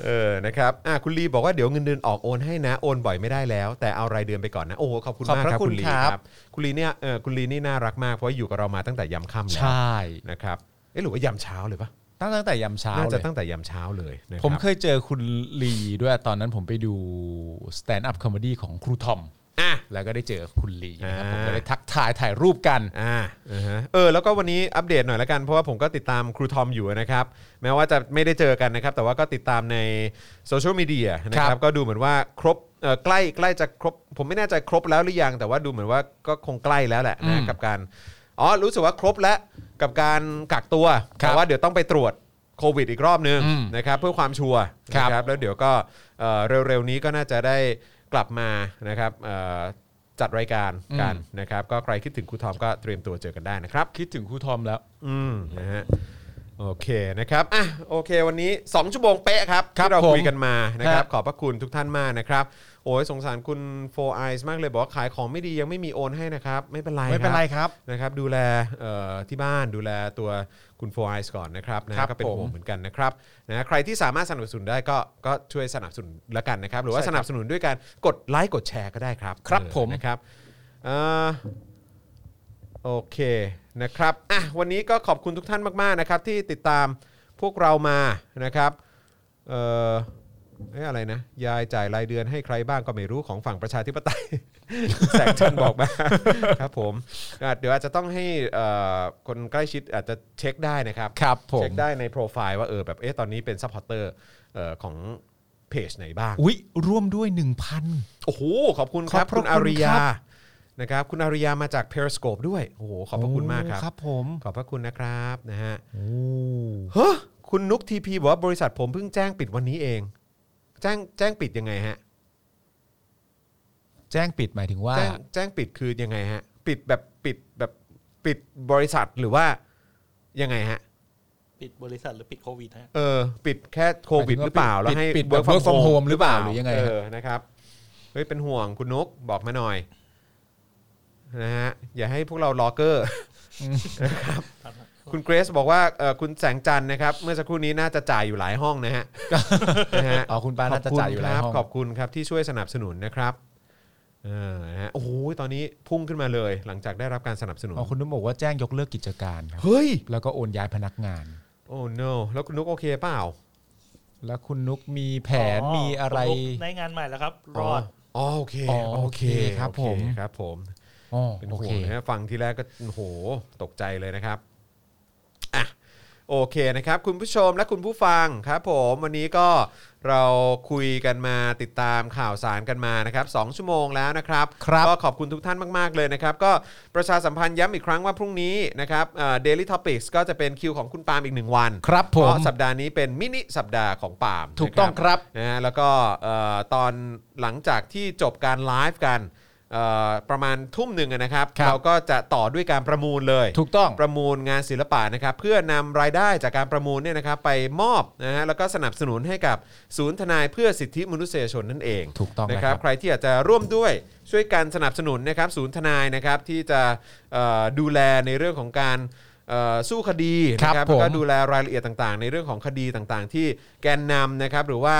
Speaker 2: เออนะครับอ่ะคุณลีบอกว่าเดี๋ยวเงินเดือนออกโอนให้นะโอนบ่อยไม่ได้แล้ว แต่เอารายเดือนไปก่อนนะโอ้โหขอบคุณ
Speaker 4: ขอบ
Speaker 2: มาก
Speaker 4: พ
Speaker 2: ค
Speaker 4: ระ
Speaker 2: รับ
Speaker 4: คุ
Speaker 2: คุ
Speaker 4: ณ
Speaker 2: ณลี
Speaker 4: ค
Speaker 2: ค
Speaker 4: รั
Speaker 2: รับ บคุณลีเนี่ยเออคุณลีนี่น่ารักมากเพราะอยู่กับเรามาตั้งแต่ยามค่ำแล้ว
Speaker 4: ใช่
Speaker 2: นะครับเอ๊ะหรือว่ายามเช้าเลยปะ
Speaker 4: ตั้งตั้งแต่ยามเช้า
Speaker 2: น่า
Speaker 4: เล
Speaker 2: จะ
Speaker 4: ย
Speaker 2: ตั้งแต่ยามเช้าเลยนะค
Speaker 4: ผ
Speaker 2: รับ
Speaker 4: มเคยเจอคุณลีด้วยตอนนั้นผมไปดูสแตนด์อัพคอมเมดี้ของครูทอม
Speaker 2: อ่ะ
Speaker 4: แล้วก็ได้เจอคุณลีนะครับผม
Speaker 2: อ่า
Speaker 4: ก็ได้ทักทายถ่ายรูปกัน
Speaker 2: อ่าเออฮะเออ แล้วก็วันนี้อัปเดตหน่อยละกันเพราะว่าผมก็ติดตามครูทอมอยู่นะครับ แม้ว่าจะไม่ได้เจอกันนะครับ แต่ว่าก็ติดตามในโซเชียลมีเดียนะค
Speaker 4: ค
Speaker 2: รั
Speaker 4: รั
Speaker 2: บบ ก็ดูเหมือนว่าครบเอ่อใกล้ใกล้จะครบ ผมไม่แน่ใจครบแล้วหรือยัง แต่ว่าดูเหมือนว่าก็คงใกล้แล้วแหละนะกับการอ๋อรู้สึกว่าครบแล้วกับการกักตัวแต่ว่าเดี๋ยวต้องไปตรวจโควิดอีกรอบนึง
Speaker 4: อืม
Speaker 2: นะครับเพื่อความชัวร์
Speaker 4: ครับ
Speaker 2: นะครับแล้วเดี๋ยวก็เอ่อเร็วๆนี้ก็น่าจะได้กลับมานะครับเอ่อจัดรายการกัน นะครับก็ใครคิดถึงครูทอมก็เตรียมตัวเจอกันได้นะครับ
Speaker 4: คิดถึงครูทอมแล้ว
Speaker 2: อืมนะฮะโอเคนะครับอ่ะโอเค วันนี้ 2 ชั่วโมงเป๊ะครับ
Speaker 4: ครับ
Speaker 2: ที่เรา
Speaker 4: ผม
Speaker 2: คุยกันมานะครับ
Speaker 4: ครับ
Speaker 2: ขอบพระคุณทุกท่านมากนะครับ โอ้ยสงสารคุณโฟร์ไอส์มากเลย บอกว่าขายของไม่ดียังไม่มีโอนให้นะครับ ไม่เป็นไร
Speaker 4: ไม่เป็นไรครับ
Speaker 2: นะครับ ดูแลเอ่อที่บ้านดูแลตัวคุณโฟร์ไอส์ก่อนนะครับนะครับก็เป็น
Speaker 4: ผม
Speaker 2: ห่วงเหมือนกันนะครับนะใครที่สามารถสนับสนุนได้ก็ก็ช่วยสนับสนุนละกันนะครับ หรือว่า
Speaker 4: ใช่ค
Speaker 2: ส
Speaker 4: รับ
Speaker 2: นับสนุนด้วยการกดไลค์กดแชร์ก็ได้ครับ
Speaker 4: ครับ
Speaker 2: เออ
Speaker 4: ผม
Speaker 2: นะครับเอ่อ โอเคนะครับอ่ะวันนี้ก็ขอบคุณทุกท่านมาก ๆ นะครับ ที่ติดตามพวกเรามานะครับเอ่อเอ้ยอะไรนะ ยายจ่ายรายเดือนให้ใครบ้างก็ไม่รู้ของฝั่งประชาธิปไตย แสงจันทร์บอกมา ครับผมอ่ะเดี๋ยวอาจจะต้องให้เอ่อคนใกล้ชิดอาจจะเช็คได้นะครับ
Speaker 4: ครับผม
Speaker 2: เช็คได้ในโปรไฟล์ว่าเออแบบเอ๊ะตอนนี้เป็นซัพพอร์เตอร์ของเพจไหนบ้าง
Speaker 4: อุ๊ย ร่วมด้วย 1,000
Speaker 2: โอ้โห ขอบคุณครับ
Speaker 4: ขอบพระ
Speaker 2: คุณอาริยา
Speaker 4: คุณครับ
Speaker 2: นะครับ คุณอาริยามาจาก Periscope ด้วย โอ้โห ขอบพระคุณมากครับ
Speaker 4: ครับผม
Speaker 2: ขอบพระคุณนะครับนะฮะ
Speaker 4: โอ้
Speaker 2: เฮ้อคุณนุกทีพีบอกว่าบริษัทผมเพิ่งแจ้งปิดวันนี้เอง แจ้งแจ้งปิดยังไงฮะ
Speaker 4: แจ้งปิดหมายถึงว่า
Speaker 2: แจ้งแจ้งปิดคือยังไงฮะ ปิดแบบปิดแบบปิดบริษัทหรือว่ายังไงฮะ
Speaker 3: ปิดบริษัทหรือปิดโควิดฮะ
Speaker 2: เออ ปิดแค่โควิด
Speaker 4: หมาย
Speaker 2: หรื
Speaker 4: ถึงว่า
Speaker 2: อเปล่า แล้วให้
Speaker 4: ปิดปิดแบบ
Speaker 2: work from
Speaker 4: work from
Speaker 2: home
Speaker 4: home หรือเปล่าหรือยังไงฮะ
Speaker 2: เออ นะครับ เฮ้ย เป็นห่วงคุณนุกบอกมาหน่อยนะฮะ อย่าให้พวกเราลอเกอร์
Speaker 3: ครับ
Speaker 2: คุณเกรซบอกว่าเอ่อคุณแสงจันทร์นะครับ เมื่อสักครู่นี้น่าจะจ่ายอยู่หลายห้อง นะฮะ นะฮะ
Speaker 4: อ๋อคุณปาน่าจะจ่ายอยู่หลายห้อง
Speaker 2: ขอบคุณครับขอบคุณครับที่ช่วยสนับสนุนนะครับเออนะฮะโอ้โหตอนนี้พุ่งขึ้นมาเลย หลังจากได้รับการสนับสนุน
Speaker 4: อ๋อคุณนุ๊กบอกว่าแจ้งยกเลิกกิจการครับ
Speaker 2: เฮ้ย
Speaker 4: แล้วก็โอนย้ายพนักงาน
Speaker 2: โอ้ no แล้วคุณนุกโอเคเปล่า
Speaker 4: แล้วคุณนุกมีแผนมีอะไร
Speaker 3: ผมได้งานใหม่แล้วครับ รอด
Speaker 2: อ๋อโอเค
Speaker 4: อ๋อโอเคครับ
Speaker 2: โอเ
Speaker 4: ผม
Speaker 2: ครับผม
Speaker 4: อ๋อ
Speaker 2: เป็น
Speaker 4: โอ
Speaker 2: ห่ว
Speaker 4: เค
Speaker 2: งนะฮะฟังทีแรกก็โอ้โหตกใจเลยนะครับอ่ะโอเคนะครับ คุณผู้ชมและคุณผู้ฟังครับผมวันนี้ก็เราคุยกันมาติดตามข่าวสารกันมานะครับสองชั่วโมงแล้วนะครับ
Speaker 4: ครับ
Speaker 2: ก็ขอบคุณทุกท่านมาก ๆ เลยนะครับ ก็ประชาสัมพันธ์ย้ำอีกครั้งว่าพรุ่งนี้นะครับเดลิทอพิกก็จะเป็นคิวของคุณปาล์มอีกหนึ่งวัน
Speaker 4: ครับผม
Speaker 2: เพาะสัปดาห์นี้เป็นมินิสัปดาห์ของปาล์มนะ
Speaker 4: ถูกต้องครับ
Speaker 2: นะฮะแล้วก็เอ่อตอนหลังจากที่จบการไลฟ์กันเอ่อประมาณทุ่มหนึ่งอะนะครับ
Speaker 4: ครับ
Speaker 2: เราก็จะต่อด้วยการประมูลเลย
Speaker 4: ถูกต้อง
Speaker 2: ประมูลงานศิลปะนะครับ เพื่อนำรายได้จากการประมูลเนี่ยนะครับ ไปมอบนะฮะแล้วก็สนับสนุนให้กับศูนย์ทนายเพื่อสิทธิมนุษยชนนั่นเอง
Speaker 4: ถูกต้อง
Speaker 2: นะ
Speaker 4: นะ
Speaker 2: ค
Speaker 4: ครั
Speaker 2: รับบ ใครที่อยากจะร่วมด้วยช่วยกันสนับสนุนนะครับศูนย์ทนายนะครับที่จะเอ่อดูแลในเรื่องของการเอ่อสู้คดีนะค
Speaker 4: ครั
Speaker 2: รับบ
Speaker 4: ผม
Speaker 2: แล้วก็ดูแลรายละเอียดต่างๆ ในเรื่องของคดีต่างๆ ที่แกนนำนะครับหรือว่า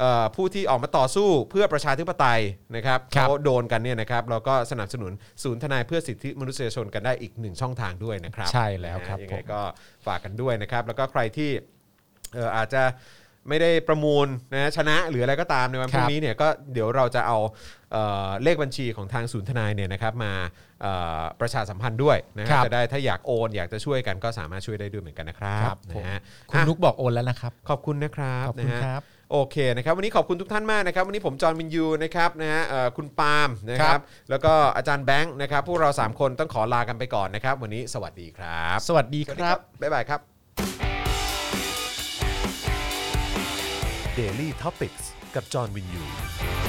Speaker 2: เอ่อผู้ที่ออกมาต่อสู้เพื่อประชาธิปไตยนะครับ
Speaker 4: ครับ
Speaker 2: เขาโดนกันเนี่ยนะครับเราก็สนับสนุนศูนย์ทนายเพื่อสิทธิมนุษยชนกันได้อีกหนึ่งช่องทางด้วยนะครับ
Speaker 4: ใช่แล้วครับ
Speaker 2: นะฮะยังไง
Speaker 4: ผม
Speaker 2: ก็ฝากกันด้วยนะครับ แล้วก็ใครที่เอ่ออาจจะ ไม่ได้ประมูลนะชนะหรืออะไรก็ตามในวันพรุ่
Speaker 4: ครั
Speaker 2: ง
Speaker 4: บ
Speaker 2: นี้เนี่ยก็เดี๋ยวเราจะเอาเอ่อเลขบัญชีของทางศูนย์ทนายเนี่ยนะครับมาเอ่อประชาสัมพันธ์ด้วยนะฮะ
Speaker 4: ครับ
Speaker 2: จะได้ถ้าอยากโอนอยากจะช่วยกันก็สามารถช่วยได้ด้วยเหมือนกันนะครับ
Speaker 4: ครับผม
Speaker 2: นะฮะ
Speaker 4: คุณ
Speaker 2: อ่ะ
Speaker 4: นุกบอกโอนแล้วนะครับ
Speaker 2: ขอบคุณนะครับ
Speaker 4: ขอบคุณ
Speaker 2: นะฮะ
Speaker 4: ครับ
Speaker 2: โอเคนะครับวันนี้ขอบคุณทุกท่านมากนะครับวันนี้ผมจอห์นวินยูนะครับนะฮะเอ่อคุณปาล์มนะค
Speaker 4: ค
Speaker 2: รั
Speaker 4: รับ บ
Speaker 2: แล้วก็อาจารย์แบงค์นะครับพวกเรา 3 คนต้องขอลากันไปก่อนนะครับ วันนี้สวัสดีครับ
Speaker 4: สวัสดี
Speaker 2: สวัส
Speaker 4: ค
Speaker 2: ดี
Speaker 4: รับ
Speaker 2: บ๊ายบายครับ
Speaker 1: Daily t o p i c กกับจอห์นวินยู